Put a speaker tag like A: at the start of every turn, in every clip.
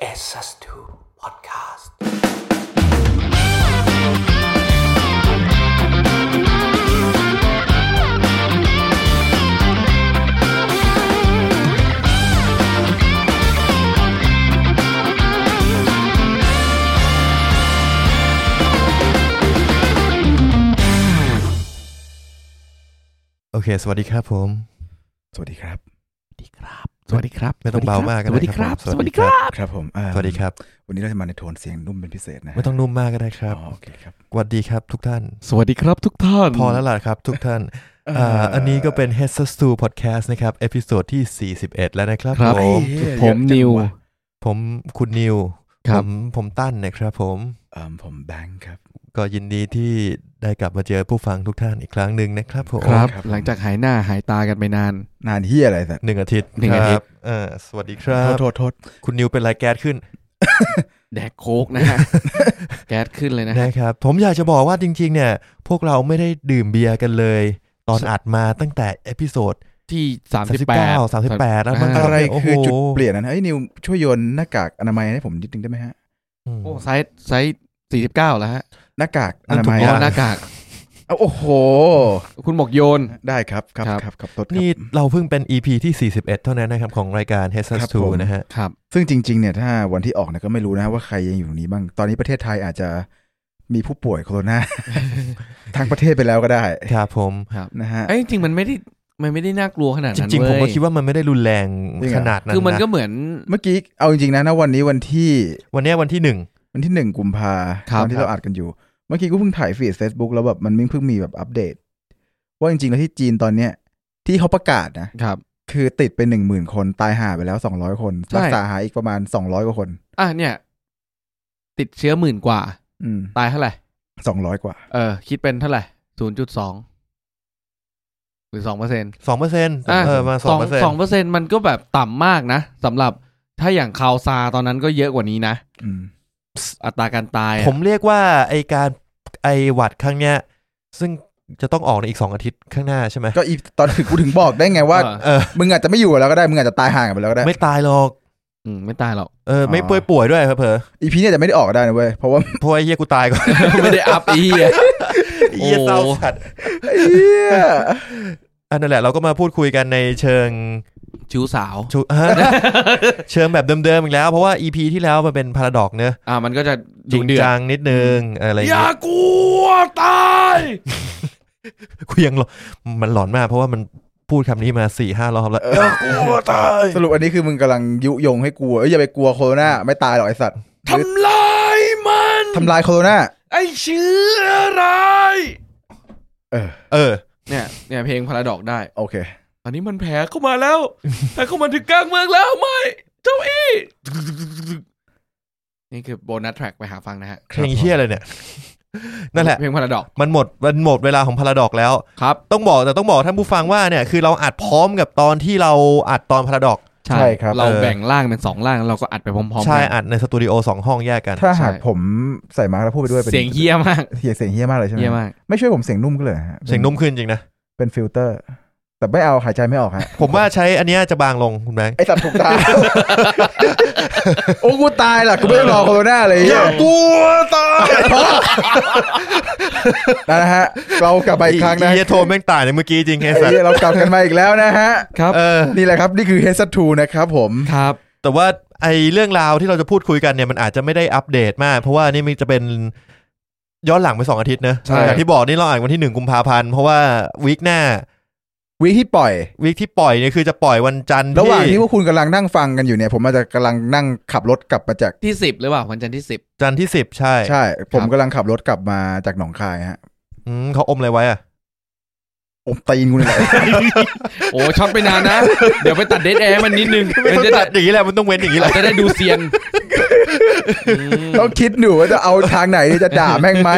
A: Essas 2 Podcast
B: โอเค สวัสดีครับผม
C: สวัสดีครับ
D: สวัสดีครับ
C: สวัสดีครับ
B: ไม่ต้องเบามากก็
D: ส
B: ได้
D: วัสดีครับ
B: ผม
D: สวัสดีครับ
C: ครับผมอ่า
B: สวัสดีครับ
C: วันนี้เราจะมาในโทนเสียงนุ่มเป็นพิเศษนะฮะ
B: ไม่ต้องนุ่มมากก็ได้ครับ
C: อ๋อโอเคครับ
B: สวัสดีครับทุกท่าน
D: สวัสดีครับทุกท่าน
B: พอแล้วล่ะครับทุกท่านอ่าอันนี้ก็เป็น h e s s t o Podcast นะครับ เอพิโซดที่ 41 แล้วนะครับ
D: ครับ
B: ผ
C: เอ้
B: ม
C: ยเยอะ
D: ผม
C: จัง
D: นิว
C: ะ
B: ผมคุณนิว
D: ค
B: ผ
D: รับ
B: มผมตั้นนะครับผม
C: อ่าผมแบงค์ครับ
B: ก็ยินดีที่ได้กลับมาเจอผู้ฟังทุกท่านอีกครั้งหนึ่งนะครับผม
D: ครับ
C: ครับ
D: หลังจากหายหน้าหายตากันไปนาน
C: นานเฮียอะไรสัตว์
B: หนึ่งอาทิตย์
D: หนึ่งอาทิตย์
B: ครับเอ่อสวัสดีครับ
C: โทษโทษโทษ
B: คุณนิวเป็นไรแก๊สขึ้น
D: แดกโคกนะ ฮะ แก๊สขึ้นเลยนะฮะ
B: นะครับ ผมอยากจะบอกว่าจริง ๆ เนี่ย พวกเราไม่ได้ดื่มเบียร์กันเลย ตอนอัดมาตั้งแต่เอพิโซด
D: ที่สาม
B: สาม
D: สิ
B: สิ
D: บบ แปด
B: เก้าสามสิบแปดแล้วมัน
D: อ่า
C: อะไร
B: โโห
C: คือจุดเปลี่ยนนั้นเอ้ยนิวช่วยโยนหน้ากากอนามัยให้ผมนิดนึงได้ไหมฮะ
B: อืม
D: โอ้ไซส์ไซส์สี่สิบเก้าแล้วฮะ
C: หน้ากากอ
B: นั่น
C: นา
B: ถู
C: มั
B: ก
C: ย
B: แล้ว
D: อ๋อ
C: อ่ะ
D: หน้ากาก
C: เอาโอ้โห
D: คุณบอกโยน
C: ได้ครับครับ
D: ครับ
C: ครับครับโทษครับ
B: นี่เราเพิ่งเป็น EP ที่ 41 เท่านั้นนะครับ ของรายการ h e s
C: ค
B: s
C: รับผม
B: 2นะฮะ
D: ครับ
C: ซึ่งจริง ๆ เนี่ยถ้าวันที่ออกเนี่ยก็ไม่รู้นะว่าใครยังอยู่ตรงนี้บ้าง ตอนนี้ประเทศไทยอาจจะมีผู้ป่วยโควิด ทั้งประเทศไปแล้วก็ได้
B: ครับผม
C: นะฮะ
D: ไอ้ยจริงๆมันไม่ได้มันไม่ได้น่ากลัวขนาด
B: จ
D: นั้น
B: ริง ๆ
D: เว้ย
B: ผมก็คิดว่ามันไม่ได้รุนแรง
C: จริงเหรอ
B: ขนาดนั้น
D: คือมันก็
B: นะ
D: เหมือน
C: เมื่อกี้เอาจริงๆนะนะวันนี้วันที่
B: วันเนี้ยวันที่หนึ่ง
C: วันที่หนึ่งกุมภา
D: ครั
C: ต
D: บ
C: อนที่เราอัดกันอยู่ เมื่อกี้กูเพิ่งถ่ายฟีด Facebook แล้วแบบมันเพิ่งมีแบบอัปเดต ว่าจริงๆ แล้วที่จีนตอนเนี้ย ที่เขาประกาศนะ
D: ครับ
C: คือติดไปหนึ่งหมื่นคนตายหาไปแล้วสองร้อยคน
D: ใช่
C: รักษาหายอีกประมาณสองร้อยกว่าคน
D: อ่ะเนี่ย ติดเชื้อหมื่นกว่า
C: อืม
D: ตายเท่าไหร่
C: สองร้อยกว่า
D: เออ คิดเป็นเท่าไหร่ศูนย์จุดสองหรือสองเปอร์เซ็น
B: 2%เปอร์เซ็นต์
D: อ่ะ
B: เออมา
D: สอง
B: 2%
D: สองเปอร์เซ็นต์มันก็แบบต่ำมากนะสำหรับถ้าอย่างคาวซาตอนนั้นก็เยอะกว่านี้นะ
C: อืม
D: อัตราการตายอะ
B: ผมเรียกว่าไอการไอหวัดครั้งเนี้ย ซึ่งจะต้องออกในอีก 2 อาทิตย์ข้างหน้าใช่ไหม
C: ก็อีตอนถึงกูถึงบอกได้ไงว่า
D: เออ
B: เออ
C: มึงอาจจะไม่อยู่กับเราก็ได้ มึงอาจจะตายห่างกันไปแล้วก็ได้
B: ไม่ตายหรอก
D: อืมไม่ตายหรอก
B: เอออ
C: อ
B: ไม่ป่วยป่วยด้วยเผลอ
C: อีพีเนี่ยจะไม่ได้ออกก็ได้นะเว้ย เพราะ ว่า
B: ๆเพราะไอเฮียกูตายก่อน
D: ไม่ได้อัพอีอะ
B: เฮียเศร้า
D: โอ้
B: สัตว์
C: เหี้ย
B: อันนั้นแหละเราก็มาพูดคุยกันในเชิง
D: ชู้สาว
B: ชู ฮะ เชิงแบบเดิมๆอีกแล้ว เพราะว่า EP ที่แล้วมันเป็นพาราดอกเนอะ
D: อ่ามันก็จะ
B: จ
D: ดุ
B: ริง
D: เดือด
B: จังนิดนึงอะไรอย่าง
D: อย่า
B: เงี้ย
D: กลัวตาย
B: กูยังหลอนมันหลอนมากเพราะว่ามันพูดคำนี้มาสี่ห้ารอบแล้ว
C: สรุปอันนี้คือมึงกำลังยุยงให้กลัวเอ้ยอย่าไปกลัวโควิดไม่ตายหรอกไอสัตว์
D: ทำลายมัน
C: ทำลายโควิด
D: ไอเชื้อร้าย
B: เออ
D: เนี่ยเนี่ยเพลงพาราดอกได้
C: โอเค
D: ตอนนี้มันแผลเข้ามาแล้ว แต่เข้ามาถึงกลางเมืองแล้วไม่ เจ้าอี้ นี่คือโบนัสแทร็กไปหาฟังนะฮะ
B: เพลงเฮี้ยอะไรเนี่ย นั่นแหละ
D: เพลงพาราดอก
B: มันหมดมันหมดเวลาของพาราดอกแล้ว
D: ครับ
B: ต้องบอกแต่ต้องบอกท่านผู้ฟังว่าเนี่ยคือเราอัดพร้อมกับตอนที่เราอัดตอนพาราดอก
C: ใช่ครับ
D: เรา
B: เออ
D: แบ่งร่างเป็นสองร่างแล้วเราก็อัดไปพร้อมๆ
B: ใช่
D: กัน
B: อัดในสตูดิโอสองห้องแยกกัน
C: ถ้าหาก
D: ใช่
C: ผมใส่มาร์กแล้วพูดไปด้วยป็น
D: เสียงเฮี้ยมาก
C: เสียงเสียงเฮี้ยมากเลยใช่ไหม
D: เฮี้ยมาก
C: ไม่ช่วยผมเสียงนุ่มก็เลยฮะ
B: เสียงนุ่มขึ้นจริงนะ
C: เป็นฟิลเตอร์ แต่ไม่เอาหายใจไม่ออกฮะ
B: ผมว่าใช้อันเนี้ยจะบางลงคุณแบงค์
C: ไอสัตว์ถูกตาย โอ้กูตายล่ะกูไม่ต้องรอโควิดเลย
D: อย่า
C: กูตายนั่นนะฮะ เรากลับไปอีกครั้งนะ
B: เฮียโทนแม่งต่างในเมื่อกี้จริงเฮ
C: ไอ้
B: สัน
C: เหี้ยเรากลับกันมาอีกแล้วนะฮะ
D: ครับ
B: เออ
C: นี่แหละครับ นี่คือเฮสทูนะครับผม
D: ครับ
B: แต่ว่าไอเรื่องราวที่เราจะพูดคุยกันเนี่ยมันอาจจะไม่ได้อัปเดตมาก เพราะว่านี่มันจะเป็นย้อนหลังไปสองอาทิตย์นะ
D: ใช่
B: อย่างที่บอกนี่เราอ่านวันที่หนึ่งกุมภาพันธ์เพราะว่าวีคหน้า
C: วีคที่ปล่อย
B: วีคที่ปล่อยเนี่ยคือจะปล่อยวันจันทร์
C: ระหว่างที่พวกคุณกำลังนั่งฟังกันอยู่เนี่ย ผมอาจจะกำลังนั่งขับรถกลับมาจาก
D: ที่สิบหรือเปล่าวันจันทร์ที่สิบ
B: จันทร์ที่สิบใช่
C: ใช่ ผมกำลังขับรถกลับมาจากหนองคายฮะ
B: อืมเขาอมอะไรไว้อะ
C: อมตีนกูเลย
D: โอ้ช็อตไปนานนะ เดี๋ยวไปตัดเดทแอร์มันนิดนึง
B: ไม่
D: มัน
B: ต้อง
D: จะ
B: ตั
D: ได้
B: ดอย่างนี้แหละมันต้องเว้นอย่างนี้แห
D: เรา
B: ละ
D: จะได้ดูเซียนอืม
C: ต้องคิดหนูว่าจะเอาทางไหนจะด่าแม่งไหม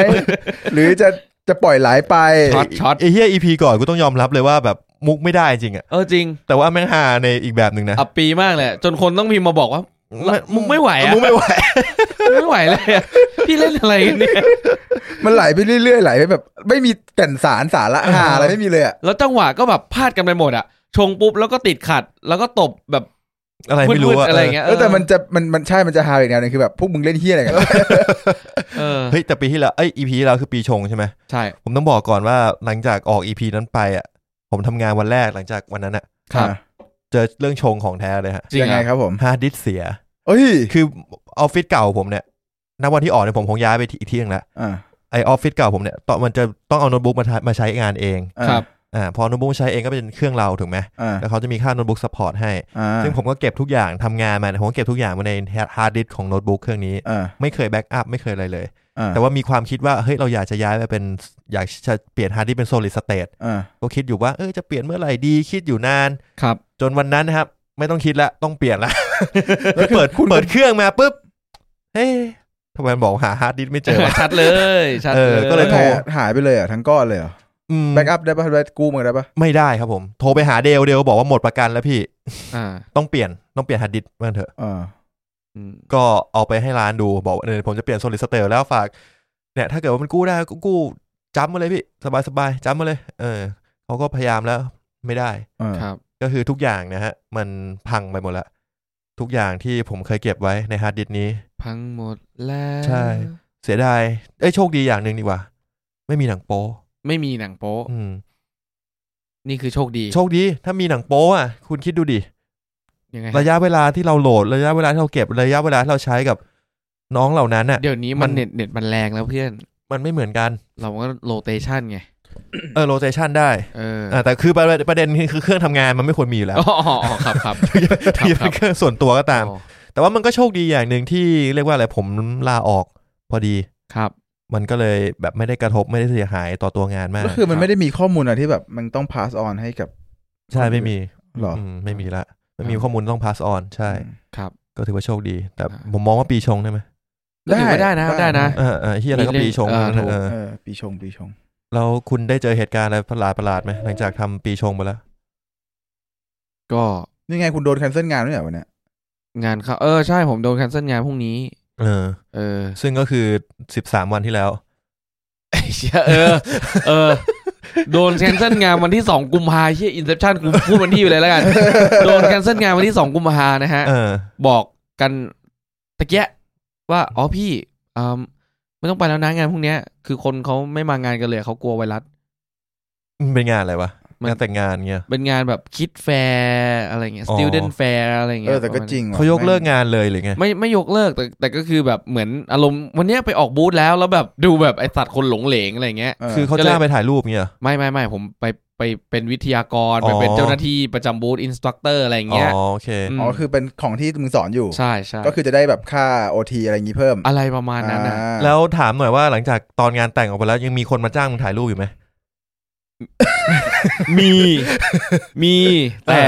C: หรือจะจะปล่อยไหลไป
D: ช็อตช็อต
B: ไอเฮียอีพีก่อนกูต้องยอมรับเลยว่าแบบมุกไม่ได้จริงอะ
D: เออจริง
B: แต่ว่าแม่งฮาในอีกแบบหนึ่งนะ
D: อับปีมากเลย จนคนต้องพิมพ์มาบอกว่า มุกไม่ไหวอะ
B: มุกไม่ไหว
D: ไม่ไหวเลยอะพี่เล่นอะไรกันเนี่ย
C: มันไหลไปเรื่อยๆไหลไปแบบ ไม่มีแก่นสารสาระหาอะไรไม่มีเลยอะ
D: แล้วจังหวะก็แบบพลาดกันไปหมดอะชงปุ๊บแล้วก็ติดขัด แล้วก็ตบแบบ
B: อะไรไม่รู้
D: มืด
B: อะ
D: ๆอะไรอย่างเงี้ย
C: เออแต่มันจะมันมันใช่มันจะฮาอีกแนวหนึงคือแบบพวกมึงเล่นเฮี้ยอะไรกัน
D: เออ
B: เฮ้ยแต่ปีที่แล้วไอ้อีพีแล้วคือปีชงใช่ไหม
D: ใช่
B: ผมต้องบอกก่อนว่าหลังจากออกอีพีนั้นไปอ่ะผมทำงานวันแรกหลังจากวันนั้นอ่ะ
D: ครับ
B: เจอเรื่องชงของแท้เลยฮะ
D: จริง
C: ยัง
D: เห
C: ไง
D: อ
C: ครับผม
B: ฮาร์ดดิสก์เสีย
C: เอ้ย
B: คือออฟฟิศเก่าผมเนี่ยณวันที่ออกเนี่ยผมคงย้ายไปที่อีกที่หนึงละ
C: อ่า
B: ไอออฟฟิศเก่าผมเนี่ยตอนมันจะต้องเอาโน้ตบุ๊กมาทะมาใช้งานเอง
C: อ่า
D: ครับ
B: อ่าพอโน้ตบุ๊กมาใช้เองก็เป็นเครื่องเราถูกไหม
C: อ่า
B: แล้วเขาจะมีค่าโน้ตบุ๊กซัพพอร์ตให้
C: อ่า
B: ซึ่งผมก็เก็บทุกอย่างทำงานมาเนี่ยผมก็เก็บทุกอย่างมาในฮาร์ดดิสก์ของโน้ตบุ๊กเครื่องนี้
C: อ่า
B: ไม่เคยแบ็กอัพไม่เคยอะไรเลย
C: อ่า
B: แต่ว่ามีความคิดว่าเฮ้ยเราอยากจะย้ายไปเป็นอยากจะเปลี่ยนฮาร์ดดิสก์เป็นโซลิดสเตท
C: อ่า
B: ก็คิดอยู่ว่าเออจะเปลี่ยนเมื่อไหร่ดีคิดอยู่นาน
D: ครับ
B: จนวันนั้นนะครับ ไม่ต้องคิดละต้องเปลี่ยนละ เปิดเปิดเครื่องมาปุ๊บเฮ้ยทำไมมันบอกหาฮาร์ดดิสก์ไม่เจอวะ
D: ชัดเลยชัด
B: เอ
D: เล
B: อย ก็เลย
C: แล้วไงอะหายไปเลยเหรอ่ะทั้งก้อนเลยเหรอ
B: อืม
C: แบ็กอัพได้ปะได้กู้มาได้ปะ
B: ไม่ได้ครับผม โทรไปหาเดลเดลบอกว่าหมดประกันแล้วพี่
D: อ่า
B: ต้องเปลี่ยนต้องเปลี่ยนฮาร์ดดิสก์มันเถอะ
C: อ่า
D: อืม
B: ก็เอาไปให้ร้านดูบอกว่าเออผมจะเปลี่ยนโซลิดสเตลแล้วฝากเนี่ยถ้าเกิดว่ามันกู้ได้ก็กู้จ้ำมาเลยพี่สบายสบายๆจ้ำมาเลย เออเขาก็พยายามแล้วไม่ได้
C: อ่า
D: ครับ
B: ก็คือทุกอย่างนะฮะ มันพังไปหมดละทุกอย่างที่ผมเคยเก็บไว้ในฮาร์ดดิสก์นี้
D: พังหมดแล้ว
B: ใช่ เสียดายเอ้ยโชคดีอย่างหนึ่งดีกว่า ไม่มีหนังโป๊
D: ไม่มีหนังโป๊ะ
B: อืม
D: นี่คือโชคดี
B: โชคดีถ้ามีหนังโป๊อ่ะ คุณคิดดูดิ
D: ยังไง
B: ระ
D: ฮะ
B: ยะเวลาที่เราโหลด ระยะเวลาที่เราเก็บระยะเวลาที่เราใช้กับน้องเหล่านั้นน่ะ
D: เดี๋ยวนี้
B: มั
D: มัน
B: น
D: เน็ตเน็ตมันแรงแล้วเพื่อน
B: มันไม่เหมือนกัน
D: เราก็โลเตชันไง
B: เออโรเตชันได้
D: เออ
B: อ่าแต่คือประเด็นประเด็นคือเครื่องทำงานมันไม่ควรมีอยู่แล้ว
D: อ๋ออ๋ออ๋อครับครับ
B: ถึงจะเป็นเครื่องส่วนตัวก็ตาม
D: อ๋อ
B: แต่ว่ามันก็โชคดีอย่างหนึ่งที่เรียกว่าอะไรผมลาออกพอดี
D: ครับ
B: มันก็เลยแบบไม่ได้กระทบไม่ได้เสียหายต่อตัวงานมาก
C: ก็คือมันไม่ได้มีข้อมูลอะไรที่แบบมันต้อง pass on ให้กับ
B: ใช่ไม่มี
C: หรอ
B: อืมไม่มีละไม่มีข้อมูลต้อง pass on ใช่
D: ครับ
B: ก็ถือว่าโชคดี แต่
D: อ่า
B: ผมมองว่าปีชงได้ไหม
D: ก็ถือว่าได้นะได้นะ
B: เออเออที่อะไรก็ปีชง
D: เออถูก
B: เออ
C: เออปีชงปีชง
B: แล้วคุณได้เจอเหตุการณ์อะไรประหลาดประหลาดๆไหมหลังจากทำปีชงไปแล้ว
D: ก็
C: นี่ไงคุณโดน cancel งานด้วยเหรอวันเนี้ย
D: งานเขาเออใช่ผมโดนแคนเซิลงานพรุ่งนี้
B: เออ
D: เออ
B: ซึ่งก็คือสิบสามวันที่แล้ว
D: เชี่ยเออ เออ โดนแคนเซิลงานวันที่สองกุมภาเชี่ยอินเซปชันกูพูดวันที่ไปเลยแล้วกัน โดนแคนเซิลงานวันที่สองกุมภานะฮะ
B: เออ
D: บอกกันตะเกียะว่า อ๋อพี่อืมไม่ต้องไปแล้วนะงานพรุ่งเนี้ย คือคนเขาไม่มางานกันเลยเขากลัวไวรัส
B: มันเป็นงานอะไรวะ
D: มัน
B: งานแต่งงานเงี้ย
D: เป็นงานแบบคิดแฟร์อะไรเงี้ย
B: อ๋อ
D: student fair อะไร
C: เอ
D: เงี้ย
C: อแต่ก็จริงว่ะ
B: เขายกเลิกงานเลยหรือไง
D: ไม่ไม่ยกเลิกแต่แต่ก็คือแบบเหมือนอารมณ์วันเนี้ยไปออกบูธแล้วแล้วแบบดูแบบไอสัตว์คนหลงเหลงอะไรเงี้ย
C: เออ
B: คือเขาจ้างไปถ่ายรูปเงี้ย
D: ไม่ไม่ไม่ผมไปไปเป็นวิทยากร
B: อ๋อ
D: ไปเป็นเจ้าหน้าที่ประจำบูธอินสตรัคเตอร์อะไรอย่าง
B: อ๋
D: เงี้ย
B: อโอเค
D: ม
C: อ๋อคือเป็นของที่มึงสอนอยู่
D: ใช่ใช่
C: ก็คือจะได้แบบค่าโอทีอะไรอย่างนี้เพิ่ม
D: อะไรประมาณนั้นนะ
C: อ่า
B: แล้วถามหน่อยว่าหลังจากตอนงานแต่งออกไปแล้วยังมีคนมาจ้างมึงถ่ายรูปอยู่ไหม
D: มี มีแต่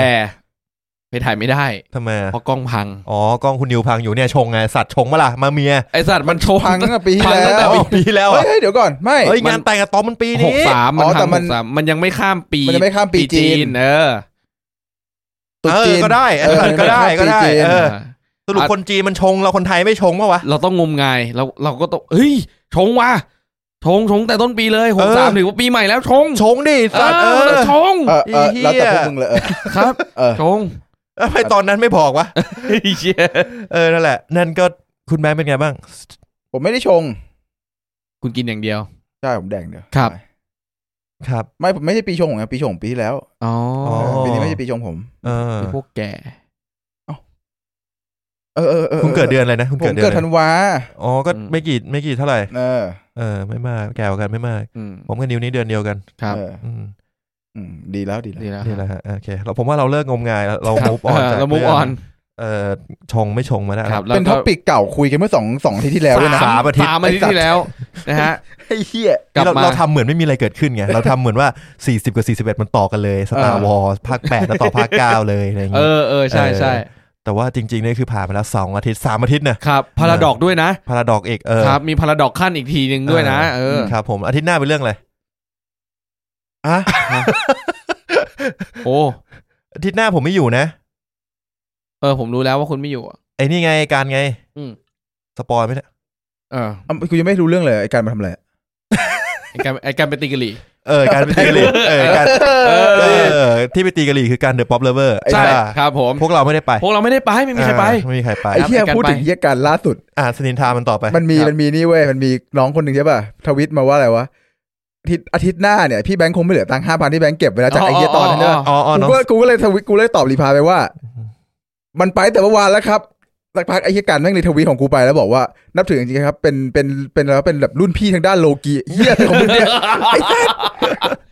D: ไปถ่ายไม่ได้
B: ทำไมอะ
D: เพราะกล้องพัง
B: อ๋อกล้องคุณนิวพังอยู่เนี่ยชงไงสัตว์ชงมาล่ะมาเมีย
D: ไอสัตว์มันโชว์
C: พังตั้งแต่ปีที่
D: พัง
C: แล้
D: ตั้งแต่
C: ว
D: ปี
B: ปีที่แล้ว
C: เฮ้
B: อะ
C: ยเฮ้ยเดี๋ยวก่อนไม่
B: เฮ้ยงานแต่งอะตอมมันปี
D: ห
B: นี้
D: กสามมัน
C: อ๋อแต่
D: พัง
C: มั
D: ห
C: น
D: กสามมันยังไม่ข้ามปี
C: มันยังไม่ข้ามปีจีน
D: เออ
C: ตุ๊
B: เอ
C: จี
B: อนก็ได้
C: เออ
B: เออก็ได้
C: มัน
B: ก็
C: เป็น
B: ได้
C: ข้ามปีจีน
B: เออสรุปคนจีนมันชงเราคนไทยไม่ชงปะวะ
D: เราต้องงมงายเราเราก็ต้องเฮ้ยชงว่ะชงชงแต่ต้นปีเลยหกสาม
B: เออ
D: ถึงว่าปีใหม่แล้วชง
B: ชงดิสัตว์
D: เอ
B: เอ
D: อ
B: อ
D: ชง
C: เออเออ
B: ไอ้เหี้ย
C: แล้วแต่พวกมึงเลยเออ
D: ครับ
C: เออ
D: ชง
B: ทำไมตอนนั้นไม่บอกวะ
D: เชี่ย
B: เออนั่นแหละ นั่นก็คุณแบงค์เป็นไงบ้าง
C: ผมไม่ได้ชง
D: คุณกินอย่างเดียว
C: ใช่ผมแดงเดียว
D: ครับ
B: ครับ
C: ไม่ผมไม่ใช่ปีชงของปีชงของปีที่แล้ว
D: อ๋อ
B: อ๋อ
C: เออปีนี้ไม่ใช่ปีชงผม
B: เออ
D: พวกแก่
C: เออเออเออ
B: คุณเกิดเดือนอะไรนะ คุณ
C: ผ
B: เกิด
C: ม
B: เดือน
C: เกิด
B: อะไร
C: ธันวา
B: อ๋อก็ไม่กี่ไม่กี่เท่าไหร่
C: เออ
B: เออไม่มากแก่กว่ากันไม่มาก
D: อืม
B: ผมกับนิวนี่เดือนเดียวกัน
D: ครับ
C: เออ
B: อืม
C: อืมดีแล้วดีแล้ว
D: ดีแล้ว
B: นี่แหละฮะโอเคเราผมว่าเราเลิกงมงายแล้วเรา
D: ครับ
B: มูฟออน
D: เออเรามุกออน
B: เออชงไม่ชงมาได้แล้ว
D: ครับ
C: เป็นท็อปิกเก่าคุยกันเมื่อสองสองอาทีที่แล้วด้วยนะ
B: สาม อาทิตย์
D: สามอาทิตย์ที่แล้วนะฮะ
C: ไอ้เหี้ย
D: กลับ
B: เรา
D: มา
B: เราทำเหมือนไม่มีอะไรเกิดขึ้นไง เราทำเหมือนว่า 40 กับ 41 มันต่อกันเลย Star
C: เออ
B: Wars ภาค 8 แล้วต่อภาค 9 เลยอะไรอย่าง
D: เอ
B: เงี้ย
D: อเออใช่ใช่
B: เออ แต่ว่าจริงๆเนี่ยคือผ่านไปแล้ว 2 อาทิตย์ 3 อาทิตย์นะครับ
D: พาราดอกด้วยนะ
B: พาราดอกเอกเออ
D: ครับ มีพาราดอกขั้นอีกทีหนึ่งด้วยนะ เออ
B: ครับผมอาทิตย์หน้าเป็นเรื่องอะไร
C: อ่ะ
D: โอ้
B: อาทิตย์หน้าผมไม่อยู่นะ
D: เออ ผมรู้แล้วว่าคุณไม่อยู่อะ
B: ไอ้นี่ไงการไง
D: อืม
B: สปอยไหมเนี่ย
D: เออ
C: อ่ะกูยังไม่รู้เรื่องเลยไอ้การมาทำอะไร
D: ไอการไอการเป็นติกะหรี่
B: เ เออการไปตีกะห รี่เออการเออที่ไปตีกะหรี่คือการเดอะป๊อปเลเวอร์
D: ใช่ครับผม
B: พวกเราไม่ได้ไป
D: พวกเราไม่ได้ไปไม่มีใครไป
B: อ่าไม่มีใครไป
C: ไอ้เหี้ย
D: ครับ
C: พูดถึง
D: ไป
C: เหี้ยการล่าสุด
B: อ่าสนินทามันต่อไป
C: มันมี
D: ครับ
C: มันมีนี่เว้ยมันมีน้องคนหนึ่งใช่ป่ะทวิตมาว่าอะไรวะอาทิตย์อาทิตย์หน้าเนี่ยพี่แบงค์คงไม่เหลือตังค์ห้าพันที่แบงค์เก็บไว้แล้วจากไอ้เหี้ยตอนนั้นเนอะ
B: อ๋ออ๋อ
C: กู
B: เนาะ
C: ก็กูก็เลยทวิตกูเลยตอบรีพลายไปว่า มันไปแต่เมื่อวานแล้วครับสักพักไอ้เหี้ยการแม่งเลยทวีตของกูไปแล้วบอกว่า นับถือจริงๆครับ เป็นเป็นเป็นแล้วเป็นแบบรุ่นพี่ทางด้านโลกีเหี้ยอะไรของมึงเนี่ย ไอ้สัส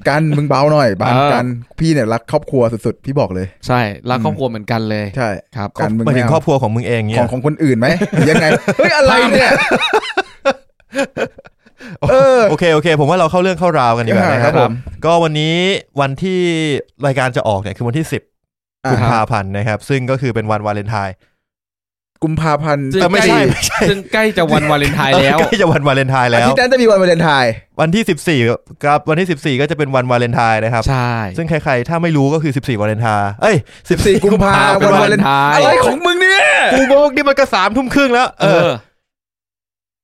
C: กันมึงเบาหน่อยบาน
D: เออ
C: กันพี่เนี่ยรักครอบครัวสุดๆพี่บอกเลย
D: ใช่รักครอบครัวเหมือนกันเลย
C: ใช่
D: ครับ
C: กันมึง
B: หมายถึง
C: ไเอา
B: ครอบครัวของมึงเอง
C: ข
B: เนี่
C: อง
B: ย
C: ของคนอื่นไหมหรือยังไงเฮ้ย อะไรเนี่ยเออ
B: โอเคโอเค ผมว่าเราเข้าเรื่องเข้าราวกันดีกว่านะ
C: ค
B: ค
C: รั
B: รั
C: บบ ผ
B: ผม มก็วันนี้วันที่รายการจะออกเนี่ยคือวันที่ 10กุมภาพันธ์นะครับ ซึ่งก็คือเป็นวันวาเลนไทน์
C: กุมภาพันธ์
D: ซึ่ง
B: เออไม่
D: ใก
B: ใช่
D: ล้
B: ไม่ใช่
D: ซึ่งใกล้จะวันวาเลนไทน์แล้ว
B: ใกล้จะวันวาเลนไทน์
C: อา
B: แล้
C: ทิ
B: ว
C: ตย์นั้นจะมีวันวาเลนไทน์
B: วันที่ 14กับวันที่ 14 ก็จะเป็นวันวาเลนไทน์นะครับ
D: ใช่
B: ซึ่งใครๆ ถ้าไม่รู้ก็คือ 14วาเลนไทน์เอ้ย
C: สี่
B: 14
C: กุมภา
B: อ่
C: วันวาเลนไทน์
D: น์
C: อะไรของมึงเนี่ย
B: กูโบกนี่มันก็สามทุ่มครึ่งแล้ว
D: เอ
B: เออ
D: อ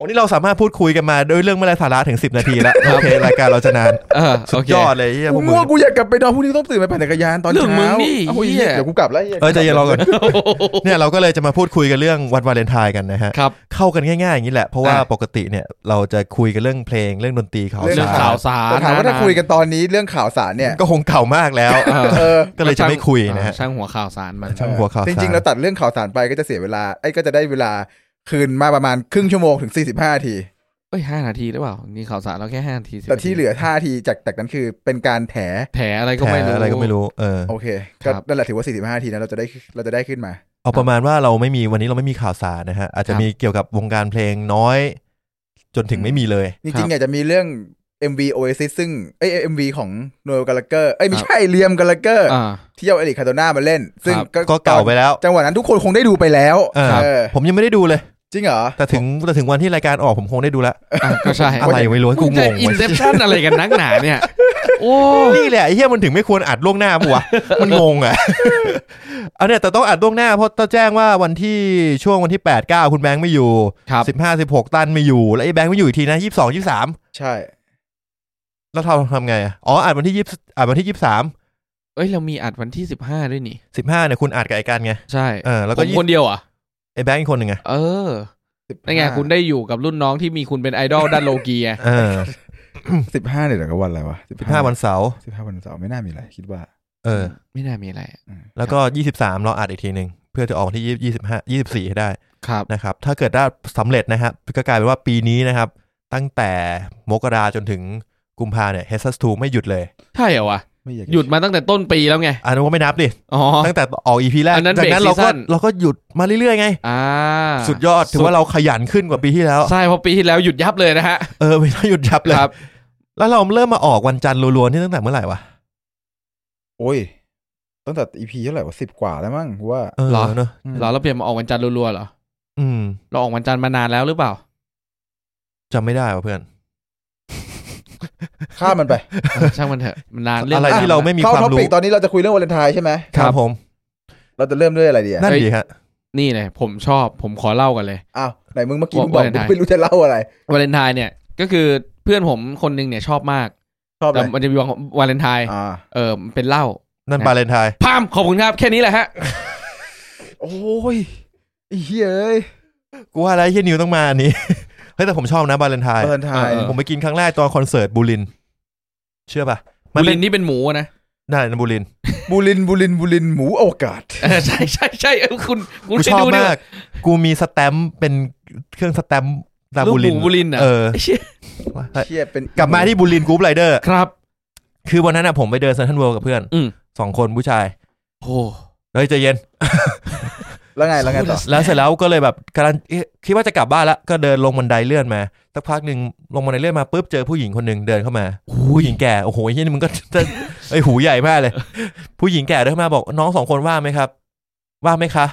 B: วันนี้เราสามารถพูดคุยกันมาโดยเรื่องไม่ไร้สาระถึง 10 นาทีแล้ว โอเค รายการเราจะนาน
D: เออ
B: สุ
D: โอ
B: ด
D: เค
B: ยอดเลยเหี้ยพ
C: กู
B: วกมึง
C: ง่วงกูอยากกลับไปนอนพรุ่งนี้ต้องตื่นไปปั่นจักรยานตอน
D: เรื่องมึ
C: เช้าง
D: นี่
C: เอ้าเหี้
D: เหี้
C: ย
D: ย
C: เดี๋ยวกูกลับแล้วหี้ย
B: เออใจเย็นรอก่อน เนี่ยเราก็เลยจะมาพูดคุยกันเรื่องวันวาเลนไทน์กันนะฮะ
D: ครับ
B: เข้ากันง่ายๆอย่างนี้แหละ เพราะว่า
D: อ่ะ
B: ปกติเนี่ยเราจะคุยกันเรื่องเพลงเรื่องดนตรีข่าว
C: เรื่
D: เรื่อง ง
B: สา
D: ข่าร วสาร
C: แต่ถามว่าถ้า
D: ะ
C: คุยกันตอนนี้เรื่องข่าวสารเนี่ย
B: ก็คงเก่ามากแล้ว
D: เออ
C: เออ
B: ก็เลยจะไม่คุยนะฮะ
D: ช่างหัวข่าวสารมัน
B: ช่างหัวข่าวสาร
C: จริงๆเราตัดเรื่องข่าวสารไปก็จะเสียเวลาไอ้ก็จะได้เวลาคืนมาประมาณครึ่งชั่วโมงถึง 45นาที
D: เอ้ยห้านาทีหรือเปล่านี่ข่าวสารเราแค่ห้านาที10
C: แต่ที่เหลือท่าทีจากจากนั้นคือเป็นการแถ
D: แถอะไรก็
B: แถ
D: ไม่รู้
B: อะไรก็ไม่รู้เออ
C: โอเค ก็
D: ครับ
C: นั่นแหละถือว่า 45นาทีนะเราจะได้เราจะได้ขึ้นมา
B: เอาประมาณว่าเราไม่มีวันนี้เราไม่มีข่าวสารนะฮะอาจจะมีเกี่ยวกับวงการเพลงน้อย จนถึงไม่มีเลย
C: จริงๆอยากจะมีเรื่อง MV Oasis ซึ่งเอ้ย MV ของโนกาลเกอร์เอ้ยไม่ใช่เลียมกาลเกอร์
D: อ่า
C: ที่เอาเอริคคาโดนามาเล่น ซึ่ง
D: ครับ
B: ก็เก่าไปแล้ว
C: จังหวะนั้นทุกคนคงได้ดูไปแล้ว
B: เออ
C: เออ
B: ผมยังไม่ได้ดูเลย
C: จริงเหรอ
B: แต่ถึงแต่ถึงวันที่รายการออกผมคงได้ดูแล้ว
D: อ่ะก็ใช่
B: อะไรไม่รู้กูงง
D: อิน
B: เว้ย
D: เซปชั่นอะไรกันนักหนาเนี่ย โอ้
B: นี่แหละไอ้เหี้ยมันถึงไม่ควรอัดล่วงหน้าปะวะ มันงงอ่ะ เอาเนี่ยแต่ต้องอัดล่วงหน้าเพราะต้องแจ้งว่าวันที่ช่วงวันที่แปดเก้าคุณแบงค์ไม่อยู่
D: ครับ
B: สิบห้าสิบหกตันไม่อยู่ แล้วไอ้แบงค์ไม่อยู่อีกทีนะยี่สิบสองยี่สิบสาม
C: ใช่
B: แล้วทำทำไงอะอ๋ออัดวันที่ยี่อัดวันที่ยี่สิบสาม
D: เอ้ย เรามีอัดวันที่สิบห้าด้วยนี่
B: สิบห้าเนี่ยคุณอัดกับไอ้กันไง
D: ใช่
B: เออแล้ว
D: ผ
B: ก็
D: ม
B: ยี่
D: คนเดียวเหรอ่ะ
B: ไอ้แบงค์อีกคนหนึ่งไง
D: เออ
C: 15
D: นั่นไงคุณได้อยู่กับรุ่นน้องที่มีคุณเป็นไอดอลด้านโลกีไง
B: เออ
C: สิบห้าเนี่ยเดี๋ยวก็วันอะไรวะ
B: สิบห้าวันเสาร์
C: สิบห้าวันเสาร์ไม่น่ามีอะไรคิดว่า
B: เออ
D: ไม่น่ามีอะไร
B: แล้วก็ยี่สิบสามเราอัดอีกทีหนึ่งเพื่อจะออกวันที่ยี่สิบห้ายี่สิบสี่ให้ได้
D: ครับ
B: นะครับถ้าเกิดได้สำเร็จนะครับก็กลายเป็นว่าปีนี้นะครับ ตั้งแต่มกราจนถึงกุมภาเนี่ย h e s s 2ไม่หยุดเลย
D: ใช่เหรอวะ
C: ไม่อยาก
D: หยุดมาตั้งแต่ต้นปีแล้วไง
B: อันนั้นว่าไม่นับดิ
D: อ๋อ
B: ตั้งแต่ออกอีพีแรก
D: อันนั้น
B: จากนั้น
D: break
B: เราก็
D: season
B: เราก็หยุดมาเรื่อยๆไง
D: อ่า
B: สุดยอด ถือว่าเราขยันขึ้นกว่าปีที่แล้ว
D: ใช่เพราะปีที่แล้วหยุดยับเลยนะฮะ
B: เออ ไม่ได้หยุดยับเลย
D: ครับ
B: แล้วเราเริ่มมาออกวันจันทร์รัวๆนี่ตั้งแต่เมื่อไหร่วะ
C: โอ้ย ตั้งแต่ EP เท่าไหร่วะสิบกว่าแล้วมั้งกูว่า
B: เออ
D: เหรอ
B: เนอะ
D: เหราเราเปลี่ยนมาออกวันจันทร์รัวๆเหรอ
B: อืม
D: เราออกวันจันทร์มานานแล้วหรือเปล่า
B: จำไม่ได้ว่ะเพื่อน
C: ข้ามมันไป
D: เออช่างมันเถอะ มันนานเรื่อง
B: อะไรที่
D: น
B: เรา
D: น
B: ไม่มี
C: เข้า
B: ความ
C: ท็อ
B: รู้
C: ปิกตอนนี้เราจะคุยเรื่องวาเลนไทน์ใช่ไหม
B: ครับผม
C: เราจะเริ่มด้วยอะไรดีอ่ะ
B: นั่น
D: เฮ้ย
B: ดีฮะ
D: นี่เลยผมชอบ ผมขอเล่ากันเลย
C: อ้าวไหนมึงเมื่อกี้มึงบอก
D: วาเลนไทน์
C: ไม่รู้จะเล่าอะไร
D: วาเลนไทน์เนี่ย ก็คือเพื่อนผมคนหนึงเนี่ยชอบมาก
C: ชอบอะ
D: แต่
C: ไร
D: มันจะมีวันวาเลนไทน์
C: อ่า
D: เออมันเป็นเหล้า
B: นั่นบาเลนไทน์
D: พามขอบคุณครับ แค่นี้แหละฮะ
C: โอ้ยไอ้เฮ้ยเอ้ย
B: กูว่าอะไรเฮียนิวต้องมาอันนี้ เฮ้ยแต่ผมชอบนะบาเลนไทน์
C: วาเลนไทน์
D: เออ
B: ผมไปกินครั้งแรกตอนคอนเสิร์ตบูลิน เชื่อป่ะ มั
D: บุ
B: นเป็
D: ริ
B: น
D: นนี่เป็นหมูอะนะ
B: นั่นนะบูลิน
C: บูลินบูลินบูลินหมูโอวกาส
D: เอ อใช่ใช่ใช่เออคุณคุณ
B: กู
D: ไป
B: ชอบ
D: ดูดิ
B: มาก กูมีสแตมป์เป็นเครื่องสแตมป์ตา
D: ลูก
B: บู
D: ห
B: ลิน
D: มูบุรินอ่ะ
B: เออ
D: ไอ้เชี่ย
C: เชี่ยเป็น
B: กลับมาที่บูลินกรุ๊ปไรเดอร์
D: ครับ
B: คือวันนั้นน่ะผมไปเดินเซนทรัลเวิลด์กับเพื่อน
D: อืม
B: สองคนผู้ชาย
D: โอ้
B: เฮ้ยใจเย็น
C: แล้วไงแล้วไงต่อ
B: แล้วเสร็จแล้วก็เลยแบบกำลังคิดว่าจะกลับบ้านแล้วก็เดินลงบันไดเลื่อนมาสักพักหนึ่งลงบันไดเลื่อนมาปุ๊บเจอผู้หญิงคนหนึ่งเดินเข้ามาผู้หญิงแก่โอ้โหเฮียนี่มึงก็ ไอยหูใหญ่มากเลย ผู้หญิงแก่เดินเข้ามาบอกน้องสองคนว่างไหมครับ ว่างไหมคะ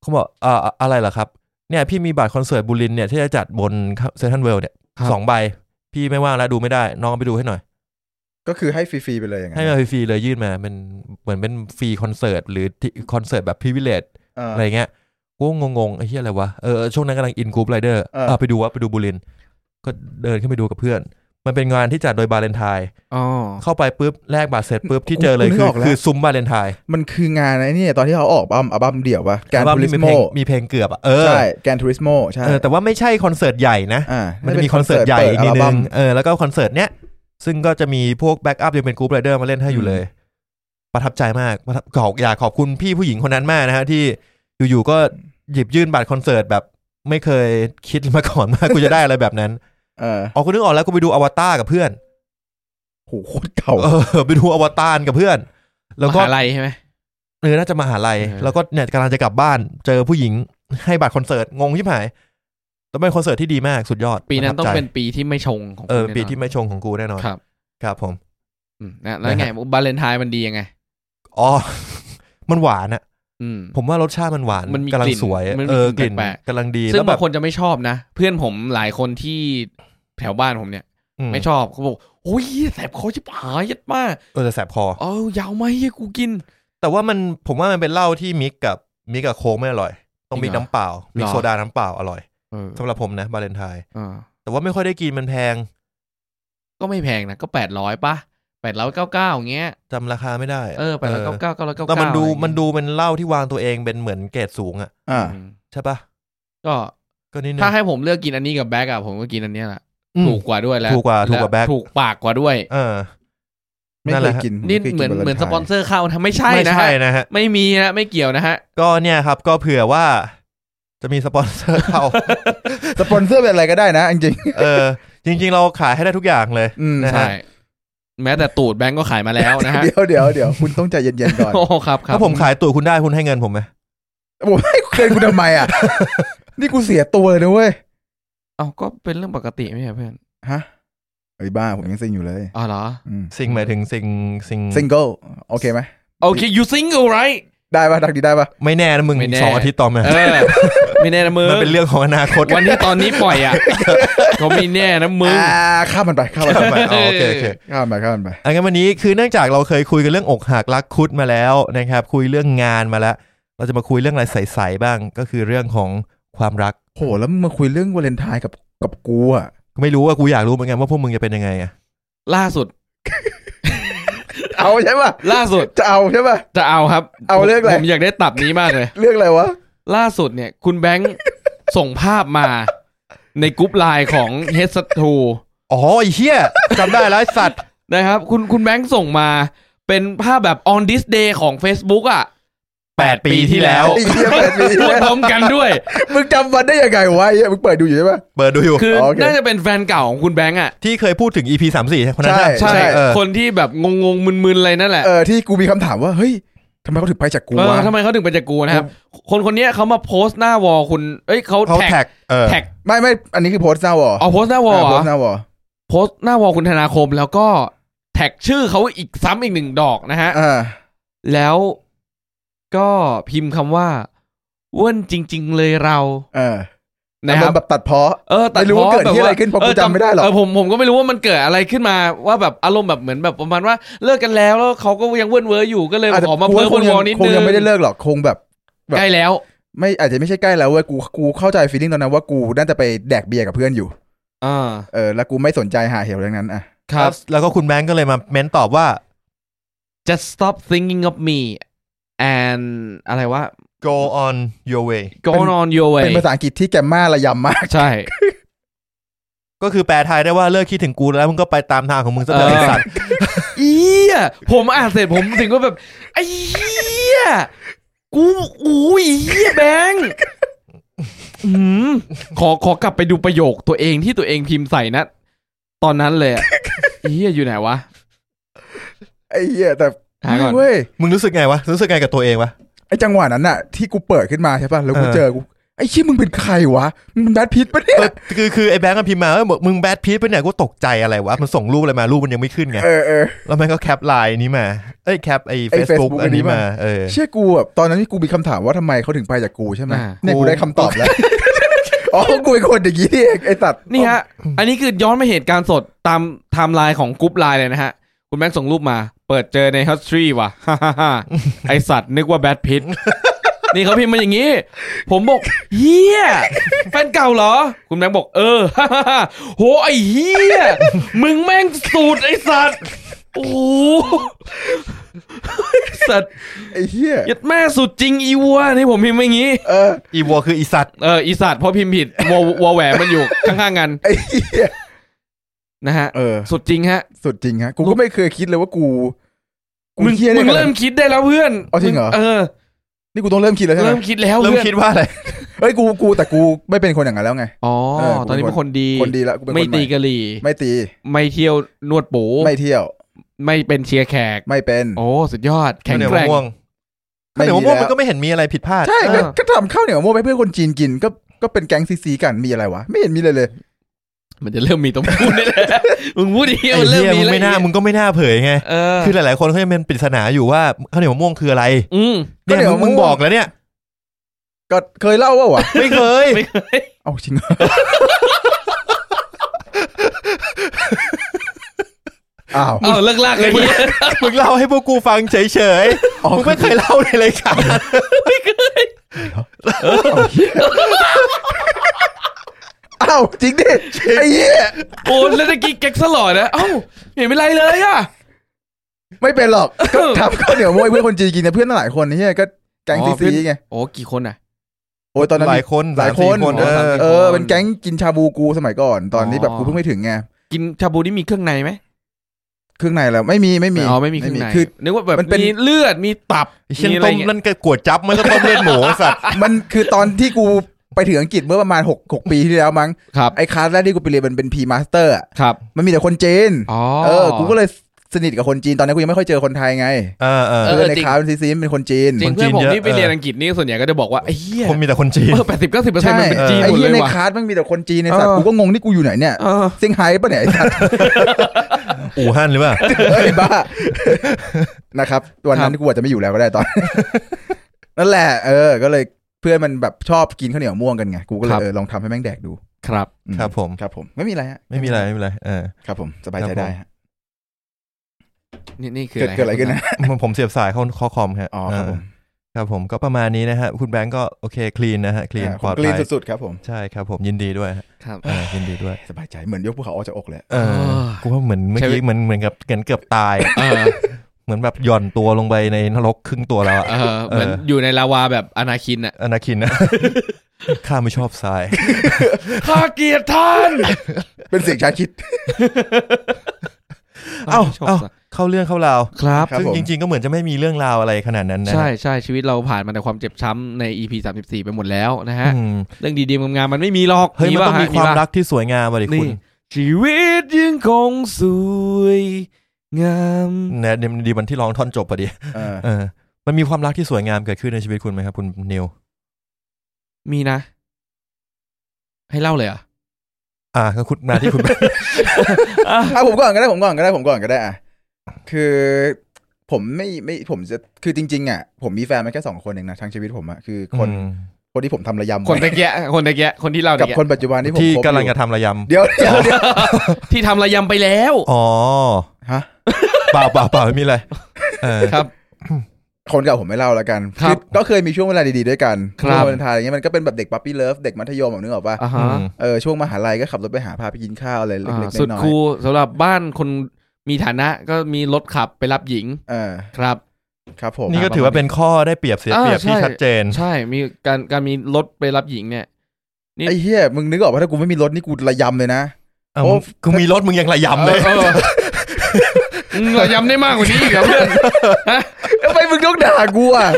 B: เขาบอกเอ่ออะไรเหรอครับ เนี่ยพี่มีบัตรคอนเสิร์ตบูลินเนี่ยที่จะจัดบนเซนทรัลเวิลด์เนี่ย
D: ครับ
B: สองใบ พี่ไม่ว่างแล้วดูไม่ได้ น้องเอาไปดูให้หน่อย
C: ก็คือให้ฟรีๆไปเลยอย่าง
B: ให้
C: เงี้
B: มาย ฟรีๆเลยยื่นมาเป็นเหมือนเป็นฟรีคอนเสิร์ตหรือที่คอนเสิร์ตแบบพิเวเลต
C: เออ
B: อะไรเงี้ยกูก็งงๆไอ้เหี้ยอะไรวะ เออช่วงนั้นกำลังอินกรุ๊ปไรเดอร์
C: เออ
B: อ่ะไปดูวะไปดูบูลิน ก็เดินขึ้นไปดูกับเพื่อน ไป มันเป็นงานที่จัดโดยบาเลนไทน์
D: อ๋อ
B: เข้าไปปุ๊บแลกบัตรเสร็จปุ๊บที่เจอเลย
C: กูนึก
B: คือ
C: ออกแล้ว
B: คือซุ้มบาเลนไทน์
C: มันคืองานไอ้นี่ตอนที่เขาออกอัลบั้มอัลบั้มเดี่ยวปะแกน
B: ว่า
C: ทูริ
B: มี
C: สโม
B: เพลงมีเพลงเกือบอะเออ
C: ใช่แกนทูริสโมใช่
B: เออแต่ว่าไม่ใช่คอนเสิร์ตใหญ่นะ
C: อ่า
B: มันจะมีคอนเสิร์ตใหญ่
C: ปิด
B: อีก
C: อั
B: นิ
C: ล
B: ดนึ
C: บั้ม
B: งเออแล้วก็คอนเสิร์ตเนี้ยซึ่งก็จะมีพวกแบ็กอัพยังเป็นกรุ๊ปไรเดอร์มาเล่นให้อยู่เลย ประทับใจมากประทับขอบอยากขอบคุณพี่ผู้หญิงคนนั้นมากนะฮะที่อยู่ๆก็หยิบยื่นบัตรคอนเสิร์ตแบบไม่เคยคิดมาก่อนว่า กูจะได้อะไรแบบนั้น
C: เออ
B: อ๋อกูนึกออกแล้วกูไปดูอวตารกับเพื่อน
C: โหโคตรเก่า
B: เออไปดูอวตารกับเพื่อน แล้วก็
D: มหาลัยใช่ไหม
B: เออน่าจะมหาลัย
D: เออ
B: แล้วก็เนี่ยกำลังจะกลับบ้าน เจอผู้หญิงให้บัตรคอนเสิร์ตงงชิบหายแต่เป็นคอนเสิร์ตที่ดีมากสุดยอด
D: ปีนั้นต้อง
B: ระทับใจ
D: เป็นปีที่ไม่ชงของ
B: เออ
D: คุณแน่นน
B: ปีที่ไม่ชงของกูแน่นอน
D: ครับ
B: ครับผม
D: อืมนะแล้วไงบาเลนไทน์มันดียังไง
B: อ๋อ มันหวานอะ
D: อืม
B: ผมว่ารสชาติมันหวาน
D: มันมี
B: กำลั
D: กลิ่
B: ง
D: น
B: สวยอะ
D: มันมี
B: เออก ก
D: ลิ่
B: ลิ่
D: น
B: น
D: แปลก
B: กำลังดี
D: ซึ่
B: แล้วแบบ
D: งาง
B: บ
D: คนจะไม่ชอบนะ เพื่อนผมหลายคนที่แถวบ้านผมเนี่ย
B: อืม
D: ไม่ชอบเขาบอกโอ้ยแสบคอชิบหายยัดมาก
B: เออแต่แสบคอ
D: เอ้ายาวไหมเฮียกูกิน
B: แต่ว่ามันผมว่ามันเป็นเหล้าที่มิกกับมิกกับโค้กไม่อร่อย ต้องมี
D: จริงเหรอ
B: น้ำเปล่า มี
D: หรอ
B: โซดาน้ำเปล่าอร่อย
D: เออ
B: สำหรับผมนะบาเลนไทน์
D: เออ
B: แต่ว่าไม่ค่อยได้กินมันแพง
D: ก็ไม่แพงนะ ก็แปดร้อยป่ะแปดร้อยเก้าเก้าอย่างเงี้ย
B: จำราคาไม่ได้ะ
D: เออแปดร้อยเก้าเก้าเก้าร้อยเก้า
B: แต่
D: เก้า
B: มันดูมันดูเป็นเหล้าที่วางตัวเองเป็นเหมือนเกรดสูงอะ
C: อ่า
B: ใช่ปะ
D: ก็
B: ก็นิดนึง
D: ถ้าให้ผมเลือกกินอันนี้กับแบ็กอะผมก็กินอันเนี้ยแหละ
B: อืม
D: ถูกกว่าด้วยแล้ว
B: ถูกกว่าถูกกว่า
D: และ
B: Back
D: ถูกปากกว่าด้วย
B: เออ
C: ไม่
B: นั่น
C: เค
B: แหละ
C: ย
B: ฮะ
C: กิน
D: นี่
C: ไคยกิ
D: เหมือน
C: วาล
D: เหมือน
C: ไท
D: สปอนเซอร์เข้านะไม่ใช่
B: ไม่
D: นะ
B: ใช่
D: ฮะ
B: นะฮะ
D: ไม่มีนะไม่เกี่ยวนะฮะ
B: ก็เนี่ยครับ ก็เผื่อว่าจะมีสปอนเซอร์เข้า
C: สปอนเซอร์เป็นอะไรก็ได้นะจริง
B: เออจริง ๆ เราขายให้ได้ทุกอย่างเลย
C: อืม
B: นะฮะ
D: ใช่ แม้แต่ตูดแบงก์ก็ขายมาแล้วนะ
C: ๆ
D: ฮะ
C: เดี๋ยวเดี๋ยวเดี๋ยวคุณต้องใจเย็นๆก่อน
D: โอ้ครับครั
B: ถ้า
D: บ
B: ผมขายตัวคุณได้คุณให้เงินผมไหม
C: ผมให้เคยคุณทำไมอ่ะ นี่กูเสียตัวเลยนะเว้ย
D: เอาก็เป็นเรื่องปกติไม่ใช่เพื่อน
C: ฮะไอ้บ้าผมยังซิงอยู่เลย
D: อ๋อเหรอ
B: สิ่งหมายถึงสิ่งสิ่ง
C: ซิงเกิลโอเคไหม
D: โอเค you single right
C: ได้ป่ะดักดีได้ป่ะ
B: ไม่แน่นะมึง
D: ไม่แน่
B: สองอาทิตย์ต่อมา
D: เอ อไม่แน่นะมึง
B: มันเป็นเรื่องของอนา คต
D: วันที่ตอนนี้ปล่ อยอ่ะ ก็ไม่แน่นะมึง
C: อ่าข้ามมันไปข้ามมันไป
B: อ๋อโอเคโอเค
C: ข้ามมันไปข้ามมันไป
B: อันงั้นวันนี้คือเนื่องจากเราเคยคุยกันเรื่องอกหักรักคุดมาแล้วนะครับ คุยเรื่องงานมาแล้ว เราจะมาคุยเรื่องอะไรใสๆบ้าง ก็คือเรื่องของความรัก
C: โหแล้วมึงมาคุยเรื่องวาเลนไทน์กับกับกูอ่ะ
B: ไม่รู้ว่ากูอยากรู้เหมือนกันว่าพวกมึงจะเป็นยังไงอะ
D: ล่าสุด
C: เอาใช่ป่ะ
D: ล่าสุด
C: จะเอาใช่ป่ะ
D: จะเอาครับ
C: เอาเรื่องอะไร
D: ผมอยากได้ตับนี้มากเลย
C: เรื่องอะไรวะ
D: ล่าสุดเนี่ย คุณแบงค์ส่งภาพมา ในกรุ๊ปไลน์ของ h e a d s t o
B: อ๋อไอ้เหี้ยจำได้แล้วไอ้สัตว์
D: นะครับ คุณคุณแบงค์ส่งมาเป็นภาพแบบ on this day ของ Facebook อ่ะ
B: แปดปีที่แล้ว
C: ไอ้เหี้ยแปดปี
D: พูดพร้อมกันด้วย
C: มึงจำวันได้ยังไงวะไอ้เหี้ยมึงเปิดดูอยู่ใช่ป่ะ
B: เปิดดูอยู่
D: คือ
C: โอเค
D: น่าจะเป็นแฟนเก่าของคุณแบงค์อ่ะ
B: ที่เคยพูดถึง EP สามสี่คนนั้นน่ะ
C: ใช่
B: เออ
D: คนที่แบบงงงๆมึนๆอะไรนั่นแหละ
C: เออที่กูมีคำถามว่า เฮ้ยทำไมเขาถึงไปจากกู
D: เอ
C: วะ
D: อทำไมเขาถึงเป็นจากกูนะครับ คนคนเนี้ยเขามาโพสต์หน้าวอลคุณ เอ้ยเขา
B: เขา
D: แท็
B: แท็
D: ก
B: กเออ
D: แท็ก
C: ไม่ไม่อันนี้คือโพสต์หน้าวอ
D: เอาโพสต์หน้าวอล
C: โพ
D: เหร
C: สต์ห
D: อ
C: น้าวอ
D: โพสต์หน้าวอลคุณธนาคม แล้วก็แท็กชื่อเขาอีกซ้ำอีกหนึ่งดอกนะฮะ
C: อ่า
D: แล้วก็พิมพ์คำว่าอ้วนจริง ๆ เลยเรา
C: เออ
D: นะ
C: นะ
D: ค
C: ครั
D: รั
C: บบ แบบตัดเพาะ
D: เออแต่
C: ไม่รู้ว่าเกิด
D: พแบบ
C: ที่อะไรขึ้นเพราะกูจำไม่ได้หรอก
D: เออผมผมก็ไม่รู้ว่ามันเกิดอะไรขึ้นมาว่าแบบอารมณ์แบบเหมือนแบบประมาณว่าเลิกกันแล้วแล้วเขาก็ยังเว่นเว้ออยู่ก็เลย
C: อาจจะ
D: ขอมา
C: กู
D: เพิ่ม
C: ว่าค
D: คุ
C: ง
D: ณ
C: ยั
D: ว
C: ง
D: อลนิด
C: คง
D: นึง
C: ยังไม่ได้เลิกหรอกคงแบบ แบบ
D: ใกล้แล้ว
C: ไม่อาจจะไม่ใช่ใกล้แล้วเว้ยกูกูเข้าใจฟีลลิ่งตอนนั้นว่ากูน่าจะไปแดกเบียร์กับเพื่อนอยู่
D: อ่า
C: เออแล้วกูไม่สนใจหาเหวเรื่องนั้นอ่ะ
D: ครับ
B: แล้วก็คุณแบงก์ก็เลยมาเม้นตอบว่า
D: just stop thinking of me and อะไรวะ
B: go on your way
D: go on your
C: เป็
D: way
C: นภาษาอังกฤษที่แกมมาระยำมาก
D: ใช่
B: ก็คือแปลไทยได้ว่าเลิกคิดถึงกูแล้วมึงก็ไปตามทางของมึงซะเถอะ
D: เออ
B: ไอ้สัตว์
D: อียผมอ่านเสร็จผมถึงก็แบบไอ้เหี้ยกูอู้ยเหี้ยแบงค์อืมขอขอกลับไปดูประโยคตัวเองที่ตัวเองพิมพ์ใส่นะ ตอนนั้นเลยอะเหี้ยอยู่ไหนวะ
C: ไอ้เหี้ยแต่
D: หาก่อน
C: เว้ย
B: มึงรู้สึกไงวะ รู้สึกไงกับตัวเองวะ
C: ไอ้จังหวะนั้นอ่ะ ที่กูเปิดขึ้นมาใช่ป่ะแล้วกู
B: เออ
C: เจอกูไอ้ชี้ยมึงเป็นใครวะมึงเป็นแบทพิทปะเนี่ย
B: เออคือคือไอ้แบงก์ก็พิมพ์มาเออมึงแบดพีทไปะเนี่ยกูตกใจอะไรวะ มันส่งรูปอะไรมารูปมันยังไม่ขึ้นไง
C: เออเออ
B: แล้วมันก็แคปไลน์นี้มา เอ้ยแคปไอ้
C: ไอ้
B: เฟซบุ๊ก
C: Facebook
B: อันนี้
C: อันนี้มา
B: มาเออ
C: เชื่อกูแบบตอนนั้นที่กูมีคำถามว่าทำไมเขาถึงไปจากกูใช่ไหม
D: อ่า
C: เนี่ยกูได้คำตอบแล้ว อ๋อกูเป็นคนอย่างนี้นี่เองไอ้ตัด
D: นี่ฮะ อันนี้คือย้อนมาเหตุการณ์สดตามไทม์ไลน์ของกรุ๊ปไลน์เลยนะฮะ คุณแม็กซ์ส่ งรูปมา เปิดเจอในฮอตทรีว่ะ ฮ่าๆๆไอสัตว์นึกว่าแบทพิท นี่เขาพิมพ์มาอย่างนี้ ผมบอกเฮียแฟนเก่าเหรอ คุณแบงค์บอก เออ โหไอ้เฮียมึงแม่งสูตรไอ้สัตว์โอ้โหสัตว์
C: ไอ้เหี้ย
D: ยัดแม่สุดจริงอีวัวนี่ผมพิมพ์มาอย่างนี้
C: เออ
B: อีวัวคืออีสัตว์
D: เอออีสัตว์เพราะพิมพ์ผิดวัววัวแหวนมันอยู่ข้างๆกัน
C: ไอ้เหี้ย
D: นะฮะ
C: เออ
D: สุดจริงฮะ
C: สุดจริงฮะกูก็ไม่เคยคิดเลยว่ากูกู
D: มึง
C: เหี้ยได้
D: มึง
C: ขนาด
D: เริ่
C: นั้
D: ม
C: น
D: คิดได้แล้วเพื่อน
C: เอาจริงเหรอ
D: เออ
C: นี่กูต้องเริ่มคิดแล้วใช่ไหม
D: เริ่มคิดแล้ว
B: เริ่ม
D: เพื่อน
B: คิดว่าอะไร
C: เอ้ยกูกูแต่กูไม่เป็นคนอย่างนั้นแล้วไง
D: อ๋อ
C: เออกู
D: ตอนนี้เป็นคนดี
C: คนดีแล้วกูเป็นคน
D: ไม่
C: ใหม่
D: ตีกะหรี่
C: ไม่ตี
D: ไม่เที่ยวนวดปู
C: ไม่เที่ยว
D: ไม่เป็นเชียร์แขก
C: ไม่เป็น
D: โอ้ สุดยอด แข็
B: ข้าว
D: ง
B: เหนียวมะ
D: แกร่ง
B: ม่วง
C: ไม่
B: ข้าวเหนียวมะ
C: มี
B: ม่วง
C: แล้ว
B: มันก็ไม่เห็นมีอะไรผิดพลาด
C: ใช่
D: เออ
C: ก็ก็ทำข้าวเหนียวมะม่วงให้เพื่อนคนจีนกินก็ก็เป็นแก๊งซีซีกันมีอะไรวะไม่เห็นมีเลยเลย
D: มันจะเริ่มมีตรงพูดนี่แหละมึงพูดดี
B: ไอ้
D: มันเริ่ม
B: เหี้ย
D: มี
B: มึง
D: แล้ว
B: ไม่น่ามึงก็ไม่น่าเผยไง
D: เออ
B: คือหลายๆคนเขายังเป็นปริศนาอยู่ว่าข้าวเหนียวมะม่วงคืออะไร
D: อืม
B: เนี่ย
C: ข้าวเหนียวมะม่วง
B: มึงบอกแล้วเนี่ย
C: ก็เคยเล่าว่าวะ
B: ไม่เคย
D: ไม่เคย
C: เอาจริงเหรอ อ้าว
D: เอาเลิกลากเลยเนี่ย
B: มึงเล่าให้พวกกูฟังเฉย
C: อ๋อ
B: ๆมึงไม่เคยเล่าในรายการ
C: เอาเหี้ยอ้าวจริงดิไอ้เหี้ย
D: โอ้แล้วตะกี้แก๊กสลอดนะเอ้าเห็นไม่เป็นไรเลยอ่ะ
C: ไม่เป็นหรอกก็ทำข้าวเหนียวมะม่วงให้เพื่อนคนจีนกินนะเพื่อนตั้งหลายคนไอ้เหี้ยก็แก๊ง
D: อ๋
C: ซี
D: อ
C: ซี
D: เพื่อน
C: ไง
D: โอ้กี่คนอ่ะ
C: โอ้ยตอนนั้น
B: ห
C: มี
B: ลายคน
C: หลายคน
B: สมสี่เออ
C: เออเป็นแก๊งกินชาบูกูสมัยก่อนตอนนี้แบบกูเพิ่งไม่ถึงไง
D: กินชาบูนี่มีเครื่องในไหม
C: เครื่องในแล้วไม่มีไม่มี
D: อ๋อไม่มีเครื่องใน
C: คือ
D: นึกว่าแบบ
C: มันเป็น
D: มีเลือดมีตับ
B: เช่น
D: มีอะไร
B: ต้ม
D: เงี้ย
B: นั่นก็กวดจับมันก็ต้มเลือดหมูไอ้สัตว์
C: มันคือตอนที่กูไปถึงอังกฤษเมื่อประมาณหกหกปีที่แล้วมั้ง
D: ครับ
C: ไอ้คลาสแรกที่กูไปเรียนมันเป็นพีมาสเตอร์
D: ครับ
C: มันมีแต่คนจีน
D: อ๋อ
C: เออ กูก็เลยสนิทกับคนจีน ตอนนี้นกูยังไม่ค่อยเจอคนไทยไง
B: เออเออ
C: เพื่อนใน
D: จริง
C: คลาสซีซีเป็นคนจีน
D: จริง
B: คนจีน
D: เพื่อนผม
B: เยอะ
D: ที่ไป
B: เออ
D: เรียนอังกฤษนี่ส่วนใหญ่ก็จะบอกว่าไอ้เหี้ย
B: คนมีแต่คนจีน
D: เออแปดสิบเก้าสิบเปอร์เซ็นต์มันเป็นจีน
C: ไอ้
D: หมด
C: เหี้
D: เลยย
C: ใน
D: ว่ะ
C: คลาสมันมีแต่คนจีนในสัตว์
D: เออ
C: กูก็งงนี่กูอยู่ไหนเนี่ย
D: เออ
C: เซี่ยงไฮ้ปะเนี่ยไอ้สัตว์
B: อู่ฮั่นหรือเปล่า
C: เฮ้ยบ้า นะครับวันนั้นกูอาจจะไม่อยู่แล้วก็ได้ตอน นั่นแหละเออ ก็เลยเพื่อนมันแบบชอบกินข้าวเหนียวม่วงกันไงกูก็เล
D: ครั
C: ย
D: บ
C: เออลองทำให้แม่งแดกดู
D: ครับ
C: อืม
B: ครับผม
C: ครับ ผมไม่มีอะไรฮะ
B: ไม่มีอะไรไม่มีอะไรเออ
C: ครับผมสบายใจ
B: ครับผม
C: ได้ฮะ
D: นี่นี่คือ
C: เกิดเกิดอะไรขึ้นนะ
B: ผมผมเสียบสายเข้าเข้อคอมครับ
C: อ๋อครับผม
B: ครับผมก็ประมาณนี้นะฮะคุณแบงก์ก็โอเคคลีนนะฮะคลีนปลอด
C: กลี
B: ภั
C: น
B: ย
C: สุดๆครับผม
B: ใช่ครับผมยินดีด้วยฮะ
D: ครับ
B: เออยินดีด้วย
C: สบายใจเหมือนยกภูเขาออกจากอกเลย
B: เออ
D: เออ
B: กูว่าเหมือนเมื่อ
D: ใช่
B: กี้เห
D: ไหม
B: มือนเหมือนกับเหมือนเกือบตาย
D: เออ
B: เหมือนแบบหย่อนตัวลงไปในนรกครึ่งตัวแล้วอะ
D: เออเหมือนอยู่ในลาวาแบบอนาคินอ่ะ
B: อนาคินนะ ข้าไม่ชอบทราย
D: ข้าเกียรติท่าน
C: เป็นเสียงชาคิด
B: เอ้าเอ้า เข้าเรื่องเข้าราว
D: ครับ
C: ครับ
B: ซึ่ง
C: ผม
B: จริง ๆ ก็เหมือนจะไม่มีเรื่องราวอะไรขนาดนั้นนะ
D: ใช่ใช่ชีวิตเราผ่านมาแต่ความเจ็บช้ำใน EP 34 ไปหมดแล้วนะฮะ
B: อืม
D: เรื่องดีๆงามๆมันไม่มีหรอก
B: เฮ้ยมันต้อง
D: ปะ
B: มี
D: ฮะ
B: ความ
D: ปะ
B: รักที่สวยงามอะดิ
D: นี่
B: คุณ
D: ชีวิตยังคงสวยงาม
B: นะเดี๋ยวดีวันที่ร้องท่อนจบพอดี
C: เออ
B: เออ มันมีความรักที่สวยงามเกิดขึ้นในชีวิตคุณไหมครับคุณนิว
D: มีนะ ให้เล่าเลยเหรอ่ะ
B: อ่ะก็คุณมาที่คุณ
C: เอาผมก่อนก็ได้ผมก่อนก็ได้ผมก่อนก็ได้อ่ะคือ ผมไม่ไม่ผมจะคือจริง ๆ อ่ะ ผมมีแฟนมาแค่สองคนเองนะทั้งชีวิตผมอ่ะ คือคน
B: อืม
C: คนที่ผมทำระยำ
D: คน
C: ไว้
D: ตะเกียะคนตะเกียะคนที่เล่า
C: กับ
D: ตะเกียะ
C: คนปัจจุบันที่ผม
B: ที่
C: คบ
B: กำลัง
C: อยู่
B: จะทำระย
C: เดี๋ยวเดี๋ยวเดี๋ยว
D: ที่ทำระยำไปแล้ว
B: ำอ๋อ
C: ฮะ
B: เปล่าเปล่าเปล่าไม่มีอะไรเออ
D: ครับ
C: คนเก่าผมไม่เล่าแล้วกัน
D: ครับ
C: อก็เคยมีช่วงเวลาดีๆด้วยกัน
D: ครับ
C: ช่วงวันไทายอย่างเงี้ยมันก็เป็นแบบเด็กปั๊ปปี้เลิฟเด็กมัธยมแบบนึกออกป่ะ
D: อ่า
B: อื
D: ฮะ
B: ม
C: เออช่วงมหาลัยก็ขับรถไปหาพาไปกินข้าวอะไรเล็ก
D: อ่า
C: ๆ
D: สุด
C: น้อย
D: คูลสำหรับบ้านคนมีฐานะก็มีรถขับไปรับหญิง
C: ๆเออ
D: ครับ
C: ครับผม
B: นี่ก็ถือว่าเป็นข้อได้เปรียบเสียเปรียบ
D: อ่าใช่
B: ที่ชัดเจน
D: ใช่มีการการมีรถไปรับหญิงเนี่ย
C: ไอ้เหี้ยมึงนึกออกป่ะถ้ากูไม่มีรถนี่กูระยำเลยนะ
B: เอา
C: โอ้
B: คือมีรถมึงยังระยำเลย
D: เออเออมึงเราย้ำได้มากกว่านี้อีกเหรอเพื่อน
C: ทำไมมึงต้องด่ากูอ่ะ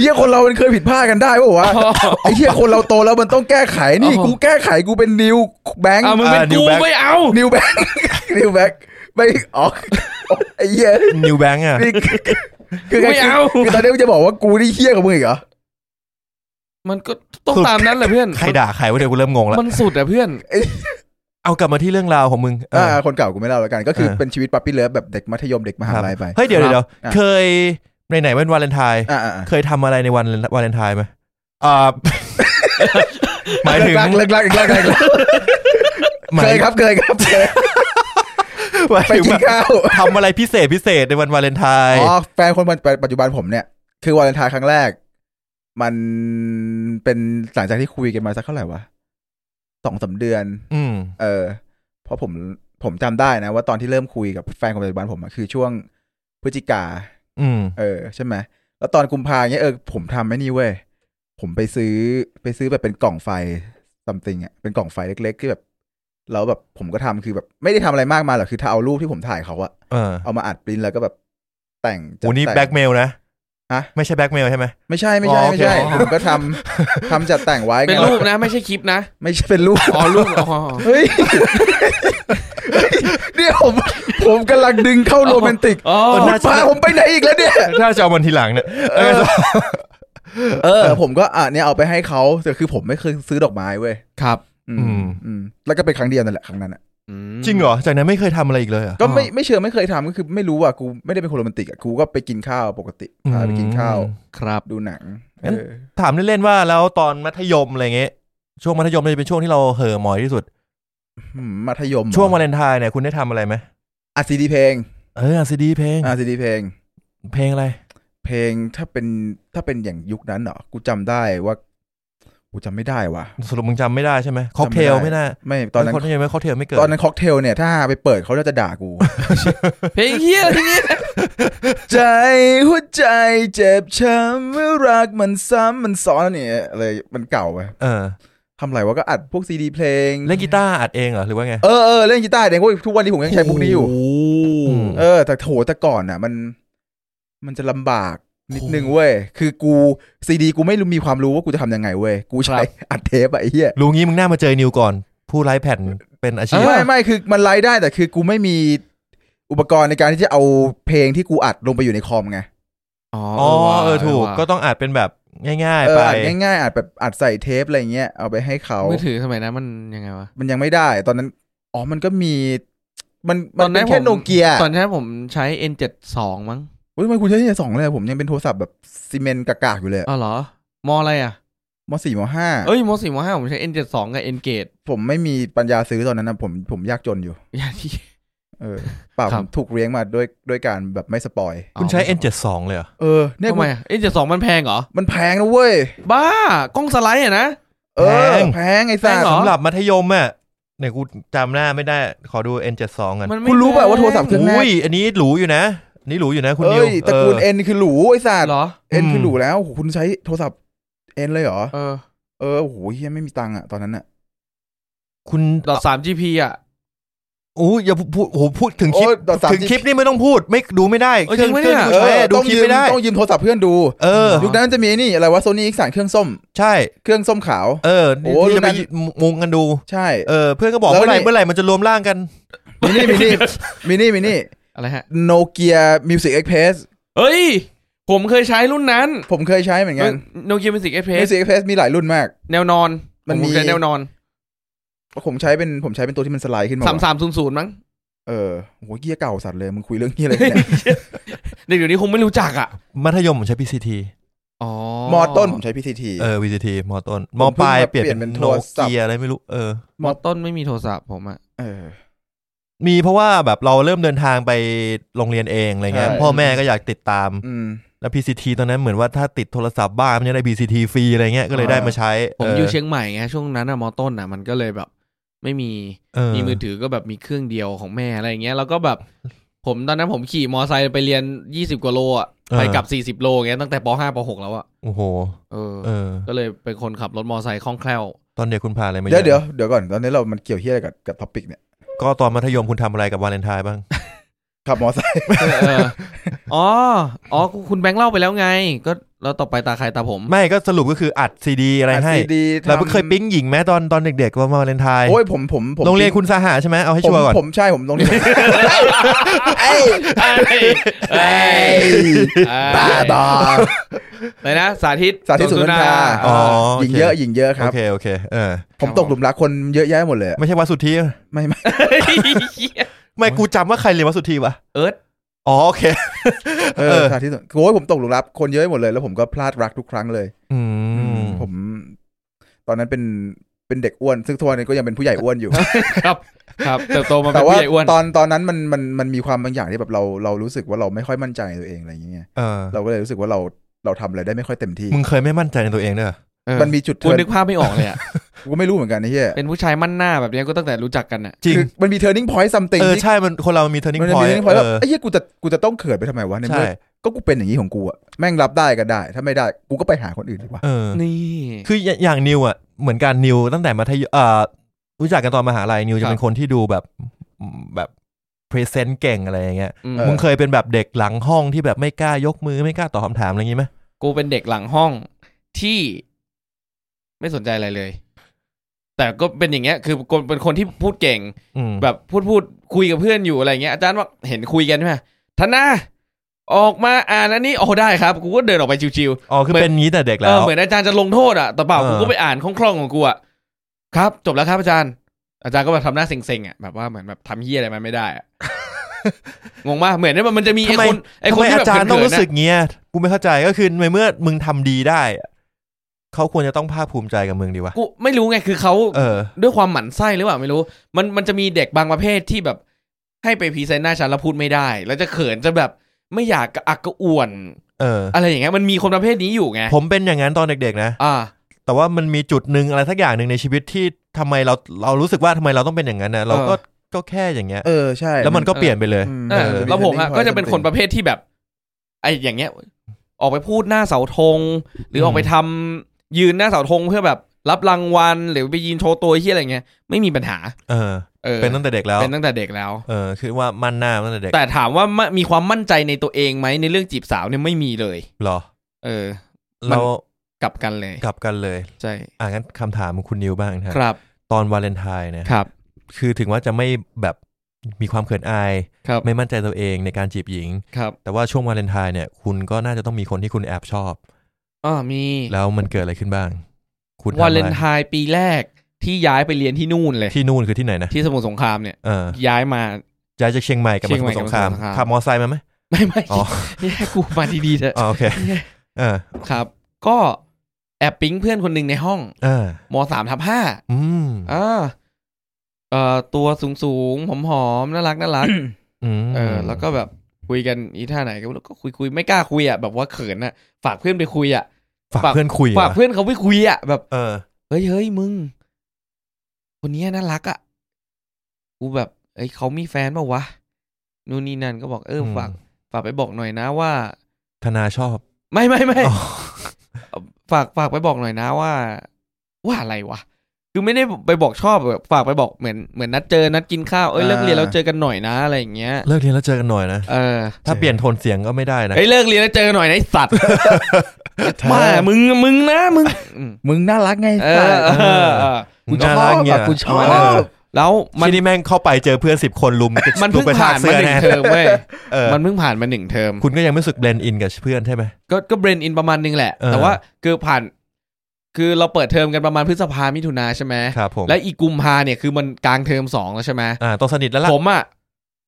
C: เหี้ยคนเรามันเคยผิดพลาดกันได้ป่ะวะไอ้เหี้ยคนเราโตแล้วมันต้องแก้ไขนี่กูแก้ไขกูเป็นนิวแบงค์
D: เอามึงเป็น
B: อ่า New
D: กู
B: Bank
D: ไม่เอา
C: นิวแบงค์ นิวแบงค์ไม่อ๋อไอ้เหี้ย
B: นิวแบงก์อ่ะ
C: นี่คือไง
D: ไม่เอา
C: คือตอนนี้มึงจะบอกว่ากูนี่เหี้ยกับมึงอีกเหรอ
D: มันก็ต้อง
B: สุด
D: ตามนั้นแหละเพื่อน
B: ใครด่าใครวะเดี๋ยวกูเริ่มงงแล้ว
D: มันสุดอะเพื่อน
B: เอากลับมาที่เรื่องราวของมึงเออ
C: อ่าคนเก่ากูไม่เล่าแล้วกันก็คือ
B: เออ
C: เป็นชีวิตปั๊ปปี้เลิฟแบบเด็กมัธยมเด็กมหาลัยไป
B: เฮ้ยเดี๋ยว
D: ครับ
B: เดี๋ยว
C: อ่ะ
B: เคยในไหนๆเป็นวาเลนไทน์
C: อ่าอ่าอ่า
B: เคยทำอะไรในวันวาเลนไทน์ไหมอ่า หมายถึง
C: เลิกรักเลิกรักอีกเลิกรักอีกเลิกรัก
B: หมา
C: เค
B: ย
C: ยครับเคยครับเคย
B: หมาย
C: ไป
B: ถึงแบ
C: กิน
B: บ
C: ข้าว
B: ทำอะไรพิเศษพิเศษในวันวาเลนไทน์
C: อ๋อแฟนคนปัจจุบันผมเนี่ย คือวาเลนไทน์ครั้งแรก มันเป็นหลังจากที่คุยกันมาสักเท่าไหร่วะสองสามเดือน
B: อืม
C: เออเพราะผมผมจำได้นะ ว่าตอนที่เริ่มคุยกับแฟนคนปัจจุบันผมอะคือช่วงพฤศจิกา
B: อืม
C: เออใช่ไหมแล้วตอนกุมภาเนี้ยเออผมทำไอ้นี่เว้ย ผมไปซื้อไปซื้อแบบเป็นกล่องไฟ something อะเป็นกล่องไฟเล็กๆ ที่แบบแล้วแบบผมก็ทำคือแบบ ไม่ได้ทำอะไรมากมายหรอกคือถ้าเอารูปที่ผมถ่ายเขาอะ
B: เออ
C: เอามาอัดปริ้นแล้วก็แบบแต่งจัด
B: โอ้นี่
C: ต่ง
B: แบ็กเมลนะ
C: ฮะ
B: ไม่ใช่แบ็กเมลใช่ไหม
C: ไม่ใช่ไม่ใช่
B: อ๋อโอ
C: ไม่
B: เค
C: ใช่ ผมก็ทำทำจัดแต่งไว้
D: เป็น
C: ไง
D: รูปนะ ไม่ใช่คลิปนะ
C: ไม่ใช่เป็นรูป
D: อ๋อรูปอ๋ออ๋อ
C: เฮ้ย เนี่ยผมผมกำลังดึงเข้าโรแมนติก
D: อ๋อ
B: เออน่าจะ
C: พาผมไปไหนอีกแล้วเนี่ย
B: ถ้าจะเอามันทีหลังเนี่ยเออ
C: เออ ผมก็อ่ะเนี่ยเอาไปให้เขาแต่คือผมไม่เคยซื้อดอกไม้เว้ย
D: ครับ
C: อืมอืมแล้วก็เป็นครั้งเดียวนั่นแหละครั้งนั้นอะ
D: อืม
B: จริงเหรอจากนั้นไม่เคยทำอะไรอีกเลยเหรอ่ะ
C: ก็ไม่ไม่เชื่อไม่เคยทำก็คือไม่รู้อ่ะกูไม่ได้เป็นคนโรแมนติกอ่ะกูก็ไปกินข้าวปกติพาไปกินข้าว
D: ครับ
C: ดูหนัง
B: งั้น
C: เออ
B: ถามเล่นๆว่าแล้วตอนมัธยมอะไรเงี้ยช่วงมัธยมเนี่ยจะเป็นช่วงที่เราเห่อหมอยที่สุด
C: อืมมัธยม
B: ช่วงวาเลนไทน์เนี่ยคุณได้ทำอะไรไหม
C: อ่ะซีดีเพลง
B: เออซีดีเพลง
C: อ่ะซีดีเพลง
B: เพลงอะไร
C: เพลงถ้าเป็นถ้าเป็นอย่างยุคนั้นเหรอกูจำได้ว่า กูจำไม่ได้ว่ะ
B: สรุปมึงจำไม่ได้ใช่ไหมค็อกเทลไม่น่า
C: ไม่ตอนนั้น
B: คที่ยังไม่ค็อกเทลไม่เกิด
C: ตอนนั้นค็อกเทลเนี่ยถ้าไปเปิดเขาน่าจะด่ากู
D: เพลงเฮียอะไรเงี้ย
C: ใจหัวใจเจ็บช้ำเมื่อรักมันซ้ำมันซ้อนเนี่ยอะไรมันเก่าไป
B: เออ
C: ทำไรวะก็อัดพวกซีดีเพลง
B: เล่นกีตาร์อัดเองเหรอหรือว่าไง
C: เออเออเล่นกีตาร์เองเว้ยทุกวันนี้ผมยังใช้พวกนี้อยู่
B: ม
C: เออ แต่โถแต่ก่อนอ่ะ มัน มันจะลำบากนิดนึงเว้ย คือกูซีดีกูไม่รู้มีความรู้ว่ากูจะทำยังไงเว้ย กูใช้อัดเทปอะไอ้เหี้ย
B: รู้งี้มึงน่ามาเจอนิวก่อน ผู้ไร้แผ่นเป็นอาชีพ
C: ไม่ไม่คือมันไลฟ์ได้แต่คือกูไม่มีอุปกรณ์ในการที่จะเอาเพลงที่กูอัดลงไปอยู่ในคอมไง
D: อ๋อ
B: อ๋อเออถูก
D: ว่ะ
B: ก็ต้องอัดเป็นแบบง่ายๆ
C: เอ
B: ไป
C: ออัดง่ายๆอัดแบบอัดใส่เทปอะไรเงี้ยเอาไปให้เขา
D: มือถือสมัยนั้นมันยังไงวะ
C: มันยังไม่ได้ ตอนนั้น อ๋อมันก็มี มันมั
D: ตอน นนั้
C: เป็น นแค่
D: ผม
C: โนเกีย
D: ตอนนั้นผมใช้ N72 มั้ง
C: โอ้ยทำไมคุณใช้ที่สองเลยอะผมยังเป็นโทรศัพท์แบบซีเมนต์กากๆอยู่เลยอะ
D: อ๋อเหรอ มออะไรอ่ะ
C: มสี่มห้า
D: เอ้ยมสี่มห้าผมใช้ N72 กับ N-Gate
C: ผมไม่มีปัญญาซื้อตอนนั้นนะผมผมยากจนอยู่
D: อย่าที่
C: เออเปล่า
D: ครั
C: ผ
D: บ
C: มถูกเลี้ยงมาด้วยด้วยการแบบไม่สปอย
B: คุณใช้ N72 เลยเหรอ
C: เออ เนี่ย
D: ทำไมอ่ะ N72 มันแพงเหรอ
C: มันแพงนะเว้ย
D: บ้ากล้องสไลด์อ่ะนะ
C: เออ แพงไอ้
D: แพ
C: สั
D: ง
C: ส
D: เหรอ
B: สำหรับมัธยมอ่ะเนี่ยกูจำหน้าไม่ได้ขอดู N72 กัน
D: มันไม่
C: คุณรู้ป่ะ
D: แพง
C: ว่าโทรศัพท์เครื่องแร
B: อุ้
C: ก
B: ยอันนี้หรูอยู่นะอันนี่หรูอยู่นะคุณนิว
C: เอ้ยตระกูล
B: เอ
C: เอ็
B: อ
C: นคือหรูไอ้สัส
D: เหรอ
C: เอ็นคือ
B: ม
C: หรูแล้วโอ้โหคุณใช้โทรศัพท์เอ็นเลยเหรอ
D: เออ
C: เออโอ้โหเฮียไม่มีตังค์อะตอนนั้นอะ
B: คุณ
D: ดอทสาม GP อ่ะ
B: อู้อย่าพูดโอ้โหพูดถึงคลิป
C: โอ้ยต่อสาม
B: ถึง
C: สิบ
B: คลิปนี่ไม่ต้องพูดไม่ดูไม่ได้
D: เออจริงปะเนี่ย
B: เครื่องที่กูใช้ดู
C: ต้อง
B: คลิป
C: ยืม
B: ไม่ได้
C: ต้องยืมโทรศัพท์เพื่อนดู
B: เออ
C: ยุคนั้นมันจะมีนี่อะไรวะโซนี่อีกสานเครื่องส้ม
B: ใช่
C: เครื่องส้มขาว
B: เออนี่
C: โอ้
B: ที่จะไป
C: รุ่นนั้น
B: มุงกันดู
C: ใช่
B: เออ เพื่อนก็บอก
C: แล้ว
B: เมื่อไหร่
C: นี่
B: เมื่อไหร่มันจะรวมร่างกัน
C: มินี่มินี่มินี่มินี่
D: อะไรฮะ
C: โนเกียมิวสิกเอ็กเพส
D: เอ้ย ผมเคยใช้รุ่นนั้น
C: ผมเคยใช้เหมือนกัน
D: โนเกียมิวสิกเอเพ
C: มิวสิกเอ็กเพสมีหลายรุ่นมาก
D: แนวนอน
C: มัน
D: ผ
C: มี
D: ใช้แนวนอน
C: ผมใช้เป็นผมใช้เป็นตัวที่มันสไลด์ขึ้นมา
D: สามสามศูนย์ศูนย์มั้ง
C: เออโหเกียเก่าสัตว์เลยมึงคุยเรื่องเกี ยอะไรเนี่ย
D: เด็กเดี๋ยวนี้คงไม่รู้จักอ่ะ
B: มัธยมผมใช้ PCT
D: อ๋อ
C: มอต้นผมใช้พีซีที
B: เออ VCT มอต้น
C: ผม
B: มอปลาย
C: เพิ่งมา
B: เปลี่ยน
C: เปลี่ยนเป็
B: เป็น น
C: โท
B: โน
C: รศัพท์
B: เกียอะไรไม่รู้เออ
D: มอต้นไม่มีโทรศัพท์ผมอ่ะ
C: เออ
B: มีเพราะว่าแบบเราเริ่มเดินทางไปโรงเรียนเองอะไรเงี้ย
C: ใช่
B: พ่อแม่ก็อยากติดตาม
C: อืม
B: แล้ว PCT ตอนนั้นเหมือนว่าถ้าติดโทรศัพท์บ้านมันจะได้ PCT ฟรีอะไรเงี้ยก็เลยได้มาใช้
D: ผมอยู่เชียงใหม่ไงช่วงนั้นอะมอต้นอะมันก็เลยแบบ ไม่มี
B: เออ
D: มีมือถือก็แบบมีเครื่องเดียวของแม่อะไรอย่างเงี้ยแล้วก็ แบบ ผมตอนนั้นผมขี่มอไซค์ไปเรียนยี่สิบกว่าโลอ่ะ
B: เออ
D: ไปกลับสี่สิบ40 โลอย่างเงี้ยตั้งแต่ปห้าปหกแล้วอ่ะ
B: โอ้โห
D: เออ
B: เออ
D: ก็เลยเป็นคนขับรถมอไซค์คล่องแคล่ว
B: ตอนเด็กคุณพาอะไรมา
C: เดี๋ย
B: อะ
C: วเดี๋ยวเดี๋ยวก่อนตอนนี้เรามันเกี่ยวเฮียอะไรกับกับท็อปิกเนี่ย
B: ก็ตอนมัธยมคุณทำอะไรกับวาเลนไทน์บ้าง
C: ขับมอไซค์
D: เอออ๋อ อ๋อ คุณแบงค์เล่าไปแล้วไง ก็แล้วต่อไปตาใครตาผม
B: ไม่ก็สรุปก็คืออัดซีดีอะไรให้
C: ซีดี
B: เราเพิ่งเคยปิ๊งหญิงไหมตอนตอนเด็กๆว่ามาเลนไทน์
C: โอ้ยผมผมผม
B: โรงเรียนคุณสาหาใช่ไหมเอาให้
C: ผม
B: ชัวร์ก่อน
C: ผมใช่ผมโรงเรียนไอ้
D: ไอ้ไอ้
C: ไอ้บ้าบอ
D: ไหนนะ สาธิต
C: สาธิตสุนันทา
B: อ๋อ
C: หญิงเยอะหญิงเยอะค
B: โอ
C: รับ
B: เคโอเคเออ
C: ผมตกหลุมรักคนเยอะแยะหมดเลยอะ
B: ไม่ใช่วัดสุทธิ
C: ไม่ไม่
B: ไม่กูจำว่าใครเรียนวัดสุทธิวะ
D: เอิร์ธ
B: อ๋อโอเค
C: เอ
B: เอ
C: อ
B: อ
C: สาธิตโอ้ยผมตกหลุมรักคนเยอะหมดเลย แล้วผมก็พลาดรักทุกครั้งเลย
B: อืม
C: ผม ตอนนั้นเป็นเป็นเด็กอ้วน ซึ่งทุกวันนี้ก็ยังเป็นผู้ใหญ่อ้วนอยู่
D: ครับ ครับเติบโตมาเป็
C: แต่
D: น
C: ว่า
D: ผู้ใหญ่อ้วน
C: ตอนตอนนั้นมันมันมันมีความบางอย่างที่แบบเราเรารู้สึกว่าเราไม่ค่อยมั่นใจในตัวเองอะไรอย่างเงี้ย
B: เออ
C: เราก็เลยรู้สึกว่าเรา เราทำอะไรได้ไม่ค่อยเต็มที่
B: มึงเคยไม่มั่นใจในตัวเองด้วยเหรอ
D: เออ
C: มันมีจุด
D: กู
C: เทิร์
D: นึกภาพไม่ออกเลยอ่ะ
C: นกูไม่รู้เหมือนกันไอ้เหี้ย
D: เป็นผู้ชายมั่นหน้าแบบเนี้ยก็ตั้งแต่รู้จักกันอ่ะ
B: จริง
C: คือมันมี turning point something
B: เออ
C: ที่
B: ใช่มันคนเรามันมี turning
C: มันมี
B: point
C: turning point แบ
B: เออบ
C: ไอ้เหี้ยกูจะกูจะต้องเขินไปทำไมวะใน
B: ใช่
C: เมื่อก็กูเป็นอย่างนี้ของกูอะแม่งรับได้ก็ได้ ถ้าไม่ได้กูก็ไปหาคนอื่นดีกว่า
B: เออ
D: นี่
B: คืออย่าอย่างนิวอ่ะเหมือนกันนิวตั้งแต่มัธยมเอ่อรู้จักกันตอนมหาลัยนิว
D: ครั
B: จะ
D: บ
B: เป็นคนที่ดูแบบแบบพรีเซนต์เก่งอะไรอย่างเงี้ย
D: อืม
B: มึงเคยเป็นแบบเด็กหลังห้องที่แบบไม่กล้ายกมือไม่กล้าตอบคำถามอะไรอย่างงี้ไหม
D: กูเป็นเด็กหลังห้องที่ไม่สนใจอะไรเลย แต่ก็เป็นอย่างเงี้ย คือกูเป็นคนที่พูดเก่ง
B: อืม
D: แบบพูดพูดคุยกับเพื่อนอยู่อะไรเงี้ยอาจารย์ว่าเห็นคุยกันใช่ไหมท่านนะออกมาอ่านอันนี้โอ้ได้ครับ กูก็เดินออกไปชิว
B: อ๋อคือ
D: เหมือน
B: เป็นอย่างงี้แต่เด็ก
D: ๆ
B: แล้
D: เอ
B: ว
D: อเหมือนอาจารย์จะลงโทษอ่ะแต่เปล่า
B: เออ
D: กูก็ไปอ่านคล่องๆของกูอ่ะครับ จบแล้วครับอาจารย์ อาจารย์ก็แบบทำหน้าเซ็งๆอ่ะแบบว่าเหมือนแบบทำเฮียอะไรมาไม่ได้ อะงงมากเหมือนว่ามันจะมีไอ้
B: ทำไม
D: คนไอ้
B: ทำ
D: คน
B: ไม
D: ที่
B: อา
D: แบบ
B: จารย์ต้อง
D: เขิน
B: รู้
D: ๆ
B: สึ
D: อะ
B: กเงี้ยกูไม่เข้าใจก็คือในเมื่อมึงทำดีได้อะเขาควรจะต้องภาคภูมิใจกับมึงดีวะ
D: กูไม่รู้ไงคือเขา
B: เออ
D: ด้วยความหมั่นไส้หรือเปล่าไม่รู้ มันมันจะมีเด็กบางประเภทที่แบบ ให้ไปพรีเซนต์หน้าฉันแล้วพูดไม่ได้ แล้วจะเขินจะแบบไม่อยากกระอักกระอ่วน
B: เออ
D: อะไรอย่างเงี้ยมันมีคนประเภทนี้อยู่ไง
B: ผมเป็นอย่างนั้นตอนเด็กๆนะ
D: อ่า
B: แต่ว่ามันมีจุดหนึ่งอะไรสักอย่างหนึ่งในชีวิตที่ทำไมเราเรารู้สึกว่าทำไมเราต้องเป็นอย่างนั้นนะเราก็ก็แค่อย่างเงี้ย
C: เออใช่
B: แล้วมันก็
D: เออ
B: เปลี่ยนไปเลย
C: อืม
D: เออ
B: เออ
C: นจ
D: แล้วผมอะ
C: มี turning point
D: ก็จะเป็นคนประเภทที่แบบไอ้อย่างเงี้ย ออกไปพูดหน้าเสาธงหรืออ
B: ม
D: ออกไปทำยืนหน้าเสาธงเพื่อแบบรับรางวัลหรือไปยืนโชว์ตัวที่อะไรเงี้ยไม่มีปัญหา
B: เออ
D: เออ
B: เป็นตั้งแต่เด็กแล้ว
D: เป็นตั้งแต่เด็กแล้ว
B: เออ คือว่ามั่นหน้าตั้งแต่เด็ก
D: แต่ถามว่ามะมีความมั่นใจในตัวเองไหมในเรื่องจีบสาวเนี่ยไม่มีเลย
B: เหรอ
D: เออ มัน
B: เรา
D: กลับกันเลย
B: กลับกันเลย
D: ใช่
B: อ่ะงั้นคำถามของคุณนิวบ้างนะครับ
D: ครับ
B: ตอนวาเลนไทน์เนี่ย
D: ครับ
B: คือถึงว่าจะไม่แบบมีความเขินอาย
D: ครับ
B: ไม่มั่นใจตัวเองในการจีบหญิง
D: ครับ
B: แต่ว่าช่วงวาเลนไทน์เนี่ย คุณก็น่าจะต้องมีคนที่คุณแอบชอบ
D: อ๋อมี
B: แล้วมันเกิดอะไรขึ้นบ้าง คุณทำ
D: วา
B: อะ
D: เล
B: ไร
D: นไทน์ปีแรกที่ย้ายไปเรียนที่นู่นเลย
B: ที่นู่นคือที่ไหนนะ
D: ที่สมุทรสงครามเนี่ย
B: เออ
D: ย้ายมา
B: ย้ายจากเชียงใหม่กลับ
D: เชี
B: มาย ส
D: ง
B: มุทรสง
D: ใหม่
B: คราม
D: กับสมุทรสงคราม
B: ขับมอไซค์มาไหม
D: ไม่ไม่
B: อ๋อ
D: แยกกูมาดีๆเถอะ
B: อ๋อโอเค เออ
D: ครับ ก็แอบปิ๊งเพื่อนคนหนึ่งในห้อง
B: เออ
D: มสามทับห้า
B: อืม
D: อ่าเอ่อตัวสูงสูงๆหอมๆน่ารักน่ารัก
B: ม
D: เออ แล้วก็แบบคุยกันอีท่าไหนก็ไม่รู้ก็คุยคุยๆไม่กล้าคุยอ่ะแบบว่าเขินอ่ะฝากเพื่อนไปคุยอ่ะ
B: ฝาก
D: ฝาก
B: เพื่อนคุย
D: ฝาก
B: หร
D: เพื่อนเขาไปคุยอ่ะแบบ
B: เออ
D: เฮ้ยเฮ้ยมึง คนเนี้ยน่ารักอะ่ะ กูแบบ เอ้ยเขามีแฟนเปล่าวะ นู่นนี่นั่นก็บอกเออ
B: อืม
D: ฝากฝากไปบอกหน่อยนะว่า
B: ธนาชอบ
D: ไม่ไม่ไม่
B: อ๋อ
D: ฝากฝากไปบอกหน่อยนะว่า ว่าอะไรวะ คือไม่ได้ไปบอกชอบแบบฝากไปบอกเหมือนเหมือนนัดเจอนัดกินข้าวเอ้ยเลิก
C: อ่า
D: เรียนแล้วเจอกันหน่อยนะอะไรอย่างเงี้ย
B: เลิกเรียนแล้วเจอกันหน่อยนะ
D: เออ
B: ถ้าเปลี่ยนโทนเสียงก็ไม่ได้นะ
D: เอ้ยเลิกเรียนแล้วเจอกันหน่อยนะไอ้สัตว์ มามึงมึงนะมึงอืม
C: มึงน่ารักไง
D: เอ
C: สั
D: อ
C: ตว์
D: เออเออ
B: มึงน่ารักเนี่ย
C: กูชอบ
D: เอ
C: อะกูชอ
D: อบ แล้วมัน
B: ที่นี่แม่งเข้าไปเจอเพื่อนสิบคนลุม
D: มันเพิ่ง
B: ลุกระช
D: ผ่าก นมา
B: เสื้อ
D: หนึ่
B: นะ
D: งเทอมเว้ย
B: เออ
D: มันเพิ่งผ่านมาหนึ่งเทอม
B: คุณก็ยังไม่รู้สึกเบลนอินกับเพื่อนใช่ไหม
D: ก็ก็เบรนอินประมาณหนึงแหละ
B: เออ
D: แต่ว่าคือผ่าน คือเราเปิดเทอมกันประมาณพฤษภามิถุนาใช่ไหม
B: ครับผม
D: และอีกกุมภาเนี่ยคือมันกลางเทอมสองแล้วใช่ไหม
B: อ่าต้องสนิทแล้วล่ะ
D: ผมอ่ะ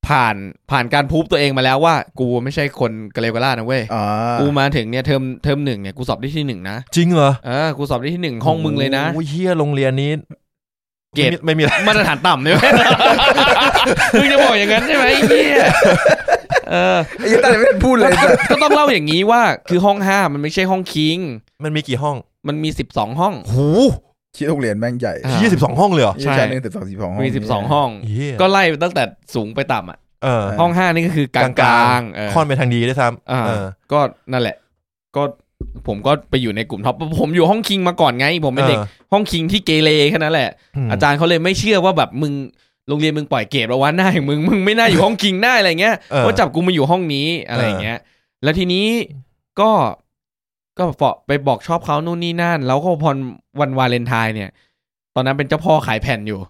D: ผ่านผ่านการพูบตัวเองมาแล้วว่า กูไม่ใช่คนกะเลวกะลาดนะเว้ย
C: อ่า
D: กูมาถึงเนี่ยเทอมเทอมหนึ่งเนี่ยกูสอบได้ที่หนึ่งนะ
B: จริงเหรอ
D: เออกูสอบได้ที่หนึ่งห้องมึงเลยนะ
B: โอ้ยเฮียโรงเรียนนี้
D: เกรด
B: ไม่มีไม่มีอะไร
D: มาตรฐานต่ำเลยเว้ย มึงจะบอกอย่างนั้นใช่ไหมไอ้เหี้ยเออ
C: ไอ้เหี้ยตาไม่ได้พูดเลยสัตว์
D: ก็ต้องเล่าอย่างนี้ว่าคือห้องห้ามันไม่ใช่ห้องคิง
B: มันมีกี่ห้อง
D: มันมีสิบสองห้อง
B: หู
C: คิดโรงเรียนแม่งใหญ่
D: อ่า
B: ยี่สิบสองห้องเลยเหรอ
D: ใช่
C: ชั้นหนึ่งสิบสองสิบสองห้อง
D: มีสิบสองห้อง
B: เฮีย
D: ก็ไล่ไปตั้งแต่สูงไปต่ำอ่ะ
B: เออ
D: ห้องห้านี่ก็คือกลาง
B: ก
D: ก
B: ลา
D: ลาง งๆเออ
B: ค่อนไปทางดีด้วยซ้
D: อ่า
B: ำเออ
D: ก็นั่นแหละ ก็ผมก็ไปอยู่ในกลุ่มท็อปผมอยู่ห้องคิงมาก่อนไง ผมเป็นเด็กห้องคิงที่เกเรแค่นั้นแหละ
B: ม
D: อาจารย์เขาเลยไม่เชื่อว่าแบบมึงโรงเรียนมึงปล่อยเกรดมาว่าหน้าอย่าง มึงมึงไม่น่าอยู่ห้องคิงหน้าอะไรเงี้ย
B: เออ
D: ว่าจับกูมาอยู่ห้องนี้อะไรอย่างเงี้ย แล้วทีนี้ก็ก็ฝไปบอกชอบเขานู่นนี่นั่น แล้วก็พอวันวาเลนไทน์เนี่ย ตอนนั้นเป็นเจ้าพ่อขายแผ่นอยู่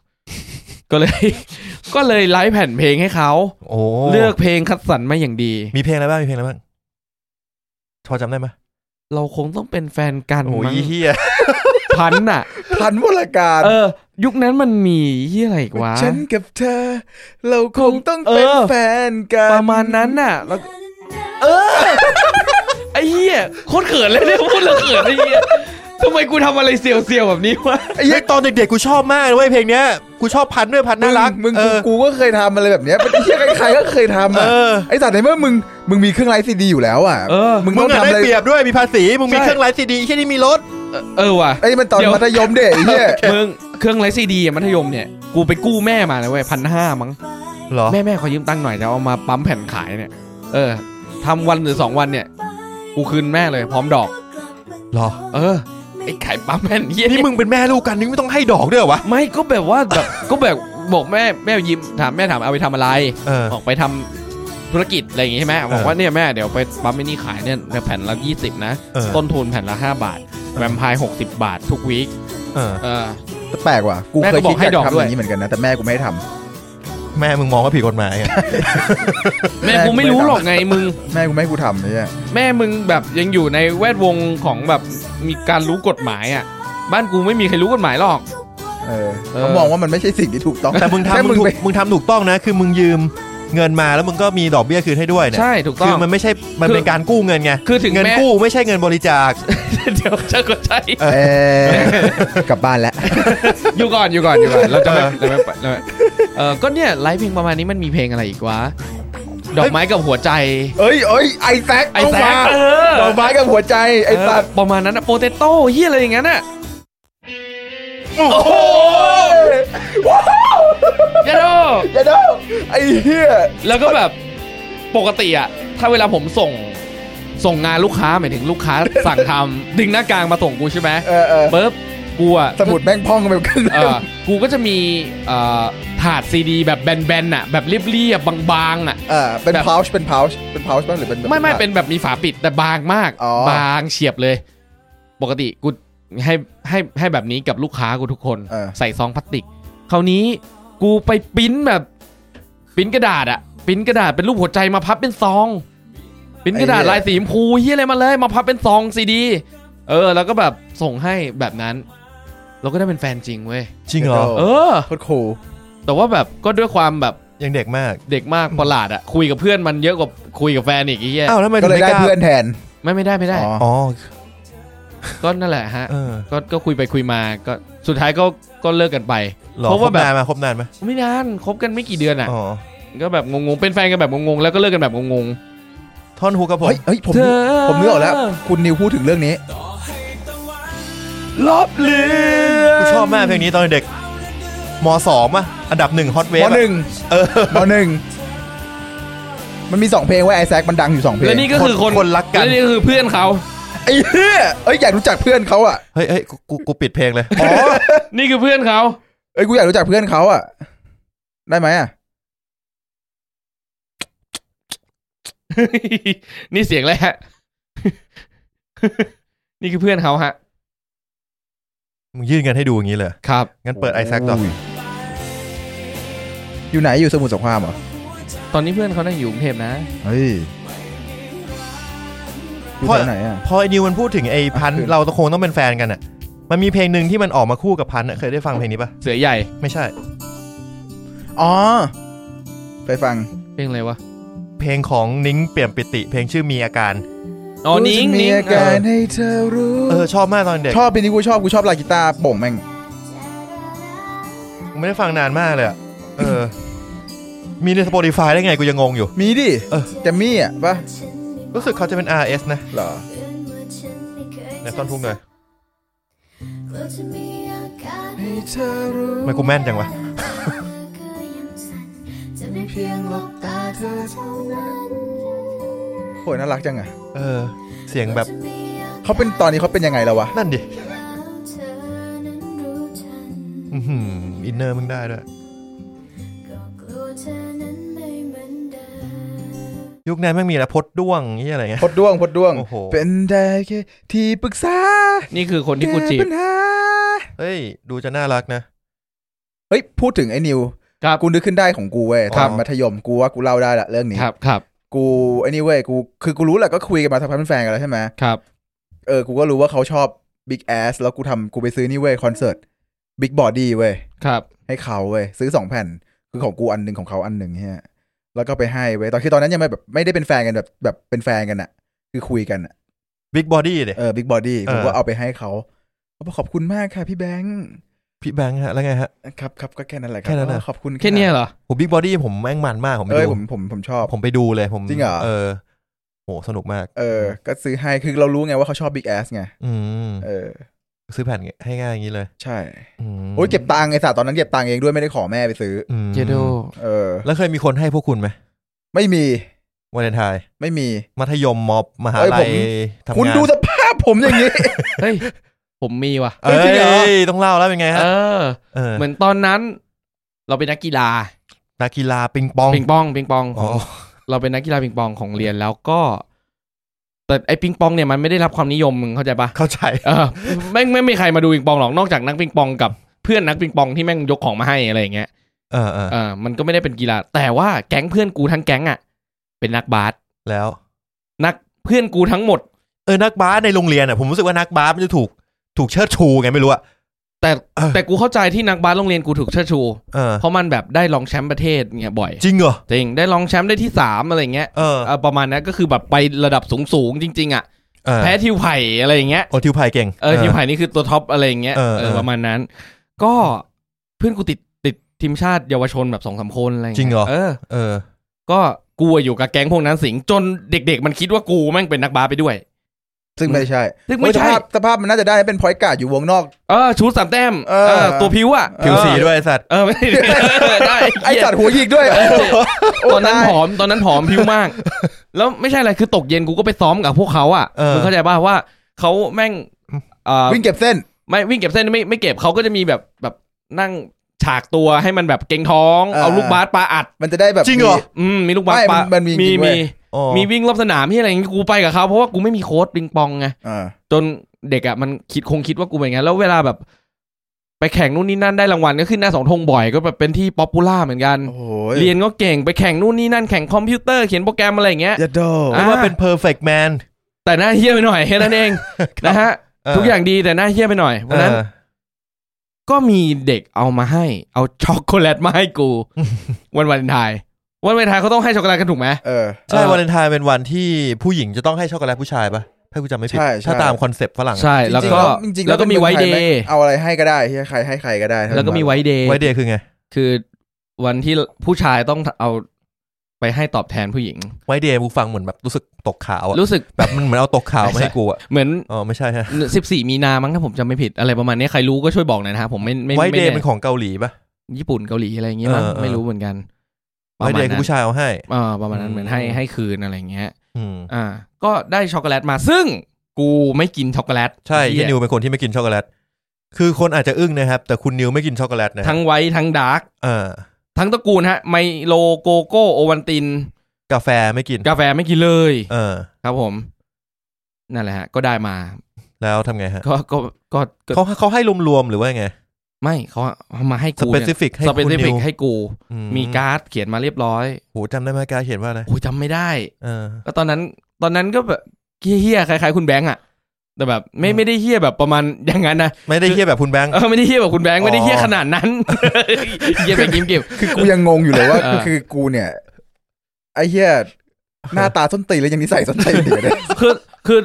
D: ก็เลย ก็เลยไลฟ์แผ่นเพลงให้เขา
B: โอ้
D: เลือกเพลงคัดสรรมาอย่างดี
B: มีเพลงอะไรบ้างมีเพลงอะไรบ้างพอจำได้ไหม
D: เราคงต้องเป็นแฟนกัน
B: โอ้
D: มั้ง
B: ยเฮีย
D: พันน่ะ
C: ทันวรการ
D: เออ ยุคนั้นมันมีที่อะไรอีกวะ
C: ฉันกับเธอ เราคงต้องเป็น
D: เออ
C: แฟนกัน
D: ประมาณนั้นน่ะแล้ว เออ ไอ้เหี้ยโคตรเขินเลยเนี่ยพูดแล้วเขินไอ้เหี้ยทำไมกูทำอะไรเสียวๆแบบนี้วะ
B: ไอ้ยตอนเด็กๆกูชอบมากเลยเว้ยเพลงเนี้ยกูชอบพันด้วยพันน่ารัก
C: มึง
B: เอ
C: กู
B: อ
C: กูก็เคยทำอะไรแบบเนี้ยเป็นเหี้ยใครๆก็เคยทำ
B: เออ
C: อ่ะไอ้สัตว์ในเมื่อมึง มึงมีเครื่องไลฟ์ซีดีอยู่แล้วอ่ะ
D: เออ
C: มึง
E: มึ
C: ต้
E: ง
C: อง
E: อะ
C: ทำอะ
E: ได้
C: ไร
E: เปรียบด้วยมีภาษีมึงมี
D: ใช่
E: เครื่องไลฟ์ซีดีแค่นี้มีรถ
D: เออว่ะ
C: ไอ้ยมันตอน
D: เดี๋ยว
C: มัธยมเด็กไอ้เหี้ย
D: มึงเครื่องไรซีดีมัธยมเนี่ย กูไปกู้แม่มาเลยเว้ยพันห้ามั้ง
E: เหรอ
D: แม่แม่ขอยืมตังค์หน่อยแล้วเอามาปั๊มแผ่นขายเนี่ย เออทำวันหรือสองวันเนี่ย กูคืนแม่เลยพร้อมดอก
E: เหรอ
D: เออ ไอ้ขายปั๊มแผ่นเหี้ย
E: นี่
D: นี่
E: มึงเป็นแม่ลูกกันนี่ไม่ต้องให้ดอกด้วยเหรอวะ
D: ไม่ก็แบบว่าแบบ ก็แบบบอกแม่แม่ยืมถามแม่ถามเอาไปทำอะไร
E: เออ
D: ออกไปทำธุรกิจอะไรอย่างงี้ใช่ไหมบอกว่าเนี่ยแม่เดี๋ยวไปปั๊มไอ้นี่ขายเนี่ยแผ่นละยี่สิบนะ
E: เออ
D: ต้นทุนแผ่นละห้าบาท แวมไพร์หกสิบบาททุกวีค
E: เออ
D: เออ
C: แต่แปลกว่ะกู
D: แม่
C: เค
D: ก็
C: ย
D: บอ
C: คิด
D: กให้
C: อยาก
D: ดอก
C: ทำอ
D: ด้วย
C: ย่างนี้เหมือนกันนะแต่แม่กูไม่ให้ท
E: แม่มึงมองว่าผิดกฎหมายอะ
D: แม่กูไม่รู้หรอกไงมึง
C: ำแม่กูไม่ให้กูทำไอ้เนี่ย
D: แม่มึงแบบยังอยู่ในแวดวงของแบบมีการรู้กฎหมายอ่ะ บ้านกูไม่มีใครรู้กฎหมายหรอก
C: เออ
D: เออ
C: เขามองว่ามันไม่ใช่สิ่งที่ถูกต้อง
E: แต่มึง
C: ค่
E: ทำมึงถู
C: ไป
E: กมึงทำถูกต้องนะ คือมึงยืมเงินมาแล้วมึงก็มีดอกเบี้ยคืนให้ด้วยเนี่ย
D: ใช่ถูกต้
E: คือ
D: อง
E: มันไม่ใช่มันเป็นการกู้เงินไง
D: คือถึง
E: เงิน
D: แม้
E: กู้ไม่ใช่เงินบริจาค
D: เดี๋ยวจะก็ใช่
C: เออกลับบ้านแล้ว
D: อยู่ก่อนอยู่ก่อนอยู่ก่อนเราจะไม่
E: เออ
D: เราไม่เราไม่เออก็เนี่ยไลฟ์เพลงประมาณนี้มันมีเพลงอะไรอีกวะดอกไม้กับหัวใจ
C: เอ้ยเอ้ยไอแซค
D: ไอ้
C: ต้อง
D: แซ
C: มา
D: คเออ
C: ดอกไม้กับหัวใจไอ้สัตว์
D: เออประมาณนั้นนะโปเตโต้เฮียอะไรอย่างนั้นน่ะโอ้โหเดี๋ยวดู
C: อย่าเด้อไอ้เหี้ย
D: แล้วก็แบบปกติอะถ้าเวลาผมส่งส่งงานลูกค้าหมายถึงลูก ค้าสั่งทำดึงหน้ากลางมาส่งกูใช่ไหม
C: เออเออ
D: ปุ๊บกูอะ
C: สมุดแม่งพ่องกันไปขึ้น
D: เออกูก็จะมีเอ่อถาดซีดีแบบแบนๆน่ะแบบเรียบๆบางๆน่ะ
C: เออเป็น
D: แบบ
C: พาวช์เป็นพาวช์เป็นพาวช์บ้างหรือเป็นแบบ
D: ไม่ไม่เป็นแบบมีฝาปิดแต่บางมาก
C: อ๋อ
D: บางเฉียบเลย ปกติกูให้ให้ให้แบบนี้กับลูกค้ากูทุกคน
C: เออ
D: ใส่ซองพลาสติก คราวนี้กูไปปริ้นแบบปริ้นกระดาษอะปริ้นกระดาษเป็นรูปหัวใจมาพับเป็นซองปริ้นกระดาษ
C: ไอ้เหี้ย
D: ลายสีชมพูเฮียอะไรมาเลยมาพับเป็นซองซีดี เออ แล้วก็แบบส่งให้แบบนั้น เราก็ได้เป็นแฟนจริงเว้ย
E: จริงเหรอ
C: โอ้
D: เออ
C: โคตรคูล
D: แต่ว่าแบบก็ด้วยความแบบ
E: ยังเด็กมาก
D: เด็กมากประหลาดอะคุยกับเพื่อนมันเยอะกว่าคุยกับแฟนอีกไอ้เฮีย
E: อ้าวแล้วทำไม
C: ก็
E: ถึง
C: เลย
E: ไม่
C: ได้
E: กล้า
C: เพื่อนแทน
D: ไม่ไม่ได้ไม่ได้
C: อ๋อ
E: อ๋อ
D: ก็นั่นแหละฮะ
E: เออ
D: ก็ก็คุยไปคุยมาก็สุดท้ายก็ก็เลิกกันไป
E: หรอ
D: เพราะ
E: คร
D: ว่า
E: บ
D: แบบ
E: นานมาครบนานไหม
D: ไม่นานคบกันไม่กี่เดือนอ่ะ
E: อ๋อ
D: ก็แบบงงๆ เป็นแฟนกันแบบงงๆ แล้วก็เลิกกันแบบงง
E: ท่อนฮุกกับผม
C: เฮ้ยเฮ้ยผ
D: ๆ
C: มผมนึกออกแล้ว คุณนิวพูดถึงเรื่องนี้
D: ลบเลือน
E: กูชอบมากเพลงนี้ตอนเด็กมสองอะอันดับหนึ่งฮอตเว
C: ม
E: ฟ
C: หนึ่งมหนึ่งมันมีสองเพลงไว้ไอแซคมันดังอยู่สองเพลง
D: และนี่ก็คือคน
E: คนรักกัน
D: และนี่ก็คือเพื่อนเขา
C: ไอ้เหี้ยเอ้ยอยากรู้จักเพื่อนเขาอ่ะ
E: เฮ้ยเฮ้ยกูกูกูปิดเพลงเลย
C: อ๋อ
D: นี่คือเพื่อนเขา
C: เอ้ยกูอยากรู้จักเพื่อนเขาอ่ะได้ไหมอ่ะ
D: นี่เสียงอะไรฮ ะ นี่คือเพื่อนเขาฮะ
E: มึงยื่นกันให้ดูอย่างนี้เลย
D: ครับ
E: งั้นเปิดไอแซคต่อ
C: โยอยู่ไหนอยู่สมุทรสงครามเหรอ
D: ตอนนี้เพื่อนเขานั่งอยู่กรุงเทพนะ
C: เฮ้ยอยู่แถวไหนอ่ะ
E: พอไอนิวมันพูดถึงไอพันธุ์
C: อ่ะคือ
E: เราคงต้องเป็นแฟนกันอะมันมีเพลงหนึ่งที่มันออกมาคู่กับพันธุ์อะเคยได้ฟังเพลงนี้ปะ
D: เสือใหญ่
E: ไม่ใช่
C: อ๋อไปฟัง
D: เพลงอะไรวะ
E: เพลงของนิ้งเปี่ยมปิติ เพลงชื่อมีอาการ
D: อ๋อ นิ้ง
C: กูจะมี
D: นิ้ง
C: อาการให้เธอรู้
E: เออชอบมากตอนเด็ก
C: ชอบเป็นที่กูชอบกูชอบลากีตาร์โป่งแม่ง
E: ไม่ได้ฟังนานมากเลยอะเออ มีใน Spotify ได้ไงกูยังงงอยู่
C: มีดิ
E: เออ
C: แกมมี่อ่ะปะ
E: รู้สึกเขาจะเป็น RS นะ
C: เหรอ
E: ในต้นทุกหน่อย
C: ให้เธอรู้
E: ทำไมกูแม่นจังวะ
C: เพียงหลบตาเธอโหยน่ารักจังอ่ะ
E: เออ เสียงแบบ
C: เขาเป็นตอนนี้เขาเป็นยังไงแล้ววะ
E: นั่นดิอื้อหืออินเนอร์มึงได้ด้วยยุคนั้นแม่งมีละพดด้วงนี่อะไรเงี้ย
C: พดด้วงพดด้วง
E: โอ้โห
C: เป็นได้แค่ที่ปรึกษา
D: นี่คือคนที่กูจี
C: แก้
D: บ
C: ปัญหา
E: เฮ้ย ดูจะน่ารักนะ
C: เฮ้ยพูดถึงไอ้นิว
D: ครับ
C: กูนึกขึ้นได้ของกูเว้ย
E: ค
C: ต
E: รั
C: อบ นมัธยมกูว่ากูเล่าได้ละเรื่องนี้
D: ครับครับ
C: กูไอ้นี่เว้ยกูคือกูรู้แหละก็คุยกันมาสักพักเป็นแฟนกันแล้วใช่ไหม
D: ครับ
C: เออ กูก็รู้ว่าเขาชอบ Big Ass แล้วกูทำกูไปซื้อนี่เว้ย คอนเสิร์ต Big Body เว้ย
D: ครับ
C: ให้เขาเว้ย ซื้อสองแผ่น คือของกูอันหนึ่งของเขาอันหนึ่งเฮียแล้วก็ไปให้เว้ย ตอนคือตอนนั้นยังไม่แบบไม่ได้เป็นแฟนกันแบบแบบเป็นแฟนกันอะคือคุยกันอะ
E: บิ๊กบอดี้เด็
C: เออ Big Body กูก็เอาไปให้เขาเขาบอกขอบคุณมากค่ะพี่แบงค์
E: พี่แบงค์ฮะ แล้วไงฮะ
C: ครับครับก็แค่นั้นแหละครั
E: แค่นั้นเหรอ
C: อ๋อขอบคุณะ
D: แค่เนี้ยเหรอ
E: ผมบิ๊กบอดี้ผมแม่งมันมากผมไป
C: เอ้ย
E: ดู
C: ผมผมผมชอบ
E: ผมไปดูเลยผม
C: จริงเหรอ
E: เออ โหสนุกมาก
C: เออ ก็ซื้อให้คือเรารู้ไงว่าเขาชอบ Big Ass ไง
E: อืม
C: เออ
E: ซื้อแผ่นให้ง่ายอย่างนี้เลย
C: ใช่
E: ม
C: โอ้ยเก็บตังค์ไอ้สัตว์ตอนนั้นเก็บตังค์เองด้วยไม่ได้ขอแม่ไปซื้อ
E: อืม
D: เจโด
C: เออ
E: แล้วเคยมีคนให้พวกคุณไหม
C: ไม่มี
E: วันเลนไทน์
C: ไม่มี
E: มัธยมมอบมหา
C: เอ้ย
E: ลั
C: ผม
E: ยทำงาน
C: คุณดูสภาพผมอย่างนี้
D: เฮ้ย ผมมีว่ะ
E: เอ้
C: จริงเหรอ
E: ยต้องเล่าแล้วเป็นไง
D: เอ
E: ฮะ
D: อ
E: เออ
D: เหมือนตอนนั้น เราเป็นนักกีฬา
E: นักกีฬาปิงปอง
D: ปิงปองปิงปองข
E: อ๋
D: อ
E: อง
D: เราเป็นนักกีฬาปิงปองของเรียนแล้วก็ แต่ไอ้ปิงปองเนี่ยมันไม่ได้รับความนิยมมึงเข้าใจปะ
E: เข้าใจ
D: เออไม่ไม่มีใครมาดูปิงปองหรอกนอกจากนักปิงปองกับเพื่อนนักปิงปองที่แม่งยกของมาให้อะไรอย่างเงี้ย
E: เออเออ
D: เออมันก็ไม่ได้เป็นกีฬา แต่ว่าแก๊งเพื่อนกูทั้งแก๊งอ่ะเป็นนักบาส
E: แล้ว
D: นักเพื่อนกูทั้งหมด
E: เออนักบาสในโรงเรียนอ่ะผมรู้สึกว่านักบาสมันจะถูกถูกเชิดชูไงไม่รู้อ่ะ
D: แต่แต่กูเข้าใจที่นักบาสโรงเรียนกูถูกเชิดชู
E: เออ
D: เพราะมันแบบได้รองแชมป์ประเทศเนี่ยบ่อย
E: จริงเหรอ
D: จริงได้รองแชมป์ได้ที่สามอะไรอย่างเงี้ย
E: เออ
D: เอ่อประมาณนั้นก็คือแบบไประดับสูงสูงๆจริง ๆ อ่ะ
E: เออ
D: แพ้ทิวไผ่อะไรอย่างเงี้ย
E: โอทิวพายเก่ง
D: เออทิวไผ่นี่คือตัวท็อปอะไรอย่างเงี้ย
E: เออ
D: เอ
E: เอ
D: อ
E: อ
D: ประมาณนั้น ก็เพื่อนกูติดติดทีมชาติเยาวชนแบบสองสามคนอะไรย่าย
E: จริงเหรอ
D: เออ
E: เออ
D: ก็กูอยู่กับแก๊งพวกนั้นสิงจนเด็ก ๆ มันคิดว่ากูแม่งเป็นนักบาสไปด้วย
C: ซึ่งไม่ใช่
D: ซึ่งไม่
C: โอ้ยส
D: ใช่
C: ภาพสภาพมันน่าจะได้เป็นพอยกาดอยู่วงนอก
D: เออชูสามแต้ม
C: เออ
D: เออตัวพิวอ่ะ
E: ผิวสีด้วยไอ้สัตว์
D: เออไม่ได้ได้
C: ไอ้
D: เหี้ย
C: สัตว์หัวหยิกด้วย
D: ตอนนั้นผอมตอนนั้นผอมพิวมาก แล้วไม่ใช่อะไรคือตกเย็นกูก็ไปซ้อมกับพวกเขาอ่ะมึงเข้าใจป่ะว่าเขาแม่งเอ่อ
C: วิ่งเก็บเส้น
D: ไม่วิ่งเก็บเส้นไม่ไม่เก็บเขาก็จะมีแบบแบบนั่งฉากตัวให้มันแบบเกรงท้อง
C: อ่า
D: เอาลูกบาสปาอัด
C: มันจะได้แบบ
E: จริงเหรอ
D: อืมมีลูกบาส
C: ไม่
D: ปา
C: มันมีจริงเว้
D: มี
C: ย
E: อ๋อ
D: มีวิ่งรอบสนามที่อะไรอย่างงี้กูไปกับเขาเพราะว่ากูไม่มีโค้ดปิงปองไง
C: อ่า
D: จนเด็กอ่ะมันคิดคงคิดว่ากูเป็นไงแล้วเวลาแบบ ไปแข่งนู่นนี่นั่นได้รางวัลก็ขึ้นหน้าเสองธงบ่อยก็แบบเป็นที่ป๊อปปูล่าเหมือนกัน
C: โอ้โห
D: เรียนก็เก่งไปแข่งนู่นนี่นั่นแข่งคอมพิวเตอร์เขียนโปรแกรมอะไรอย่างเงี้ย
C: ยัดโด
D: อ่ะ
E: เรียกว่าเป็น perfect man
D: แต่หน้าเฮี้ยไปหน่อยแค่นั้นเอง นะฮะทุกอย่างดีแต่หน้าเฮี้ยไปหน่อยเพ
E: เอ
D: ราะฉะนั้น
E: อ
D: ก็มีเด็กเอามาให้ เอาช็อกโกแลตมาให้กู วันวาเลนไทน์วันวาเลนไทน์เขาต้องให้ช็อกโกแลตกันถูกไหม
C: เออ
E: ใช่
D: เออ
E: วาเลนไทน์เป็นวันที่ผู้หญิงจะต้องให้ช็อกโกแลตผู้ชายปะถ้ากูจำไม่ผิด
C: ใช่ใช่
E: ถ้าตามคอนเซปต์ฝรั่ง
D: ใช่แล้วก็
C: จริงๆ
D: แล้วก็มี
C: ใน
D: ไว
C: มือง
D: เด
C: ทแม่ง
D: ย์
C: เอาอะไรให้ก็ได้ที่ใครให้ใครก็ได้
D: แล้วก็มีไวเดย์
E: ไวเดย์คือไง
D: คือวันที่ผู้ชายต้องเอาไปให้ตอบแทนผู้หญิง
E: ไวเดย์กูฟังเหมือนแบบรู้สึกตกขาวอะ
D: รู้สึก
E: แบบมันเหมือนเอาตกขาวมาให้กูอะ
D: เหมือน
E: อ๋อไม่ใช่ฮะ
D: 14 มีนามั้งถ้าผมจำไม่ผิด อะไรประมาณนี้ใครรู้ก็ช่วยบอกหน่อยนะครับผมไม่ไม่
E: ไว
D: ไม่
E: เดย์
D: แน่
E: เป็นของเกาหลีปะ
D: ญี่ปุ่นเกาหลีอะไรอย่างเงี้ยมั้ง
E: เออเออ
D: ไม่รู้เหมือนกันประ
E: ไว
D: มาณ
E: เดย์คือ
D: นั้น
E: ผู้ชายเอาให้
D: เออประมาณนั้นเหมือนให้
E: อืม
D: ให้คืนอะไรอย่างเงี้ย
E: อืม
D: อ่า ก็ได้ช็อกโกแลตมาซึ่งกูไม่กินช็อกโกแลต
E: ใช่
D: เหี้
E: ที่
D: ย
E: นิวเป็นคนที่ไม่กินช็อกโกแลตคือคนอาจจะอึ้งนะครับ แต่คุณนิวไม่กินช็อกโกแลตนะฮะ
D: ทั้งไวท์ทั้งดาร์ก
E: เออ
D: ทั้งตระกูลฮะ ไมโลโกโก้โอวันติน
E: กาแฟไม่กิน
D: กาแฟไม่กินเลย
E: เออ
D: ครับผม นั่นแหละฮะ ก็ได้มา
E: แล้วทำไงฮะ
D: ก็ก็ก็ก็
E: เขาเขาให้รวมๆหรือว่าไง
D: ไม่เขาเอามาให้
E: ส
D: กู
E: เป
D: เนี่ย
E: ซิฟิกให้
D: ส
E: คุ
D: เป
E: ณ
D: ซิ
E: นิ
D: ฟิ
E: ว
D: กให้กู
E: อื
D: มีการ์ดเขียนมาเรียบร้อย
E: โหจำได้ไหมการดเขียนว่าอะไร
D: โอ้ยจำไม่ได้
E: เออ
D: ก็ตอนนั้น ตอนนั้นก็แบบเฮี้ยๆคล้ายๆคุณแบงค์อะแต่แบบ ไม่
E: อืม
D: ไม่ได้เฮี้ยแบบประมาณอย่างนั้นนะ
E: ไม่ได้เทียบแบบคุณแบงค์
D: เออไม่ได้เฮี้ยแบบคุณแบงค์ไม่ได้เฮี้ย
E: อ๋อ
D: ขนาดนั้น เฮี้ยแบบกิมกิม
C: คือ กูยังงงอยู่เลยว่า
D: เออ
C: คือกูเนี่ย ไอ้เหี้ยหน้าตาส้นตีนแล้วยังนิสัยส้นตีนอยู่เลย
D: คือคือ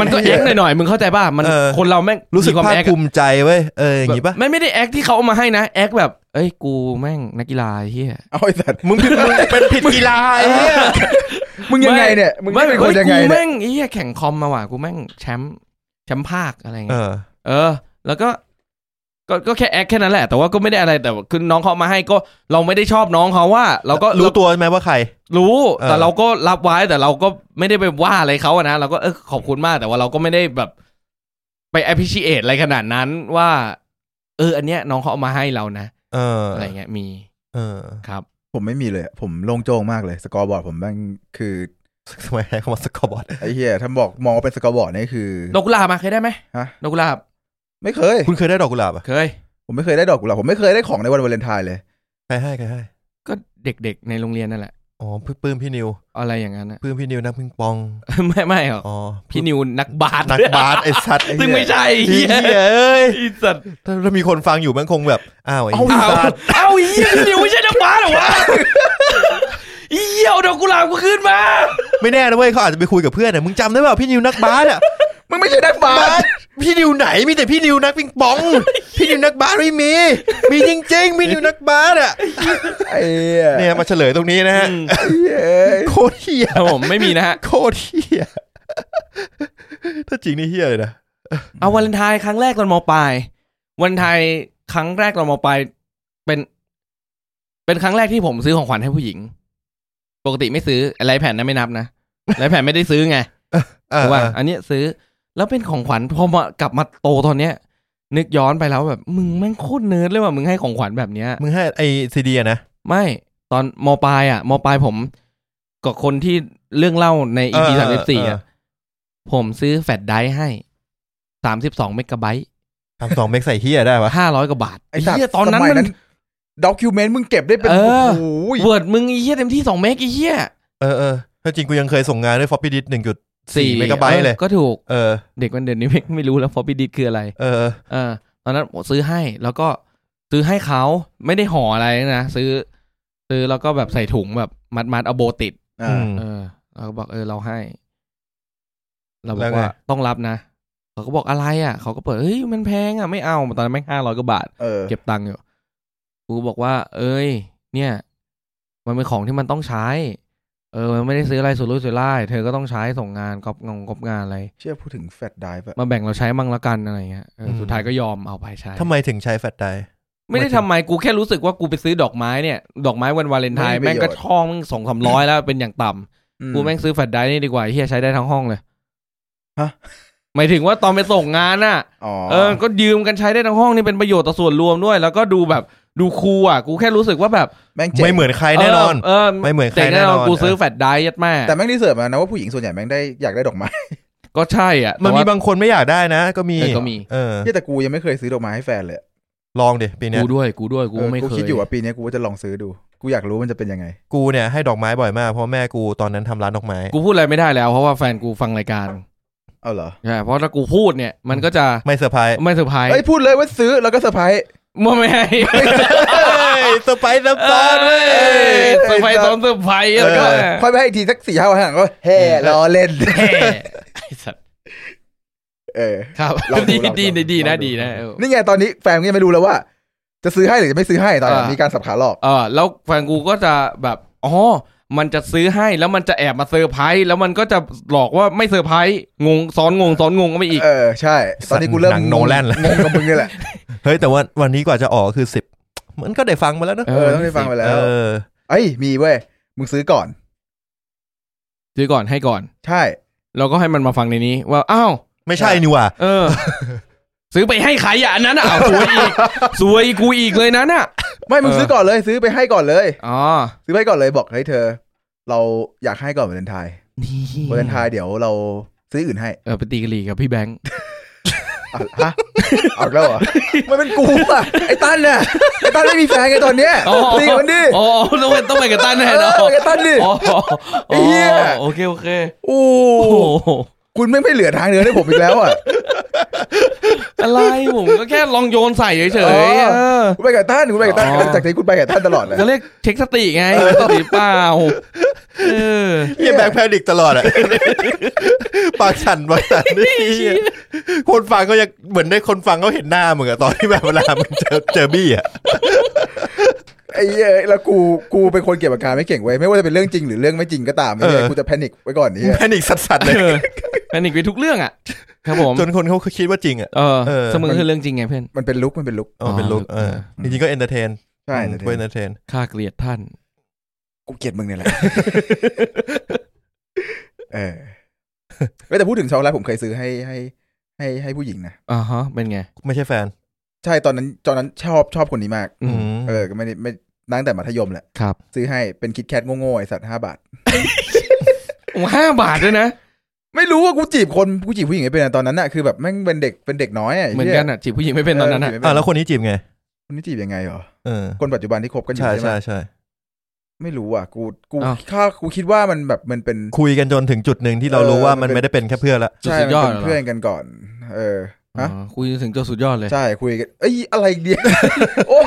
D: มันก็แอคหน่อยๆมึงเข้าใจป่ะมัน
E: เออ
D: คนเราแม่ง
E: รู้สึก
D: ความ
E: ภาค
D: แอค
E: ภูมิใจเว้ยเอออย่างงี้ปะ
D: ไม่ไม่ได้แอคที่เขาเอามาให้นะแอคแบบ เอ้ยกูแม่งนักกีฬาไอ้เฮีย
C: เอาไอ้สัตว์
E: มึงผิดมึงเป็นผิดกีฬาไอ้เหี้ย
C: มึงยังไงเนี่ย มึง
D: ไม่
C: เป็
D: เป็น น
C: ค
D: คน น
C: ยังไง
D: กู
C: เนี่ย
D: แม่งไอ้เฮียแข่งคอมมาว่ะกูแม่งแชมป์แชมป์ภาคอะไร
E: เอ
D: เงี้ย
E: อ
D: เออ แล้วก็ก็ก็แค่แอคแค่นั้นแหละ แต่ว่าก็ไม่ได้อะไรแต่ว่าคือน้องเขาเอามาให้ก็เราไม่ได้ชอบน้องเขาว่า เราก็
E: รู้ตัวไหมว่าใคร
D: รู้
E: เออ
D: แต่เราก็รับไว้แต่เราก็ไม่ได้ไปว่าอะไรเขาอะนะเราก็เออขอบคุณมากแต่ว่าเราก็ไม่ได้แบบ ไป appreciate อะไรขนาดนั้นว่า เออ อันเนี้ยน้องเขาเอามาให้เรานะ
E: เอออ
D: อะไรเงี้ยมี
E: เออ
D: ครับ
C: ผมไม่มีเลย ผมโล่งโจ้งมากเลย สกอร์บอร์ดผมแม่งคือ
E: ทำไมให้คำว่าสกอร์บอร์ด
C: ไอ้เหี้ยถ้าบอกมองว่าเป็นสกอร์บอร์ดนี่คือ
D: ดอกกุหลาบมาเคยได้ไหม
C: ฮะ
D: ดอกกุหลาบ
C: ไม่เคย
E: คุณเคยได้ดอกกุหลาบอ่ะ
D: เคย
C: ผมไม่เคยได้ดอกกุหลาบผมไม่เคยได้ของในวันวาเลนไทน์เลย
E: ใครให้ใครให้
D: ก็เด็กๆในโรงเรียนนั่นแหละ
E: อ๋อปื้มพี่นิว
D: อะไรอย่างนั้นอะ
E: ปื้มพี่นิวนักพิงปอง
D: ไม่ไม่หรอก
E: อ๋อ
D: พี่นิวนักบาส
E: นักบาสไอ้สัตว์ไอ้
D: ซึ่ง
E: เหี้ย
D: ไม่ใช่
E: ไอ้
D: เฮี
E: เหี้
D: ย
E: ยเอ้ย
D: ไอ้สัตว์
E: ถ้าถ้ามีคนฟังอยู่มันคงแบบอ้าวไอ้
C: เอา
E: เหี้ย
D: เอาเอาเฮียพี่นิวไม่ใช่นักบาสเหรอวะ เฮียเอาดอกกุหลาบกูขึ้นมา
E: ไม่แน่นะเว้ยเขาอาจจะไปคุยกับเพื่อนอ่ะมึงจำได้เปล่าพี่นิวนักบาสอ่ะ
C: มึงไม่ใช่นักบาส
E: พี่นิวไหนมีแต่พี่นิวนักปิงป อง พี่นิวนักบาสไม่มี มีจริงๆพี่นิวนักบาสอ่ะ
C: ไอ้เหี้ย
E: เนี่ยมาเฉลยตรงนี้นะฮะ
C: เอ้ย
E: โคตรเฮีย
D: ครับผมไม่มีนะฮะ
E: โคตรเฮียถ้าจริงนี่เฮียเลยนะ
D: เอาวันไทายครั้งแรกตอนมปลายวันไทายครั้งแรกตอนมปลายเป็น เป็นครั้งแรกที่ผมซื้อของขวัญให้ผู้หญิง ปกติไม่ซื้ออะไรแผ่นนั้นไม่นับนะไรแผ่นไม่ได้ซื้อไง
E: อ่า
D: ถูกป่ะอันเนี้ยซื้อ แล้วเป็นของขวัญพอมากลับมาโตตอนเนี้ย นึกย้อนไปแล้วแบบ มึงแม่งโคตรเนิร์ดเลยว่ะมึงให้ของขวัญแบบเนี้ย
E: มึงให้ไอซีดีนะ
D: ไม่ตอนมปลายอ่ะมปลายผมกับคนที่เรื่องเล่าในอีพี
E: เออ
D: สามสิบสี่
E: เออ
D: อ่ะผมซื้อแฟลชไดรฟ์ให้สามสิบสองเมกะไบต์
E: ทำสองเมกใส่เฮียได้ปะ
D: ห้าร้อยกว่าบาท
C: ไอ้
D: ไอ้
C: สัตว์
D: เหี้ยตอนนั้น
C: สมัย
D: มัน
C: ด็อกิวเมนต์มึงเก็บได้เป็น
D: เอ
C: โอ้
D: อ
C: โห
D: เวิร์ดมึงไอ้เหี้ยเต็มที่สองเมกไอ้เหี้ย
E: เออเออถ้าจริงกูยังเคยส่งงานด้วยฟอปปี้ดิสหนึ่งจุดสี่เมกะไบต์เลย
D: ออก็ถูก
E: เออ
D: เด็กมันเดี๋ยวนี้ไม่ไม่รู้แล้วฟอ b ิดิ d คืออะไร
E: เออ
D: เออ ตอนนั้นผมซื้อให้แล้วก็ซื้อให้เขาไม่ได้ห่ออะไรนะซื้อ ซื้อแล้วก็แบบใส่ถุงแบบมัดมัดๆเอาโบติด
C: อ่า
D: เออเราก็บอกเออเราให้ เราบ
E: แล้
D: อ
E: ว
D: ก
E: ไง
D: ว่าต้องรับนะเขาก็บอกอะไรอ่ะเขาก็เปิดเฮ้ยมันแพงอ่ะไม่เอาตอนนั้นแม่งห้าร้อยกว่าบาท
C: เออ
D: เก็บตังค์อยู่กูบอกว่า เอ้ย เนี่ย มันเป็นของที่มันต้องใช้ เออ มันไม่ได้ซื้ออะไรสุรุ่ยสุร่าย เธอก็ต้องใช้ส่งงานกอบงงกอบงานอะไร
C: เชื่อพูดถึงแฟตไดฟ์อะ
D: มาแบ่งเราใช้มั่งละกันอะไรเงี้ยเอออ
E: ม
D: สุดท้ายก็ยอมเอาไปใช้
E: ทำไมถึงใช้แฟลชไดรฟ์
D: ไม่ได้ทำไมกูแค่รู้สึกว่ากูไปซื้อดอกไม้เนี่ย ดอกไม้วันวาเลนไทน์แม่งก็ช่องสองสามร้อยแล้วเป็นอย่างต่ำ กูแม่งซื้อแฟลชไดรฟ์นี่ดีกว่าเฮียใช้ได้ทั้งห้องเลย
C: ฮะ
D: หมายถึงว่าตอนไปส่งงานน่ะ
C: อ๋อ
D: เออ ก็ยืมกันใช้ได้ทั้งห้องนี่เป็นประโยชน์ต่อส่วนรวมด้วย แล้วก็ดูแบบดูคูลอ่ะ กูแค่รู้สึกว่าแบบ
C: แม่งเจ๋ง
E: ไม่เหมือนใครแน่นอน
D: เออ
E: ไม่เหมือนใคร
D: เจ๋งแน่
E: แน่
D: น
E: น
D: อ
E: อน น
D: กูซื้อแฟลชไดรฟ์ยัดแม่
C: แต่แม่งรีเสิร์ชมานะว่าผู้หญิงส่วนใหญ่แม่งได้อยากได้ดอกไม้
D: ก็ใช่อ่ะ
E: มัน
D: แต่
E: มี
D: ว่า
E: บางคนไม่อยากได้นะ ก็มี
D: เออก็มี
E: เออ
C: เนี่ยแต่กูยังไม่เคยซื้อดอกไม้ให้แฟนเลยอะ
E: ลองดิปีเนี้ย
D: กูด้วยกูด้วยกู
C: เออ
D: ไม่
C: กู
D: เคย
C: คิดอยู่ว่าปีเนี้ยกูว่าจะลองซื้อดู กูอยากรู้มันจะเป็นยังไง
E: กูเนี่ยให้ดอกไม้บ่อยมาก เพราะแม่กูตอนนั้นทำร้านดอกไม้
D: กูพูดอะไรไม่ได้แล้ว เพราะว่าแฟนกูฟังรายการ
C: เอาเหรอ
D: ใช่เพราะถ้ากูพูดเนี่ย มันก็จะ
E: ไม่เซอร์ไพรส์
D: ไม่เซอร์ไพรส์
C: เอ้ยพูดเลยว่าซื้อแล้วก็เซอร์ไพรส์
D: มั่วไม่ให้
E: เซอร์ไพรส์
D: เอ
E: ซ้ำๆเว้ย้
D: ยเซอร์ไพรส์ซ้อนเซอร์ไพรส์แล้วก็
C: เออค่อยไปให้อีกทีสักสี่ห้าวันข้างหลัง ก็เฮ่ล้อเล่น
D: แฮ่ไอ้สัตว์
C: เออ
D: ครับ
C: ลองดู
D: ดี
C: ลองดู
D: ดีดี
C: ล
D: นะ
C: องดู
D: ดีนะเออ
C: นี่ไงตอนนี้แฟนก็ยังไม่รู้แล้วว่า จะซื้อให้หรือจะไม่ซื้อให้ตอนนี้มีการสับขาหลอก
D: เออแล้วแฟนกูก็จะแบบอ๋อมันจะซื้อให้แล้วมันจะแอบมาเซอร์ไพรส์แล้วมันก็จะหลอกว่าไม่เซอร์ไพรส์งงซ้อนงงซ้อนงงก็ไม่อีก
C: เออ ใช่ ตอนนี้กูเริ่ม
E: หนังโนแลนแล้ว
C: งงกับมึงนี่แหละ
E: เฮ้ยแต่ว่าวันนี้กว่าจะออกคือสิบมันก็ได้ฟังมาแล้วเนอะ
C: เออต้องได้ฟังไปแล้ว
E: เออ
C: เอ้ยมีเว้ย มึงซื้อก่อน
D: ซื้อก่อนให้ก่อน
C: ใช่
D: แล้วก็ให้มันมาฟังในนี้ว่าอ้าว
E: ไม่ใช่นี่หว่า
D: เออ ซื้อไปให้ใครอ่ะอันนั้นอ่ะอ้าวสวย อีกสวยกูอีกเลยนะน่ะ
C: ไม่มึงซื้อก่อนเลย ซื้อไปให้ก่อนเลย
D: อ๋อ
C: ซื้อไปให้ก่อนเลยบอกเฮ้ยเธอ เราอยากให้ก่อนวาเลนไทน์
D: นี่
C: วาเลนไทน์เดี๋ยวเราซื้ออื่นให้
D: เออไปตีกะหรี่กับพี่แบงค์
C: อ่ะฮะเอาอีกแล้วเหรอมันเป็นกูอะไอ้ตั้นเนี่ยไอ้ตั้นไม่มีแฟนไงตอนเนี้ยตีกับมันดิ
D: อ๋อต้องไปต้องไปกับตั้นแน่
C: เอ
D: เนอ
C: อไอ้ตั้นดิ
D: อ๋อ
C: ไอ้เหี้ย
D: โอเคโอเค
C: โอ้
D: โอ้โห
C: คุณไม่งไม่เหลือทางเดินให้ผมอีกแล้วอ่ะ
D: อะไรผมก็แค่ลองโยนใส่เฉ
C: อ๋
D: ย
C: อ
D: ๆเออ
C: คุณไปกับท่านคุณไปกับท่าน
D: อ๋อ
C: จากนี้คุณไปกับท่านตลอดเลย
D: ก็เรียกเช็คสติไงสติเปล่าเออ
E: เฮียแบงค์แพนิกตลอดอะ ปากสั่นปากสั่นนี่เหี้ยคนฟังก็ยังเหมือนได้คนฟังเขาเห็นหน้ามึงอะตอนที่แบบเวลามึงเจอเจอบี้อะ
C: ไอ้เอ้ยแล้วกูกูเป็นคนเก็บอาการไม่เก่งเว้ยไม่ว่าจะเป็นเรื่องจริงหรือเรื่องไม่จริงก็ตามไอ้เหี้ย
E: เออ
C: กูจะแพนิคไว้ก่อนนี้ย
E: แพนิกสัสๆเลย
D: เออแพนิกไปทุกเรื่องอ่ะ ครับผม
E: จนคนเขาคิดว่าจริงอะ
D: เออ
E: เออ
D: เสมอคือเรื่องจริงไงเพื่อน
C: มันเป็นลุกมันเป็นลุก
E: เออเป็นลุกเออจริงๆก็เอนเตอร์เทน
C: ใช่
E: ช่วยเอนเตอร์เทน
D: ข้าเกลียดท่าน
C: กูเกลียดมึงเนี่ยแหละ เออเว้ยแต่พูดถึงช็อกโกแลตผมเคยซื้อให้ให้ให้ให้ผู้หญิงนะ
D: อ่าฮะ เป็นไง
E: ไม่ใช่แฟน
C: ใช่ตอนนั้นตอนนั้นชอบชอบคนนี้มาก
D: อื
E: อื
D: ม
E: ม
C: เออก็ไม่ได้ไม่ตั้งแต่มัธยมแหละ
D: ครับ
C: ซื้อให้เป็นคิดแคทโง่ๆไอสัตว์ห้าบาท
D: โอ้ห้าบาทด้วยนะ
C: ไม่รู้ว่ากูจีบคนกูจีบผู้หญิงไม่เป็นอะตอนนั้นอะคือแบบแม่งเป็นเด็กเป็นเด็กน้อยอะไหี้ย
D: เหมือนกันอ่ะจีบผู้หญิงไม่เป็นตอนนั้นอ่ะ
C: เจีบไม่
E: อ่ะ
C: เป็
E: แล้วคนนี้จีบไง
C: คนนี้จีบยังไงเหรอ
E: เออ
C: คนปัจจุบันที่คบกันอยู่
E: ใช่
C: ใช่ไหม
E: ใช่ใช่
C: ไม่รู้อ่ะกูกูค่ากูคิดว่ามันแบบมันเป็น
E: คุยกันจนถึงจุดหนึ่งที่เรา
C: เออ
E: รู้ว่า
C: มั
E: มัน
C: เป็น
E: นไม่ได้เป็นแค่เพื่อนละ
C: ใช่
D: สุ
C: มั
D: ด
C: น
D: ยอด
C: เป็น
D: เหรอ
C: เพื่อนกันก่อน เออ
D: อ๋อ
C: ฮะ
D: คุยถึงจนสุดยอดเลย
C: ใช่คุยกันเอ้ยอะไรเดีย โอ้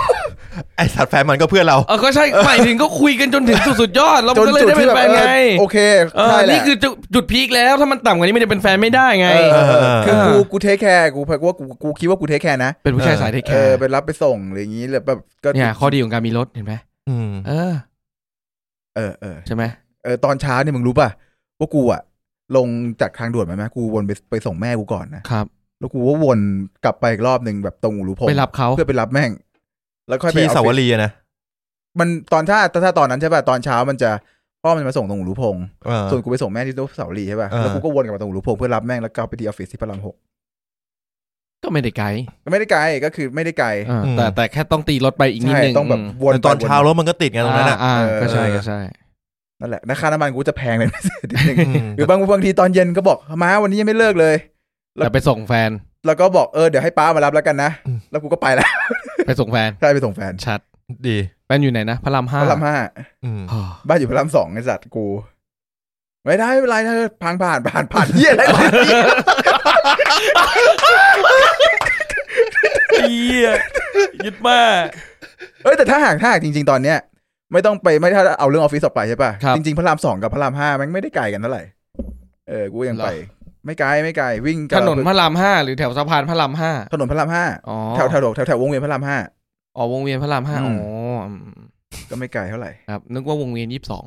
E: ไอสัตว์แฟนมันก็เพื่อนเรา
D: เออก็ใช่หมายถึงก็คุยกันจนถึงสุดสุดยอด แล้วมันก็เลยได้เป็นแฟนไง
C: เออโอเค
D: เออ
C: ใช่แหละ
D: นี่คือจุดจุดพีคแล้วถ้ามันต่ำกว่านี้มันจะเป็นแฟนไม่ได้ไง
C: เออเออเออ
E: เออ
C: คือกูกูเทคแคร์กูพว่ากูกูคิดว่ากูเทคแคร์นะ
D: เป็นผู้ชายสายเทคแค
C: เออ
D: ร์
C: ไปรับไปส่งหรืออย่างงี้หรือแบบก็
D: เนี่ยข้อดีของการมีรถเห็นไหม
E: อืม
D: เออ
C: เออเออ
D: ใช่ไหม
C: เออตอนเช้าเนี่ยมึงรู้ป่ะว่ากูอะลงจากทางด่วนมาไหมกูวนไปไปส่งแม่กูก่อนนะครับ แล้วกูก็วนกลับไปอีกรอบหนึ่งแบบตรงอู่หรูพง
D: ไปรับเขา
C: เพื่อไปรับแม่ง แล้วค่อยไปอ
E: ที่
C: อฟฟิศ
E: สาวรีอะนะ
C: มันตอนถ้าถ้าตอนนั้นใช่ป่ะตอนเช้ามันจะพ่อมันมาส่งตรงอู่หรูพง
E: เออ
C: ส่วนกูไปส่งแม่ที่ตู้เสาหลีใช่ป่ะ
E: เออ
C: แล้วกูก็วนกลับมาตรงหลุมพงเพื่อรับแม่งแล้วกลับไปที่ออฟฟิศที่พระรามหก
D: ก็ไม่ได้ไกล
C: ก็ไม่ได้ไกลก็คือไม่ได้ไกล
D: เออแต่แต่แค่ต้องตีรถไปอีกนิด
C: ใช่
D: นึง
C: ต้องแบบวน
E: แต่ตอน
C: ไปว
E: เช้ารถมันก็ติดไงตรงนั้นอะ
D: อ่าอ่าก็ใช่ก็ใช่
C: นั่นแหละนะค่าน้ำมันกูจะแพงเลยพิเศษนิดนึง
E: อืม
C: หรือบางบางทีตอนเย็นก็บอกมาวันนี้ยังไม่เลิกเลย
D: แต่ไปส่งแฟน
C: แล้วก็บอกเออเดี๋ยวให้ป้ามารับแล้วกันนะ แล้วกูก็ไปแล้ว
D: ไปส่งแฟน
C: ใช่ไปส่งแฟน
D: ชัด
E: ดี
D: แฟนอยู่ไหนนะพระรามห้า
C: พระรามห้า
E: อืม
D: อ๋อ
C: บ้านอยู่พระรามสองไอ้สัตว์กู ไม่ได้ไม่เป็นไรนะพังผ่านผ่านผ่านเยี่ยอะไรวะ
D: เหี้ยยึดมาก
C: เอ้ยแต่ถ้าหากถ้าหากจริง ๆ ตอนเนี้ย ไม่ต้องไปไม่ถ้าเอาเรื่องออฟฟิศออกไปใช่ป่ะ
D: ครับ
C: จริงๆพระรามสองกับพระรามห้าแมันไม่ได้ไกลกันเท่าไหร่เออกูยังไป
D: เหรอ
C: ไม่ไกลไม่ไกลวิ่ง
D: ถ
C: กับ
D: นนพระรามห้าหรือแถวสะพานพระรามห้า
C: ถนนพระรามห้า
D: อ๋อ
C: แถวแถวแถวแถววงเวียนพระรามห้า
D: อ๋อวงเวียนพระรามห้า
C: อื
D: อ๋อ
C: ม
D: อืม
C: ก็ไม่ไกลเท่าไหร่
D: ครับนึกว่าวงเวียนยี่สิบสอง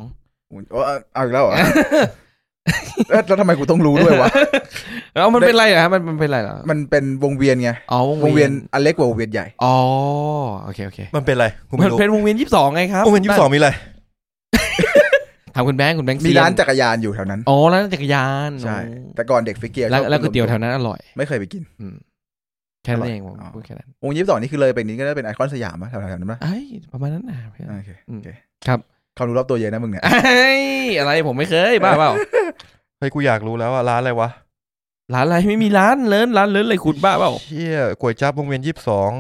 C: อุ๊ยโอ้เอาเอาอีกแล้วเหร อ เอ๊ะแล้วทำไมกูต้องรู้ด้วยวะ
D: แล้วมัน
C: ได้
D: เป็นไรเหรอฮะมันมันเป็นไรเหรอ
C: มันเป็นวงเวียนไง
D: อ๋อ
C: ว
D: ว
C: ง
D: ง
C: เวี
D: เวี
C: ย
D: ย
C: น
D: น
C: อันเล็กกว่าวงเวียนใหญ่
D: อ๋อโอเคโอเค
E: มันเป็นอะไรกู
D: มั
E: ไม่
D: น
E: รู้
D: เป็นวงเวียนยี่สิบสองไงครับ
E: โอ้เงินยี่สิบสองมีอะไร
D: ถามคุณแบงค์คุณแบงค์
C: มี
D: เซีย
C: ร้านจักรยานอยู่แถวนั้น
D: อ๋อร้านจักรยาน
C: ใช่
D: อ๋อ
C: แต่ก่อนเด็กฟิกเกียร์
D: แล้ว
C: ชอบ
D: แล้วก๋วยเตี๋ยวแถวนั้นอร่อย
C: ไม่เคยไปกิน
D: อืมแค่
C: อร่
D: นั้
C: อน ย
D: เองผม
C: อ๋อ
D: พูดแค่นั้น
C: วงยี่สิบสองนี่คือเลยไปนี้ก็ได้เป็นไอคอนสยามปะแถวๆนั้นปะ
D: ไอ้ยประมาณนั้นนะเพื่อน
C: อ่าโอเค
D: อืม
C: โอเค
D: ครับ
C: ความรู้รอบตัวเยอะนะมึงเนี่ย
D: ไอ้ยอะไรผมไม่เคยบ้าเปล่า
E: เฮ้ยกูอยากรู้แล้วว่าร้านอะไรวะ
D: ร้านอะไรไม่มีร้านเลินร้านเลินเลยคุณบ้าเปล่า
E: เชี่ยก๋วยจั๊บวงเวียนยี่สิบสอง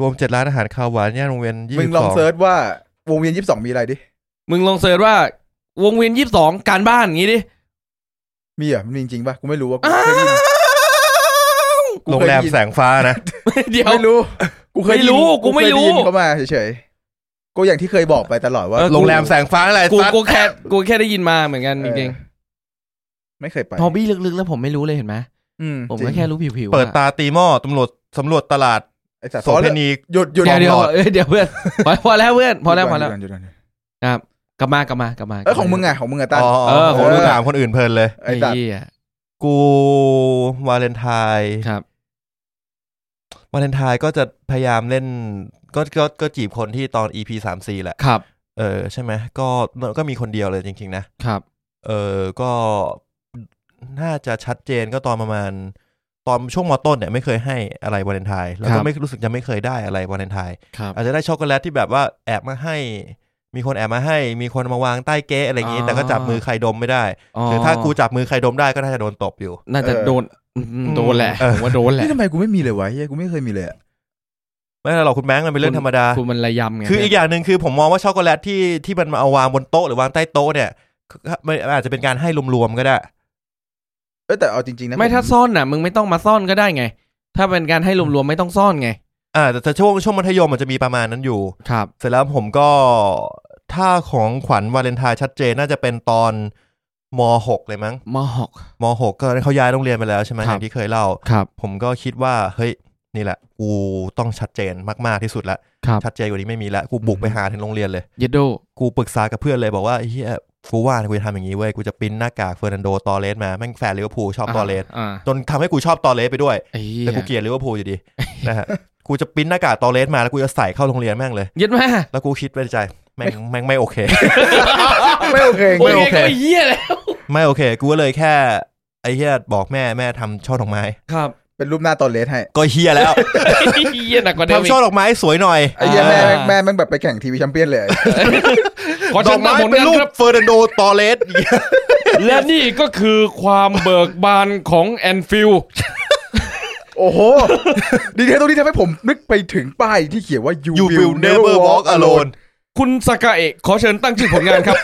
E: รวมเจ็ดร้านอาหารคาวหวานย่านวงเวียนยี่
C: มึง
E: สิบ
C: ล
E: ส
C: อง
E: อง
C: เซิร์ชว่าวงเวียนยี่สิบสองมีอะไรดิ
D: มึงลองเสิร์ชว่าวงเวียนยี่สิบสองการบ้านอย่างงี้ดิ
C: มีเหรอ่ะมันมีจริงๆปะกูไม่รู้ว่ากู
D: อ้า
C: เคยได้ยิน
D: ว
C: กูเคย
E: โรงแรมแสงฟ้านะ
D: เดี๋ยว
C: ไม่รู้ กูเคย
D: ไม่รู้กูไม่รู้
C: เคยด้ยินเขามาเฉยๆ กูอย่างที่เคยบอกไปตลอดว่า
D: เออ
E: โรงแรมแสงฟ้าอะไร
D: กู
E: สัตว์
D: กูแค่กูแค่ได้ยินมาเหมือนกันจริง
C: เออไม่เคยไป
D: ๆฮอบบี้ลึกๆ แล้วผมไม่รู้เลยเห็นไหม
C: อืม
D: ผม
C: จริ
D: ก็
C: ง
D: แค่รู้ผิวๆ
E: เปิด
D: อะ
E: ตาตีหม้อตำรวจสำรวจตลาด
C: ไอ้สัตว์
E: โสเภณี
C: หยุดหยุด
D: เดี๋ยว
C: หยุ
D: เดี๋ยว
C: ก่
D: เอ้ยเดี๋ยวเพื่อนพอพอแล้วเพื่อนพอแล้
C: ห
D: ว
C: ยุด
D: พ
C: ก่
D: อแล้ว
C: หยุดก่อนหยุดก่อน
D: กลับมากลับมากลับมา
C: เออของมึงไงของมึงอะตั้น
E: อ๋อ
D: เออของ
E: กู
D: มึง
C: เออ
E: ถามคนอื่นเพลินเลย
C: ไอ้
D: ไอ้
C: สัตว์
D: เหี้ย
E: กูวาเลนไทน์
D: ครับ
E: วาเลนไทน์ก็จะพยายามเล่น ก็ก็ก็จีบคนที่ตอน EP สามสี่แหละ
D: ครับ
E: เออใช่ไหมก็ก็มีคนเดียวเลยจริง ๆ นะ
D: ครับ
E: เออก็น่าจะชัดเจนก็ตอนประมาณ ตอนช่วงมต้นเนี่ยไม่เคยให้อะไรวาเลนไทน์แล้ว
D: ครั
E: ก็
D: บ
E: ไม่รู้สึกจะไม่เคยได้อะไรวาเลนไทน์
D: ครับ
E: อาจจะได้ช็อกโกแลตที่แบบว่าแอบมาให้ มีคนแอบมาให้ มีคนมาวางใต้เก๊ะอะไรอย่างงี้
D: อ๋อ
E: แต่ก็จับมือใครดมไม่ได้
D: อ๋อ
E: คือถ้ากูจับมือใครดมได้ก็น่าจะโดนตบอยู่
D: น่าจะโดนอืมโดนแหละ
E: เออ
D: ผมว่าโดนแหละ
C: นี่ทำไมกูไม่มีเลยวะเฮียกูไม่เคยมีเลยอะ
E: ไม่เป็นไรหรอกคุณแบงค์มันเป็นเรื่องธรรมดา
D: คุณมันระยำไง
E: คืออีกอย่างหนึ่งคือผมมองว่าช็อกโกแลตที่ที่มันมาเอาวางบนโต๊ะหรือวางใต้โต๊ะเนี่ยมันอาจจะเป็นการให้รวมๆก็ได้
C: เออแต่เอาจริงๆนะ
D: ไม่
C: ผ
D: ถ้าซ่อนน่ะ มึงไม่ต้องมาซ่อนก็ได้ไง ถ้าเป็นการให้รวมๆไม่ต้องซ่อนไง
E: อ่าแต่แต่ช่วงช่วงมัธยมมันจะมีประมาณนั้นอยู่
D: ครับ
E: เสร็จแล้วผมก็ถ้าของขวัญวาเลนไทน์ชัดเจนน่าจะเป็นตอนม .6 เลยมั้ง
D: มหอก
E: ม .6 ก็เขาย้ายโรงเรียนไปแล้วใช่ไหม
D: ค
E: อ
D: รับ
E: ย่างที่เคยเล่า
D: ครับ
E: ผมก็คิดว่า เฮ้ย นี่แหละ กูต้องชัดเจนมากๆที่สุดละ
D: ครับ
E: ชัดเจนกว่านี้ไม่มีละกูบุกไปหาถึงโรงเรียนเลย
D: เยดโด
E: กูปรึกษากับเพื่อนเลยบอกว่าเฮียกูว่านะกูจะทำอย่างนี้เว้ยกูจะปริ้นหน้ากากเฟอร์นันโดตอเลสมาแม่งแฟนลิเวอร์พูลชอบตอเลส
D: อ่า
E: จนทำให้กูชอบตอเลสไปด้วย
D: ไอ้เหี้ย
E: แต่กูเกลียดลิเวอร์พูลอยู่ดี นะฮะกูจะปริ้นหน้ากากตอเลสมาแล้วกูจะใส่เข้าโรงเรียนแม่งเลย
D: เย็ดแม่
E: แล้วกูคิดไว้ในใจแม่งแม่งไม่โอเค
C: ไม่โอเคจริง
D: ไม่โอเคไอ้เหี้ยเลย
E: ไม่โอเค กูก็เลยแค่ ไอ้เฮียบอกแม่แม่ทำช่อดอกไม้
D: ครับ
C: เป็นรูปหน้าตอนเลสให้
E: ก็เฮีย แล้ว
D: เหี้ยหนักกว่าเดิมอี
E: ทำ
D: ก
E: ช่อดอกไม้สวยหน่อย
C: ไอ้เหี้ย
D: อ่า
C: แม่แม่งแม่แม่งแบบไปแข่งทีวีแชมเปี้ยนเลย
D: ขอ
E: ด
D: ช
E: อ
D: ม
E: ก
D: ตา
E: ไม้
D: ผล
E: เป็น
D: งาน
E: รู
D: ค
E: ป
D: รับ
E: เฟอร์นันโดตอเลสเหี้ย
D: และนี่ก็คือความเบิกบานของแอนฟิลด์
C: โอ้โห ดีเทลตรงนี้ทำให้ผมนึกไปถึงป้ายที่เขียนว่า you,
E: ยู
C: will
E: วิลเนเวอ
C: never
E: ร์วอล์
C: walk
E: กอโล
C: alone
E: น
D: คุณสากาเอะขอเชิญตั้งชื่อผลงานครับ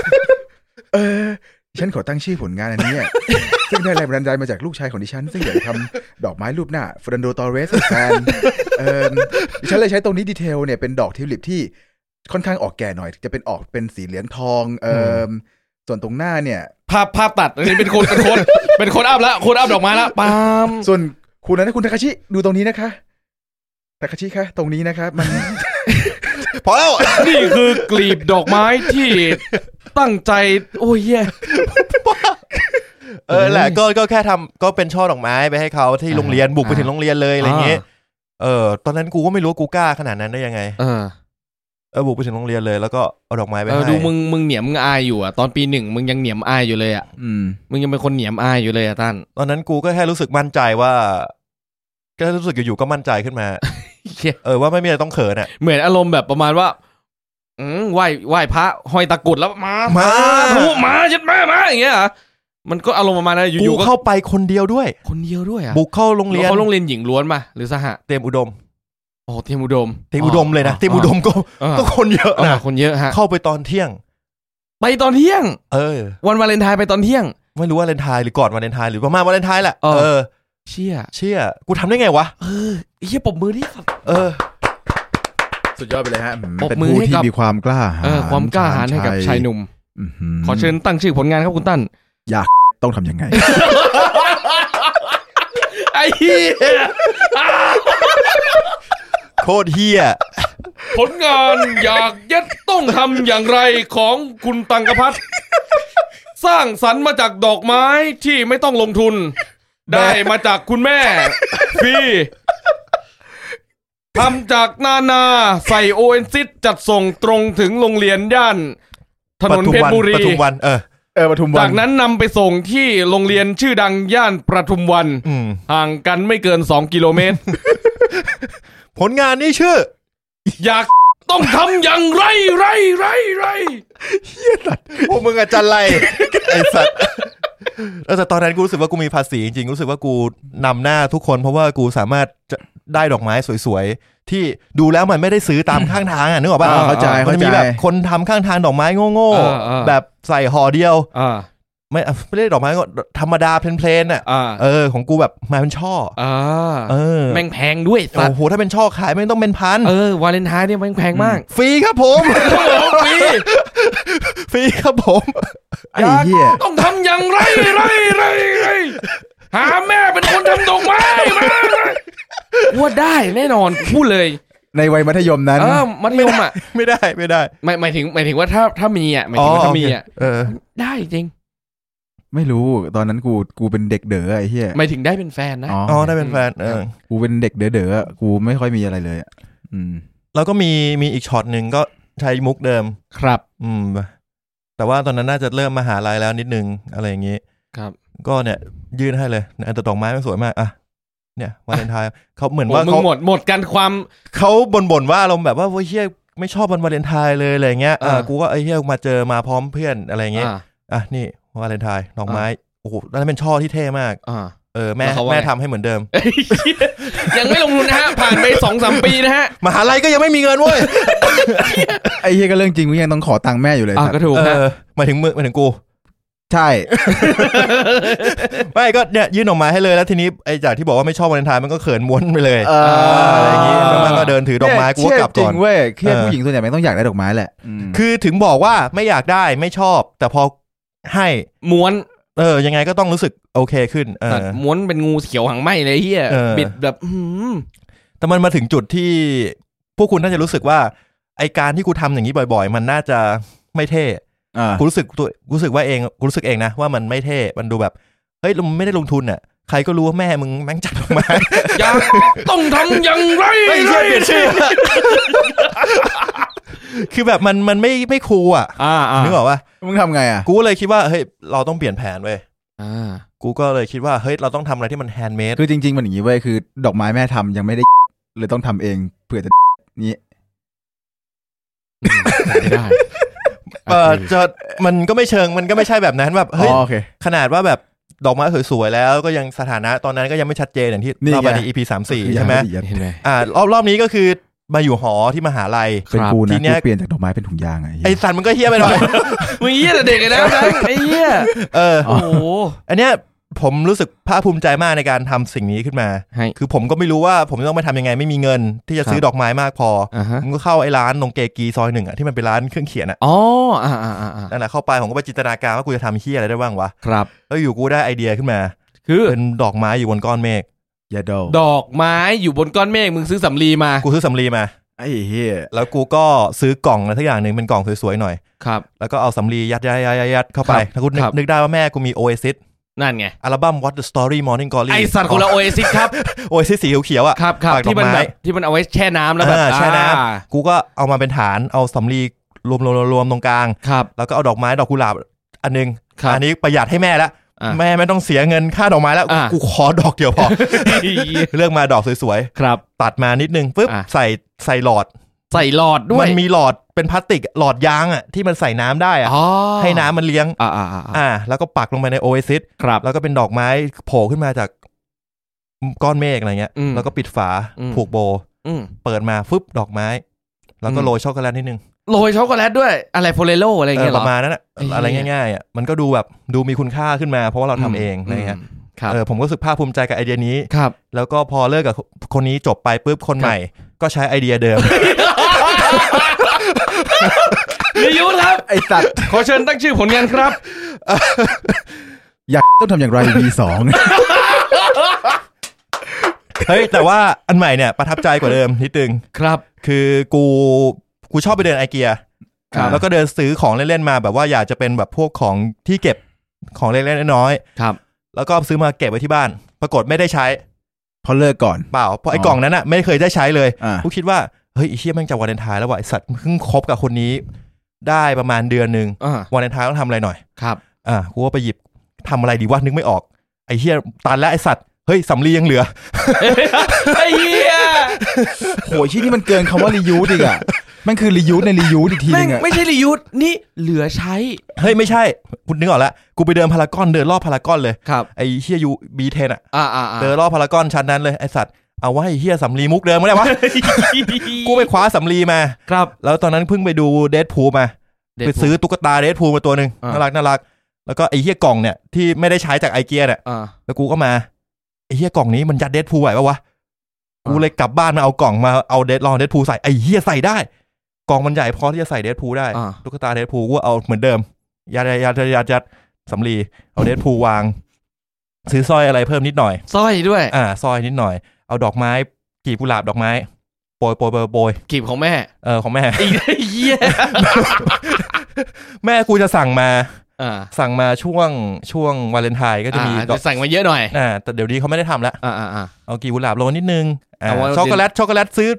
C: เออ ฉันขอตั้งชื่อผลงานอันนี้อะ ซึ่งได้แรงบันดาลใจมาจากลูกชายของดิฉัน ซึ่งอยากจะทำดอกไม้รูปหน้าฟรันโดตอเรสแฟนเอิ่มดิฉันเลยใช้ตรงนี้ดีเทลเนี่ยเป็นดอกทิวลิปที่ค่อนข้างออกแก่หน่อย จะเป็นออกเป็นสีเหลืองทองเอ่มส่วนตรงหน้าเนี่ย
D: ภาพภาพตัดอันนี้เป็นคนเป็นคน เป็นคนอัพแล้วคนอัพดอกไม้แล้วปาม
C: ส่วนคุณนะคุณทาคาชิดูตรงนี้นะคะทาคาชิคะตรงนี้นะคะมัน
E: พอ แล้ว
D: นี่คือกลีบดอกไม้ที่ตั้งใจ โอ้ยเหี้ย
E: เออแหละก็ก็แค่ทำก็เป็นช่อดอกไม้ไปให้เขาที่โรงเรียนบุกไปถึงโรงเรียนเลยอะไรอย่างเงี้ยเออตอนนั้นกูก็ไม่รู้ว่ากูกล้าขนาดนั้นได้ยังไง
D: อ่า
E: เออบุกไปถึงโรงเรียนเลยแล้วก็เอาดอกไม้ไป
D: เออ
E: ให้
D: ดูมึงมึงเหนียมอายอยู่อ่ะตอนปีหนึ่งมึงยังเหนียมอายอยู่เลยอ่ะ
C: อืม
D: มึงยังเป็นคนเหนียมอายอยู่เลยอ่ะท่าน
E: ตอนนั้นกูก็แค่รู้สึกมั่นใจว่าก็รู้สึกอยู่ๆก็มั่นใจขึ้นมา
D: เหี้ย
E: เออว่าไม่มีอะไรต้องเขินอ่ะ
D: เหมือนอารมณ์แบบประมาณว่า อืมไหว้ไหว้พระห้อยตะกรุดแล้วมา
E: มา
D: ทุมายัดมามาอย่างเงี้ยเหรอมันก็อารมณ์ประมาณนั้นอ
E: กู
D: ยู่ๆก็
E: เข้าไปคนเดียวด้วย
D: คนเดียวด้วยอ่ะ
E: บุกเข้าโรงเรียน
D: เขาโรงเรียนหญิงล้วนมาหรือสหะ
E: เตรียมอุดม
D: โอ้เทียมอุดม
E: เตรียมอุดมเลยนะเตรียมอุดมก็
D: อ่า
E: ก็คนเยอะ
D: อ่า
E: นะ
D: คนเยอะฮะ
E: เข้าไปตอนเที่ยง
D: ไปตอนเที่ยง
E: เออ
D: วันวาเลนไทน์ไปตอนเที่ยง
E: ไม่รู้ว่าเลนไทน์หรือก่อนวันเลนไทน์หรือประมาณวันเลนไทน์แหละ
D: เออ
E: เออ
D: เชี่ย
E: เชี่ยกูทำได้ไงวะ
D: เออเฮียปรบมือดิ
E: เออ
C: สุดยอดไปเลยฮะอืม
D: ปรบ
C: เป็น
D: มือ
C: ผู้
D: ให้
C: ที่
D: กับ
C: มีความกล้าหาญ
D: เออความกล้าหาญให้กับชายหนุ่ม
C: อื้อหื
D: ขอเชิญตั้งชื่อผลงานครับคุณตั้น
C: ต้องทำยังไง
D: ไอ้เหี้ย
E: โคตรเฮีย
D: ผลงานอยากยัดต้องทำอย่างไรของคุณตังกพัฒน์สร้างสรรค์มาจากดอกไม้ที่ไม่ต้องลงทุน ได้มาจากคุณแม่ฟรีทำจากนานาใส่โอเอนซิสจัดส่งตรงถึงโรงเรียนย่านถนน
E: ทุม
D: เพชร
E: วั
D: บุรี
E: ปทุมวันเออ
C: เออปทุมวั
D: จาน กนั้นนำไปส่งที่โรงเรียนชื่อดังย่านประทุมวัน
E: อืม
D: ห่างกันไม่เกิน 2 กิโลเมตร
E: ผลงานนี่ชื่อ
D: อยากต้องทำอย่างไรไรไรไร
E: พวกมึงอาจารย์ไร ไอสัตว์แล้วแต่ตอนนั้นกูรู้สึกว่ากูมีภาษีจริงๆ รู้สึกว่ากูนำหน้าทุกคนเพราะว่ากูสามารถจะได้ดอกไม้สวยๆ ที่ดูแล้วมันไม่ได้ซื้อตามข้างทางอ่ะนึกออกป่ะ
D: อ่า
C: เข้าใจ
E: มั
C: เข้า
E: จะ
C: ใจ
E: มีแบบคนทำข้างทางดอกไม้โง่
D: อ่าอ่า
E: ๆ แบบใส่ห่อเดียว
D: อ่า
E: ไม่อ่ะไม่ได้ดอกไม้ก็ธรรมดาเพลนๆน่ะ
D: อ่า
E: เออ ของกูแบบมาเป็นช่อ
D: อ่า
E: เออ
D: แม่งแพงด้วยสัต
E: โอ้
D: ว์
E: โหถ้าเป็นช่อขายไม่ต้องเป็นพัน
D: เออ วาเลนไทน์เนี่ยแม่งแพงมาก
E: ฟรีครับผม ฟรี ฟรีครับผม
C: ไอ้เหี้ย
D: ต้องทำอย่างไรไรไรไรหาแม่เป็นคนทำดอกไม้มาว่าได้แน่นอนพูดเลย
C: ในวัยมัธยมนั้น
D: เออมัธยมอ่ะ
E: ไม่ได้ไม่ได้
D: หมายหมายถึงหมายถึงว่าถ้าถ้ามีอ่ะหมายถึงว่าถ้ามีอ่ะ
E: เออ
D: ได้จริง
C: ไม่รู้ตอนนั้นกูกูเป็นเด็กเด๋อไอ้เหี้ย
D: หมายถึงได้เป็นแฟนนะ
C: อ๋อ
E: อ๋อได้เป็นแฟนเออ
C: กูเป็นเด็กเด๋อเด๋อๆกูไม่ค่อยมีอะไรเลยอะอืม
E: แล้วก็มีมีอีกช็อตหนึ่งก็ใช้มุกเดิม
D: ครับ
E: อืม แต่ว่าตอนนั้นน่าจะเริ่มมหาลัยแล้วนิดนึงอะไรอย่างนี้
D: ครับ
E: ก็เนี่ย ยื่นให้เลยเนี่ยอันตดอกไม้มันสวยมากอ่ะเนี่ย วันเลนไทน์เขาเหมือน
D: โอ้
E: ว่า
D: มึง
E: เขา
D: หมดหมดกันความ
E: เขาบ่นบ่นๆว่าเราแบบว่าโอ้ยเฮียไม่ชอบวันวาเลนไทน์เลยอะไรเงี้ยเออ
D: อ่า
E: กูก็ไอ้เฮียมาเจอมาพร้อมเพื่อนอะไรเงี้ย
D: อ่า
E: อ่ะนี่วาเลนไทน์ดอกไม้โอ้โหแล้วนั่นเป็นช่อที่เท่มาก
D: อ่า
E: เออแม่
D: แล้วเขาว่าไง
E: แม่ทำให้เหมือนเดิม
D: เอ้ยยังไม่ลงทุนนะฮะ ผ่านไปสองสามปีนะฮะ
E: มหาลัยก็ยังไม่มีเงินเว้ย
C: ไอ้เหี้ยก็เรื่องจริงกูยังต้องขอตังค์แม่อยู่เลย
D: อ่ะ
C: สัตว์
D: ก็ถูก
E: เอ
D: ฮะ
E: อหมายถึงมึงหมายถึงกู
C: ใช่
E: ไม่ก็เนี่ยยื่นออกมาให้เลยแล้วทีนี้ไอ้จากที่บอกว่าไม่ชอบวาเลนไทน์มันก็เขินม้วนไปเลย
C: เออ
E: อะไรอย่างงี้
C: เ
E: แล้วมันก็เดินถือดอกไม้กูก็กลับ
C: เชี่ยจริ
E: ก่อน
C: งเว้ยเครียด
E: เออ
C: ผู้หญิงส่วนใหญ่แม่งต้องอยากได้ดอกไม้แหละอืม
E: คือถึงบอกว่าไม่อยากได้ไม่ชอบ แต่พอให้
D: ม้วน
E: เออ ยังไงก็ต้องรู้สึกโอเคขึ้น เอ
D: แต่
E: อ
D: ม้วนเป็นงูเขียวหางไหมเลยเฮีย
E: เออ
D: บิดแบบอื้อหือ
E: แต่มันมาถึงจุดที่พวกคุณน่าจะรู้สึกว่า ไอการที่กูทำอย่างนี้บ่อย ๆ มันน่าจะไม่เท่
C: อ่า
E: กูรู้สึกตัวกูรู้สึกว่าเองกูรู้สึกเองนะว่ามันไม่เท่มันดูแบบเฮ้ยมันไม่ได้ลงทุนอ่ะใครก็รู้ว่าแม่มึงแม่งจัดออกมา
D: อยากต้องทำอย่างไร
E: ไม่ใช่เปลี่ยนชื่อ คือแบบมันมันไม่ไม่คูลอ่ะ
D: อ่าอ่า
E: นึกออกปะ
C: มึงทำไงอ่ะ
E: กูเลยคิดว่าเฮ้ยเราต้องเปลี่ยนแผนเว้ย
D: อ่า
E: กูก็เลยคิดว่าเฮ้ยเราต้องทำอะไรที่มันแฮนด์เมด
C: คือจริง ๆ มันอย่างงี้เว้ยคือ ดอกไม้แม่ทำยังไม่ได้ เลยต้องทำเองเผื่อจะนี้
D: ไม่ได้
E: เออจะมันก็ไม่เชิงมันก็ไม่ใช่แบบนั้นแบบ
C: อ๋
E: เฮ้ย
C: อโอเค
E: ขนาดว่าแบบดอกไม้สวยๆแล้วก็ยังสถานะตอนนั้นก็ยังไม่ชัดเจนอย่างที่
C: นี่ไง
E: เราไปใน EP สามสี่ใช่ไหม
C: ละเอียด
D: เห็นไหม
E: อ่ารอบรอบนี้ก็คือมาอยู่หอที่มหาลัย
C: เป็นกู
E: ที
C: นะ
E: เนี้
C: กู
E: ย
C: เปลี่ยนจากดอกไม้เป็นถุงยางไง
E: ไอสันมันก็เฮี้ยไปหน่อย
D: มึงเฮียแต่เด็กเลยนะไอ้เฮีย
E: เออ
D: โอ้โห
E: อันเนี้ย ผมรู้สึกภาคภูมิใจมากในการทำสิ่งนี้ขึ้นมา
D: ให้
E: คือผมก็ไม่รู้ว่าผมจะต้องไปทำยังไงไม่มีเงิน ที่จะซื้
D: ค
E: อ
D: รับ
E: ดอกไม้มากพอ
D: อ่าฮะ
E: ผมก็เข้าไอ้ร้านตรงเกกีซอยหนึ่งอะที่มันเป็นร้านเครื่องเขียนอะ
D: อ๋ออ่าอ่าอ่าอ่า
E: นั่นแหละเข้าไปผมก็ไปจินตนาการว่ากูจะทำเฮียอะไรได้บ้างวะ
D: ครับ
E: แล้วอยู่กูได้ไอเดียขึ้นมา
D: คือ
E: เป็นดอกไม้อยู่บนก้อนเมฆ
C: อย่าโดน
D: ดอกไม้อยู่บนก้อนเมฆมึงซื้อสำลีมา
E: กูซื้อสำลีมา
C: ไอ้เหี้ย
E: แล้วกูก็ซื้อกล่องอะไรทักอย่างหนึ่งเป็นกล่องสวยๆหน่อย
D: ครับ
E: แล้วก็เอาสำลียัดยัดยัดยัดยัดเข้าไป
D: ครับ
E: แล้วกูนึก
D: ครับ
E: นึกได้ว่าแม่กูมี Oasis
D: นั่นไง
E: อัลบั้ม What the Story Morning Glory
D: ไอสัตว์คนละโอเอซิสครับ
E: Oasis สีเขียวๆอ่ะ
D: ครับครับ
E: ปากดอก
D: ที่มัน
E: ไม้
D: แบบที่มันเอาไว้แช่น้ำแล้วแบบ
E: อ่าแช่น้ำ
D: อ่า
E: กูก็เอามาเป็นฐานเอาสำลีรวมๆรวมๆตรงกลาง
D: ครับ
E: แล้วก็เอาดอกไม้ดอกกุหลาบอันนึง
D: ครับ
E: อันนี้ประหยัดให้แม่ละ
D: อ่ะ
E: แม่ไม่ต้องเสียเงินค่าดอกไม้แล้ว
D: อ่ะ
E: กูขอดอก เดียวพอ เลือกมาดอกสวย
D: ครับ
E: ๆตัดมานิดนึงปุ๊บ
D: อ่ะ
E: ใส่ใส่หลอด
D: ใส่หลอดด้ว
E: มั
D: ย
E: นมีหลอดเป็นพลาสติกหลอดยางอ่ะที่มันใส่น้ำได้อ่ะ
D: อ๋อ
E: ให้น้ำมันเลี้ยง
D: อ่าอ่าอ่าอ่า
E: อ่า แล้วก็ปักลงไปในโอเอซิส
D: ครับ
E: แล้วก็เป็นดอกไม้โผล่ขึ้นมาจากก้อนเมฆอะไรเงี้ย
D: อืม
E: แล้วก็ปิดฝา
D: อืม
E: ผูกโบ
D: อืม
E: เปิดมาฟึบดอกไม้ แล้วก็
D: อืม
E: โรยช็อกโกแลตนิดนึง
D: โรยช็อกโกแลตด้วยอะไรโฟเรโลอะไรอย่าง
E: เออ
D: เงี้ยเหร
E: ป
D: อ
E: ระมาณนั้นอะ
D: ไอ้เหี้ย
E: อะไรง่ายๆอ่ะมันก็ดูแบบดูมีคุณค่าขึ้นมา เพราะว่าเราทำเองอะไรเงี้
D: ม
E: ย
D: ครับ
E: เออผมก็รู้สึกภาคภูมิใจกับไอเดียนี้
D: ครับ
E: แล้วก็พอเลิกกับคนนี้จบไปปุ๊บคน
D: ครับ
E: ใหม่ ก็ใช้ไอเดียเดิม
D: นิยุทธครับ
C: ไอ้สัตว์
D: ขอเชิญตั้งชื่อผลงานครับ
C: อยากต้องทำอย่างไร V2
E: เฮ้ยแต่ว่าอันใหม่เนี่ยประทับใจกว่าเดิมนิดนึง
D: ครับ
E: คือกูกูชอบไปเดินไอเกีย
D: ครับ
E: แล้วก็เดินซื้อของเล่นๆมาแบบว่าอยากจะเป็นแบบพวกของที่เก็บของเล่นๆน้อย
D: ครับ
E: ๆแล้วก็ซื้อมาเก็บไว้ที่บ้าน ปรากฏไม่ได้ใช้
C: เพราะเลิกก่อน
E: เปล่าเพราะไอ้
C: อ๋อ
E: กล่องนั้นอะไม่เคยได้ใช้เลย
C: อ่า
E: กูคิดว่าเฮ้ยไอ้เชี่ยแม่งจะวันเลนไทายแล้วว่ะไอ้สัตว์เพิ่งคบกับคนนี้ ได้ประมาณเดือนหนึ่ง
D: อ่า
E: วันเลนไทายต้องทำอะไรหน่อย
D: ครับ
E: อ่ากูก็ไปหยิบทำอะไรดีวะนึกไม่ออกไอ้เชี่ยตันแล้วไอ้สัตว์เฮ้ยสำลียังเหลือ
D: ไอ้เหี้ย
C: โหยที่นี่มันเกินคำว่ารียูดอีกอ่ะมันคือรียูดในรียูดอีกที
D: แม่
C: นึ
D: ง
C: งอ่ะ
D: ไม่ใช่นิยุทธนี่เหลือใช้
E: เฮ้ยไม่ใช่คุณนึกออกแล้วกูไปเดินพารากอนเดินรอบพารากอนเลย
D: ครับ
E: ไอ้เชี่ยยูบีเทนอะ
D: อ่าอ่าอ่า
E: เจอรอบพารากอนชั้นนั้นเลยไอสัตว์เอาว่าไอ้เฮียสำลีมุกเดิมไม่ได้วะ กูไปคว้าสำลีมา
D: ครับ
E: แล้วตอนนั้นเพิ่งไปดูเดดพูมาไปซื้อตุ๊กตาเดดพูมาตัวหนึ่งน่ารักน่ารัก แล้วก็ไอเฮียกล่องเนี่ยที่ไม่ได้ใช้จากไอเกียเนี่ย
D: อ่า
E: แล้วกูก็มาไอเฮียกล่องนี้มันยัดเดดพูไหวปะวะ
D: อ่ากู
E: กูเลยกลับบ้านมาเอากล่องมาเอาเดดลองเดดพูใส่ไอเฮียใส่ได้ กล่องมันใหญ่พอที่จะใส่เดดพูได้
D: อ่า
E: ตุ๊กตาเดดพูกูเอาเหมือนเดิมยัดยัดยัดยัดยัดสำลีเอาเดดพูวาง ซื้อสร้อยอะไรเพิ่มนิดหน่อย
D: สร้อยด้วย
E: อ่าซอยนิดหน่อย เอาดอกไม้กลีบกุหลาบดอกไม้โปรยโปรยโปรยโปรย
D: กีบของแม่
E: เออของแม่
D: ไอ้เหี้ย
E: แม่กูจะสั่งมา
D: อ่า
E: สั่งมาช่วงช่วงวาเลนไทน์ก็จะมี
D: อ่า
E: ดอ
D: จะ
E: ก
D: สั่งมาเยอะหน่อย
E: อ่าแต่เดี๋ยวนี้เขาไม่ได้ทำละ
D: อ่าอ่าอ่า
E: เอากลีบกุหลาบโรยนิดนึงอ่า
D: เอาไว้
E: ช็อกโกแลตช็อกโกแลตซื้อ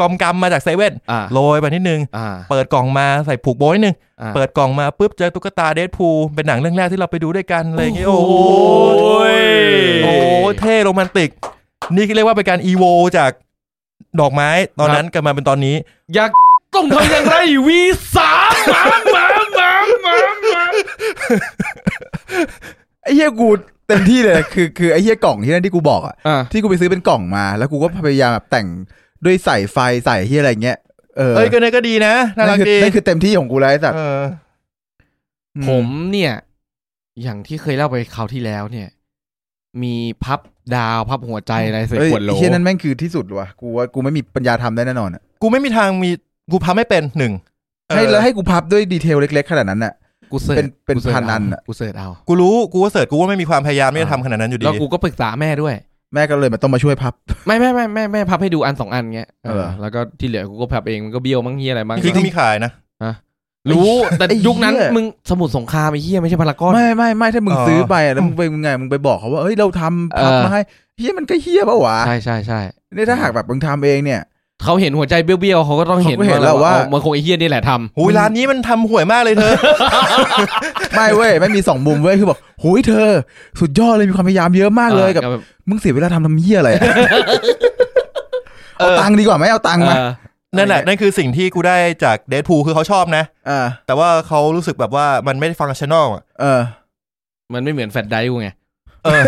E: กอมกำมาจากเซเว่น
D: อ่า
E: โรยไปนิดนึง
D: อ่า
E: เปิดกล่องมาใส่ผูกโบยนิดนึง
D: อ่า
E: เปิดกล่องมาปุ๊บเจอตุ๊กตาเดดพูลเป็นหนังเรื่องแรกที่เราไปดูด้วยกันอะไรอย่างเงี้ยโอ้โห
D: โอ้ย
E: โอ้เท่โรแมนติก นี่ก็เรียกว่าเป็นการอีโวจากดอกไม้ตอนนั้นกลันมาเป็นตอนนี้
D: อยากต้องทำอย่างไรวีสามมามามามามา
C: ไอ้เหี้ยกูเต็มที่เลย คือคือไอ้เหี้ยกล่องที่นั่นที่กูบอกอ่ะ
D: อ่า
C: ที่กูไปซื้อเป็นกล่องมา แล้วกูก็พยายามแบบแต่งด้วยใส่ไฟใส่เหี้ยอะไรเงี้ยเออ
E: เอ้ยก็เนี่ยก็ดีนะน่ารัก
C: คือ
E: ดี
C: นั่นคือเต็มที่ของกูแล้วไอ้สัตว์
E: เออ
D: ผมเนี่ย อย่างที่เคยเล่าไปคราวที่แล้วเนี่ย มีพับดาวพับหัวใจอะไรใส่
C: เอ้ย
D: ขวดโหล
C: ไอ้เหี้ยนั่นแม่งคือที่สุดว่ะกูว่ากูไม่มีปัญญาทำได้แน่นอนอะ
E: กูไม่มีทางมีกูพับไม่เป็นหนึ่งเออ
C: ให้แล้วให้กูพับด้วยดีเทลเล็ก ๆ ขนาดนั้นอ่ะ
D: กูเสิร์ช
C: เป็นเป็น
D: กูสิร์ช
C: พันอัน
D: เา
C: อะ
D: กูเสิร์ชเอา
E: กูรู้กูว่าเสิร์ชกูว่าไม่มีความพยายามที่จะทำขนาดนั้นอยู่ดี
D: แล้วกูก็ปรึกษาแม่ ด้วย
C: แม่ก็เลยมาต้องมาช่วยพับ
D: ไม่ไม่ไม่แม่แม่พับให้ดูอันสองอันเงี้ยเอ
C: เอ
D: อ
C: อ
D: แล้วก็ที่เหลือกูก็พับเองมันก็เบี้ยวมั้งเฮียอะไรมั้ง
E: จริงๆก็มีขายนะ
D: รู้ แต่
C: ไอ้เหี้ย
D: ยุคนั้นมึงสมุดสงครามไอ้เฮียไม่ใช่พารากอน
C: ไม่ไม่ไม่ถ้ามึง
E: เออ
C: ซื้อไปอะแล้วมึงไปมึงไงมึงไปบอกเขาว่าเอ้ยเราทำพับ
D: เออ
C: มาให้เฮียมันก็เฮียปะวะ
D: ใช่ใช่ใช่
C: เนี่ยถ้าหากแบบมึงทำเองเนี่ย
D: เขาเห็นหัวใจเบี้ยวๆเขาก็ต้องเห็น
C: เขาก็เห็นแล้วว่า
D: เอมันคงไอ้เฮียนี่แหละทำ
E: หูยร้านนี้มันทำห่วยมากเลยเธ อ
C: ไม่เว้ยไม่มีสองมุมเว้ยคือบอกโหยเธอ สุดยอดเลยมีความพยายามเยอะมากเลยกับ มึงเสียเวลาทำทำเฮียอะไรอะ
D: เอ
C: เอา
D: อ
C: ตังค์ดีกว่าไหมเอาตังค์มา
D: เออ
E: นั่นแหละนั่นคือสิ่งที่กูได้จากเดทพูคือเขาชอบนะ
C: อ่า
E: แต่ว่าเขารู้สึกแบบว่ามันไม่ได้ฟังชั่นอล
C: เออ
D: มันไม่เหมือนแฟดไดร์กูไง
E: เอ อ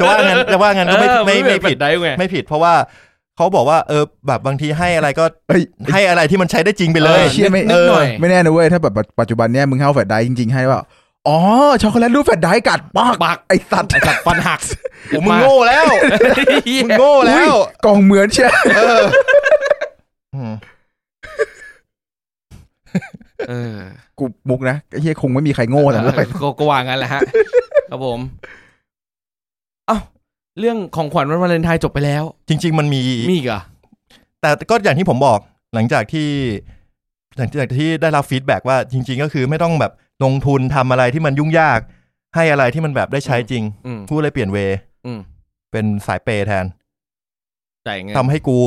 E: จะว่างั้นจะว่างั้นก็ไม่
D: เออ
E: ไม่
D: นเห
E: ไม่
D: อนแฟ
E: ผิด
D: ไดร์กูไง
E: ไม่ผิด เพราะว่าเขาบอกว่าเออแบบบางทีให้อะไรก็
C: เอ้ย
E: ให้อะไรที่มันใช้ได้จริงไปเลย
C: เชี่ยไม่
D: นิดหน่อย
C: ไม่แน่นะเว้ยถ้าแบบปัจจุบันเนี้ยมึงเฮาแฟดได้จริง ๆ ให้ว่า อ๋อช็อกโกแลตรูปแฟดได้กัดปาก
D: ปาก
C: ไอสัตว์
D: ไอ้สัตว์ฟันหัก
E: โอ้มึงโง่แล้วมึงโง่แล้ว
C: อุ๊ยกล่องเหมือนเชีย
E: เออ อืม
D: เออ
C: กูมุกนะไอ้เฮียคงไม่มีใครโง่แต่
D: เอ
C: เราไป
D: อก็ก็วางงั้นแหละฮะ ครับผมเอ้าเรื่องของขวัญวันวาเลนไทน์จบไปแล้ว
E: จริง ๆ มันมี
D: มีอีกเหรอ
E: แต่ก็อย่างที่ผมบอกหลังจากที่หลังจากที่ได้รับฟีดแบ็กว่าจริง ๆ ก็คือไม่ต้องแบบลงทุนทำอะไรที่มันยุ่งยาก ให้อะไรที่มันแบบได้ใช้จริง
D: อืม
E: กูเลยเปลี่ยนเวย์
D: อืม
E: เป็นสายเปย์แทน
D: จ่ายเงิน
E: ทำให้กู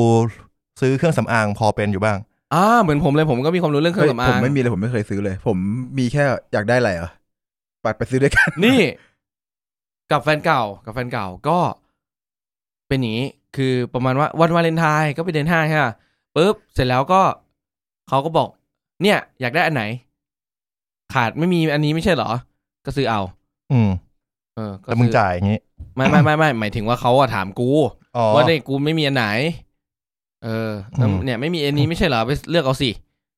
E: ซื้อเครื่องสำอางพอเป็นอยู่บ้าง
D: อ่าเหมือนผมเลยผมก็มีความรู้เรื่องเครื่
C: เฮ้
D: อย งสำอา
C: ผม
D: ง
C: ไม่มีเลยผมไม่เคยซื้อเลย ผมมีแค่อยากได้อะไรเหรอ่ะปัดไปซื้อด้วยกัน
D: นี่ กับแฟนเก่า กับแฟนเก่าก็ เป็นอย่างนี้ คือประมาณว่าวันวาเลนไทน์ก็ไปเดินห้างใช่ไหมปุ๊บเสร็จแล้วก็เขาก็บอก เนี่ย อยากได้อันไหน ขาดไม่มีอันนี้ไม่ใช่เหรอ ก็ซื้อเอา
E: อืม
D: เออก็
E: แต่มึง
D: ซื้อ
E: จ่ายอย่างงี้
D: ไม่ไม่ไม่ไม่หมายถึงว่าเขาอะถามกู
E: อ๋อ
D: ว่าเนี่ยกูไม่มีอันไหน เออแล้ว
E: อืม
D: เนี่ยไม่มีอันนี้ไม่ใช่เหรอไปเลือกเอาสิ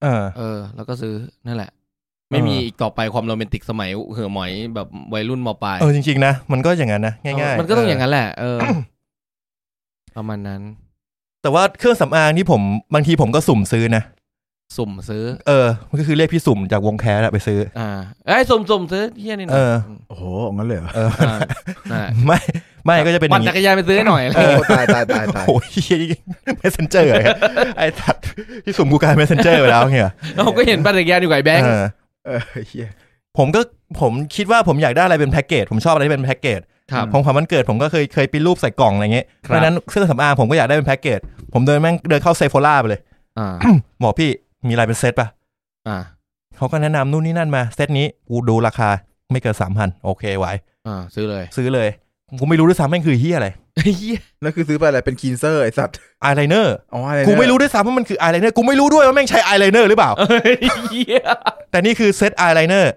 E: เออ
D: เออ แล้วก็ซื้อนั่นแหละ ไม่มี
E: เอออี
D: อีกต่อไปความโรแมนติกสมัยเหื่อหมอยแบบวัยรุ่นมปลาย
E: เออจริง ๆ นะ มันก็อย่างนั้นนะง่ายๆ
D: มันก็ต้องอย่าง
E: นั้น
D: นั้นแหละเออ ประมาณนั้น
E: แต่ว่าเครื่องสำอางที่ผมบางทีผมก็สุ่มซื้อนะ
D: สุ่มซื้อ
E: เออมันก็คือเรียกพี่สุ่มจากวงแคสอะไปซื้อ
D: อ่าไอ้ยสุ่มสุ่มซื้อเฮียนี่หน่
E: เอ
D: อย
E: อ
C: โอ้โหเอางั้นเลยเหรอ
E: เออ
D: อ่านั่นแหละ
E: ไม่ไม่ก็จะเป็นอ
D: ปั่น
E: ย่าง
D: จั
E: งี้
D: กรยานไปซื้อให้หน่อยอะไร
C: โอ้ตายตายตายตาย
E: โอ้ยเหี้ย เมสเซนเจอร์ไอ้สัตว์ที่สุ่มกูกลายเมสเซนเจอร์ไปแล้วเงี้ย
D: เราก็เห็นปั่นจักรยานอยู่กับไอ้แบงค์
E: เออ
C: เออเฮีย
E: ผมก็ผมคิดว่าผมอยากได้อะไรเป็นแพ็กเกจผมชอบอะไรที่เป็นแพ็กเกจ
D: ครับ
E: ของขวัญวันเกิดผมก็เคยเคยปริ้นรูปใส่กล่องอะไรเงี้ย
D: ค
E: เพ
D: รับ
E: ราะฉะนั้นเครื่องสำอางผมก็อยากได้เป็นแพ็กเกจผมเดินแม่งเดินเข้าเซฟโฟล่าไปเลย
D: อ่า
E: บอกพี่มีอะไรเป็นเซตป่ะ
D: อ่า
E: เขาก็แนะนำนู่นนี่นั่นมาเซตนี้กูดูราคาไม่เกินสามพันโอเคไหว
D: อ่า ซื้อเลย
E: ซื้อเลยกูไม่รู้ด้วยซ้ำแม่งคือเฮียอะไร
D: เฮีย
C: นั่นคือซื้อไปอะไรเป็นคีนเซอร์ไอสัตว์
E: อายไลเนอร์
C: อ๋ออะไรนะ
E: กูไม่รู้ด้วยซ้ำว่ามันคืออายไลเนอร์กูไม่รู้ด้วยว่าแม่งใช้อายไลเนอร์หรือเปล่า
D: เฮีย
E: แต่นี่คือเซตอายไลเนอร์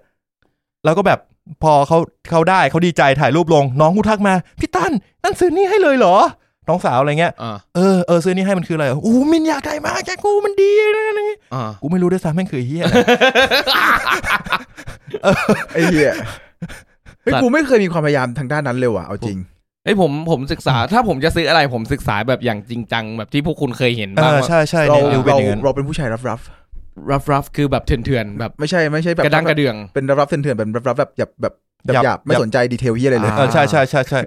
E: แล้วก็แบบพอเขาเขาได้เขาดีใจถ่ายรูปลง น้องกูทักมา พี่ตั้นนั่นซื้อนี่ให้เลยเหรอ น้องสาวอะไรเงี้ย
D: อ่า
E: เออเออซื้อนี่ให้มันคืออะไรอู้มินอยากได้มากแกกูมันดีอะไรเงี้ย
D: อ่า
E: กูไม่รู้ด้วยซ้ำแม่งคือไอ้เฮียอะไร
C: ไอเฮีย เฮ้ย
D: สัตว์
C: กูไม่เคยมีความพยายามทางด้านนั้นเลยว่ะเอาจริง
D: เอ้ยผมผมศึกษาถ้าผมจะซื้ออะไรผมศึกษาแบบอย่างจริงจังแบบที่พวกคุณเคยเห็น
E: เอ
D: บ้าง
E: อ
D: ว่า
E: ใช่ใช่
C: เรา
E: เนี่ยนิวเป็น
C: เรา
E: อย่างนั้น
C: เราเป็นผู้ชายรับรับ
D: รัฟรัฟคือแบบเถื่อนๆแบบ
C: ไม่ใช่ไม่ใช่แบบ
D: กระด้างกระเดือง
C: เป็นรับรับเถื่อนๆเป็นรับรับแบบหยับแบบหยับหยับไม่สนใจดีเทลเฮียอะไรเลย
D: อ่า
E: เออใช่ใช่ใช่ใช่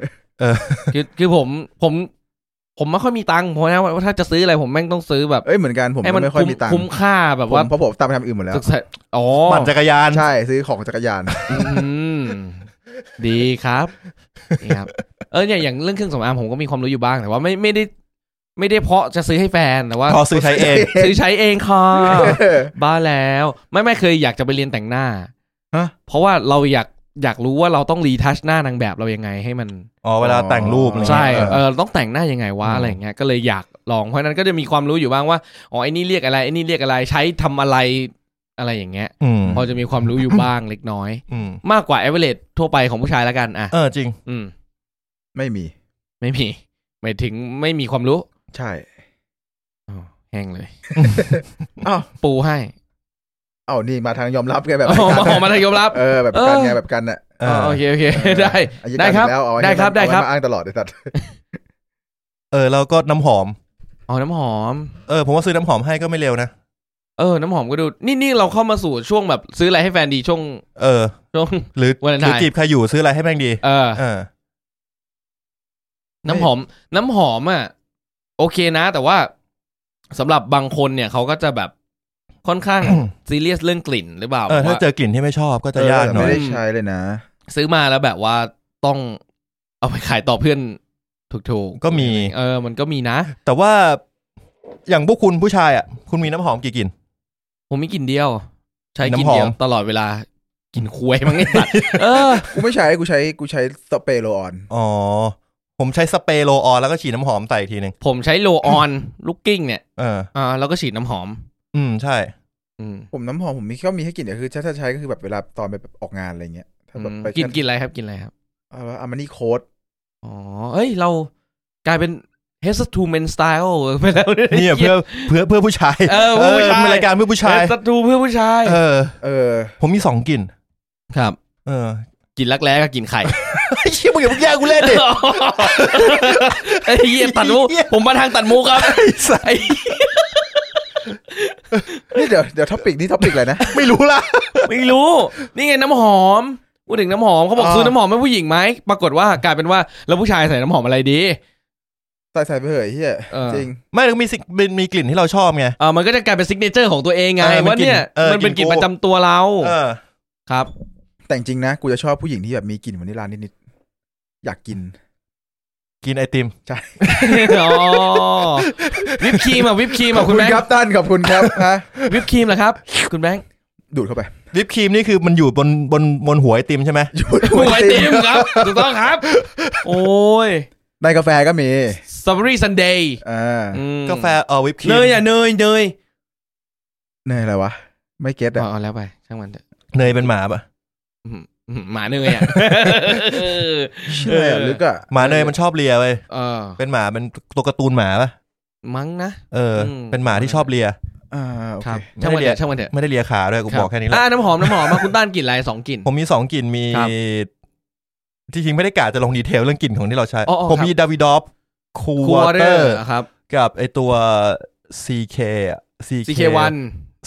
D: คือคือผมผม ผมไม่ค่อยมีตังค์เพราะนะว่าถ้าจะซื้ออะไรผมแม่งต้องซื้อแบบ
C: เอ้ยเหมือนกันผม
D: ให้
C: ก็
D: มัน
C: ไม่ค่อย
D: คุ้ม
C: มีตังค์
D: คุ้มค่าแบบ
C: ผม
D: ว่า
C: เพราะผมตามไปทำอื่นหมดแล้ว
D: ศึกษาอ๋อ
E: ปั่นจักรยาน
C: ใช่ซื้อของจักรยาน
D: อืมดีครับนี่ครับ เออเนี่ยอย่างเรื่องเครื่องสำอางผมก็มีความรู้อยู่บ้างแต่ว่าไม่ไม่ได้ ไม่ได้เพราะจะซื้อให้แฟนแต่ว่า
E: พอซื้อใช้เอง
D: ซื้อใช้เองค่ะ บ้าแล้วไม่ไม่เคยอยากจะไปเรียนแต่งหน้า
C: ฮะ
D: เพราะว่าเราอยากอยากรู้ว่าเราต้องรีทัชหน้านางแบบเรายังไงให้มัน
E: อ๋อเวลาแต่งรูปอะไรเงี้ย
D: ใช่
E: เออ
D: เออเราต้องแต่งหน้ายังไงวะ
E: อืม
D: อะไรอย่างเงี้ยก็เลยอยากลองเพราะฉะนั้นก็จะมีความรู้อยู่บ้างว่าอ๋อไอ้นี่เรียกอะไรไอ้นี่เรียกอะไรใช้ทำอะไรอะไรอย่างเงี้ย
E: อืม
D: พอจะมีความรู้อยู่บ้างเล็กน้อย
E: อืม
D: มากกว่าเอเวอเรทั่วไปของผู้ชายแล้วกันอ่ะ
E: เออจริง
D: อืม
C: ไม่มี
D: ไม่มีหมายถึงไม่มีความรู้
C: ใช่
D: อ้าวแห้ง เลย
C: อ้าว
D: ปูให้
C: อ้าวนี่มาทางยอมรับไงแบบ
D: อ๋
C: การนะ
D: อมาทางยอมรับ
C: เออแบบการไง
D: เออ
C: แบบกันน่ะ
E: เอ
D: อ๋อ
E: อ
D: โอเคโอเคได้
C: อายกา
D: ได้ครับ
C: เสจแล้วเอาอ้
D: ได้ครับ
C: นั่น
D: ได้ครับ
C: เอามาอ้างตลอดเลยสัตว์
E: เออแล้วก็น้ำหอม
D: อ๋อน้ำหอม
E: เออผมว่าซื้อน้ำหอมให้ก็ไม่เร็วนะ
D: เออ น้ำหอมก็ดู นี่นี่เราเข้ามาสู่ช่วงแบบซื้ออะไรให้แฟนดีช่วง
E: เออ
D: ช่วง
E: หรือ
D: วันไหน
E: หรือจีบใครอยู่ซื้ออะไรให้แม่งดี
D: เออ
E: เออ
D: น้ำหอม น้ำหอมอ่ะโอเคนะ แต่ว่าสำหรับบางคนเนี่ยเขาก็จะแบบค่อนข้าง ซีเรียสเรื่องกลิ่นหรือเปล่า
E: เออถ้า
D: ว่า
E: เจอกลิ่นที่ไม่ชอบก็จะยาก
C: เออ
E: หน่
C: ไม่
E: อย
C: ได้ใช้เลยนะ
D: ซื้อมาแล้วแบบว่าต้องเอาไปขายต่อเพื่อนถูกๆ
E: ก็มี
D: เออ มันก็มีนะ
E: แต่ว่าอย่างพวกคุณผู้ชายอ่ะ คุณมีน้ำหอมกี่กลิ่น
D: ผมมีกลิ่นเดียว ใช้กลิ่นเดียว
E: น้ำหอม
D: ตลอดเวลากลิ่นควยมั้ง ไอ้สัตว์เออ
C: กูไม่ใช้กูใช้กูใช้สเปรย์โรลออน
E: อ๋อ ผมใช้สเปรย์โรลออนแล้วก็ฉีดน้ำหอมใส่อีกทีหนึ่ง
D: ผมใช้โลออนลูกกิ้งเนี่ย
E: เออ
D: อ่าแล้วก็ฉีดน้ำหอม
E: อืมใช่
D: อืม
C: ผมน้ำหอมผมมีก็มีให้กลิ่นเดียวคือถ้าถ้าใช้ก็คือแบบเวลาตอนไปแบบออกงานอะไรเงี้ยถ้าแบบไป
D: กินกินอะไรครับกินอะไรครับ
C: เอาอามานี่โค้ด
D: อ๋อ เอ้ย เรากลายเป็น h e s to Men Style ไปแล้ว
E: เนี่ยเพื่อเพื่อเพื่อผู้ชาย
D: เออผู้ชาย
E: เป็นรายการเพื่อผู้ชาย
D: เฮสทูเพื่อผู้ชาย
E: เออ
C: เออ
E: ผมมีสองกลิ่น
D: ครับ
E: เออ
D: กินรักแร้กับกินไข่
E: ไอ้เชี่ยมึงอย่ามึงแย่งกูเล่นดิ
D: ไอ้เหี้ยตัดมุกผมมาทางตัดมุกครับไอ้
C: นี่เดี๋ยวเดี๋ยวท็อปิกนี้ท็อปิกอะไรนะ
E: ไม่รู้ละ
D: ไม่รู้ นี่ไงน้ำหอมพูดถึงน้ำหอมเขาบอก
C: อ่า
D: ซื้อน้ำหอมให้ผู้หญิงไหมปรากฏว่ากลายเป็นว่าแล้วผู้ชายใส่น้ำหอมอะไรดี
C: ใส่ใส่ไปเหอะไอ้เฮีย
D: เออ
C: จริง
E: ไม่แล้วมีสิ่งเป็นมีกลิ่นที่เราชอบไง
D: เออมันก็จะกลายเป็นซิกเนเจอร์ของตัวเองไง
E: เออมัน
D: ว่าเนี่ย
E: กลิ่นเออ
D: มันเป็นกลิ่น
E: ก
D: ประ
E: ลิ่นโก
D: จำตัวเรา
E: เออ
D: ครับ
C: แต่จริงๆนะ กูจะชอบผู้หญิงที่แบบมีกลิ่นวานิลลานิดๆอยากกิน
E: กินไอติม
D: อ๋อวิปครีมอ่ะวิปครีม
C: ขอ
D: อ่ะ
C: บ
D: คุ
C: คุณ ณ
D: แบง
C: ครั
D: ค์
C: บต้านขอบคุณครับฮะ
D: วิปครีมเหรอครับ คุณแบงค์
C: ดูดเข้าไป
E: วิปครีมนี่คือมันอยู่บนบนบนหัวไอติมใช่ไหม
C: หยุด
D: หัวไอติมครับถูกต้องครับ โอ้ย
C: ในกาแฟก็มี
D: สตรอเบอรี่ซันเดย์
C: อ่าก
E: าแฟเออวิปครีม
D: เนยอ่ะเนยเนย
C: เนยอะไรวะ ไม่เก็ต
D: อ๋
C: อ่ะ
D: อเอาแล้วไปช่างมันเถอะ
E: เนยเป็นหมาปะ
D: อืมอืมหมาเนยอ่ะ
C: เชื่อหรือก็
E: หมาเนยมันชอบเลียเว้ย
D: เออ
E: เป็นหมาเป็นตัวการ์ตูนหมาปะ
D: มั้งนะ
E: เอออ
D: ม
E: เป็นหมาที่ชอบเลีย
C: อ่าโอเค
D: ครับช่างมันเถอะช่างมันเถอะ
E: ไม่ได้เลียขาด้วยกูบอกแค่นี้แหละ
D: อ่าน้ำหอมน้ำหอมมาคุณต้านกลิ่นอะไรสองกลิ่น
E: ผมมีสองกลิ่นมี
D: ครับ
E: จริงๆไม่ได้กะจะลงดีเทลเรื่องกลิ่นของที่เราใช้
D: อ๋ออ๋อ
E: ผม
D: ครับ
E: มีดาวิดอฟคู
D: คู
E: ว
D: ว
E: อ
D: อเต
E: เต
D: อ
E: อ
D: ร์
E: ร์
D: ครับ
E: กับไอตัว CK อะ CK
D: CK1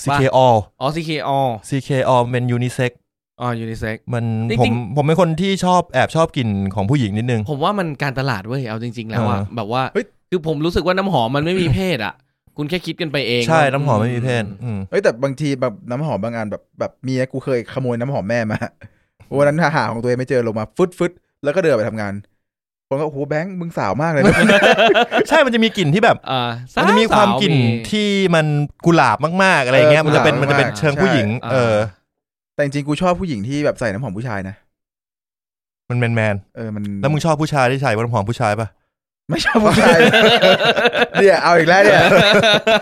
E: CK all
D: อ๋อ CK อ๋อ
E: CK all เป็นยูนิเซ็ก
D: อ๋อยูนิเซ็ก
E: มัน
D: จริงๆ
E: ผมผมเป็นคนที่ชอบแอบชอบกลิ่นของผู้หญิงนิดนึง
D: ผมว่ามันการตลาดเว้ย เอาจริง ๆ แล้วอะ
E: เออ
D: แบบว่า
E: เฮ้ย
D: คือผมรู้สึกว่าน้ำหอมมันไม่มีเพศอะคุณแค่คิดกันไปเอง
E: ใช่
D: ว่า
E: น้ำหอมไม่มีเพศอืม
C: เฮ้ยแต่บางทีแบบน้ำหอมบางอันแบบแบบเมียกูเคยขโมยน้ำหอมแม่มา วันนั้นหาของตัวเองไม่เจอลงมาฟึดฟึดๆแล้วก็เดินไปทำงานผมก็โอ้โหแบงค์มึงสาวมากเลยนะ
E: ใช่ มันจะมีกลิ่นที่แบบ
D: อ่าส
E: มันจะมีความกลิ่น
D: ที่
E: ที่มันกุหลาบมากๆอะไรอย่างเงี้ย
C: เออ
E: มันจะเป็น
C: กุหลาบ
E: มันจะเป็น
C: มากๆ
E: เชิง
C: ใช่
E: ผู้หญิง เออ
C: แต่จริงๆกูชอบผู้หญิงที่แบบใส่น้ำหอมผู้ชายนะ
E: มันแมนแมน
C: เออมัน
E: ๆแล้วมึงชอบผู้ชายที่ใส่วันหอมผู้ชายปะ
C: ไม่ชอบผู้ชาย เนี่ยเอาอีก แล้วเนี่ย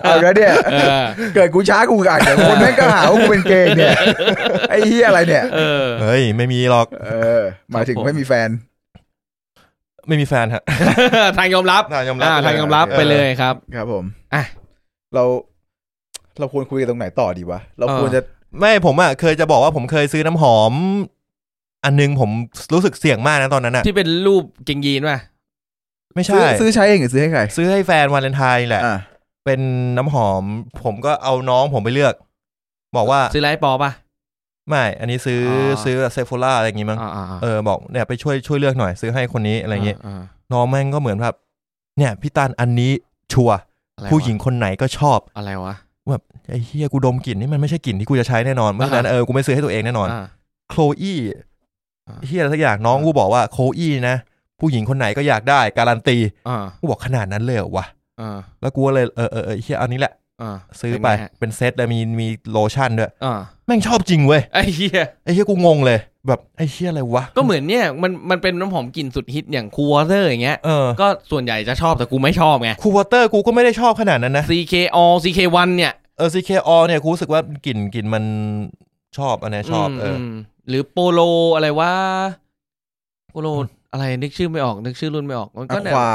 C: เอาอีกแล้วเนี่ย
D: เออ
C: เกิดกูช้ากูอ่านเดี๋ยวคนแม่งก็หาว่ากูเป็นเกย์เนี่ย ไอ้เฮียอะไรเนี่ย
D: เออ
E: เฮ้ย ไม่มีหรอก
C: เออหมายถึง
D: ครับผม
C: ไม่มีแฟน
E: ไม่มีแฟนฮะ
D: ทางยอมรับ
E: ทางยอมรับ
D: อ่าทางยอมรับไปเลยครับ
C: ครับผม
D: อ่ะ
C: เราเราควรคุยกันตรงไหนต่อดีวะ เรา
D: เออ
C: ควรจะ
E: ไม่ผมอ่ะเคยจะบอกว่าผมเคยซื้อน้ำหอม อันนึงผมรู้สึกเสี่ยงมากนะตอนนั้นอ่ะ
D: ที่เป็นรูปเกงยีนป่ะ
E: ไม่
C: ซื้
E: ใช่
C: อซื้อใช้เองหรือซื้อให้ใคร
E: ซื้อให้แฟนวาเลนไทน์แหละ
C: อ่ะ
E: เป็นน้ำหอม ผมก็เอาน้องผมไปเลือก บอกว่า
D: ซื้อไรปอป่ะ
E: ไม่ อันนี้ซื้อ
D: อ
E: ซื้อเซฟโฟล่าอะไรอย่างงี้มั้ง
D: อ่าอ่า
E: เออบอกเนี่ยไปช่วยช่วยเลือกหน่อยซื้อให้คนนี้อะไรอย่างงี้ น้องแม่งก็เหมือนแบบเนี่ยพี่ตานอันนี้ชัวร์ผู้หญิงคนไหนก็ชอบ
D: อะไรวะ
E: ไอ้เฮียกูดมกลิ่นนี่มันไม่ใช่กลิ่นที่กูจะใช้แน่นอนเพราะฉะนั้น
D: อ่า
E: เออกูไม่ซื้อให้ตัวเองแน่นอน
D: อ่า
E: โคลอี้
D: อ่า
E: เฮียอะไรสักอย่างน้องกูบอกว่าโคลอี้นะ ผู้หญิงคนไหนก็อยากได้การันตี
D: อ่า
E: กูบอกขนาดนั้นเลยเหรอวะ
D: อ่า
E: แล้วกูก็เลยเออเออเออเฮียเอาอันนี้แหละ
D: อ่า
E: ซื้อไป
D: เป็นงฮะ
E: เป็นเซตเลยมีมีโลชั่นด้วย
D: อ่า
E: แม่งชอบจริงเว้ย
D: ไอ้เหี้ย
E: ไอ้เฮียกูงงเลย แบบไอ้เฮียอะไรวะ
D: ก็เหมือนเนี่ยมันมันเป็นน้ำหอมกลิ่นสุดฮิตอย่างคูวอเตอร์อย่างเงี้ย
E: เออ
D: ก็ส่วนใหญ่จะชอบแต่กูไม่ชอบไง
E: คูวอเตอร์กูก็ไม่ได้ชอบขนาดนั้นนะ
D: CK o CK1 เนี่ย
E: เออซีเคอเนี่ยกูรู้สึกว่ากลิ่นกลิ่นมันชอบอันเนี้ยชอบเอออ
D: มหรือโปโลอะไรว่าโปโลอะไรนึกชื่อไม่ออก นึกชื่อรุ่นไม่ออกมันก็
C: อะ
D: เนี่ย
C: ควา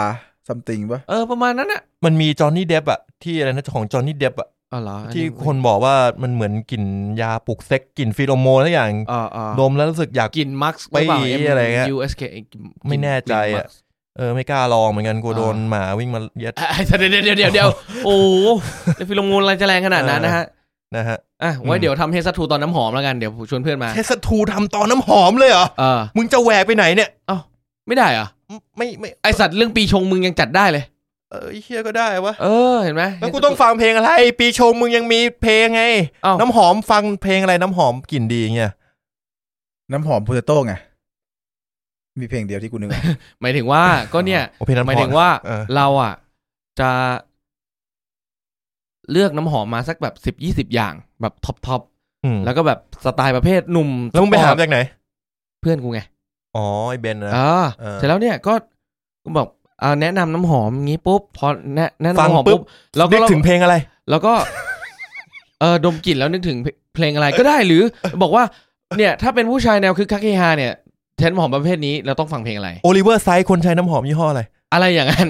C: ซัมติงปะ
D: เออประมาณนั้นอ่ะ
E: มันมีจอห์นนี่เดฟอะที่อะไรนะของจอห์นนี่เดฟอะ
D: อ๋อเหรออั
E: ที่คนบอกว่ามันเหมือนกลิ่นยาปลุกเซ็กกลิ่นฟีโรโมนทุกอย่าง
D: อ่าอ่า
E: ดมแล้วรู้สึกอยาก
D: กลิ่นมักซ์หรือเปล่า
E: ไปอะไรเงี้ย
D: USK
E: ไม่แน่ใจอะ เออไม่กล้าลองเหมือนกันกู
D: อ่า
E: โดนหมาวิ่งมาเย็ด
D: เดี๋ยวเดี๋ยวเดี๋ยวเดี๋ยวโอ้โหแล้วฟิโลโมนอะไรจะแรงขนาดนั้นนะฮะ
E: นะฮะ
D: อ่ะไว้เดี๋ยวทำเฮสทูตอนน้ำหอมแล้วกันเดี๋ยวชวนเพื่อนมา
E: เทสทูทำตอนน้ำหอมเลยเหรอ
D: เออ
E: มึงจะแหวกไปไหนเนี่ย
D: ไม่ได้เหรอ่ะ
E: ไม่ไม่
D: ไอสัตว์เรื่องปีชงมึงยังจัดได้เลย
E: เออไอ้เฮียก็ได้วะ
D: เออเห็นไหม
E: แล้วกูต้องฟังเพลงอะไร ปีชมมึงยังมีเพลงไง
D: เอ้า
E: น้ำหอมฟังเพลงอะไรน้ำหอมกลิ่นดีเงี้ย
C: น้ำหอมโพเตโต้ไงมีเพลงเดียวที่กูนึก ออก
D: หมายถึงว่าก็เนี่ย
E: โอเพลงนั้น
D: หมาย
E: พอ
D: ถึงว่า
E: เออ
D: เราอ่ะ จะเลือกน้ำหอมมาสักแบบสิบยี่สิบอย่างแบบท็อปท็อป
E: อืม
D: แล้วก็แบบสไตล์ประเภทหนุ่ม
E: แล้วมึงไปหา
D: สปอ
E: มา
D: ร์ต
E: จากไหน
D: เพื่อนกูไง
E: อ๋อไอเบนนะ
D: เออ
E: เออ
D: เสร็จแล้วเนี่ยก็ก็บอกเอาแนะนำน้ำหอมงี้ปุ๊บพอแนะแนะนำ
E: ฟัง
D: น้ำหอม
E: ปุ๊
D: ปุ๊บบ แล้วก็
E: นึกถึงเพลงอะไร
D: แล้ว ก็ เออดมกลิ่นแล้วนึกถึงเพลงอะไรก็ได้หรือ บอกว่า เนี่ย ถ้าเป็นผู้ชายแนวคึกคักเฮฮาเนี่ยเทนหอมประเภทนี้เราต้องฟังเพลงอะไร
E: โอลิเวอร์ไซด์คนใช้น้ำหอมยี่ห้ออะไร
D: อะไร อย่างนั้น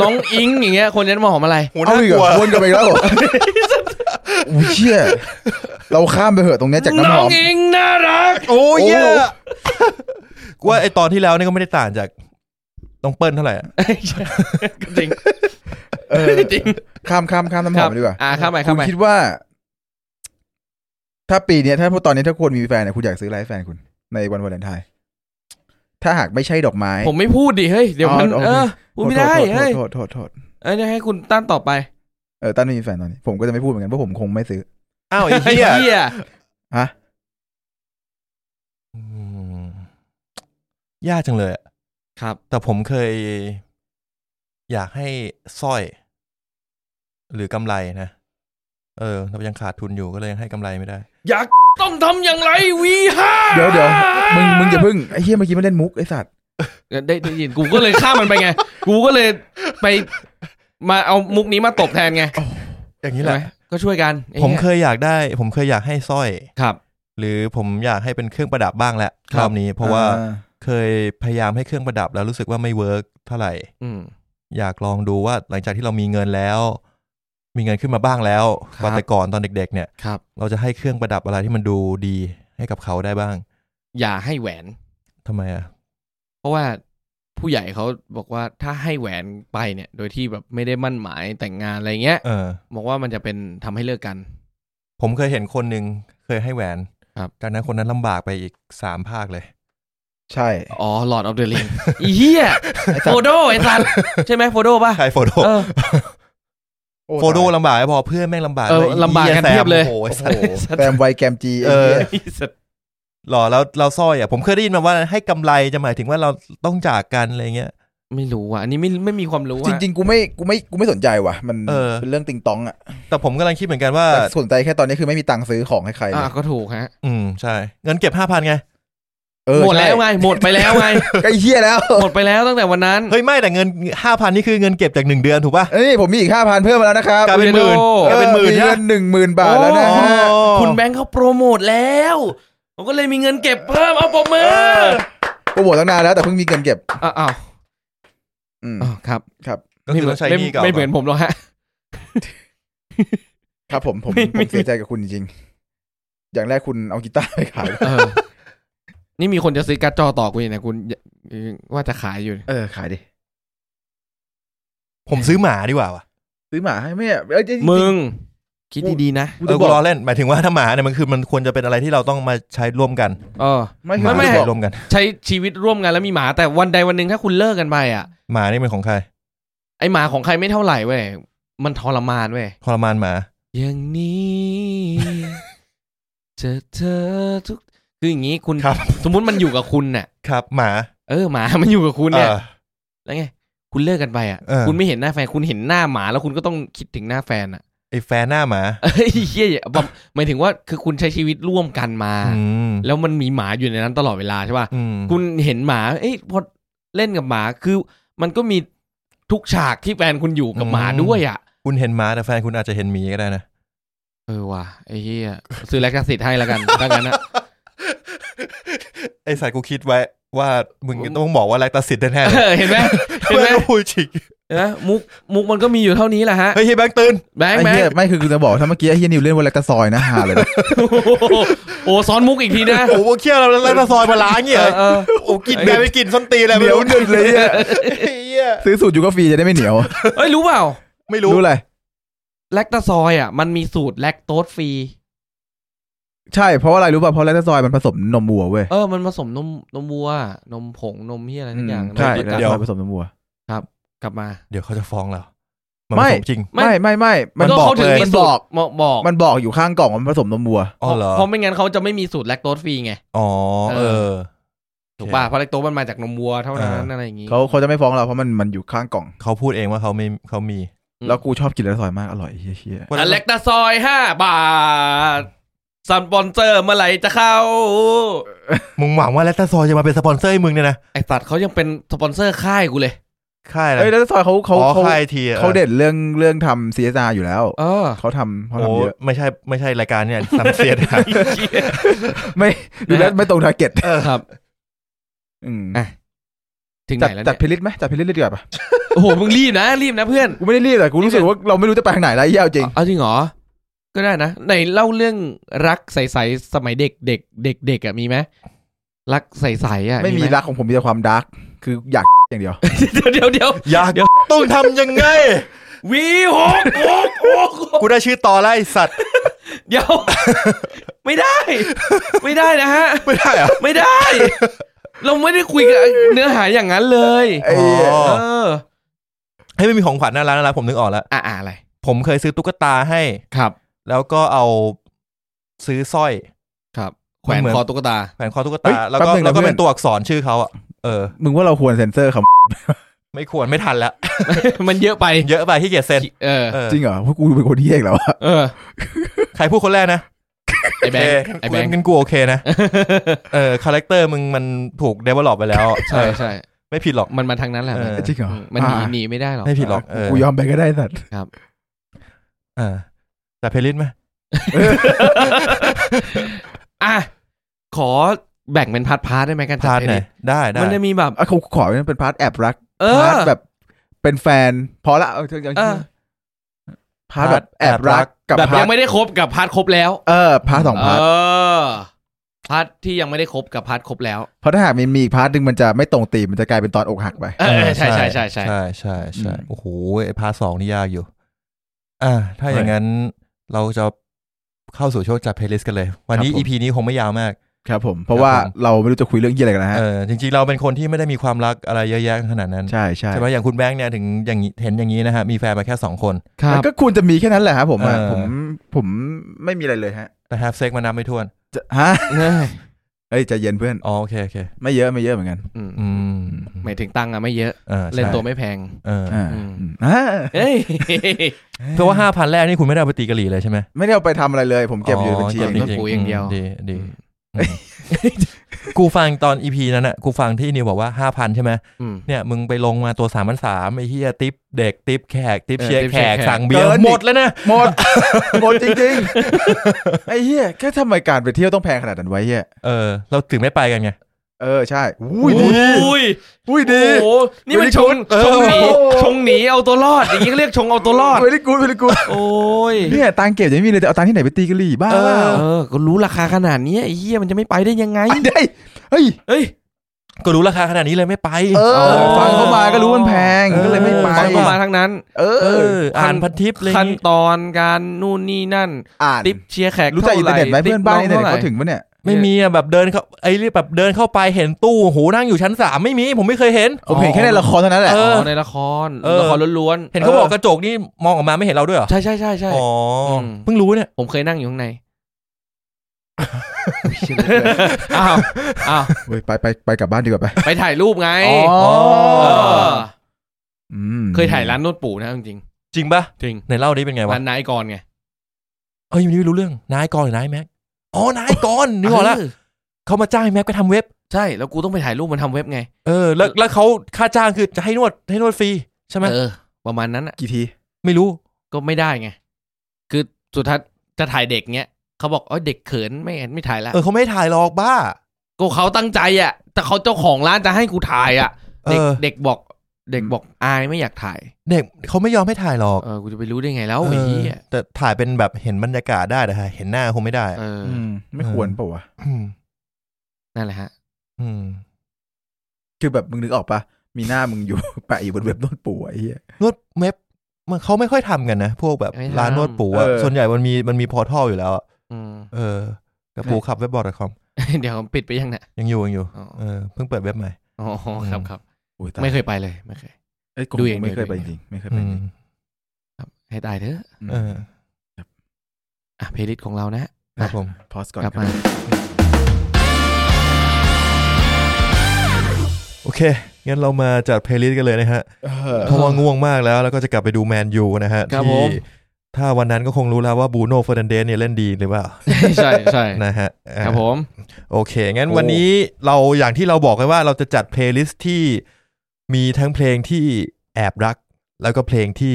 D: น้องอิงอย่างเงี้ยคนเทนหอมอะไร
C: เอาอีกเหรอวนกลับไปอีกแล้วเหรอ อุ้ยเชี่ยเราข้ามไปเหอะตรงเนี้ยจากน้ำห
D: น้อ
C: อง ม
D: อิงน่ารัก
E: โอ้ย
C: โอ้
E: เหี้ยกูว่าไอตอนที่แล้วนี่ก็ไม่ได้ต่างจากน้องเปิ้ลเท่าไหร่อะ
D: จริง
C: เออ
D: จริง
C: ข้ามข้ามข้ามน้ำหอมดีกว่า
D: อ่าข้ามไป
C: คุ
D: ข้าม
C: ณ
D: ไป
C: คิดว่า ถ้าปีเนี้ยถ้าตอนนี้ถ้าควรมีแฟนเนี่ยคุณอยากซื้ออะไรให้แฟนคุณ ในวันวาเลนไทน์ถ้าหากไม่ใช่ดอกไม้
D: ผมไม่พูดดิเฮ้ยเดี๋ยวมัน
C: อ๋อโอเค
D: เออพูดไม่ได้เฮ้ย
C: โทษโทษโทษโทษ
D: เอ้ยเดี๋ยวให้คุณตั้นต่อไป
C: เออตั้นไม่มีแฟนตอนนี้ ผมก็จะไม่พูดเหมือนกันเพราะผมคงไม่ซื้อ
E: อ้าวไอ้
D: ไอ้
E: เหี้ย
D: เหี้ย
E: อืมยากจังเลยอะ
D: ครับ
E: แต่ผมเคย อยากให้สร้อย หรือกำไรนะเออเรายังขาดทุนอยู่ก็เลยยังให้กำไรไม่ได้
D: อยากต้องทำอย่างไรวีห้า
C: เดี๋ยวเดี๋ยวมึงมึงอย่าพึ่งไอ้เฮียเมื่อกี้มันเล่นมุกไอ้สัตว์
D: ได้ได้ยินกูก็เลยข้ามมันไปไง กูก็เลยไป มาเอามุกนี้มาตบแทนไง
E: อย่างนี้แหละ
D: ใช่ไมก็ช่วยกันไอ้
E: ผม
D: เหี้ย
E: เคยอยากได้ ผมเคยอยากให้สร้อย
D: ครับ
E: หรือผมอยากให้เป็นเครื่องประดับบ้างแหละ
D: ครั
E: ร
D: บ
E: อบนี้ เพราะว่า
C: อ่
E: เคยพยายามให้เครื่องประดับแล้วรู้สึกว่าไม่เวิร์กเท่าไหร่
D: อืม
E: อยากลองดูว่าหลังจากที่เรามีเงินแล้ว มีเงินขึ้นมาบ้างแล้ว
D: ครับ
E: ตอนแต่ก่อนตอนเด็ก ๆ เนี่ย
D: ครับ
E: เราจะให้เครื่องประดับอะไรที่มันดูดีให้กับเขาได้บ้าง
D: อย่าให้แหวน
E: ทำไมอ่ะ
D: เพราะว่าผู้ใหญ่เขาบอกว่าถ้าให้แหวนไปเนี่ย โดยที่แบบไม่ได้มั่นหมายแต่งงานอะไรเงี้ย
E: เออ
D: บอกว่ามันจะเป็นทำให้เลิกกัน
E: ผมเคยเห็นคนหนึ่งเคยให้แหวน
D: ครับ
E: จากนั้นคนนั้นลำบากไปอีกสามภาคเลย
C: ใช่
D: อ๋อ Lord of the Ring อีเหี้ย โฟโดไอ้สัตว์ใช่ไหมโฟโดป่ะ
E: ใครโฟโด
D: เออ
E: โฟโดลำบากไม่พอเพื่อนแม่งลำบาก
D: เออ
E: ด้วยไหี้
D: ลำบากกัน
E: แซม
D: เพียบเลย
E: โอ้โหไอ้
C: โอ้โห
E: สัส
C: แซมไวแกมจีไอ้
E: เอ
C: เหี้
E: อ
C: ย
D: ไอ้สัตว์
E: หล่อแล้วเราสร้อยอ่ะผมเคยได้ยินมาว่าให้กำไรจะหมายถึงว่าเราต้องจากกันอะไรเงี้ย
D: ไม่รู้ว่ะอันนี้ไม่ไม่มีความรู้
C: จ
D: อะ
C: ริง ๆ กูไม่กูไม่กูไม่สนใจว่ะ มัน
E: เออ
C: เป็นเรื่องติงตองอ่ะ
E: แต่ผมกำลังคิดเหมือนกันว่า
C: แต่สนใจแค่ตอนนี้คือไม่มีตังค์ซื้อของให้ใครเล
D: อ่าย ก็ถูกฮะ
E: อืมใช่ เงินเก็บห้าพันไง
C: เออ
D: หมดแล้วไง
C: ใช่
D: หมดไปแล้ว ไง
C: ไอ้เหี้ยแล้ว
D: หมดไปแล้วตั้งแต่วันนั้น
E: เฮ้ย ไม่แต่เงินห้าพันนี่คือเงินเก็บจากหนึ่งเดือนถูกป่ะ
C: เอ้ยผมมีอีกห้าพันเพิ่มมาแล้วนะครับ
E: กลายเป็นหมื่นกลายเป็นหมื่น
C: เงิ
E: ใช่
C: นหนึ่งหมื่นบาทแล้วนะ
E: โอ้
C: ฮะ
D: คุณแบงค์เขาโปรโมทแล้วผมก็เลยมีเงินเก็บเพิ่มเอาปมมือ
C: โปรโมทตั้งนานแล้วแต่เพิ่งมีเงินเก็บ
D: อ้าวอ้าว
C: อืม
D: อ้าวครับ
E: ก็คือต้องใช้หนี้เก่า
D: ไม่เหมือนผมหรอกฮะ
C: ครับผมผม
D: ไม่
C: ผ
D: ไม่
C: มเสียใจกับคุณจริงๆอย่างแรกคุณเอากีตาร์ไปขาย
D: เออนี่มีคนจะซื้อการ์ดจอต่อกูอยู่นะคุณว่าจะขายอยู่
C: เออขายดิ
E: ผมซื้อหมาดีกว่าว่ะ
C: ซื้อหมาให้แม่เอ้ยจริงๆ
D: มึง คิดดีๆนะ
C: กู
E: เอ
C: จะบอก
E: อู
C: ก
E: รอเล่น หมายถึงว่าถ้าหมาเนี่ยมันคือมันควรจะเป็นอะไรที่เราต้องมาใช้ร่วมกัน
D: เออ
C: ไม่
E: หา
D: ไม่
E: ต้อง
C: ไม่
E: ใช้ร่วมกัน
D: ใช้ชีวิตร่วมกันแล้วมีหมา แต่วันใดวันหนึ่งถ้าคุณเลิกกันไปอ่ะ
E: หมานี่เป็นของใคร
D: ไอหมาของใครไม่เท่าไหร่เว้ยมันทรมานเว้ย
E: ทรมานหมา
D: อย่างนี้ เจอเธอทุกคืออย่างนี้คุณ
E: ครับ
D: สมมุติมันอยู่กับคุณน่ะ
E: ครับหมา
D: เออหมา มันอยู่กับคุณ
E: เอ
D: เนี่ย
E: อ
D: แล้วไงคุณเลิกกันไปอ่ะ
E: เออ
D: คุณไม่เห็นหน้าแฟนคุณเห็นหน้าหมาแล้วคุณก็ต้องคิดถึงหน้าแฟนอ่ะ
E: ไอแฟนหน้าหมา
D: เฮ้ยเฮียอย่าแบบหมายถึงว่าคือคุณใช้ชีวิตร่วมกันมา
E: อืม
D: แล้วมันมีหมาอยู่ในนั้นตลอดเวลาใช่ป่ะ
E: อืม
D: คุณเห็นหมาเอ้ยพอเล่นกับหมาคือ มันก็มีทุกฉากที่แฟนคุณอยู่กับหมาด้วยอ่ะ
E: คุณเห็นหมาแต่แฟนคุณอาจจะเห็นหมีก็ได้นะ
D: เออว่ะไอ้เฮียซื้อแลคตาสิทธิ์ให้ แล้วกันดังนั้นนะ
E: ไอสายกูคิดไว้ ว่ามึงต้องบอกว่าแลกตาสิทธิ์แน่ๆ
D: เอ
E: เลย
D: อเห็นไหมเห็น
E: เพื่
D: ไหม
E: อนก็พูดฉิก
D: เห็นะมุกมุกมันก็มีอยู่เท่านี้แหละฮะ
E: เฮ้ยเฮียแบงค์ตื่น
D: แบงค์
C: ไอ้
D: แบง
C: เหี้ย
D: ค์
C: ไม่คือกูจะบอกถ้าเมื่อกี้ไอ้เหี้ยนิวเล่นวันแรกตะซอยนะฮาเลยนะ
D: โอ้โหโอ้ซ้อนมุกอีกทีนะ
E: โอ้โหเคี้ยวแล้วแล้วซอยมาล้างเงี้ย
D: เออเออ
E: โอ้กลินแบบไปกลินส้นตีนอะไร
C: เหนียวหนึบเลยเนี่ย
E: เหี้ย
C: ซื้อสูตรยูกาฟีจะได้ไม่เหนียว
D: เอ้ยรู้เปล่า
E: ไม่รู้
C: อะไร
D: แลคตาซอยอ่ะมันมีสูตรแลคโตสฟรี
C: ใช่เพราะอะไรรู้ป่ะเพราะแลกตะซอยมันผสมนมวัวเว้ย
D: เออมันผสมนมนมวัว นมผงนมเฮียอะไรทั้งอย่าง
C: ใช่
D: นม
C: แลกตะ
D: เดียว
C: ซอยผสมนมวัว
D: กลับมา
E: เดี๋ยวเขาจะฟ้องเรา
C: ไม่
E: นผสจริง
D: ไม่
C: ไม่ไม่ไม่
E: มั
C: มัน
E: น
D: ก็
E: บอก
D: เขาถึง
E: เลย
D: มี
C: มัน
D: สู
C: บ
D: ต
C: อก
D: รบอกบอก
C: มันบอกอยู่ข้างกล่องว่ามันผสมนมวัว
E: อ๋อเหรอ
D: เพราะไม่งั้นเขาจะไม่มีสูตรแลคโตสฟรีไง
E: อ๋อเออ
D: ถูกป่ะเพราะแลคโตสมันมาจากนมวัวเท่านั้
E: อ่า
D: นอะไรอย่างงี้
C: เขาเขาจะไม่ฟ้องเราเพราะมันมันอยู่ข้างกล่อง
E: เขาพูดเองว่าเขาไม่เขามี
C: แล้วกูชอบกินแลกตะซอยมากอร่อยเหี้ยเหี้ย
D: อ่ะแลคตาซอยห้าบาทสปอนเซอร์เมื่อไหร่จะเข้า
E: มึงหวังว่าแลตตาซอยจะมาเป็นสปอนเซอร์ให้มึงเนี่ยนะ
D: ไอ้สัตว์เขายังเป็นสปอนเซอร์ค่ายกูเลย
E: ค่ายอะไร
C: เอ้ยแลกตะซอยเขาเขา
E: อ๋อ
C: เขา
E: ค่ายทีอะ
C: เขาเด่นเรื่องเรื่องทำ CSR อยู่แล้ว
D: เออ
C: เขาทำเขา
E: โอ้
C: ทำเยอะ
E: ไม่ใช่ไม่ใช่รายการเนี่ยซัมเซียดนะ
C: ไม่ดูแลไม่ตรงทาร์เก็ต
D: ครับ
C: อืม
D: อ่ะ ถึงไห
C: จัด
D: นแล้ว
C: จัด
D: เนี่ย
C: พิลิตไหมจัดพิลิตเลยดีกว่าปะ
D: โอ้โหมึงรีบนะ รีบนะเพื่อน
C: กูไม่ได้รีบแต่กูรู้สึกว่าเราไม่รู้จะไปทางไหนแล้วไอ้เหี้ยเอาจริง
D: เอาจริงเหรอ ก็ ก็ได้นะไหนเล่าเรื่องรักใสๆสมัยเด็กเด็กเด็กเด็กๆอ่ะมีไหมรักใสๆอ่ะ
C: ไม่มี
D: ห
C: รักของผมมีแต่ความดาร์กคืออยาก อย่างเดียว
D: เดี๋ยวเดี๋ยว
E: อยากต้องทำยังไง
D: วีหกหกหกหก
E: กูได้ชื่อต่อไล่สัตว์
D: เดี๋ยว ไม่ได้ ไม่ได้นะฮะ
E: ไม่ได้เหรอ
D: ไม่ได้ เราไม่ได้คุยกับเนื้อหาอย่างนั้นเลย
C: ไอ้เหี้ย
E: อ๋อ
D: เออ
E: ให้ไม่มีของขวัญน่ารักน่ารักผมนึกออกแล้ว
D: อ่ะอ่ะอะไร
E: ผมเคยซื้อตุ๊กตาให้
D: ครับ
E: แล้วก็เอาซื้อสร้อย
D: ครับแข
E: มั
D: วนน
E: เหมือน
D: คอตุ๊กตา
E: แขวนคอตุ๊ก
C: เฮ้
E: ตาย แล้ว
C: แป๊
E: ก็
C: บนึงนะ
E: แล้วก็
C: เพื่อน
E: เป็นตัวอักษรชื่อเขาอะเออ
C: มึงว่าเราควรเซ็นเซอร์คำ
E: ไม่ควรไม่ทันแล้ว
D: มันเยอะไป
E: เยอะไปที่เกียจเซน
D: เออ
E: เออ
C: จริงเหรอเพราะกูเป็นคนที่เอกแล้วอะ
D: เออ
E: ใครพูดคนแรกนะ
D: ไอ้แบงค์ไอ้
E: โอ
D: แบ
E: เค
D: งค์
E: งั้นกูโอเคนะ เออคาแรคเตอร์มึงมันถูกเดเวลลอปไปแล้ว
D: ใช่
E: เออ
D: ใช่
E: ไม่ผิดหรอก
D: มันมาทางนั้นแหละ
E: เออ
C: จริงเหรอ
D: มันหนี
C: อ่ะ
D: หนีไม่ได้หรอก
E: ไม่ผิดหรอกเออ
C: กูยอมไปก็ได้สัตว์
E: เออแต่เพลินไหม
D: อ่ะ ขอแบ่งเป็นพาร์ทพาร์ทได้ไหมกัน
E: พลาดไหนอยได้ได้
D: มันจะมีแบบ
C: อ่ะเขาขอเป็นพาร์ทแอบรัก
D: เอ
C: พาร์ท
D: อ
C: แบบ เป็นแฟน พอละเอาเถอะอย่าง
D: เอ
C: นี้
D: อ
C: พาร์ทแบบแอบรักกับ
D: แบบ
C: พา
D: ยั
C: ร์ท
D: งไม่ได้ครบกับพาร์ทครบแล้ว
C: เออพาร์ทสอง
D: เอ
C: พาร์ท
D: อ พาร์ทที่ยังไม่ได้ครบกับพาร์ทครบแล้ว
C: เพราะถ้าหากมันมีอีกพาร์ทหนึ่งมันจะไม่ตรงตีมมันจะกลายเป็นตอนอกหักไป
D: เออ ใช่ใช่ใช่ใช่
E: ใช่ใช่ใช่
C: อืม
E: โอ้โหไอ้พาร์ทสองนี่ยากอยู่ อ่า ถ้าอย่างนั้นเราจะเข้าสู่ช่วงจัดเพลย์ลิสต์กันเลย วันนี้ EP นี้คงไม่ยาวมาก
C: ครับผม เพราะว่าเราไม่รู้จะคุยเรื่องยี่อะไรกันนะฮะ
E: เออจริงๆเราเป็นคนที่ไม่ได้มีความรักอะไรเยอะแยะขนาดนั้น
C: ใช่ใช่
E: ไหมอย่างคุณแบงค์เนี่ยถึงอย่างนี้เห็นอย่างนี้นะฮะ มีแฟนมาแค่สองคน
C: มันก็ควรจะมีแค่นั้นแหละครับผมอะ
E: เออ
C: ผมผมไม่มีอะไรเลยฮะ
E: แต่ have sex มานับไม่ถ้วน
C: จะฮะเฮ้ยใจเย็นเพื่อน
E: อ๋อโอเคโอเค
C: ไม่เยอะไม่เยอะเหมือนกัน
D: อืม
E: อืม
D: หมายถึงตังค์อะไม่เยอะ
E: อ่า
D: เล่นตัว
E: ใช่
D: ไม่แพง
E: เออ
C: อ่า
D: อืม
C: อืมอ่า
D: เอ้ย
E: เพื่อว่าห้าพันแรกนี่คุณไม่ได้เอาไปตีกะหรี่เลยใช่ไหม
C: ไม่ได้เอาไปทำอะไรเลย ผมเก็บอยู่ในบัญชี
E: เก็บ
C: อย่าง
E: จ
C: เดียว
E: ริง
D: ปุ๋ย
E: ๆ
D: อย่างเดียว
E: ดีดีอืม กูฟังตอน EP นั้นอ่ะกูฟังที่นิวบอกว่าห้าพันใช่ไหม
D: อืม
E: เนี่ยมึงไปลงมาตัวสามพันสามไอ้เฮียติปเด็กติปแขกติป
D: เออ
E: เชียร์
D: ติ๊บ
E: แข
D: เชียร์
E: ก
D: แขก
E: สั่งเบียร์หมดแล้วนะ
C: หมด หมดจริงๆ ไอ้เหี้ยแค่ทำไมการไปเที่ยวต้องแพงขนาดนั้นไว้เหี้ย
E: เออ เราถึงไม่ไปกันไง
C: เออ ใช่อุ้ยดี
D: อุ้ย
C: อุ้ยดี
D: โอ้โหนี่มันชง
E: เออ
D: ชงหนี
C: โอ้โห
D: ชงหนีเอาตัวรอด อย่างนี้ก็เรียกชงเอาตัวรอด
C: เวลิกูดเวลิกูด
D: โอ้ย
C: เนี่ยตังเก็บยังไม่มีเลยจะเอาตังที่ไหนไปตีกะหรี่บ้า
D: เออ เออ ก็รู้ราคาขนาดนี้ไอ้เหี้ยมันจะไม่ไปได้ยังไง
C: ได้ยเฮ้ย
D: เอ้ย
E: ก็รู้ราคาขนาดนี้เลยไม่ไป
C: เอ
D: เอ
C: อ
D: อ
C: ฟังเข้ามาก็รู้มันแพง
E: เออ
C: ก็เลยไม่ไป
D: ฟังเข้ามาทั้งนั้น
C: เอ
E: เอ
C: อ
E: อ อ่านพันทิปเลย
D: ขั้นตอนการนู่นนี่นั่น
C: อ่าน
D: ติ๊บเชียร์แขก
C: รู้จักอินเทอร์เน็ตไหมเพื่อนบ้านอินเทอร์เน็ตเขาถึงปะเนี่ย
E: ไม่มีอ่ะแบบเดินเข้าไอ้เรียกแบบเดินเข้าไปเห็นตู้โอ้โหนั่งอยู่ชั้นสามไม่มี ผมไม่เคยเห็น
C: ผมเห็นแค่ในละครเท่านั้นแหละ
E: เอ
D: อ๋
E: อ
D: อในละคร
E: เออ
D: ละครล้วน
E: เห็นเขาบอกกระจกนี่มองออกมาไม่เห็นเราด้วยเหรอ
D: ๆ ใช่ใช่ใช่ใช่
E: อ๋ออ
D: ม
E: เพิ่งรู้เนี่ย
D: ผมเคยนั่งอยู่ข้างใน อ้าว อ้าว
C: เว้ยไปไปไปกลับบ้านดีกว่าไป
D: ไปถ่ายรูปไง
C: อ๋อ
D: เออ
C: ม
D: เคยถ่ายร้านนวดปู่นะเอาจริง
E: จริงปะ
D: ๆจริง
E: ไหนเล่าดิเป็นไงวะ
D: ร้านนายกรไง
E: เอ้ยวันนี้ไม่รู้เรื่องนายกรหรือนายแม็กอ๋อนายกรนึกออกละ
D: เ
E: เขามาจ้างไอ้แม็กไปทำเว็บ
D: ใช่ แล้วกูต้องไปถ่ายรูปมันทำเว็บไง
E: เออแล้วแล้วเขาค่าจ้างคือจะให้นวดให้นวดฟรีใช่ไหม
D: เออ ประมาณนั้นอ่ะ
C: กี่ที
E: ไม่รู้
D: ก็ไม่ได้ไง คือสุดท้ายจะถ่ายเด็กเงี้ยเขาบอกเอ๋อเด็กเขินไม่ไม่ถ่ายละ
E: เออเขาไม่ถ่ายหรอกบ้า
D: ก็เขาตั้งใจอ่ะ แต่เขาเจ้าของร้านจะให้กูถ่ายอ่ะ เด็ก
E: เออ
D: เด็กบอก เด็กบอกอายไม่อยากถ่าย
E: เด็กเขาไม่ยอมให้ถ่ายหรอก
D: เออ กูจะไปรู้ได้ไงแล้วไอ้เหี้ย
E: เออแต่ถ่ายเป็นแบบเห็นบรรยากาศได้แต่เห็นหน้าคงไม่ได้
D: เอออ
C: ไม่ควรเปล่าวะ
E: ม
D: นั่นแหละฮะ
E: อืม
C: คือแบบมึงนึกออกปะมีหน้ามึงอยู่ แปะอยู่บนเว็บโน้นปู่ไอ้เหี้ย
E: นวดเว็บมันเขาไม่ค่อยทำกันนะ พวกแบบ
D: ไม่ทำ
E: ร้านนวดปูอะ
C: เออ
E: ส่วนใหญ่มันมีมันมีพอร์ทัลอยู่แล้วอะ
D: อืม
E: เออกับปูขับเว็บบอร์ดคอม
D: เดี๋ยวผมปิดไปยังเนี่ย
E: ยังอยู่ยังอยู่
D: อ๋อ
E: เออเพิ่งเปิดเว็บใหม่
D: อ๋อครับครับ
C: โอ้ยตาย
D: ไม่เคยไปเลยไม่เคย
C: เอ้ยกู
D: ดูอย่างเดี
C: ไม่
D: ยว
C: เคยไปจริงๆไม่เคยไป
E: อื
C: จ
E: ม
C: ริง
D: ครับให้ตายเถอะ
C: ๆ
E: เออ
D: อ่ะเพลย์ลิสต์ของเรานะ
E: ครับผม
C: พอสก่อน
D: กลับ
C: ครับ
D: มา
E: โอเค งั้นเรามาจัดเพลย์ลิสต์กันเลยนะฮะ
C: เออ
E: เพราะว่าง่วงมากแล้วแล้วก็จะกลับไปดูแมนยูนะฮะ
D: ครับ
E: ที่
D: ผม
E: ถ้าวันนั้นก็คงรู้แล้วว่าบูโน่เฟอร์นันเดสเนี่ยเล่นดีหรือเปล่า
D: ใช่ใช่
E: นะฮะอ่ะ
D: ครับผม
E: โอเค งั้นวันนี้เราอย่างที่เราบอกไว้ว่าเราจะจัดเพลย์ลิสต์ที่มีทั้งเพลงที่แอบรัก แล้วก็เพลงที่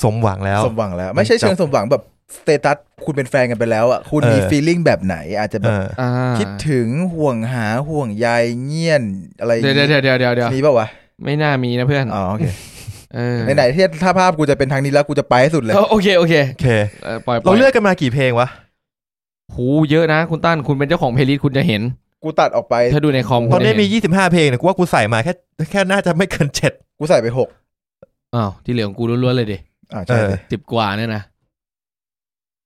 E: สมหวังแล้ว
C: สมหวังแล้ว ไม่ใช่เชิงสมหวังแบบสเตตัสคุณเป็นแฟนกันไปแล้วอ่ะคุณมี
E: เออ
C: ฟีลิ่งแบบไหน อาจจะแบ
E: เอบ อ
D: อ่า
C: คิดถึงห่วงหาห่วงใยเงี่ยนอะไร
D: เดี๋ยวเดี๋ยวเดี๋ยวเดี๋ยวเดี๋ยว
C: มีป่าวะ
D: ไม่น่ามีนะเพื่อน
C: อ๋อโอเค
D: เออ
C: ไหนๆที่ถ้าภาพกูจะเป็นทางนี้แล้วกูจะไปให้สุดเลย
D: เออโอเคโอเค
E: โอเค
D: เออปล่อยป
E: เรา
D: อย
E: เลือกกันมากี่เพลงวะ
D: หูเยอะนะ คุณตั้นคุณเป็นเจ้าของเพลย์ลิสต์คุณจะเห็น
C: กูตัดออกไป
D: ถ้าดูในคอม
E: ตอนนี้
D: คุณจะเห็
E: มี 25 เพลงนะกูว่ากูใส่มาแค่แค่น่าจะไม่เกินเจ็ด
C: กูใส่ไปหก
D: อ้าวที่เหลือของกูล้วนๆเลยดิ
C: อ่าใช่
E: เออ
C: สิ
D: สิบกว่าเนี่ยนะ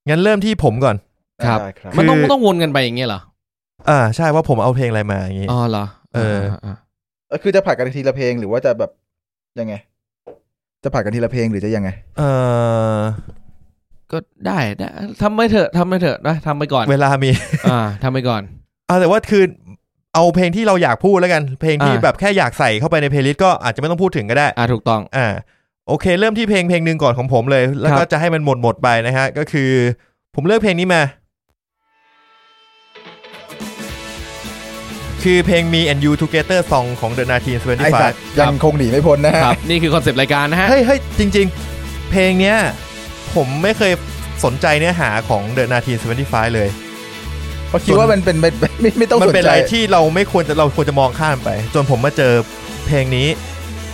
E: งั้นเริ่มที่ผมก่อน
D: ครับ
C: ได้ครับ
D: มันต้อง
E: คือ
D: ต้องวนกันไปอย่างเงี้ยเหรอ
E: อ่าใช่ว่าผมเอาเพลงอะไรมาอย่างงี้
D: อ๋อเหรอ
E: เออ
D: า
C: เออคือจะผัดกันทีละเพลงหรือว่าจะแบบยังไง จะผัดกันทีละเพลงหรือจะยังไง
E: เออ
D: ๆก็ได้นะทำไปเถอะทำไปเถอะนะทำไปก่อน
E: เวลามี
D: อ่าทำไปก่อน
E: เอาแต่ว่าคือเอาเพลงที่เราอยากพูดแล้วกัน เพลงที่
D: อ่า
E: แบบแค่อยากใส่เข้าไปในเพลย์ลิสต์ก็อาจจะไม่ต้องพูดถึงก็ได้
D: อ่าถูกต้อง
E: อ่า โอเค เริ่มที่เพลงเพลงหนึ่งก่อนของผมเลย แล้ว
D: ค
E: ก็
D: รับ
E: จะให้มันหมดหมดไปนะฮะ ก็คือผมเลือกเพลงนี้มา คือเพลง Me and You Together Song ของ The
C: ไอสัตว์
E: 1975
C: ยังคงหนีไม่พ้นนะฮะ
D: ครับ นี่คือคอนเซปต์รายการนะฮะ
E: เฮ้ยเฮ้ยจริง ๆ เพลงเนี้ย ผมไม่เคยสนใจเนื้อหาของ The 1975 เลย
C: เพราะคิดว่ามันเป็นไม่ไม่ไม่ไม่ต้อง
E: มัน
C: สน
E: เป็น
C: ใจ
E: อะไรที่เราไม่ควรจะเราควรจะมองข้ามไป จนผมมาเจอเพลงนี้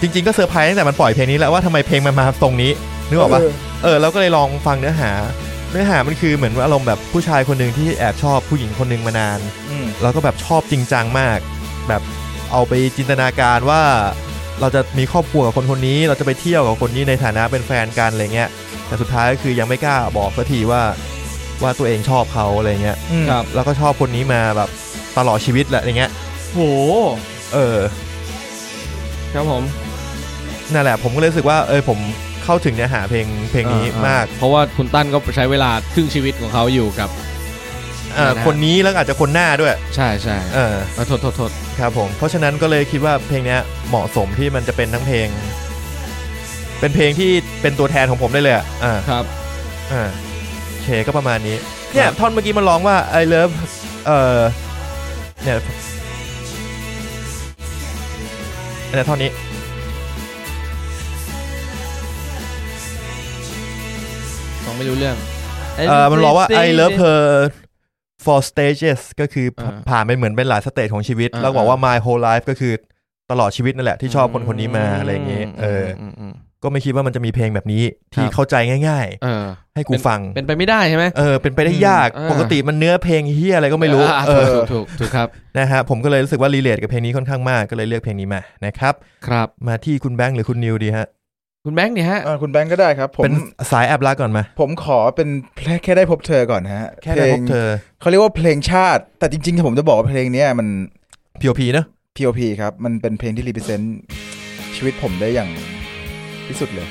E: จริง ๆ ก็เซอร์ไพรส์ตั้งแต่มันปล่อยเพลงนี้แล้วว่าทำไมเพลงมันมาตรงนี้นึกออกปะ
C: เ
E: เออเราก็เลยลองฟังเนื้อหา เนื้อหามันคือเหมือนว่าอารมณ์แบบผู้ชายคนหนึ่งที่แอบชอบผู้หญิงคนหนึ่งมานาน
C: อืม
E: แล้วก็แบบชอบจริงจังมาก แบบเอาไปจินตนาการว่าเราจะมีครอบครัวกับคนคนนี้ เราจะไปเที่ยวกับคนนี้ในฐานะเป็นแฟนกันอะไรเงี้ยแต่สุดท้ายก็คือยังไม่กล้าบอกสักทีว่าว่าตัวเองชอบเขาอะไรเงี้ย
C: อืม
E: ครับแล้วก็ชอบคนนี้มาแบบตลอดชีวิตแหละอย่างเงี้ย
D: โห
E: เออ
D: ครับผม
E: นั่นแหละ ผมก็เลยรู้สึกว่า เออ ผมเข้าถึงเนื้อหาเพลงเพลงนี้
D: อ่อ่
E: มาก
D: เพราะว่าคุณตั้นก็ใช้เวลาครึ่งชีวิตของเขาอยู่กับ
E: เอ่อ
D: นะฮะ
E: คนนี้แล้วอาจจะคนหน้าด้วย
D: ใช่ใช่
E: เออ
D: เอาโทษโทษโทษ
E: ครับผม เพราะฉะนั้นก็เลยคิดว่าเพลงเนี้ยเหมาะสมที่มันจะเป็นทั้งเพลง เป็นเพลงที่เป็นตัวแทนของผมได้เลยอะอ่า
D: ครับ
E: อ่าโอเคก็ประมาณนี้ เนี่
D: ค
E: ย
D: รับ
E: ท่อนเมื่อกี้มันร้องว่า I love เอ่อเนี่ยเนี่ยท่อนนี้
D: ฟังไม่รู้เรื่อง
E: เออมันบอกว่า I love her for stages ก็คือผ่า
D: อ่า
E: ผ่านไปเหมือนเป็นหลายสเตจของชีวิต
D: อ่า
E: แล้วบอกว่า
D: อ่า
E: my whole life ก็คือตลอดชีวิตนั่นแหละที่ชอบคนคนนี้มาอะไรอย่างเงี้ยเอออ
D: มมม
E: ก็ไม่คิดว่ามันจะมีเพลงแบบนี้ที่
D: ครับ
E: เข้าใจง่าย
D: เออ
E: ๆ ให้กูฟัง
D: เป็นไปไม่ได้ใช่ไหม
E: เออ เป็นไปได้ยาก
D: อืมอ่า
E: ปกติมันเนื้อเพลงเฮียอะไรก็ไม่รู้
D: อ่า
E: เออ
D: ถูกถูกถูกครับ
E: นะฮะ ผมก็เลยรู้สึกว่ารีเลทกับเพลงนี้ค่อนข้างมาก ก็เลยเลือกเพลงนี้มา นะครับ
D: ครับ
E: มาที่คุณแบงค์หรือคุณนิวดีฮะ
D: คุณแบงค์เนี่ยฮะ
C: อ่าคุณแบงค์ก็ได้ครับ ผม
E: เป็นสายแอบรักก่อนมา
C: ผมขอเป็นแค่ได้พบเธอก่อนนะฮะ
E: แค่ได้พบเธ
C: พลง
E: อ
C: เขาเรียกว่าเพลงชาติ แต่จริงๆผมจะบอกว่าเพลงเนี้ยมัน
E: P.O.P เนอะ
C: P.O.P ครับ มันเป็นเพลงที่รีเ e ซนต์ชีวิตผมได้อย่างที่สุดเลย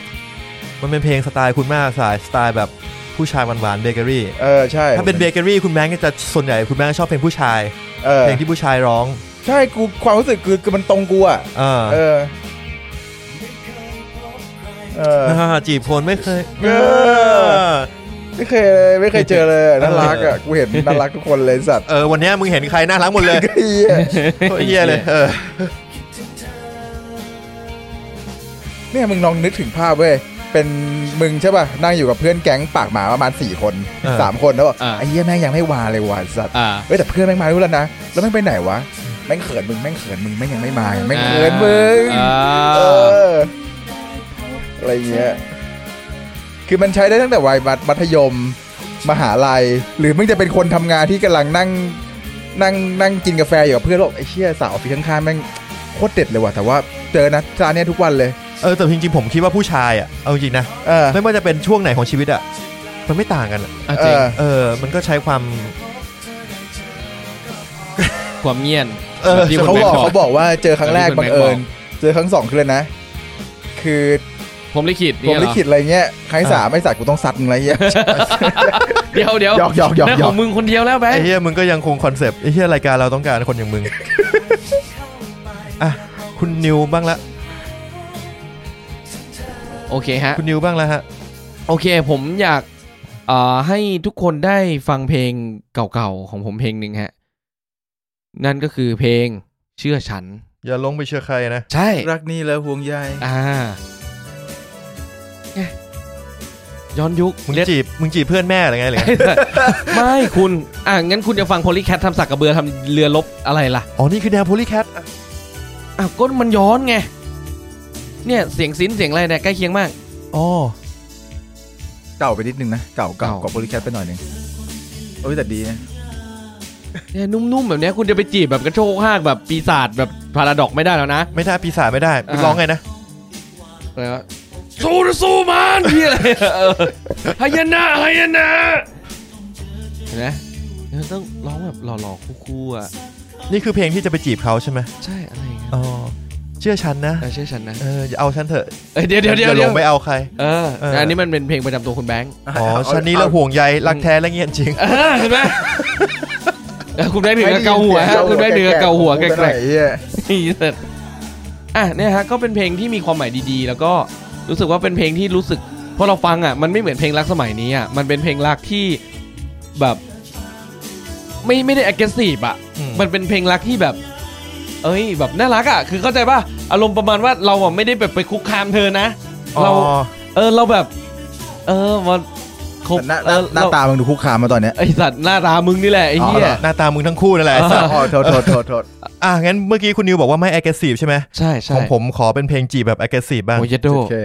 E: มันเป็นเพลงสไตล์คุณมากสายสไตล์แบบผู้ชายหวานๆเบเกอรี่
C: เออใช่
E: ถ้าเป็นเบเกอรี่คุณแบงค์ก็จะส่วนใหญ่คุณแบงค์ชอบเพลงผู้ชาย
C: เออ
E: เพลงที่ผู้ชายร้อง
C: ใช่กูความรู้สึกคือคือมันตรงกูอ่ะ
E: เออ
C: เออ เออ
E: อ่า จีบคนไม่เคย
C: เออ ไม่เคยเลยไม่เคยเจอเลยน่ารักอ่ะกูเห็นน่ารักทุกคนเลยสัตว์
E: เออ วันเนี้ยมึงเห็นใครน่ารักหมด เลย
C: เฮีย
E: โคตรเฮียเลยเออ
C: เนี่ยมึงลองนึกถึงภาพเว้ยเป็นมึงใช่ป่ะนั่งอยู่กับเพื่อนแก๊งปากหมาประมาณสี่คนสามคนแล้วบอก
D: อ่า
C: ไอ้เหี้ยแม่งยังไม่วาเลยว่ะสัตว์
D: อ่า
C: เฮ้ยแต่เพื่อนแม่งมารู้แล้วนะแล้วแม่งไปไหนวะแม่งเขินมึงแม่งเขินมึงแม่งยังไม่มาแม่งเขินมึง
D: อ่า
C: เอออะไรเงี้ยคือมันใช้ได้ตั้งแต่วัยมัธยมมหาลัย หรือมึงจะเป็นคนทำงานที่กำลังนั่ง นั่งนั่งกินกาแฟอยู่กับเพื่อนแล้วบอกไอ้เชี่ยสาวออฟฟิศข้างๆแม่งโคตรเด็ดเลยว่ะแต่ว่าเจอนะจานเนี้ยทุกวันเลย
E: เออแต่จริงๆผมคิดว่าผู้ชายอ่ะเอาจริงๆนะ
C: เออ
E: ไม่ว่าจะเป็นช่วงไหนของชีวิตอ่ะมันไม่ต่างกันอะ
D: อ่ะ
C: เอ
D: จริง
C: อ
E: เออ มันก็ใช้ความ
D: ความเงียน
E: เออ
D: ที่
E: ใช้
C: เขา
E: ควม
C: บอก
D: คุณแบงค์
C: เขา
D: บอก
C: บอกว่าเจอครั้งแรก
D: แบบที่คุ
C: บัง
D: ณแบงค์
C: เอิญ
D: บอ
C: เจอครั้งสองคือเลยนะ คือ
D: ผมลิขิต
C: ผม
D: เนี่ยเห
C: ลิ
D: รอ
C: ขิตอะไรเงี้ยครั้งที่สามไม่สัตว์กูต้องซัดมึงอะไรเงี้ย
D: เดี๋ยวเดี๋ยว
C: หยอกหยอกหยอก
D: นั่น
C: หย
D: ข
C: อ
D: อก งมึงคนเดียวแล้วแบง
E: ไอ้
D: ค์
E: เฮียมึงก็ยังคงคอนเซปต์ไอ้เฮียรายการเราต้องการคนอย่างมึงอ่ะคุณนิวบ้างละ
D: โอเคฮะ
E: คุณนิวบ้างละฮะ
D: โอเคผมอยากเอ่อให้ทุกคนได้ฟังเพลงเก่าๆ ของผมเพลงหนึ่งฮะ นั่นก็คือเพลงเชื่อฉัน
E: อย่าลงไปเชื่อใครนะ
D: ใช่
C: รักนี่แล้วห่วงใย
D: อ่าย้อนยุค
E: มึง
D: เด็ด
E: จีบมึงจีบเพื่อนแม่อะไรอไงหรือไง
D: ไม่คุณ อ่ะ งั้นคุณจะฟังโพลีแคททำสักกระเบือทำเรือลบอะไรล่ะ
E: อ๋อ นี่คือแนวโพลีแคท
D: อ้าวก็มันย้อนไง เนี่ยเสียงซินเสียงอะไรเนี่ยใกล้เคียงมาก
E: อ๋อ
C: เก่าไปนิดนึงนะ เก่าเก่า
D: เก่า
C: กว่าโพลิแคทไปหน่อยนึงโอ้ยแต่ดีนะ
D: เนี่ยนุ่มๆแบบเนี้ยคุณจะไปจีบแบบกระโชกห้างแบบปีศาจแบบพาราดอกไม่ได้แล้วนะ
E: ไม่ได้ปีศาจไม่ได้
D: อ่า
E: ร้องไงนะ
D: อะไรวะสู้นะสู้ มันพี่อะไรเออไฮยานะไฮยานะเห็นไหมเนี่ยต้องร้องแบบหล่อๆคู่ๆอ่ะ
E: นี่คือเพลงที่จะไปจีบเขาใช่ไหม
D: ใช่อะไรอย่างเงี้ย
E: อ๋อเชื่อฉันนะ
D: เออใช่ฉันนะ
E: เอออย่าเอาฉันเถอะ
D: เอ้ยเดี๋ยวเดี๋ยวเดี๋ยว
E: อา
D: เดี๋
E: ล
D: ยว
E: งไปเอาใคร
D: เออ
E: เอออั
D: อันนี้มันเป็นเพลงประจำตัวคุณแบงค์
E: อ๋อ
C: เอาเอา
E: ฉันนี้เรา
C: เอา
E: ห่วงใยรักแท้และเงียบจริง
D: เออเห็นไหมเออคุณแบงค์ถึงกับเกาหัวฮะคุณแบงค์ถึงกับเกาหัวแก
C: ร
D: ร่ง
C: เฮีย
D: นี่เสร็จ อ่ะเนี่ยฮะก็เป็นเพลงที่มีความหมายดีๆ แล้วก็รู้สึกว่าเป็นเพลงที่รู้สึกพอเราฟังอ่ะมันไม่เหมือนเพลงรักสมัยนี้อ่ะมันเป็นเพลงรักที่แบบไม่ไม่ได้ aggressive อ่ะ
E: อืม
D: มันเป็นเพลงรักที่แบบ เอ้ยแบบน่ารักอ่ะคือเข้าใจป่ะอารมณ์ประมาณว่าเราอ่ะไม่ได้แบบไปคุกคามเธอนะ
E: อ๋อ
D: เราเออเราแบบ เออมันครบ
C: แต่หน้าห
D: เอ
C: น้า
D: อ
C: หน้า
D: เร
C: ตามึงดูคุกคามมาตอนเนี้ย
D: ไอสัตว์หน้าตามึงนี่แหละไอ้เหี้
C: อ๋อเห
D: ย
C: รอ
E: หน้าตามึงทั้งคู่นั่นแหละไอ้สัส
D: เอ
C: อ๋อโทษโทษโทษโทษ
E: อ่ะงั้นเมื่อกี้คุณนิวบอกว่าไม่ agressive ใช่ไหม
D: ใช่ใช่
E: ของผมขอเป็นเพลงจีบแบบ agressive บ้าง
D: โอ้ยดโด
C: โอเค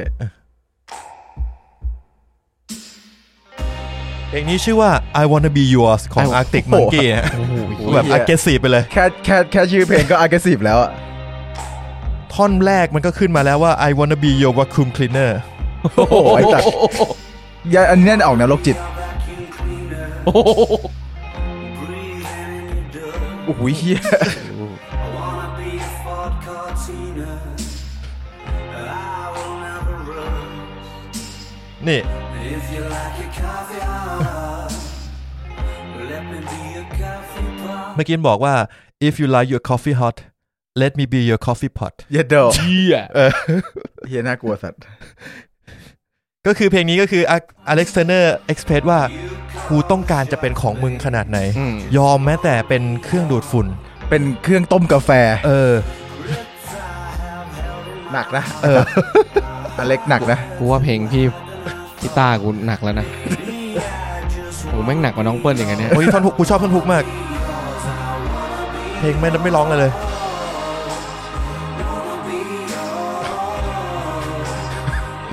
E: เพลงนี้ชื่อว่า I wanna be yours ของ Arctic Monkey ฮะ
D: โอ้โห
E: แบบ aggressive ไปเลย
C: แค่แค่แค่ชื่อเพลงก็ aggressive แล้วอะ
E: ท่อนแรกมันก็ขึ้นมาแล้วว่า I wanna be your vacuum cleaner
C: โอ้โหไอ้สัตว์ยาอันนี้แน่นออกแนวโรคจิต
D: โอ้โห
C: โอ้โหเฮีย
E: นี่ เมื่อกี้บอกว่า if you like your coffee hot let me be your coffee pot
C: เยดเดอ
D: เชี่ย
E: เออ
C: เฮียน่ากลัวสัตว์
E: ก็คือเพลงนี้ก็คืออเล็กซานเดอร์เอ็กซ์เพรสว่ากูต้องการจะเป็นของมึงขนาดไหน ยอมแม้แต่เป็นเครื่องดูดฝุ่น
C: เป็นเครื่องต้มกาแฟ
E: เออ
C: หนักนะ เอออเล็กหนักนะ
D: กูว่าเพลงพี่พี่ตากูหนักแล้วนะโหแม่งหนักกว่าน้องเปิ้ลอย่างเงี้ยเนี่ย
E: โอ้ยท่อนฮุกกูชอบท่อนฮุกมาก เพลงไม่ไม่ร้องเลยเลย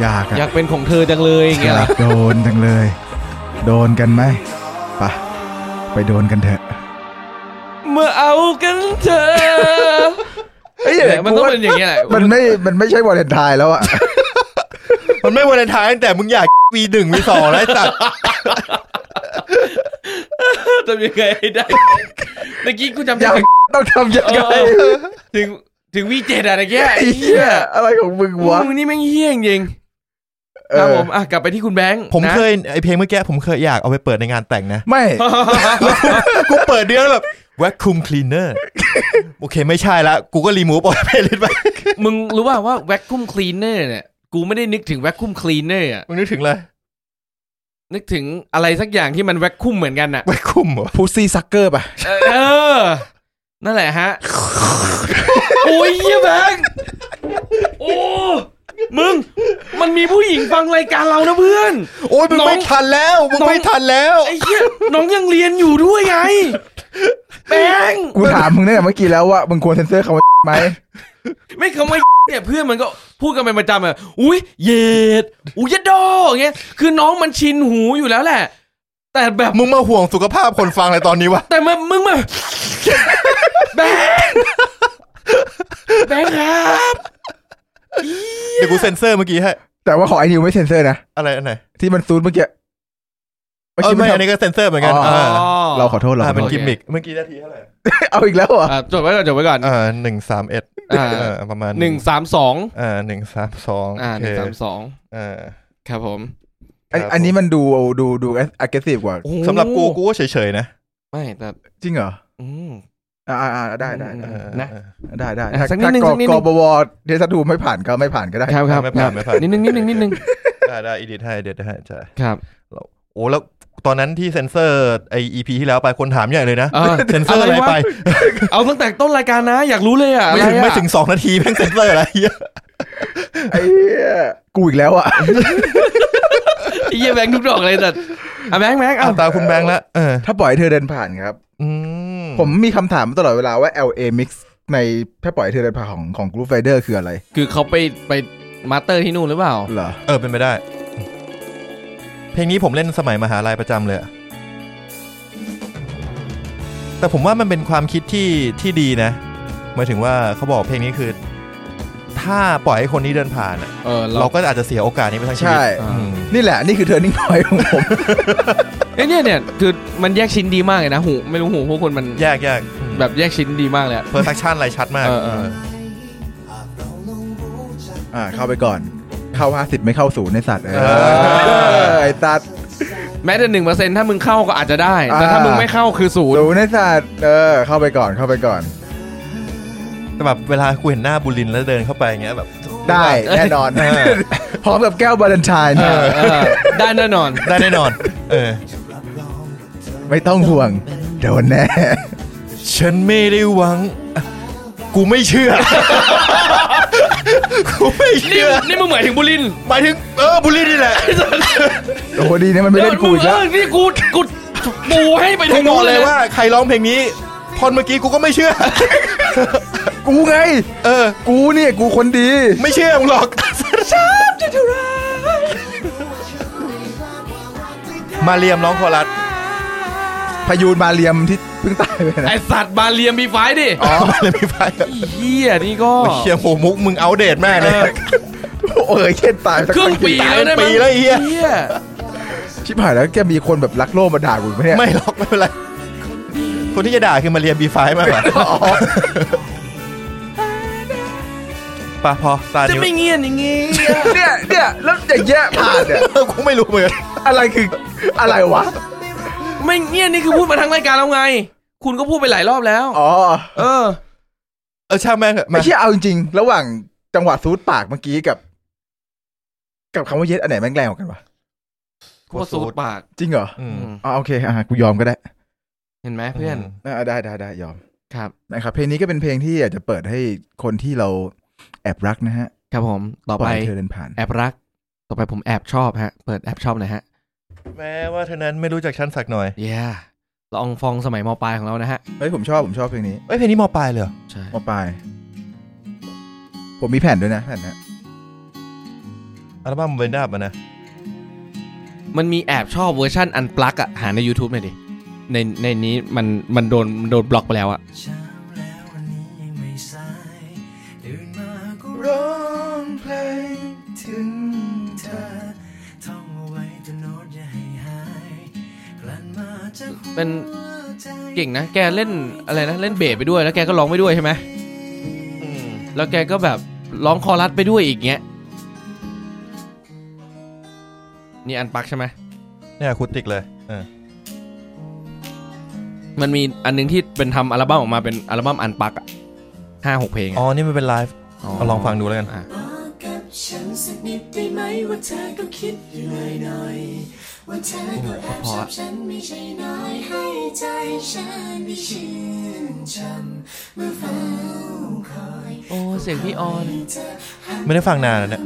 C: ยาก
D: อ
C: อะ
D: ยากเป็นของเธอจังเลยอย่าง
C: อ
D: เงี้ยเหร
C: ยา
D: อก
C: โดนจังเลย โดนกันไหมไปะไปโดนกันเถอะ
D: เมื่อเอากันเธอ
C: เอ้ย
D: เนี่ยมันต้องเป็นอย่างเงี้ยแหละ
C: มันไม่ มันไม่ใช่วาเลนไทน์แล้วอะ
E: มันไม่วันเลนไทายแต่มึงอยาก วีหนึ่งวีสองแล้วไอ้สัตว์
D: ทำยังไงให้ได้เมื่อกี้กูจำ
C: อ
D: ได้
C: ยากต้องทำยังไง
D: ถึงถึงวีเจ็ดอะไรเงี้ย
C: ไอ้
D: ไอ้
C: เหี้
D: เหี้
C: ย
D: ย
C: อะไรของมึงวะ
D: มึงนี่แม่งเหี้ยจริงๆ
C: เอ
D: ครับ
C: อ
D: ผมอ่ะกลับไปที่คุณแบงค์
E: ผม
D: นะ
E: เคยไอเพลงเมื่อกี้ผมเคยอยากเอาไปเปิดในงานแต่งนะ
C: ไม่
E: กูเปิดเดือนแล้วแบบแวคคุมคลีเนอร์ โอเคไม่ใช่ละกูก็รีมูฟออกไปเลยไป
D: มึงรู้ป่าวว่าแวคคุมคลีเนอร์เนี่ยกูไม่ได้นึกถึงแวคคุมคลีเนอร์อะ
E: มึงนึกถึงเลย
D: นึกถึงอะไรสักอย่างที่มันแวคคุมเหมือนกันอะ
E: แวคคุมเหรอ
C: พุซี่ซักเกอร์ป่ะ
D: เออ นั่นแหละฮะ โอ้ยเหี้ยแบงค์โอ้ มึง มันมีผู้หญิงฟังรายการเรานะเพื่อน
E: โอ้ยมึง
D: น้อง
E: ไม่ทันแล้วมึง
D: น้อง
E: ไม่ทันแล้ว
D: ไอ้เหี้ยน้องยังเรียนอยู่ด้วยไง แบงค์
C: กูถามมึงตั้งแต่เมื่อกี้แล้วว่ามึงควรเซ็นเซอร์คำว่าไหม
D: ไม่คำว่าเนี่ยเพื่อนมันก็พูดกันเป็นประจำอะอุ้ยเหยดอุ้ยยะโดอย่างเงี้ย คือน้องมันชินหูอยู่แล้วแหละ แต่แบบ
E: มึงมาห่วงสุขภาพคนฟังอะไรตอนนี้วะ
D: แต่มึงมึงมาแบงค์แบงค์ครับ
E: เดี๋ยวกูเซ็นเซอร์เมื่อกี้ให้
C: แต่ว่าของไอ้นิวไม่เซ็นเซอร์นะ
E: อะไรอันไหน
C: ที่มันซูดเมื่อกี้
E: เออไม่อันนี้ก็เซ็นเซอร์เหมือนกัน
D: อ๋อ
E: อ่า
C: เราขอโทษเราข
E: อ่า
C: อ
E: เป็น
C: โทษ
E: กิมมิคเมื่อกี้นาทีเท่าไหร่
C: เอาอีกแล้วเหรอ
D: อ่ะจดไว้ก่อนจดไว้ก่อน
E: อ่าหนึ่งสามเอ็ด
D: อ่า
E: เออประมาณ
D: หนึ่งสามสอง
E: อ่าหนึ่งสามสอง
D: อ่าห
E: โเค
D: นึ่งสามสอง
E: อ่า
D: ครับผม
C: อัน
E: ครับ
C: อันนี้มันดูดูดู aggressive กว่า
E: สำหรับกูกูก็เฉยๆนะ
D: ไม่แต่
C: จริงเหรอ
D: อืม
C: อ่าอ่าได้ได้
D: อื
E: เอ
D: ม
E: อ
D: นะ
E: เออ
C: ได้ได้
D: อ่ะ
C: ถ้า
D: สักนิด
C: ถ้า
D: นึง
C: ก
D: สักนิดนึ
C: ก
D: ง
C: บวเดซัทูไม่ผ่านก็ไม่ผ่านก็ได้
D: ครับครับ
E: ไม่ผ่านไม่ผ่าน
D: นิดนึงนิดนึงนิดนึง
E: ได้ได้อีดิทให้เด็ดให้ใช่
D: ครับ
E: โอ้แล้วตอนนั้นที่เซ็นเซอร์ไออีพีที่แล้วไปคนถามใหญ่เลยนะ
D: เออ
E: เซ็นเซอร์อะไรไป
D: วเอาตั้งแต่ต้นรายการนะ อยากรู้เลยอ่ะ
E: ไม่ถึง
D: อะรอะ
E: ไม่ถึงสองนาที แม่งเซ็นเซอร์อะไรเหี้ย
C: ไอ้เหี้ยกูอีก แล้วอ่ะ
D: ไอ้เหี้ยแบงค์ทุกดอกเลยแต่อ่ะแบงค์แบงค์
E: อ่ะ
D: เอา
E: ตาคุณแบงค์ละเออ
C: ถ้าปล่อยให้เธอเดินผ่านครับ
E: อื
C: ผมมีคำถามมาตลอดเวลาว่า LA Mix ในถ้าปล่อยให้เธอเดินผ่านของของ Group Rider คืออะไร
D: คือเขาไปไป มาสเตอร์ที่นู่นหรือเปล่า
C: เหรอ
E: เออเป็นไปได้ เพลงนี้ผมเล่นสมัยมหาลัยประจำเลยอะแต่ผมว่ามันเป็นความคิดที่ที่ดีนะหมายถึงว่าเขาบอกเพลงนี้คือ ถ้าปล่อยให้คนนี้เดินผ่านอะ
D: เออ
E: เรา
D: เรา
E: ก็อาจจะเสียโอกาสนี้ไปทั้งชีวิต
C: ใช่
E: อืม
C: นี่แหละนี่คือ turning point ของผม
D: เอ้ยเนี่ยเนี่ยคือมันแยกชิ้นดีมากเลยนะหูไม่รู้หูพวกคนมัน
E: แยกแยกอืม
D: แบบแยกชิ้นดีมากเลยอะ
E: perfection อะไรชัดมาก
D: เออเออ
C: อ่าเข้าไปก่อน เข้า 50 ไม่เข้าศูนย์ในสัตว์เออไอ้สัตว์
D: แม้แต่หนึ่งเปอร์เซ็นถ้ามึงเข้าก็อาจจะได้ แต่ถ้า
C: อ่ามึ
D: มึงไม่เข้าคือศูนย์
C: ศูนย์ในสัตว์เออ เข้าไปก่อนเข้าไปก่อน
E: แต่แบบเวลากูเห็นหน้าบุลินแล้วเดินเข้าไปอย่างเงี้ยแบบ
C: ได้แน่นอน
E: เออ
C: พร้อมกับแก้วบาเลนไทน์
D: เออเออได้แน่นอน
E: ได้แน่นอน เออ
C: ไม่ต้องห่วง โดน แน่
E: ฉันไม่ได้หวังอ่ะกูไม่เชื่อ กูไม่
D: นี่
E: เชื่อ
D: นี่มึงหมายถึงบุรินทร์
E: หมายถึงเออบุลินนี่แหละ
C: โอ้โหดีนะมันไม่เล่นกูอีก
D: เอ
C: แล้ว
D: อนี่กูกูปูให้ไป
E: กู
D: ถึง
E: บอ
D: นู่
E: ก
D: น
E: เลยว่าใครร้องเพลงนี้พอนเมื่อกี้กูก็ไม่เชื่อ
C: กูไง
E: เออ
C: กูเนี่ย กูคนดี
E: ไม่เชื่อมึงหรอก มาเรียมร้องคอรัส
C: พยูนมาเรียมที่เพิ่งตายไป
D: ไอ
C: นะ
D: สัตว์บาเลียมมีไฟดิ
E: อ๋อ มาเรียมพี่ไฟ
D: ไอ้เฮียนี่ก็
E: เชียโหมุกมึงเอาเดตมากเลย
C: เออเช่นตายสัก
D: ครึ่งปี
E: ตาย
D: แล้วได้
E: เป็นปี
D: มั้ง
E: แล้วไอ้เหี้ย
C: ชิบหายแล้วแกมีคนแบบรักโลกมาด่ากูอีกไหมเนี่ย
E: ไม่หรอกไม่เป็นไร คนที่จะด่าคือมาเรียมบีไฟมากกว่าปะพอตา
D: จะ
E: นิ้ว
D: ไม่เงียนอย่างงี้
C: เนี่ยเนี่ยแล้วอย่างเงี้ยผ่านเนี่ย
E: กูไม่รู้เหมือนกัน
C: อะไรคืออะไรวะ
D: ไม่เงียนนี่คือพูดมาทั้งรายการแล้วไง คุณก็พูดไปหลายรอบแล้ว
C: อ๋อ
D: เออ
E: เออช่างแม่งเถอะมา
C: ไม่ใช่เอาจริงๆ ระหว่างจังหวะซูดปากเมื่อกี้กับ กับคำว่าเย็ดอันไหนแม่งแรงกว่ากันวะ
D: กูสูดปาก
C: จริงเหรอ
E: อืม
C: อ๋อโอเคอ่ะกูยอมก็ได้
D: เห็นไหมเพื่อน
C: อ่ะได้ได้ได้ยอม
D: ครับ
C: นะครับเพลงนี้ก็เป็นเพลงที่อยากจะเปิดให้คนที่เราแอบรักนะฮะ
D: ครับผม ต่อ
C: ปล่
D: ไป
C: ยให้เธอเดินผ่าน
D: แอบรัก ต่อไปผมแอบชอบฮะ เปิดแอบชอบหน่อยฮะ
E: แม้ว่าเธอนั้นไม่รู้จักฉันสักหน่อย
D: เย้ละอองฟองสมัยมปลายของเรานะฮะ
C: เฮ้ยผมชอบผมชอบเพลงนี้
E: เอ้ยเพลงนี้มอปลายเลยเหรอ
D: ใช่
C: มอปลายผมมีแผ่นด้วยนะแผ่นนะ
E: อัลบั้มเวนดับอะนะ
D: มันมีแอบชอบเวอร์ชั่นอันปลั๊กอะหาใน YouTube หน่อยดิ ในในนี้มันมันโดนมันโดนบล็อกไปแล้วอะ
F: เช้าแล้ววันนี้ยังไม่สายตื่นมาก็ร้
E: ร้
F: อ
E: อง งเพลง
F: ถึงเธอ ท่องเอาไว้จะโน้ตอย่าให้หายกลั่นมาจากหั
D: เป็น
F: วใจ
D: เก่งนะ แกเล่นอะไรนะ เล่นเบสไปด้วย แล้วแกก็ร้องไปด้วยใช่ไหม แล้วแกก็แบบร้องคอรัสไปด้วยอีกเงี้ย นี่อันปลักใช่ไหม
E: เนี่ยอะคูติกเลยเออ
D: มันมีอันหนึงที่เป็นทำอัลบั้มออกมาเป็นอัลบั้มอันปลักอะห้าหกเพลง
E: อ๋
D: อะ
E: อนี่มันเป็นไลฟ์เอาลองฟังดูแล้วกัน
D: อ่ะ
F: บอกกับฉันสักนิดได้ไหมว่าเธอก็คิดอยู่หน่อยหน่อยๆว่าเธอก็แอบชอบฉันไม่ใช่น้อยให้ใจฉันได้ชื่นช่ำเมื่อเฝ้าคอย
D: โอ้ เสียงพี่ออน
E: ไม่ได้ฟังนานแล้วเนี่ย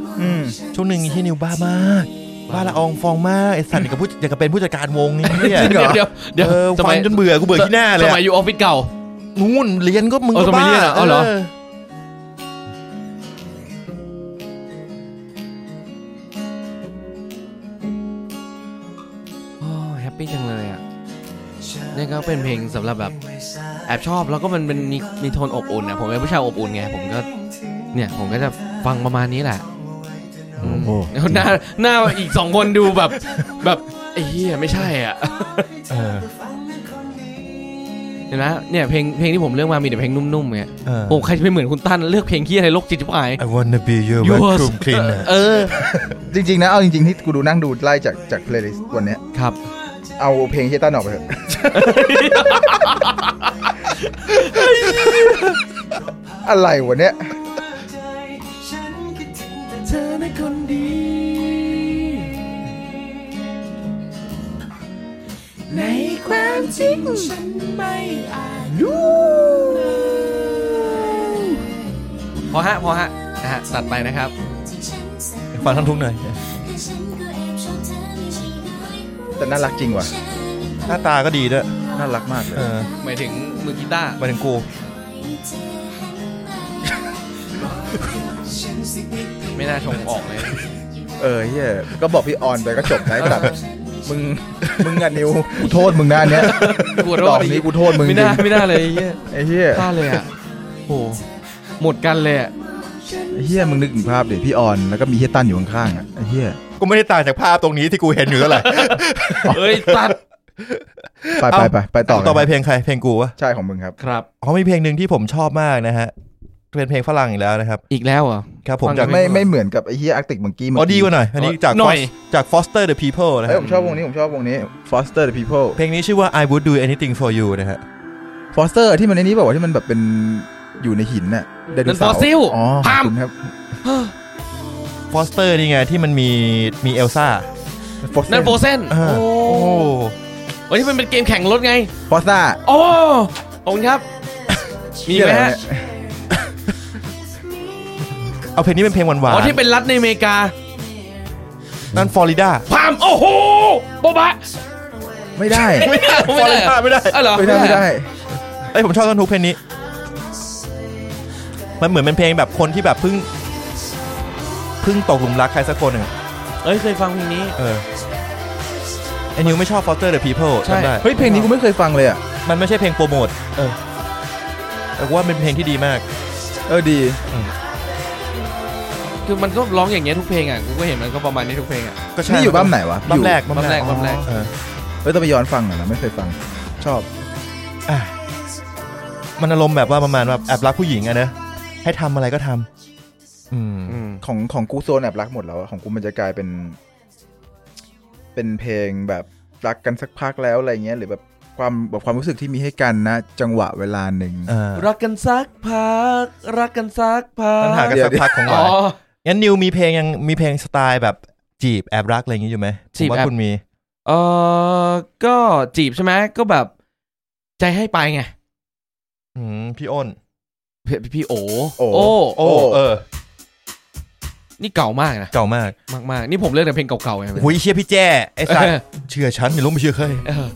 E: ช่วงหนึ่งที่นิวบ้ามากบ้าละอองฟองมากไอสัตว์อย่างกับผู้อย่างกับเป็นผู้จัดการวง นี่เนี่ย
D: เดี๋ยวเดี๋ยวเดี๋ยว
E: เออฟังจนเบื่อกูเบื่อที่หน้าเลย
D: ส
E: อะ
D: มัยอยู่ออฟฟิศเก่า
E: นู่นเรียนก็มึง
D: เออ
E: ก็
D: สมัย
E: บ้า
D: เรียนอะเอาเหรอ โอ้แฮปปี้จังเลยอ่ะนี่ก็เป็นเพลงสำหรับแบบแอบชอบแล้วก็มันเป็นมีมีโทนอบอุ่นนะผมเป็นผู้ชายอบอุ่นไง ผมก็เนี่ยผมก็จะฟังประมาณนี้แหละอืมแล้วหน้าหน้าอีกสองคนดูแบบแบบไอ้เหี้ยไม่ใช่อ่ะ
E: เออ
D: เห็นไหมเนี่ยเพลงเพลงที่ผมเลือกมามีแต่เพลงนุ่มๆไง
E: เออ
D: โอ้ใครจะไปเหมือนคุณตั้นเลือกเพลงเฮียอะไรโรคจิตจิบหาย
E: I wanna be your
D: Yours
E: vacuum cleaner
D: เออ
C: จริง ๆ นะเอาจริง ๆ ที่กูดูนั่งดูไล่จากจากเพลย์ลิสต์วันเนี้ย
D: ครับ
C: เอาเพลงเฮียตันออกไปเถอะอะไรวะเนี่ย
F: เธอเป็นคนดี ในความจริงฉันไม่อาจรู้
D: พอฮะ พอฮะนะฮะตัดไปนะครับ
E: ฟังทั้งทุกหน่อย
C: แต่น่ารักจริงว่ะ
E: หน้าตาก็ดีด้วย
C: น่ารักมากเลย
E: เออ
D: หมายถึงมือกีตาร์
E: มาถึงกู
D: ไม่น่าชงออกเลย
C: เออเฮียก็บอกพี่ออนไปก็จบนะก็แบบมึงมึงอะนิวกูโทษมึงนะอันเนี้ย
D: กูโทษ
C: ดอกนี้กูโทษมึงจ
D: ไม่
C: ริ
D: น่าง ไม่น่าเลยไอ้เหี้ย
C: ไอ้เฮีย
D: พลาดเลยอ่ะโหหมดกันเลยอ่ะ
C: ไอ้เฮียมึงนึกถึงภาพเดี๋ยวพี่ออนแล้วก็มีเฮียตั้นอยู่ข้างๆอะไอ้เฮีย
E: กูไม่ได้ต่างจากภาพตรงนี้ที่กูเห็ นอยู่เท่าไหร่
D: เอ้ยตัด
C: ไปไปไปไปต่อกัน
E: ต่อไปเพลงใครเพลงกูวะ
C: ใช่ของมึงครับ
D: ครับ
E: เขามีเพลงหนึ่งที่ผมชอบมากนะฮะเป็นเพลงฝรั่งอีกแล้วนะครับ
D: อีกแล้วเหรอ
E: ครับผม
D: ฟัง
E: จาก
C: ไม่ไม่เหมือนกับไอ้เฮียอาร์ติกมังกี้
E: อ๋อดีกว่าหน่อยอันนี้จาก
D: หน่อย
E: Fos- จาก Foster the People นะ
C: เอ้ย
E: ฮะ
C: ผมชอบวงนี้ผมชอบวงนี้ Foster the People
E: เพลงนี้ชื่อว่า I would do anything for you นะฮะ
C: Foster ที่มันในนี้บอกว่าวะที่มันแบบเป็นอยู่ในหินน่ะไดโนเสา
D: นั่น Fossil
C: ร์อ๋อขอบ
D: พาม
C: คุณครับ
E: Foster นี่ไงที่มันมีมีเอลซ่า
C: Fossil
D: นั่นโฟเซน
E: เออ
D: โอ้
E: โอ้
D: เฮ้ยมันเป็นเกมแข่งรถไง
C: Forza
D: โอ้ขอบคุณครับ มีไหมฮะ
E: เอาเพลงนี้เป็นเพลงหวานหวา
D: อ๋
E: น
D: อที่เป็นรัฐในอเมริกา
E: นั่นฟลอริดา
D: พามโอ้โหโบบะ
C: ไม่ได้
D: ไม่ได้
E: ฟลอริ
D: ไม่
E: ดา
D: ได้อ๋
E: ไม่ได้
D: อเหรอ
C: ไม่ได้ไม่ได้
E: ไอยผมชอบต้นทุกเพลงนี้ มันเหมือนเป็นเพลงแบบคนที่แบบเพิ่งเพิ่งตกหลุมรักใครสักคนหนึ่งอะ
D: เอ้ยเคยฟังเพลงนี้
E: เออไอนิวไม่ชอบ Foster the People
D: ใช่
E: จำได้
C: เฮ้ยเพลงนี้กูไม่เคยฟังเลยอ่ะ
E: มันไม่ใช่เพลงโปรโมทเออแต่ว่าเป็นเพลงที่ดีมาก
C: เออดี
D: คือมันก็ร้องอย่างเงี้ยทุกเพลงอ่ะกูก็เห็นมันก็ประมาณนี้ทุกเพลงอ่ะ
E: ก็ใช่
C: นี่อยู่บ้านไหนวะ
E: บัมแรก
C: อยู่
D: บั
E: บัม
D: ม
E: แร
D: แร
E: ก
D: กบัมแรก
E: เออ
C: เฮ้ยต้องไปย้อนฟังอ่ะนะไม่เคยฟัง ชอบ
E: อ่ะมันอารมณ์แบบว่าประมาณแบบแอบรักผู้หญิงอะนะให้ทำอะไรก็ทำอืม
C: ของของกูโซนแอบรักหมดแล้วอะของกูมันจะกลายเป็น เป็นเพลงแบบรักกันสักพักแล้วอะไรเงี้ย หรือแบบความแบบความรู้สึกที่มีให้กันนะ จังหวะเวลาหนึ่ง
E: เออ
D: รักกันสักพัก รักกันสักพั
E: ปัญหาก กันสักพักของห
D: อ๋
E: วา
D: อ
E: นงั้นนิวมีเพลงยังมีเพลงสไตล์แบบจีบแอบรักอะไรอย่างงี้อยู่ไหม
D: จีบ
E: ผ
D: แอ
E: มว่า
D: บ
E: คุณมี
D: เออก็จีบใช่ไหมก็แบบ ใจให้ไปไง
E: อืมพี่อ้น
D: พี่พี่โอ
C: โอ
D: โอ้
E: โอ้เออ
D: นี่เก่ามากนะ
E: เก่ามาก
D: มากๆ นี่ผมเลือกแต่เพลงเก่าๆไง
E: หุยเชียพี่แจ้ไอ้สัตว์
D: เออ
E: เชื่อฉันอย่าล้มไปเชื่อใคร
D: เออ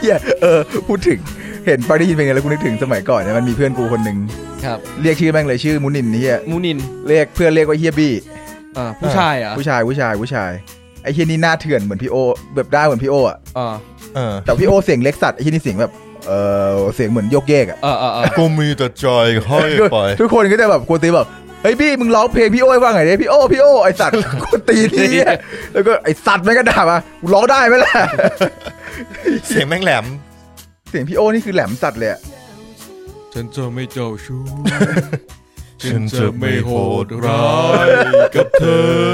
C: เฮียเออ พูดถึง เห็นปารีสเพลงนี้แล้วกูนึกถึงสมัยก่อนเนี่ยมันมีเพื่อนกูคนหนึ่ง
D: ครับ
C: เรียกชื่อแม่งเลยชื่อมุนินเฮีย
D: มูนิน
C: เรียกเพื่อนเรียกว่าเฮียบี้
D: อ่าผู้ชายเหรอ่ะ
C: ผู้ชายผู้ชายผู้ชายไอ้เฮียนี่หน้าเถื่อนเหมือนพี่โอแบบได้าเหมือนพี่โออ่ะ
D: อ่า
E: เออ
C: แต่พี่โอเสียงเล็กสัตว์ไอ้เฮียนี่เสียงแบบเออเสียงเหมือนโยกเยกอ่ะ
D: เออเออเออ
E: ก็มีแต่ใจให้ไป
C: ทุกคนก็จะแบบกวนตีนแบบเฮ้ยพี่มึงร้องเพลงพี่โอ้ยว่าไงเนี่ยพี่โอพี่โอไอสัตว์ กวนตีนนี่แล้วก็ไอสัตว์แม่งก็ด่ามากูร้องได้ไหมล่ะ
E: เสียงแม่งแหลม
C: เสียงพี่โอนี่คือแหลมสัตว์เลยอะ
G: ฉันจะไม่เจ้าชู้
E: ฉันจะไม่โหดร้
G: ยกับเธอ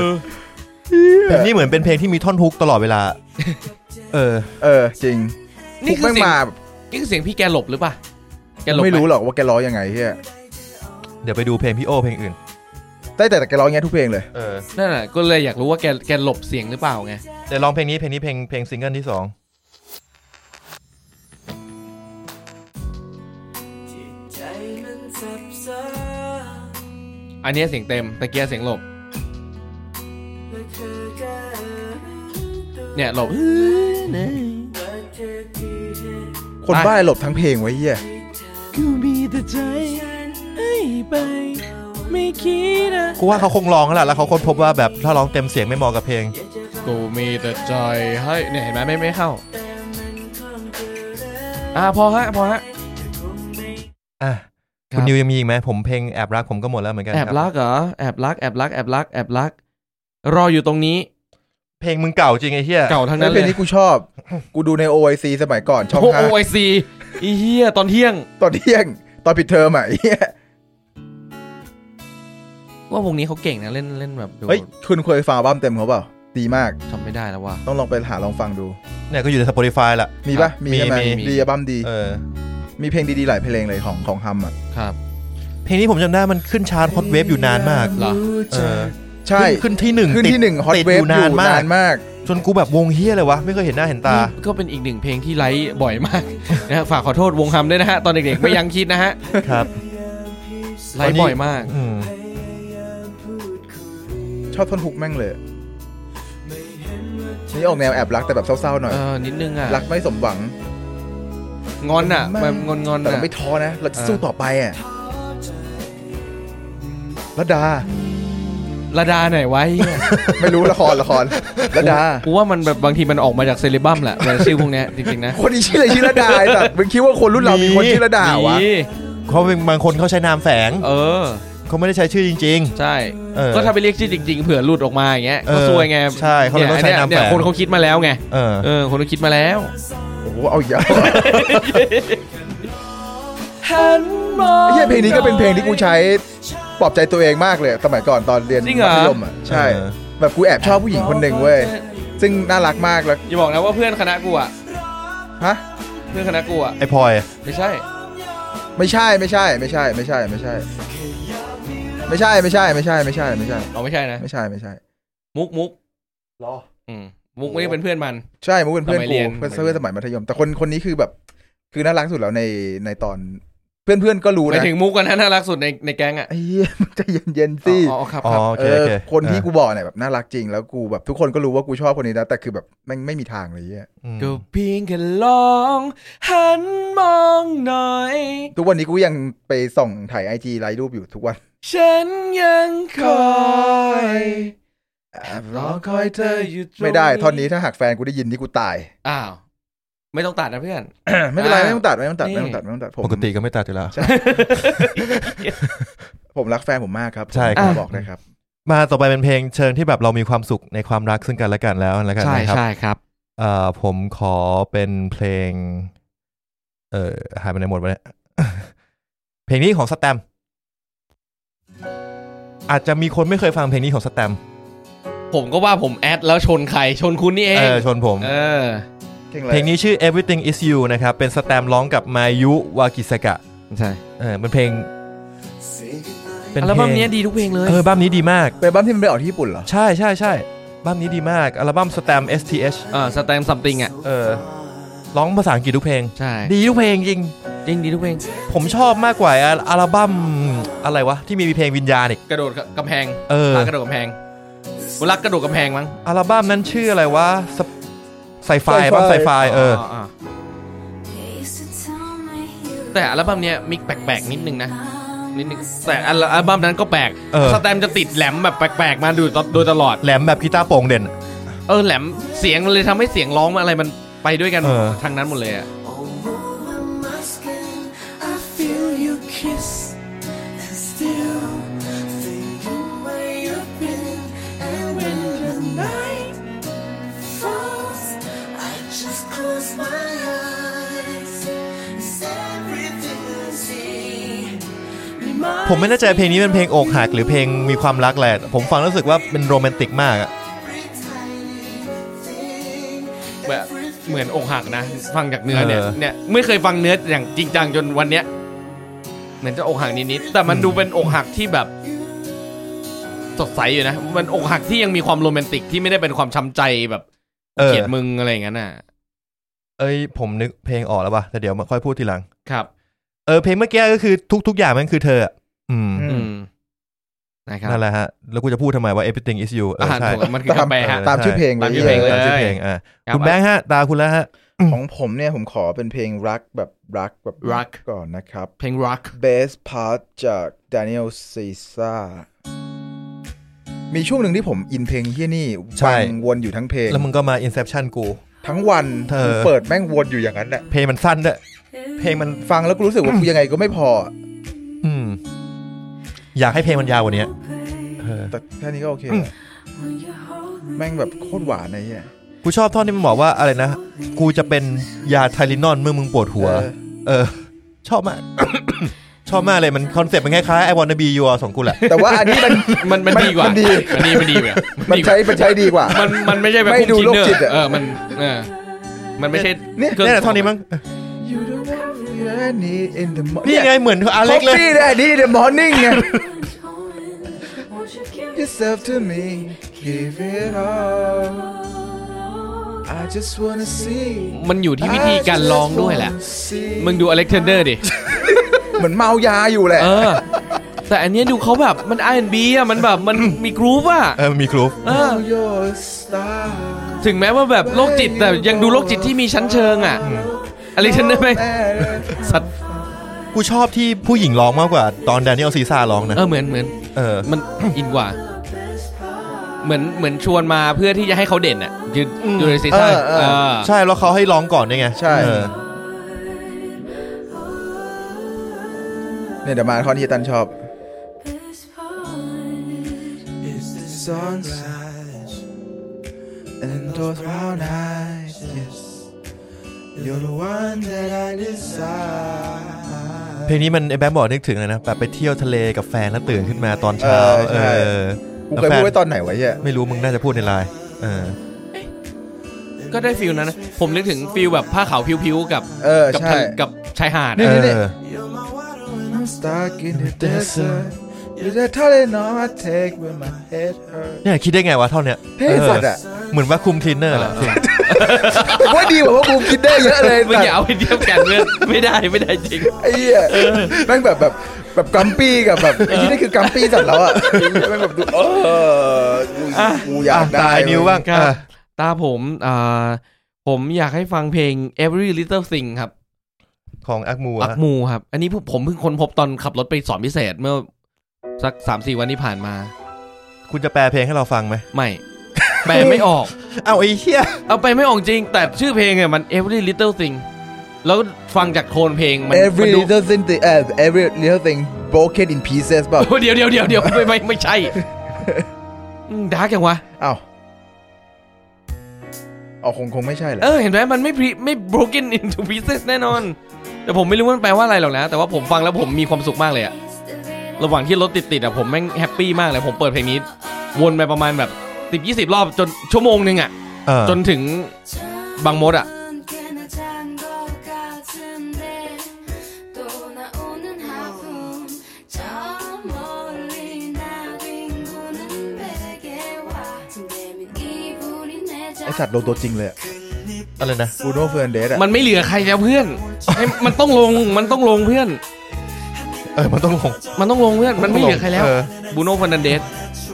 E: เพลงนี้เหมือนเป็นเพลงที่มีท่อนฮุกตลอดเวลา เออ
C: เออจริง
D: นี่คือ
C: แม่ง
D: เสียง
C: มา
D: นี่คือเสียงพี่แกหลบหรือเปล่าแกหลบห
C: ไม่รู้หรอกว่าแกร้องยังไงเฮีย
E: เดี๋ยวไปดูเพลงพี่โอเพลงอื่น
C: แต่แต่แกร้องอย่างเงี้ยทุกเพลงเลย
E: เออ
D: นั่นแหละก็เลยอยากรู้ว่าแกแกหลบเสียงหรือเปล่าไง
E: เดี๋ยวลองเพลงนี้เพลงนี้เพลงเพลงซิงเกิลที่สอง
D: อันนี้เสียงเต็มแต่เกียเสียงหลบ เนี่ยหลบ
C: คน
D: ไป
C: บ้าหลบทั้งเพลงไว้เฮีย
D: กูมีแต่ใจให้ไปไม่คิดนะ
E: กูว่าเขาคงร้องแล้วล่ะแล้วเขาค้นพบว่าแบบถ้าร้องเต็มเสียงไม่เหมาะกับเพลง
D: กูมีแต่ใจให้เนี่ยเห็นไหมไม่ไม่เข้า อ่าพอฮะพอฮะ
E: อ่ะ
D: ค
E: คุ
D: รั
E: ณ
D: บ
E: นิวยังมีอีกไหมผมเพลงแอบรักผมก็หมดแล้วเหมือนกัน
D: แอบ
E: ค
D: รักเหรอแอบรักแอบรักแอบรักแอบรัก รออยู่ตรงนี้
E: เพลงมึงเก่าจริงไอ้เหี้ย
D: เก่าทั้ง
C: แล้
D: นั้
C: วน เพ
D: เล
C: ลง
D: ย
C: นี้กูชอบ กูดูใน OIC สมัยก่อนช่อง
D: โอ้
C: ห้า
D: โอซีอีเหี้ยตอนเที่ยง
C: ตอนเที่ยงตอนปิดเทอมอ่ะไอ้เหี้ย
D: ว่าวงนี้เขาเก่งนะเล่นเล่นแบบดู
C: เฮ้ยคุณเคยฟังอัลบั้มเต็มเขาเปล่า ดีมาก
D: จำไม่ได้แล้วว่า
C: ต้องลองไปหาลองฟังดู
E: เนี่ยก็อยู่ใน Spotify ละ
C: มีปะมี
E: มี
C: ใช่ไหม
E: มี
C: ดีอัลบั้มดี
E: เออ
C: มีเพลงดีๆหลายเพลงเลยของของฮัมอ่ะ
D: ครับ
E: เพลงนี้ผมจำได้มันขึ้นชาร์ตฮอตเวฟอยู่นานมาก
D: เหรอ
E: เออ
C: ใช่
E: ขึ้นขึ้นที่หนึ่ง
C: ขึ้นที่หนึ่งฮอต
E: ติด
C: เวฟ
E: อ
C: อยู่ ยู่
E: นาน
C: าน
E: มาก
C: นมาก
E: จนกูแบบวงเฮี้ยเลยวะ ไม่เคยเห็นหน้าเห็นตา
D: นี่ก็เป็นอีกหนึ่งเพลงที่ไลฟ์บ่อยมาก นะฮะฝากขอโทษวงฮัมด้วยนะฮะ ตอนเด็กๆ ไม่ยังคิดนะ ฮะ
E: ครับ
D: ไลฟ์บ่อยมาก
E: อืม
C: ชอบท่อนฮุกแม่งเลยนี่ออกแนวแอบรักแต่แบบเศร้าๆหน่อย
D: เออ นิดนึงอ่ะ
C: รักไม่สมหวัง
D: งอนอ่ะแบบงอนงอน
C: แต่
D: อ่ะ
C: เราไม่ท้อนะ เราจะสู้ต่อไปอ่ะระดา
D: ระดาไหนไว้
C: ไม่รู้ละครละครระดา
D: กูว่ามันแบบบางทีมันออกมาจากเซเลบัมแหละ แบบชื่อพวกเนี้ยจริงๆนะ
C: คนที่ชื่ออะไรชื่อระดาไอ้สัตว์มึงคิดว่าคนรุ่นเรามีคนชื่อระดาวะ
D: มี
E: เขาเป็นบางคนเขาใช้นามแฝง
D: เออ
E: เขาไม่ได้ใช้ชื่อจริง
D: ใช่
E: เออ
D: ก็ถ้าไปเรียกชื่อจริง ๆ เผื่อหลุดออกมาอย่างเงี้ย
E: เออ
D: ก็ซวยไง
E: ใช่เขาเลยต้องใช้
D: ย
E: นามแฝง
D: ยคนเขาคิดมาแล้วไง
E: ๆ เออ
D: เออ คนเขาคิดมาแล้ว
C: โอ้โหเอาอีกแล้วไอ้เหี้ยเพลงนี้ก็เป็นเพลงที่กูใช้ปลอบใจตัวเองมากเลย สมัยก่อนตอนเรียน
D: จริงเหรอ
C: มัธยมอ่ะใช่
E: เออ
C: แบบกูแอบชอบผู้หญิงคนหนึ่งเว้ยซึ่งน่ารักมากแล้ว
D: อย่าบอกนะว่าเพื่อนคณะกูอ่ะ
C: ฮะ
D: เพื่อนคณะกูอ่ะ
E: ไอพลอย
D: ไม่ใช่
C: ไม่ใช่ไม่ใช่ไม่ใช่ไม่ใช่ไม่ใช่ ไม่ใช่ไม่ใช่ไม่ใช่ไม่ใช่ไม่ใช่
D: เราไม่ใช่นะ
C: ไม่ใช่ไม่ใช่
D: มุกมุก
E: หรอ
D: อืมมุกไม่ได้เป็นเพื่อนมัน
C: ใช่มุกเป็นเพื่อน
D: สมัย
C: กู
D: เรียน
C: เพื่อนเพื่อนสมัยมัธยม แต่คนคนนี้คือแบบ คือน่ารักสุดแล้วในในตอนเพื่อนเพื่อนๆก็รู้
D: ไป
C: นะ
D: ถึงมุกกันนะน่ารักสุดในในแก๊งอ่ะ
C: ไอ้เหี้ยมึงใจเย็นๆสิ
D: อ๋ออ๋อครับ
E: อ๋
D: ค
E: อ
D: รับ
E: โอ
C: เอ
E: เคโอ
C: อ
E: เค
C: คนที่
E: เออ
C: กูบอกเนี่ยแบบน่ารักจริงแล้วกูแบบทุกคนก็รู้ว่ากูชอบคนนี้นะแต่คือแบบแม่งไม่มีทางเลยเหี้ย
E: อืม
D: ก็เพียงแค่ลองหันมองหน่อย
C: ทุกวันนี้กูยังไปส่องถ่ายไอจีไลฟ์รูปอยู่ทุกวัน
D: ฉันยังคอย รอคอยเธออยู่ตรง
C: ไม่ได้ท่อนนี้ถ้าหากแฟนกูได้ยินนี่กูตาย
D: อ้าว ไม่ต้องตัดนะเพื่อน
C: ไม่เป็นไร
D: อ่า
C: ไม่ต้องตัดไม่ต้องตัด
D: นี่
C: ไม่ต้องตัดไม่ต้องตัดผม
E: ปกติก็ไม่ตัดอยู่แล้ว
C: ผมรักแฟนผมมากครับ
E: ใช่
C: ผ
E: ครั
C: ม
E: บ
C: บอกนะครับ
E: มาต่อไปเป็นเพลงเชิงที่แบบเรามีความสุขในความรักซึ่งกันและกันแล้วแล้วกัน
D: ใช่
E: นะครับ
D: ใช่ครับ
E: เอ่อผมขอเป็นเพลง เอ่อหายไปไหนหมดวะเนี่ย เพลงนี้ของสแตมป์อาจจะมีคนไม่เคยฟังเพลงนี้ของสแตมป์
D: ผมก็ว่าผมแอดแล้วชนใคร ชนคุณนี่เอง
E: เออชนผม
D: เออ
E: เพลงนี้ชื่อ Everything Is You นะครับ เป็นสแตมป์ร้องกับมายุวากิสกะ
D: ใช่
E: เออเป็นเพลง เป็น
D: อัล
E: เพล
D: บั้ม
E: ง
D: เนี้ยดีทุกเพลงเลย
E: เอออัลบั้มนี้ดีมาก
C: เป็นอัลบั้มที่มันไปออกที่ญี่ปุ่นเหรอ
E: ใช่ใช่ใช่อัลบั้มนี้ดีมาก อัลบั้มสแตมป์ STH
D: เออสแตมซัมติงอ่ะ
E: เออร้องภาษาอังกฤษทุกเพลง
D: ใช่
E: ดีทุกเพลงจริง
D: จริงดีทุกเพลง
E: ผมชอบมากกว่าอัลอัลบั้มอะไรวะ ที่มีเพลงวิญญาณอีก
D: กระโดดกำแพง
E: เออ
D: พากระโดดกำแพงกูรักกระโดดกำแพงมั้ง
E: อัลบั้มนั้นชื่ออะไรวะไซไฟป่ะไซไฟเออ
D: าแต่อัลบั้มเนี้ยมิกแปลกๆนิดนึงนะ นิดนึง แต่อัลอัลบั้มนั้นก็แปลก
E: เออ
D: สแตมจะติดแหลมแบบแปลกๆมาดูโดยตลอด
E: แหลมแบบกีตาร์โปร่งเด่น
D: เออแหลมเสียงเลยทำให้เสียงร้องอะไรมันไปด้วยกัน
E: เออ
D: ทางนั้นหมดเลยอ่ะ
F: I'm asking, I feel your kiss. And still thinking where you've been. And when the night falls, I just close my eyes. It's everything I see.
E: ผมไม่แน่ใจเพลงนี้เป็นเพลงอกหักหรือเพลงมีความรักแหละ ผมฟังแล้วรู้สึกว่าเป็นโรแมนติกมากอะ
D: แบบเหมือนอกหักนะ ฟังจากเนื้อเนี่ย
E: เออ
D: เนี่ยไม่เคยฟังเนื้ออย่างจริงจังจนวันเนี้ยเหมือนจะอกหักนิดๆแต่มันดูเป็นอกหักที่แบบสดใสอยู่นะมันอกหักที่ยังมีความโรแมนติกที่ไม่ได้เป็นความช้ำใจแบบ
E: เออ
D: เกลียดมึงอะไรอย่างนั้นน่ะ
E: เอ้ย ผมนึกเพลงออกแล้วป่ะแต่เดี๋ยวมาค่อยพูดทีหลัง
D: ครับ
E: เออเพลงเมื่อกี้ก็คือทุก ๆ อย่างมันคือเธออะอืม
D: อืมนะครับ
E: นั่นแหละฮะ แล้วกูจะพูดทำไมว่า everything is you เอ
D: อ่า
E: อใช่
D: ถูกแล้วมันคือคำแปลฮะ
C: ตามชื่อเพลงเล
D: ตาม
C: ย
D: ชื่อเพลงเลย
E: ตามชื่อเพลงอ่ะ
D: รับ
E: คุณแบงค์ฮะ ตาคุณแล้วฮะ
C: ของผมเนี่ยผมขอเป็นเพลงรักแบบรักแบบ
D: รัก
C: ก่อนนะครับ
D: เพลง rock
C: Best Part จาก Daniel c e s a r มีช่วงหนึ่งที่ผมอินเพลงเฮี้ยนี่
E: ใช่
C: ฟังวนอยู่ทั้งเพลง
E: แล้วมึงก็มา inception กู
C: ทั้งวัน
E: เธอ
C: กูเปิดแม่งวนอยู่อย่างนั้นแห ละ
E: เพลงมันสั้นด้วยเพลงมัน
C: ฟังแล้วกูรู้สึกว่ากูยังไงก็ไม่พอ
E: อืม อยากให้เพลงมันยาวกว่านี้เออ
C: แต่แค่นี้ก็โอเค
E: อืม
C: แล้วแม่งแบบโคตรหวานไอ้เหี้ย
E: กูชอบท่อนที่มันบอกว่าอะไรนะ กูจะเป็นยาไทลินอนเมื่อมึงปวดหัว
C: เออ
E: เออ ชอบมาก ชอบมากเลยมันคอนเซ็ปต์มันคล้ายๆไอวอนนบียูของกูแหละ
C: แต่ว่าอันนี้มัน
D: มันมันดีกว่า
C: มันดี
D: มันดีมันดีกว่า
C: มั
D: มัน นดีกว่า
C: ใช้มันใช้ดีกว่า
D: มันมันไม่ใช่แบบ
C: ไม่ดูโรคจิตอะ
D: เออมันเออมันไม่ใช่
C: เนี่ย
D: ครื่ง
E: เนี่ยแหละท่อนนี้มั้ง
C: You don't have any in the morning
E: นี่ไงเหมือนอา
C: อ
E: เล็
C: เล็
E: ก
C: ก
E: เล
C: เลยนี่
E: ย
C: ได้นี่ the morning ไง
F: Won't you give
C: yourself to me give it all I just wanna see
D: มันอยู่ที่วิธีการร้องด้วยแหละ มึงดูอเล็กซานเดอร์ดิ
C: เหมือนเมายาอยู่แหละ
D: เออ แต่อันเนี้ยดูเขาแบบมัน R&B อ่ะ มันแบบมันมีกรูฟอ่ะ
E: เออมีกรูฟ
D: เออ
C: Your star
D: ถึงแม้ว่าแบบโรคจิตแต่ยังดูโรคจิตที่มีชั้นเชิงอ่ะ
C: I
D: อะไรฉันได้ไหมสัตว์
E: กูชอบที่ผู้หญิงร้องมากกว่าตอนแดเนียลซีซ่าร้องนะ
D: เออเหมือนเหมือน
E: เออ
D: มัน อินกว่า เหมือนเหมือนชวนมาเพื่อที่จะให้เขาเด่นอ่ะยืน
E: อืม
D: อยู่ในซีซั่น
C: เออเออ
D: เออ
E: ใช่แล้วเขาให้ร้องก่อนด้วยไง
C: ใช่
E: เออ
C: เนี่ยเดี๋ยวมาข้อที่ตันชอบ
F: This part.
G: It's the sunrise and those brown eyes. Yes, you're the one that I desire.
E: เพลงนี้มันไอ้แบมบอกนึกถึงเลยนะแบบไปเที่ยวทะเลกับแฟนแล้วตื่นขึ้นมาตอนเช้า
C: เออ
E: เอ
C: ใช่
E: อ
C: กูเคยพูดไว้ตอนไหนไว้เนี่ย
E: ไม่รู้มึงน่าจะพูดในไลน์เออ
D: ก็ได้ฟิลนั้นนะผมนึกถึงฟิลแบบผ้าขาวพิ้วๆกับ
C: เออ
D: กับ
C: ใช่
D: ทะกับชายหาด
C: นี่
D: อะ
G: You're my water when I'm stuck in the desert. You're the Tylenol I take when my head hurts.
E: เนี่ยคิดได้ไงวะเท่าเนี้ย
C: เท่สัตว์อ่ะ
E: เหมือนว่าคุมคลีนเนอร์แหละ
C: ผมว่าดีกว่าพวกกูคิดได้เยอะเลย
D: มึง
C: สัต
D: อย่า
C: ว์
D: เอาไปเทียบกันเลยไม่ได้ไม่ได้จริง
C: ไอ้เหี้ยแม่งแบบแบบแบบกัมปี้กับแบบไอ้ที่นี่คือกัมปี้สัตว์แล้วอ่ะไอ้เหี้ยแม่งแบบดูเออกูกูอยา
E: อ่ะ
C: กได้
E: ตายนิวบ้าง
D: ครับ
E: อ่ะ
D: ตาผมอ่าผมอยากให้ฟังเพลง Every Little Thing ครับ
E: ของอักมู
D: ปั
E: อะ
D: กมูครับ อันนี้ผมเพิ่งค้นพบตอนขับรถไปสอนพิเศษเมื่อสักสามสี่วันที่ผ่านมา
E: คุณจะแปลเพลงให้เราฟังไหม
D: ไม่ แปลไม่อ อก
E: อ้าวไอ้เหี้ย
D: เอาไปไม่ออกจริง แต่ชื่อเพลงเนี่ยมัน Every Little Thing แล้วฟังจากโทนเพลง มันมั
C: Every
D: นดู
C: little thing the- เอ่อ every little thing broken in pieces เปล่า
D: โอ้เดี๋ยวเดี๋ยวเดี๋ยวเดี๋ยวไม่ไม่ไม่ใช่ดาร์กยังวะ
C: อ้าวอ๋อคงคงไม่ใช่แหละ
D: เออเห็นไหมมันไม่พรีไม่ broken into pieces แน่นอน แต่ผมไม่รู้ว่ามันแปลว่าอะไรหรอกนะ แต่ว่าผมฟังแล้วผมมีความสุขมากเลยอะระหว่างที่รถติดติดๆอะผมแม่งแฮปปี้มากเลย ผมเปิดเพลงนี้ วนไปประมาณแบบสิบยี่สิบรอบจนชั่วโมงหนึ่งอะ
E: เออ
D: จนถึง บางมดอะ
C: ไอสัตว์ลงตัวจริงเลยอะ
E: อะไรนะ
C: บูโน่เฟอร์นเดสอะ
D: มันไม่เหลือใครแล้วเพื่อนให้มันต้องลงมันต้องลงเพื่อน
E: เออมันต้องลง
D: มันต้องลงเพื่อนมันไม่เหลือใครแล้ว
E: เอ
D: บูโน่ฟันนันเดส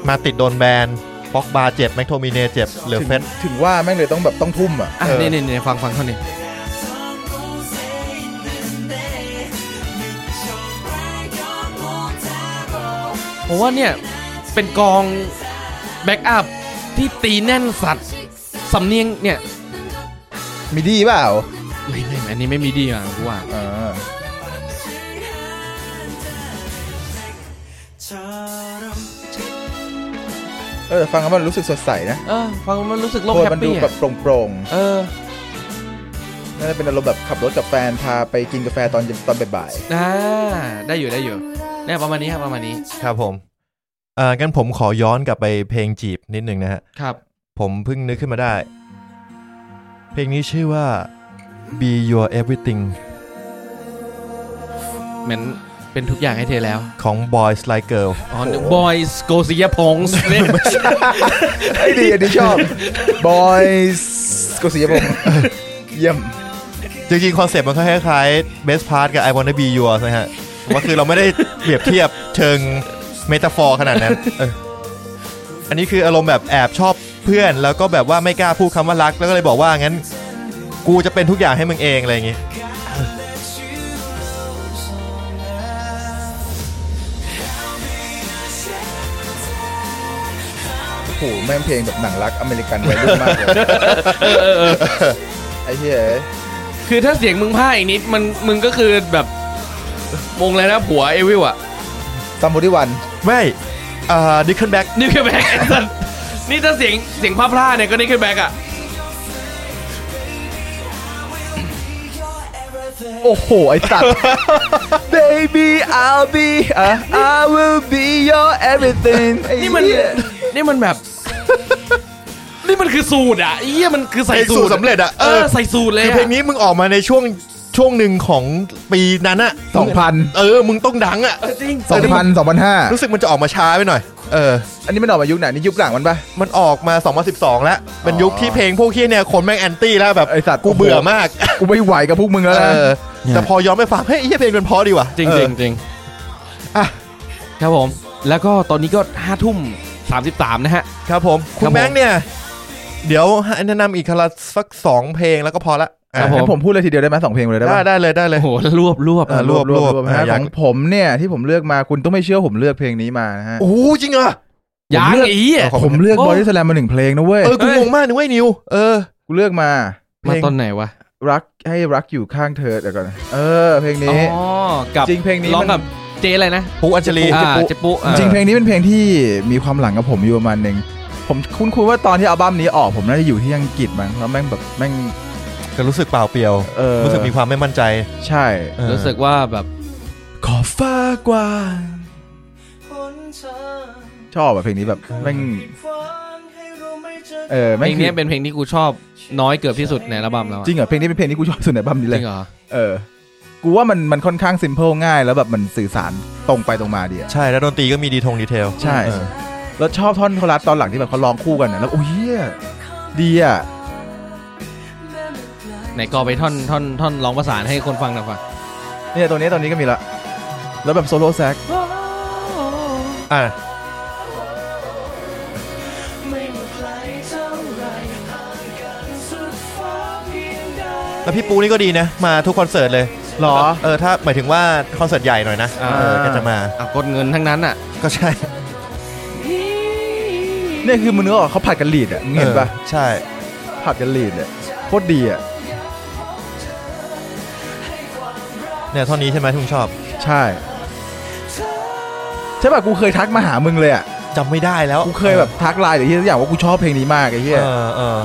E: มาติดโดนแบนบ็อกบาเจ็บแมคโทมิเนเจ็บเหลือเฟส
C: ถึงว่าแม่งเลยต้องแบบต้องทุ่มอ่ะ
D: อ่ะ
E: เออ
D: นี่นี่นี่ฟังฟังเขาเนี่ยผมว่าเนี่ยเป็นกองแบ็กอัพที่ตีแน่นสัตว์สำเนียงเนี่ย
C: มีดีเปล่า
D: ไม่ไม่อันนี้ไม่มีดีอ่ะกูว่า
C: อ่า เออฟังแล้วมันรู้สึกสดใสนะ
D: เออฟังมันรู้สึกโลก
C: โทน
D: แฮ
C: มั
D: ป
C: ดู
D: ปี้
C: แบบ
D: อ่ะ
C: โปร่ง
D: เออ
C: ๆน่าจะเป็นอารมณ์แบบขับรถกับแฟนพาไปกินกาแฟตอนเย็นตอนบ่าย
D: อ่าได้อยู่ได้อยู่เนี่ยประมาณนี้ครับประมาณนี้
E: ครับผมเอองั้นผมขอย้อนกลับไปเพลงจีบนิดนึงนะฮะ
D: ครับ
E: ผมเพิ่งนึกขึ้นมาได้ เพลงนี้ชื่อว่า be your everything
D: เหมือนเป็นทุกอย่างให้เธอแล้ว
E: ของ boys like girl
D: อ๋อนึกบอยสโกซิยาพง ส์เนี่ย
C: ๆไอ้ยดีอันนี้ชอบ บอยสกุศิยพงศ์เยี่ยม
E: จริงๆ คอนเซปต์มันก็คล้ายๆ best part กับ I wanna be yours นะฮะว่าคือเราไม่ได้เปรียบเทียบเชิงเมตาฟอร์ขนาดนั้น เอออันนี้คืออารมณ์แบบแอบชอบเพื่อน แล้วก็แบบว่าไม่กล้าพูดคำว่ารัก แล้วก็เลยบอกว่างั้น กูจะเป็นทุกอย่างให้มึงเองอะไรอย่างงี้
C: โอ้โหแม่งเพลงแบบหนังรักอเมริกันวัยรุ่นมากเลยไอ้เหี้ย
D: คือถ้าเสียงมึงพ่ายอีกนิดมันมึงก็คือแบบมงเลยนะผัวเอวิวอะ
C: ซัมบูดิวัน
E: ไม่ดิคเคิลแบ็ก
D: นิวเคลียร์แบ็กไอ้สัส นี่ถ้าเสียงเสียงพลาดๆเนี่ยก็นิวเคลียร์แบ็กอะ
C: โอ้โห ไอ้สัตว์ baby I'll be อ่ะ I will be your everything ไอ้
D: นี่มัน
C: เหี้ย
D: นี่มันแบบ นี่มันคือสูตรอะเอี้ยมันคือใส่
E: ไอ้
D: สู
E: สู่
D: ตร
E: สำเร็จอะ
D: เอ
E: เอ
D: อ
E: อ
D: ใส่สูตรเลย
E: คือ
D: อะ
E: เพลงนี้มึงออกมาในช่วงช่วงหนึ่งของปีนั้นอะ
C: 2000
E: เออ มึงต้องดังอะ
D: เออจริง
C: สองพันสองพันห้า
E: รู้สึกมันจะออกมาช้าไปหน่อย เออ
C: อันนี้มันออกมายุคไหนนี่ยุคหลังมันปะ
E: มันออกมา 2012 แล้ว เป็นยุคที่เพลงพวกเฮียเนี่ย คนแม่งแอนตี้แล้วแบบ
C: ไอ้สัตว์
E: กูเบื่อมาก
C: กูไม่ไหวกับพวกมึงแล้ว
E: เอ
C: นะ
E: อ แต่พอย้อนไปฟัง เฮ้ยไอ้เฮียเพลงมันเพอดีว่ะ
D: จริง
E: เอ
D: จริ
E: อ
D: งจริง
E: อ่ะ
D: ครับผม แล้วก็ตอนนี้ก็ห้าทุ่มสามสิบสามนะฮะ
E: ครับผม
D: ค
E: คุ
D: รั
E: ณ
D: บผม
E: แบงค์เนี่ย เดี๋ยวให้แนะนำอีกครั้งละสักสองเพลงแล้วก็พอละอ่ะ
D: ครับผ
C: งั้นผมพูดเลยทีเดียวได้ไหมสองเพลงเลยได้
E: ได้
C: ปะ
E: ได้เลยได้เลย
D: โอ้โหรวบรวบ
E: เออ
C: รวบรวบรวบ
E: อ่ะ
C: นะ
E: อ
C: ข
E: ยา
C: อ
E: ก
C: งผมเนี่ยที่ผมเลือกมาคุณต้องไม่เชื่อผมเลือกเพลงนี้มานะฮะ
E: โอ้โหจริงเหรอ
D: ยาง
E: ผมเลือก
D: อีอ่ะ
E: ขอบ
C: ผ
E: คุณ
C: มเลือก
D: โอ้
C: บอดี้สแลมมาหนึ่งเพลงนะเว้ย
E: เออกูงงมากนึกว่าไอ้นิว เออ
C: กูเลือกมา
E: เพล
D: มาง ตอนไหนวะ
C: รักให้รักอยู่ข้างเธอเดี๋ยวก่อนนะเออ เพลง
D: อ๋อ
C: นี้
D: กับ
C: จริงเพลงนี้
D: ร้อง
C: มั
D: กับ
C: น
D: เจอะไรนะ
E: ปุ๊อัญชลี
D: อ่าเจปุอ่า
C: จริงเพลงนี้เป็นเพลงที่มีความหลังกับผมอยู่ประมาณหนึ่งผมคุ้นๆว่าตอนที่อัลบั้มนี้ออกผมน่าจะอยู่ที่อังกฤษมั้งแล้วแม่งแบบแม่ง
E: จะรู้สึกเปล่าเปลี่ยว
C: เออ
E: รู้สึกมีความไม่มั่นใจ
C: ใช่
E: เออ
D: รู้สึกว่าแบบ
C: ขอบฟ้ากว้างชอบอะเพลงนี้แบบแม่งเออ
D: เพ
C: แม่
D: ล
C: ง
D: ง
C: คื
D: เนี้ย
C: อ
D: เป็นเพลงที่กูชอบน้อยเกือบที่สุดในอัลบั้มแล้วอะ
C: จริงเหรอเพลงนี้เป็นเพลงที่กูชอบที่สุดในอัลบั้มนี้
D: จ
C: เล
D: ริ
C: ย
D: งเหรอ
C: เออ กูว่ามันมันค่อนข้างซิมเพิลง่ายแล้วแบบมันสื่อสารตรงไปตรงมาดีอะ
E: ใช่แล้วดนตรีก็มีดีทงดีเทล
C: ใช่
E: เออ
C: แล้วชอบท่อนโครัสตอนหลังที่แบบเขาร้องคู่กันนะแล้วโอ้ยเหี้ยดีอ่ะ
D: ไหนกอไปท่อนท่อนท่อนร้องประสานให้คนฟังหน่อยฟัง
C: เนี่ยตัวนี้ตอนนี้ก็มีละ แล้วแบบโซโล่แซก
E: อ่ะแล้วพี่ปูนี่ก็ดีนะ มาทุกคอนเสิร์ตเลย
C: หรอ
E: เออ ถ้าหมายถึงว่าคอนเสิร์ตใหญ่หน่อยนะ
C: อ่า
E: เออก็จะมา
D: อ่ะกดเงินทั้งนั้นอ่ะ
E: ก็ใช่
C: เนี่ยคือมึงนึกออกเขาผัดกันลีดอ่ะมึงเห็นปะ
E: ออใช่
C: ผัดกันลีดอ่ะโคตรดีอ่ะ
E: เนี่ยท่อนนี้ใช่ไหมที่มึงชอบ
C: ใช่ ใช่ป่ะกูเคยทักมาหามึงเลยอ่ะ
E: จำไม่ได้แล้ว
C: กูเคยแบบทักไลน์หรือที่สักอย่างว่ากูชอบเพลงนี้มากไอ้เหี้ย
E: เออเออ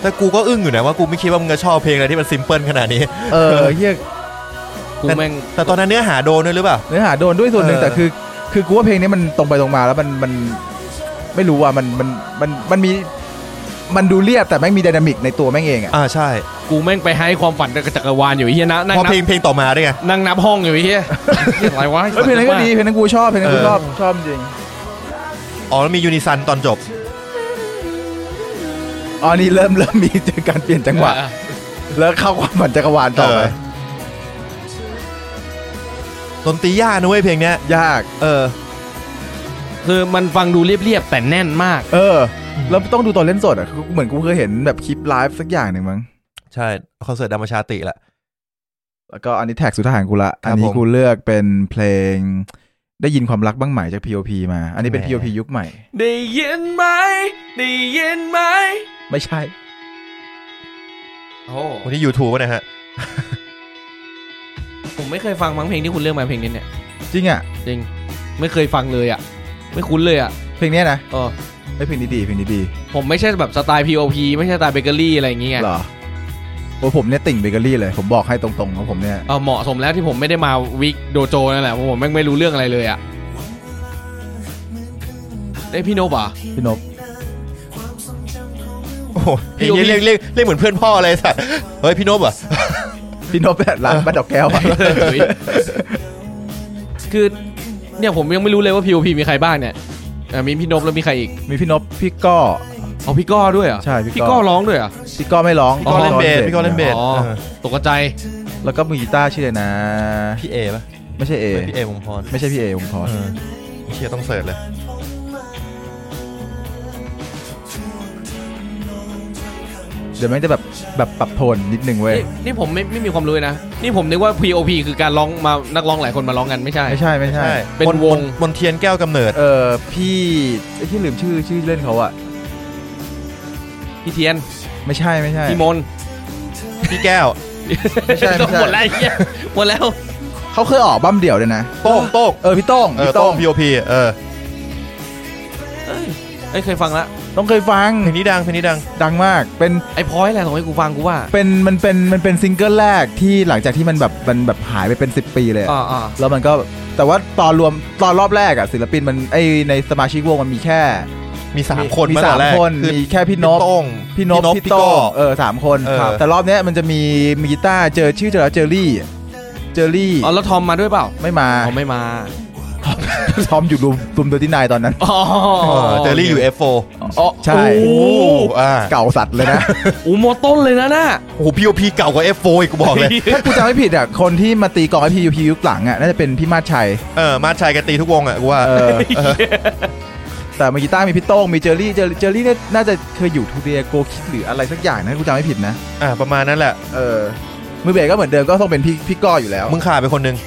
E: แต่กูก็อึ้งอยู่นะว่ากูไม่คิดว่ามึงจะชอบเพลงอะไรที่มันซิมเพิลขนาดนี้
C: เออเหี้ย
D: กูแม่ง
E: แต่ตอนนั้นเนื้อหาโดนด้วยหรือเปล่า
C: เนื้อหาโดนด้วยส่วนหนึ่ง
E: เออ
C: แต่คือ คือกูว่าเพลงนี้มันตรงไปตรงมาแล้วมันมันไม่รู้ว่ามันมันมันมันมีมันดูเรียบแต่แม่งมีไดนามิกในตัวแม่งเองอะ
E: อ่าใช่
D: กูแม่งไปให้ความฝันกับจักรวาลอยู่ไอ้เฮียนะนั่ง
E: เพอ
D: นับ
E: เพลงเพลงต่อมาด้วยไง
D: นั่งนับห้องอยู่ไอ้เฮียเหี้ยอะไรวะ
C: เออเพลงนั้นก็ดีเพลงนั้นกูชอบเพลงนั้นกู
E: เออ
C: ชอบชอบจริง
E: อ๋อแล้วมียูนิซันตอนจบ
C: อ๋อนี่เริ่มเริ่มมี การเปลี่ยนจังหวะ
D: อ่ะ
C: แล้วเข้าความฝันจักรวาลต่อไป
E: เอ ดนตรียากนะเว้ยเพลงเนี้ย
C: ยาก
E: เออ
D: คือมันฟังดูเรียบๆแต่แน่นมาก
C: เออแล้วต้องดูตอนเล่นสดอ่ะคือเหมือนกูเคยเห็นแบบคลิปไลฟ์สักอย่างหนึ่งมั้ง
E: ใช่คอนเสิร์ตดามชาติแหละ
C: แล้วก็อันนี้แท็กสุดท้ายของกูละ
E: ครั
C: อั
E: บ
C: นนี้
E: ผม
C: กูเลือกเป็นเพลงได้ยินความรักบ้างไหมจาก P.O.P มา อันนี้เป็น
E: แหม
C: P.O.P ยุคใหม่
D: ได้ยินไหมได้ยินไหม
C: ไม่ใช่
D: โอ้
E: วันนี้ยูทูบนะฮะ
D: ผมไม่เคยฟังมั้งเพลงที่คุณเลือกมาเพลงนี้เนี่ย
C: จริงอ่ะ
D: จริงไม่เคยฟังเลยอ่ะ ไม่คุ้นเลยอ่ะ
C: เพลงเนี้ยนะ
D: เออ
C: ไอยเพลงนี้ดีเพลงนี้ดี
D: ผมไม่ใช่แบบสไตล์ POP ไม่ใช่สไตล์เบเกอรี่อะไรอย่างเงี้ย
C: เหรอโอ้ผมเนี่ยติ่งเบเกอรี่เลยผมบอกให้ตรงๆของผมเนี่ย
D: เออเหมาะสมแล้วที่ผมไม่ได้มาวิกโดโจนั่นแหละเพราะผมแม่งไม่รู้เรื่องอะไรเลยอ่ะได้ยพี่โนบะ
C: พี่นพ
E: โอ้โหไอ้
D: พี่โอ
E: เหี้
D: พี่
E: ยเรียกเรียกเรียกเหมือนเพื่อนพ่อเลยสัตว์เฮ้ยพี่โนบเหรอ่ะ
C: พี่นพเนี่ยร้านบ้านดอกแก้วอะ
D: คือเนี่ยผมยังไม่รู้เลยว่า POP มีใครบ้างเนี่ยอ่ะมีพี่นพแล้วมีใครอีก
C: มีพี่นพพี่ก้อ
D: เอาพี่ก้อด้วยเหรอ่ะ
C: ใช่พี่ก้อ
D: พี่ก้อร้องด้วยเหรอ่ะ
C: พี่ก้อไม่ร้อง
E: พี่ก้อเล่นเบสพี่ก้อเล่นเบ
D: อ๋อ
E: เออ
D: ตกใจ
C: แล้วก็มือกีตาร์ชื่ออะไรนะ
E: พี่เอป่ะ
C: ไม่ใช่เอ
E: พี่เอวงพร
C: ไม่ใช่พี่เอผมขอ
E: เออเชียต้องเสิร์ชเลย
C: เดี๋ยวแม่งจะแบบแบบปรับโทนนิดนึงเว้ย
D: นี่นี่ผมไม่ไม่มีความรู้เลยนะ นี่ผมนึกว่า POP คือการร้องมานักร้องหลายคนมาร้องกันไม่ใช่
C: ไม่ใช่ไม่ใช่
E: ใช่
D: เป็น
E: ม
D: วง
E: มมนเทียนแก้วกำเนิด
C: เออพี่ไอ้ที่ลืมชื่อชื่อเล่นเขาอะ
D: พี่เทียน
C: ไม่ใช่ไม่ใช่
D: พี่มนต์
E: พี่แก้ว
C: ไม่ใช่ไม่ใช่
D: หมดแล้วไอ้เหี้ยหมดแล้ว
C: เขาเคยออกอัลบั้มเดี่ยวเลยนะ
E: โต้งโต้ง
C: เออพี่โต้ง
E: เออ
C: พี่
E: โต้
C: โต้
E: ง
C: ง
E: พีโอพีเออ
D: เอ้ยเคยฟังละ
C: ต้องเคยฟัง
E: เพลงนี้ดังเพลงนี้ดัง
C: ดังมากเป็น
D: ไอ้พอยแหละส่งให้กูฟังกูว่า
C: เป็นมันเป็นมันเป็นซิงเกิลแรกที่หลังจากที่มันแบบมันแบบหายไปเป็น 10 ปีเลยอะ
D: อ่าอ่า
C: แล้วมันก็แต่ว่าตอนรวมตอนรอบแรกอะศิลปินมันไอในสมาชิกวงมันมีแค่
E: มีสามคน
C: มี
E: ตั้งแต่
C: สาม
E: แรก
C: คน
E: คือ
C: มีแค่พี่นพ
E: โต้ง
C: พี่นพพี่โต้
E: ก้
C: งเออสามคน
E: เออ
C: ครับแต่รอบเนี้ยมันจะมีมีกีตาร์เจอชื่อเจอแล้วเจอรี่ เจอรี่
D: อ๋อแล้วทอมมาด้วยเปล่า
C: ไม่มา
D: อ๋อไม่มา
C: ทอมอยู่รุมรุมตัวที่นายตอนนั้น
D: อ๋อ
E: เออเจอรี่อยู่เอฟโฟ
D: อ๋อ
C: ใช่
D: โอ้
E: โอ้
D: โห
E: อ่า
C: เก่าสัตว์เลยนะ
D: โอ้โหหมดต้นเลยนะน่ะ
E: โอ้พีโอพีเก่ากว่าเอฟโฟอีกกูบอกเลย
C: ถ้ากูจำไม่ผิดอะคนที่มาตีกลองไอพียูพียุคหลังอะน่าจะเป็นพี่มาดชัย
E: เออมาชายกันตีทุกวงอ่ะกูว่า
C: เออ แต่เมื่อกี้ต้ามีพี่โต้งมีเจอรี่เจอเจอรี่เนี่ยน่าจะเคยอยู่ทูเรียโกคิดหรืออะไรสักอย่างนะกูจำไม่ผิดนะ
E: อ่าประมาณนั้นแหละ
C: เออมือเบสก็เหมือนเดิมก็ต้องเป็นพี่พี่ก้ออยู่แล้ว
E: มึงขาดไปคนหนึ่ง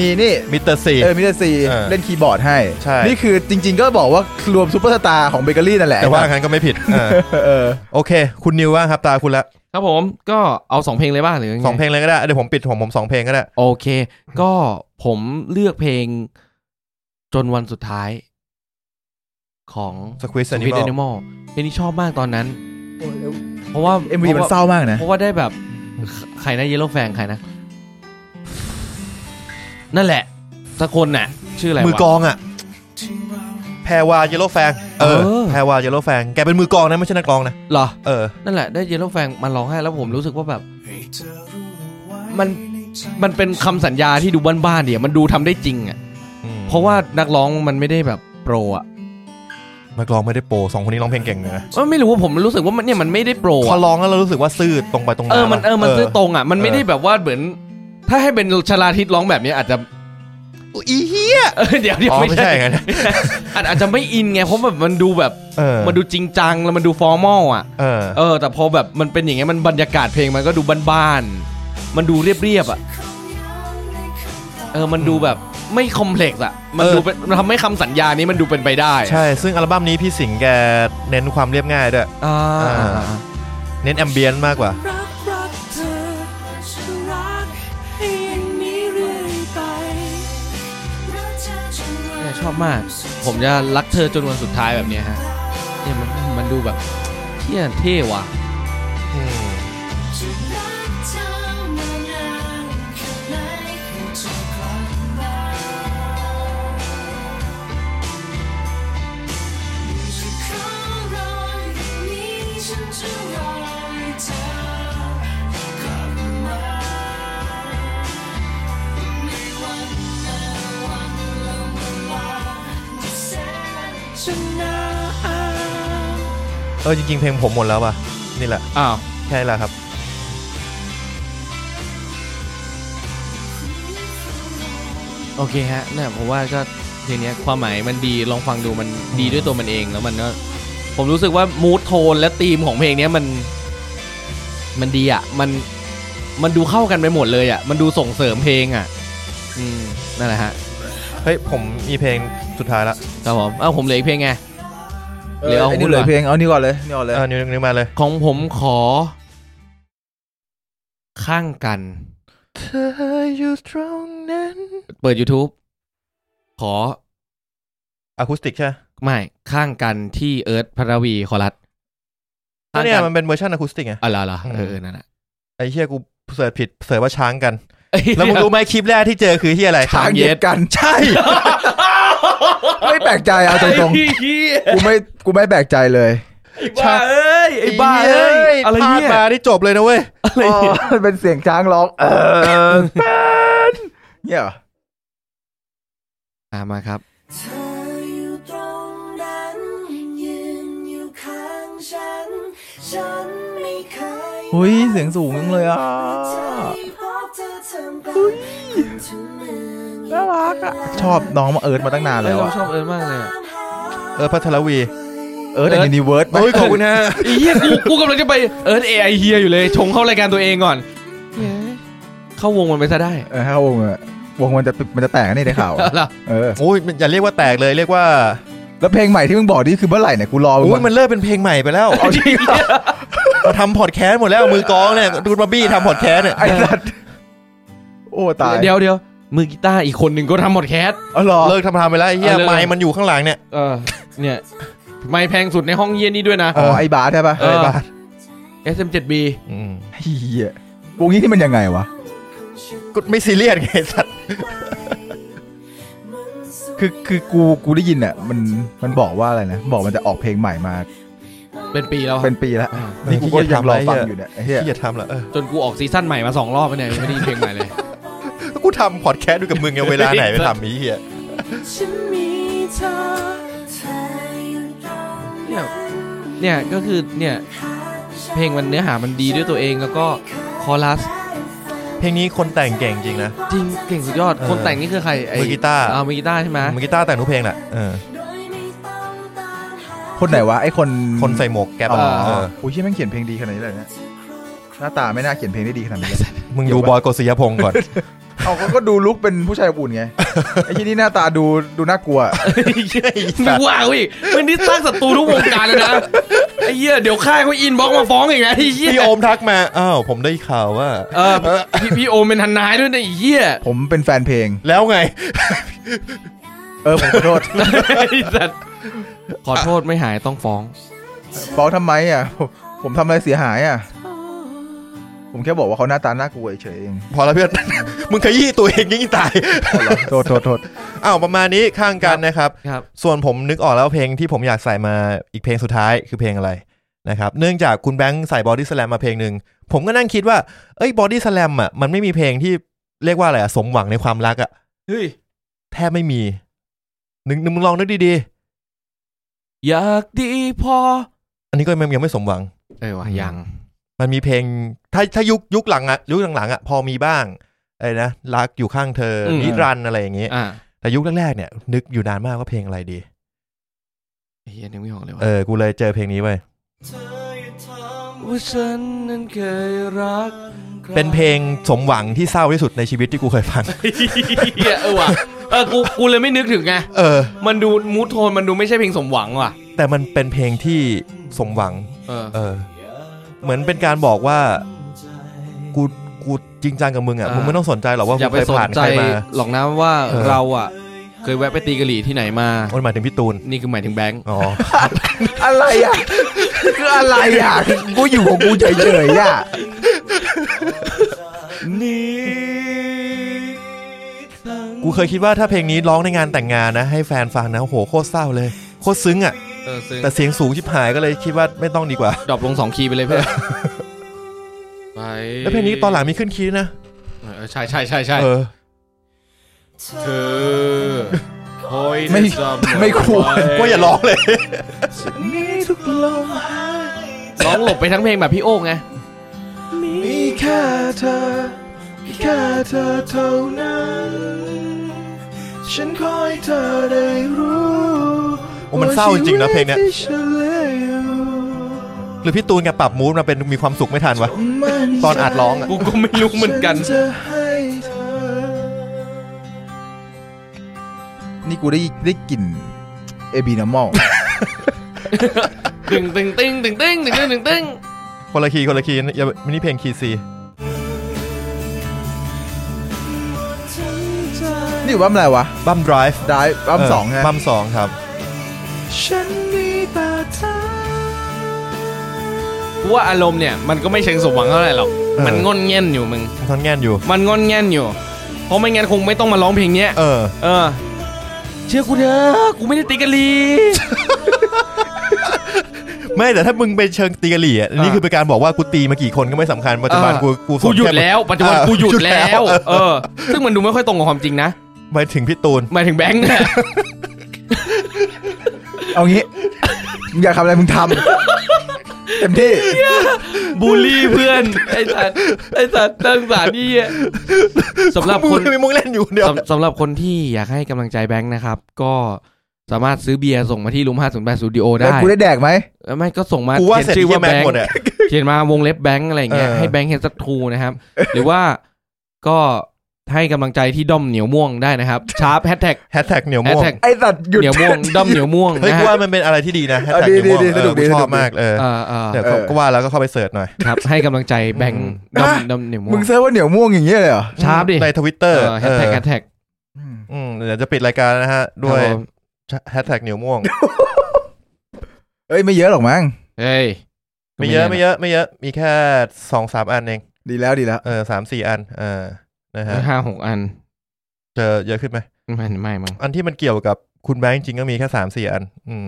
C: มีนี่
E: มิสเตอร์ซี
C: เออมิสเตอร์ซี
E: เออ
C: เล่นคีย์บอร์ดให้
E: ใช่
C: นี่คือจริง ๆ ก็บอกว่ารวมซูเปอร์สตาร์ของเบเกอรี่นั่นแหละ
E: แต่ว่างั้นก็ไม่ผิดอ่า
C: เออ
E: โอเค คุณนิวว่างครับตาคุณละ
D: ครับผมก็เอาสองเพลงเลยบ้างหรือยัไ
E: สองเพลงเลยก็ได้ เดี๋ยวผมปิดของผมสองเพลงก็ได้
D: โอเค ก็ผมเลือกเพลงจนวันสุดท้าย ของ
E: Squeeze
D: วิด
E: Animal
D: แอนิมอลเพลงนี้ชอบมากตอนนั้น เพราะว่า
C: เอ็มวี
D: พ
C: มัน
D: ระว่
C: เศร้ามากนะ
D: เพราะว่าได้แบบใครนะเยลโล่แฟงใครนะ นั่นแหละสักคนน่ะ ชื่ออะไรวะ
E: มือกลองอ่ะ แพรวาเยลโลแฟงเออ
D: เออ
E: แพรวาเยลโลแฟงแกเป็นมือกลองนะไม่ใช่นักกลองนะ
D: เหรอ
E: เออ
D: นั่นแหละได้เยลโล่แฟงมันร้องไห้แล้วผมรู้สึกว่าแบบ มันมันเป็นคำสัญญาที่ดูบ้านๆเดียวมันดูทำได้จริงอ่ะ เพราะว่านักร้องมันไม่ได้แบบโปรอ่ะ
E: นักร้องไม่ได้โปรสองคนนี้ร้องเพลงเก่งนะ
D: เอ้ยไม่รู้ว่าผมรู้สึกว่ามันเนี่ยมันไม่ได้โปร
E: พอ
D: อะ
E: ร้องแล้วเรารู้สึกว่าซื่อตรงไปตรงมา
D: เออมันเออมันซื่อต
E: ง
D: รงอ่ะ มันไม่
E: เออ
D: ได้แบบว่าเหมือน ถ้าให้เป็นชลาทิศร้องแบบเนี้ยอาจจะ
E: อีเฮีย
D: เออเดี๋ยวเดี๋ยว
E: อ๋อ
D: ไม่
E: ไม่
D: ใช่
E: ใช่ไงนะ
D: อาจอาจจะไม่อินไงเพราะแบบมันดูแบบ
E: เออ
D: มันดูจริงจังแล้วมันดูฟอร์มอลอ่ะ
E: เออ
D: เออแต่พอแบบมันเป็นอย่างเงี้ยมันบรรยากาศเพลงมันก็ดูบ้านๆมันดูเรียบๆอ่ะเออมันดูแบบไม่คอมเพล็กซ์อ่ะมันดูเป็นมันทำให้คำสัญญานี้มันดูเป็นไปได้
E: ใช่ ซึ่งอัลบั้มนี้พี่สิงห์แกเน้นความเรียบง่ายด้วย
D: อ่า
E: อ่า เน้นแอมเบียนต์มากกว่า
F: รักรักเธอรักให้อย่างนี้เรื่อยไปรักเธอจนวัน
D: เนี่ยชอบมาก ผมจะรักเธอจนวันสุดท้ายแบบเนี้ยฮะ เนี่ยมันมันดูแบบเที่ยเท่ว่ะ
F: จะรักเธอมานานแค่ไหนก็จะกลับมาจะขอรออย่างนี้ฉันจะรอให้เธอกลับมาไม่วันละวันละวันละไม่แสนจะนาน
E: เออจริงๆเพลงผมหมดแล้วป่ะ นี่แหละ
D: อ้าว
E: แค่นี้แหละครับ
D: โอเคฮะเนี่ยผมว่าก็เพลงเนี้ยความหมายมันดีลองฟังดูมันดีด้วยตัวมันเองแล้วมันก็ ผมรู้สึกว่ามูทโทนและธีมของเพลงเนี้ยมัน มันดีอ่ะ มันมันดูเข้ากันไปหมดเลยอ่ะ มันดูส่งเสริมเพลงอ่ะ อืมนั่นแหละฮะ
E: เฮ้ย ผมมีเพลงสุดท้ายละ
D: ครับผมเอ้าผมเหลืออีกเพลงไง
C: เอ
D: เดี๋ย
C: อ
D: วเอา
C: ไอ้
D: คุ
C: นี่
D: ณ
C: เลย
D: ก่อน
C: เพลงเอานี่ก่อนเลยนี่ก่อนเลย
E: เออนิ้วนิ้วมาเลย
D: ของผมขอ ข้างกัน
E: เธออยู่ตรงนั้น
D: เปิด YouTube ขอ
E: อะคูสติกใช่ไหม
D: ไม่ข้างกันที่เอิร์ธพระวีคอรัส
E: ก็เนี่ยมันเป็นเวอร์ชันอะคูสติกไง
D: อ๋อเหรอเหรอเออ
E: อืม
D: เออนั่นแหละ
E: ไอ้เฮียกูเสิร์ชผิดเสิร์ชว่าช้างกัน แล้วมึงรู้ไหมคลิปแรกที่เจอคือเฮียอะไร
C: ทางเหยียดกันใช่ ไม่แปลกใจเอาตรง
D: ไอ้เหี้ย
C: ๆกูไม่กูไม่แปลกใจเลย
D: บ้าเอ้ยไอ้บ้าเอ้ยอะไร
E: พลาด
D: เนี่ย
E: มาที่จบเลยนะเว้ย
C: อ๋อมันเป็นเสียงช้างร้องเออเป็นเนี่ยเหรอ
D: อ่ะมาครับ
F: เธออยู่ตรงนั้นยืนอยู่ข้างฉัน ฉันไม่เคย
C: หุยเสียงสูงจังเลยอ่ะ
F: ใจบอกเธอทำกัน
C: น่ารักอ่ะ ชอบน้องมาเอิร์ธมาตั้งนานแล้วอ่ะ
D: ชอบเอิร์ธมากเลยอะ
E: เออพัทรวี
C: เอิร์ธในยูนิเวิร์ส
E: โอ้ยขอบคุณฮะ
D: ไอ้เฮียกูกูกำลังจะไปเอิร์ธเอไอเฮียอยู่เลย ชงเข้ารายการตัวเองก่อน เข้าวงมันไปซะได้
C: เออถ้าวงอะวงมันจะมันจะแตกนี่ได้ข่าวอะ
D: เหรอ
C: เออ
E: โอ้ยมันอย่าเรียกว่าแตกเลยเรียกว่า
C: แล้วเพลงใหม่ที่มึงบอกนี่คือเมื่อไหร่เนี่ยกูรอมึง
E: โอ้
C: ก่อย น
E: มันเลิกเป็นเพลงใหม่ไปแล้ว
C: เอาจริงเหรอ
E: มาทำพอดแคสต์หมดแล้วมือกลองเนี่ยดูดมาบี้ทำพอดแคสต์เนี่ย
C: ไอ้สัตว์โอ้ตาย
D: เดี๋ยวเดี๋ยวมือกีตาร์อีกคนหนึ่งก็ทำหมดแคส
C: เออเหรอ
E: เลิกทำทำไปแล้วไอ้เฮีย
D: เอาเลิก
E: ไมค์มันอยู่ข้างหลังเนี่ย
D: เออเนี่ยไม่แพงสุดในห้องเยี่ยนี่ด้วยนะ
C: อ๋อไอ้บาสใช่ปะ
D: เออ
C: ไอ้บาส
D: SM7B
E: อืม
C: เฮียวงนี้ที่มันยังไงวะ
E: ก็ไม่ซีเรียสไงไอ้สัตว์
C: คือคือกูกูได้ยินอ่ะมันมันบอกว่าอะไรนะ บอกมันจะออกเพลงใหม่มา
D: เป็นปีแล้วอะ
C: เป็นปีแล้วนี่กูก็ยังรอฟังอยู่เนี่ยไอ้เฮีย
E: ที่จะทำละเออ
D: จนกูออกซีซั่นใหม่มาสองรอบแล้วเนี่ยยังไม่ได้ยินเพลงใหม่เลย
E: กูทำพอดแคสต์ด้วยกับมึงไงเวลาไหนไปทำไอ้เฮีย
F: ฉันมีเธอเธออยู่ตรง
D: เนี่ย เนี่ยก็คือเนี่ย
F: ข้างฉัน
D: เพลงมันเนื้อหามันดีด้วยตัวเองแล้วก็คอรัส
E: เพลงนี้คนแต่งเก่งจริงนะ
D: จริงเก่งสุดยอด คนแต่งนี่คือใครไ
E: มือกีตาร์
D: อ่ามือกีตาร์ใช่ไหม
E: มือกีตาร์แต่งทุกเพลงแหละเออ
F: โดยไม่ต้องต
C: คนไหนวะไอ้คน
E: คนใส่หมวกแก๊ป
C: อ๋
E: อะ
C: อ
E: เออ
C: โอ้ยเหี้ยแม่งเขียนเพลงดีขนาดนี้เลยเนี่ยหน้าตาไม่น่าเขียนเพลงได้ดีขนาดนี้เลย
E: มึงดูบอยโกศิยพงศ์ก่อน
C: เอาเขาก็ดูลุกเป็นผู้ชายอบอุ่น ไง ไอ้ที่นี่หน้าตาดูดูน่ากลัว
D: นึกว่าเว้ยมันนี่สร้างศัตรูทุกวงการเลยนะไอ้เหี้ยเดี๋ยวค่ายเขาอินบล็อกมาฟ้องอีกนะไอ้เหี้ย
E: พี่โอมทักมาอ้าวผมได้ข่าวว่า
D: เออพี่พี่โอมเป็นทนายด้วยนะไอ้เหี้ย
C: ผมเป็นแฟนเพลง
E: แล้วไง
C: เออผมขอโทษ
D: ไอ้สัตว์ขอโทษไม่หายต้องฟ้อง
C: ฟ้องทำไมอ่ะผมผมทำอะไรเสียหายอ่ะ ผมแค่บอกว่าเขาหน้าตาน่ากลัวเฉยๆเอง
E: พอแล้วเพื่อน มึงขยี้ตัวเองยิ่งตาย
C: โทษโทษโทษ
E: อ้าวประมาณนี้ข้างกันนะครับ
D: ครับ
E: ส่วนผมนึกออกแล้วเพลงที่ผมอยากใส่มาอีกเพลงสุดท้ายคือเพลงอะไรนะครับ เนื่องจากคุณแบงค์ใส่บอดี้สแลมมาเพลงหนึ่งผมก็นั่งคิดว่า เอ้ยบอดี้สแลมอ่ะมันไม่มีเพลงที่เรียกว่าอะไรอ่ะสมหวังในความรักอ่ะ
D: เฮ้ย
E: แทบไม่มีนึกนึกมึงลองนึกดี
D: อยากดีพอ
E: ๆ อันนี้ก็ยังยังไม่สมหวัง
D: เออวะยัง
E: มันมีเพลงถ้าถ้ายุคยุคหลังอ่ะยุคหลังๆอ่ะพอมีบ้างอะไรนะรักอยู่ข้างเธอนิรันดร์อะไรอย่างเงี้ย
D: อ่ะ
E: แต่ยุคแรกๆเนี่ย นึกอยู่นานมากว่าเพลงอะไรดี
D: ไอ้เหี้ยนึกไม่ออกเลยวะ
E: เออ กูเลยเจอเพลงนี้เว้ย
D: ว่าฉันนั้นเคยรักใคร
E: เป็นเพลงสมหวังที่เศร้าที่สุดในชีวิตที่กูเคยฟัง
D: เหี้ยเออว่ะเออกูกูเลยไม่นึกถึงไง
E: เออ
D: มันดูมูทโทนมันดูไม่ใช่เพลงสมหวังว่ะ
E: แต่มันเป็นเพลงที่สมหวัง
D: เออ
E: เออ เหมือนเป็นการบอกว่า กู กูจริงจังกับมึงอ่ะ
D: อ่ามึ
E: มึงไม่ต้องสนใจหรอกว่า
D: อ
E: กู
D: ย่าไป
E: เคย
D: สน
E: ผ่าน
D: ใจ
E: ใครมา
D: หรอกนะว่า
E: เออ
D: เราอ่ะ เคยแวะไปตีกะหรี่ที่ไหนมา
E: มันหมายถึงพี่ตูน
D: นี่คือหมายถึงแบงค์
E: อ๋อ
C: อะไรอ่ะคืออะไรอ่ะกูอยู่ของกูเฉยๆอ่ะ
E: กูเคยคิดว่าถ้าเพลงนี้ร้องในงานแต่งงานนะ ให้แฟนฟังนะ โอ้โห โคตรเศร้าเลย โคตรซึ้งอ่ะ
D: เออซึ่ง
E: แต่เสียงสูงชิบหายก็เลยคิดว่าไม่ต้องดีกว่า
D: ดรอปลงสองคีย์ไปเลยเพื่อนไป
E: แล้วเพลงนี้ตอนหลังมีขึ้นคีย์นะ
D: เออใช่ใช่ใช่ใช่
E: เออ
D: เธอคอย
C: ไม่
D: ในซ้ำ
C: ไม่ควร
E: ก็อย่าร้องเลย
D: ร้องหลบไปทั้งเพลงแบบพี่โอ๊กไง
G: มีแค่เธอมีแค่เธอเท่านั้น ฉันคอยเธอได้รู้
E: โอ้มันเศร้าจริงๆนะเพลงเนี้ย
G: ว่าชีวิตที่ฉันเหลืออยู่
E: หรือพี่ตูนแกปรับมูดมาเป็นมีความสุขไม่ทันวะ
G: มัน
E: ตอนอัดร้องอะ
D: กูก็ไม่รู้เหมือนกัน
G: ฉัจะให้เธอ
C: นี่กูได้ได้กลิ่นเอบีนอมอล
D: ตึงตึงตึงตึงตึงตึงตึงตึงตึง
E: คนละคีย์คนละคีย์อย่ามินิเพลงคีย์ซี
C: นี่อยู่บ้ามอะไรวะ
E: บัมไดรฟ์
C: ได้บ้ามสองไง
E: บัมสองครับ
G: ฉันมีแต่เธอ
D: กูว่าอารมณ์เนี่ยมันก็ไม่เชิงสมหวังเท่าไหร่หรอก
E: เออ
D: มันงอนแง่นอยู่มึง
E: ท่อนแง่นอยู่
D: มันงอนแง่นอยู่ เพราะไม่งั้นคงไม่ต้องมาร้องเพลงเนี้ย
E: เออ
D: เออ เชื่อกูเถอะกูไม่ได้ตีกะลี
E: ไม่แต่ถ้ามึงไปเชิงตีกะหรี่อ่ะนี่คือเป็นการบอกว่ากูตีมากี่คนก็ไม่สำคัญปัจจุบัน
D: อ่า
E: กูกูส
D: กู
E: น
D: หยุด
E: ค่มึง
D: แล้วปัจจุบัน
E: เออ
D: กูหยุดแล้ว
E: เออ
D: เอ อ ซึ่งมันดูไม่ค่อยตรงกับความจริงนะ
E: หมายถึงพี่ตูน
D: หมายถึงแบงค์ นะ
C: เอางี้มึงอยากทำอะไรมึงท ำเต็มที่
D: บูลลี่เพื่อนไอ้สัตว์ไอ้สัตว์ตั้งสารนี่อะสำหรับ
E: มึง
D: คน
E: ไม่มึงเล่นอยู่เดียว
D: สำสำหรับคนที่อยากให้กำลังใจแบงค์นะครับ ก็สามารถซื้อเบียร์ส่งมาที่รูม508สตูดิโอ
C: แล้ว
D: ได้
C: กูได้แดกไหม
D: แล้วไม่ก็ส่งมา
E: กูว่า
D: เขียน
E: เสร็จ
D: ชื่อ
E: ที่
D: ว่า
E: แม็
D: แบ
E: ก
D: ง
E: หมด
D: ค์
E: อ่ะ
D: เขียนมาวงเล็บแบงค์อะไรอย่างเงี้ย
E: เออ
D: ให้แบงค์เฮดสักทูนะครับ หรือว่าก็ให้กำลังใจที่ด้อมเหนียวม่วงได้ นะครับ ชาร์ปแฮชแท็ก
E: แฮชแท็กเหนียว
D: แฮช
E: ม่วง
D: แท็ก
C: ไอสัตว์หยุด
D: เหนียวม่วงด้อมเหนียวม่วง
E: เฮ้ย
D: นะ
E: กู
D: ฮะ
E: ว่ามันเป็นอะไรที่ดีนะแฮชแท็ก
C: เออ
E: เหนียวม่วง
C: ดีดี
E: เออ
C: ดี
E: กู
C: สนุกดี
E: ชอ
C: สนุก
E: บ
C: ดี
E: มากเออ
D: เออเออ
E: เดี๋ยวก็ก็ว่าแล้วก็เข้าไปเสิร์ชหน่อย
D: ครับ ให้กำลังใจแบงค์
E: อื
D: ด้อม
E: ม
D: ด้อมเหนียวม่ว
C: มึ
D: ง
C: งเซิร์ชว่าเหนียวม่วงอย่างเงี้ยเลยเหร อ
D: ชาร์ปดิ
E: ในทวิตเตอร์
D: แฮชแท็กแฮชแท็ก
C: อืม
E: อืมเดี๋ยวจะปิดรายการนะฮะ ด้วยแฮชแท็กเหนียวม่วง
C: เอ้ยไม่เยอะหรอกมั้ง
D: เฮ้ย
E: ไม่เยอะไม่เยอะไม่เยอะมีแค่สองสามอันเอง
C: ดีแล้วดีแล้ว
E: เออสามสี่อันเออนะฮะ
D: ห้าหกอัน
E: เจอเยอะขึ้นไหม
D: ไม่ไม่มั้ง
E: อันที่มันเกี่ยวกับคุณแบงค์จริงๆก็มีแค่สามสี่อัน อืม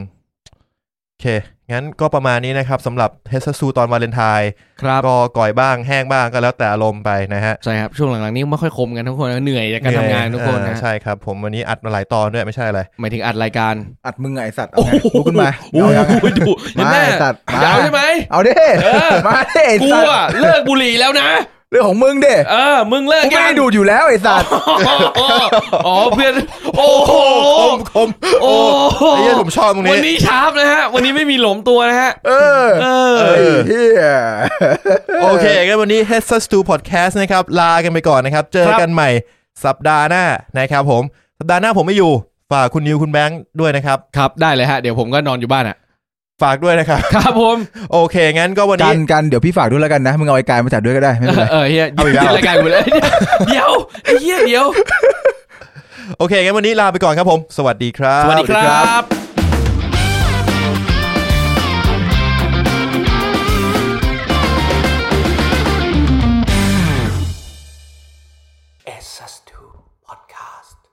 E: โอเค งั้นก็ประมาณนี้นะครับสำหรับเฮสซูตอนวาเลนไทน์
D: ครับ
E: ก็ก่อยบ้างแห้งบ้างก็แล้วแต่อารมณ์ไปนะฮะ
D: ใช่ครับช่วงหลังๆนี้ไม่ค่อยคมกันทุกคนนะเหนื่อยจากการทำงานทุกคน
E: เอ
D: นะ
E: อใช่ครับ ผมวันนี้อัดมาหลายตอนด้วยไม่ใช่อะไร
D: หมายถึงอัดรายการ
C: อัดมึงไงไอ้สัตว์เอาไงลุกขึ้นมา
D: โอ้
C: เอายังไง
D: โหดูเห็นไหม
C: มาไอ้สัตว์มา
D: ยาวใช่ไหม
C: เอาดิ
D: เออ
C: มาดิไอ้
D: กู
C: สัตว์
D: อะเลิกบุหรี่แล้วนะ
C: เรื่องของมึงเด้
D: เออ มึงเลิก
C: กูไม่
D: งาน
C: ได้ดูดอยู่แล้วไอ้สัตว์
D: อ๋อเพื่อน โอ้โห
E: มคม
D: โอ้โห
E: ไอ้เหี้ยผมชอบตรง
D: วัน
E: นี้
D: นี้ชาร์ปนะฮะ วันนี้ไม่มีหลวมตัวนะฮะ
C: เออ
D: เออ
C: ไอ้เฮีย
E: โอเคงั้นวันนี้ h e a d s t o Podcast นะครับ ลากันไปก่อนนะครับ เจอกันใหม่สัปดาห์หน้านะครับผม สัปดาห์หน้าผมไม่อยู่ ฝากคุณนิวคุณแบงค์ด้วยนะครับ
D: ครับ ได้เลยฮะ เดี๋ยวผมก็นอนอยู่บ้านอ่ะ
E: ฝากด้วยนะครับ
D: ครับผม
E: โอเค งั้นก็วัน
C: กั
E: นี้
C: นกันเดี๋ยวพี่ฝากด้วยแล้วกันนะ มึงเอาไอ้กายมาจัดด้วยก็ได้ ไม่เป็นไร
D: เออเฮียห
E: เอาอี
D: ยุด
E: กแล้ว
D: รายการกูเลย เดี๋ยวไอ้เฮียเดี๋ยว
E: โอเค งั้นวันนี้ลาไปก่อนครับผม สวัสดีครับ
D: สวัสดีครับ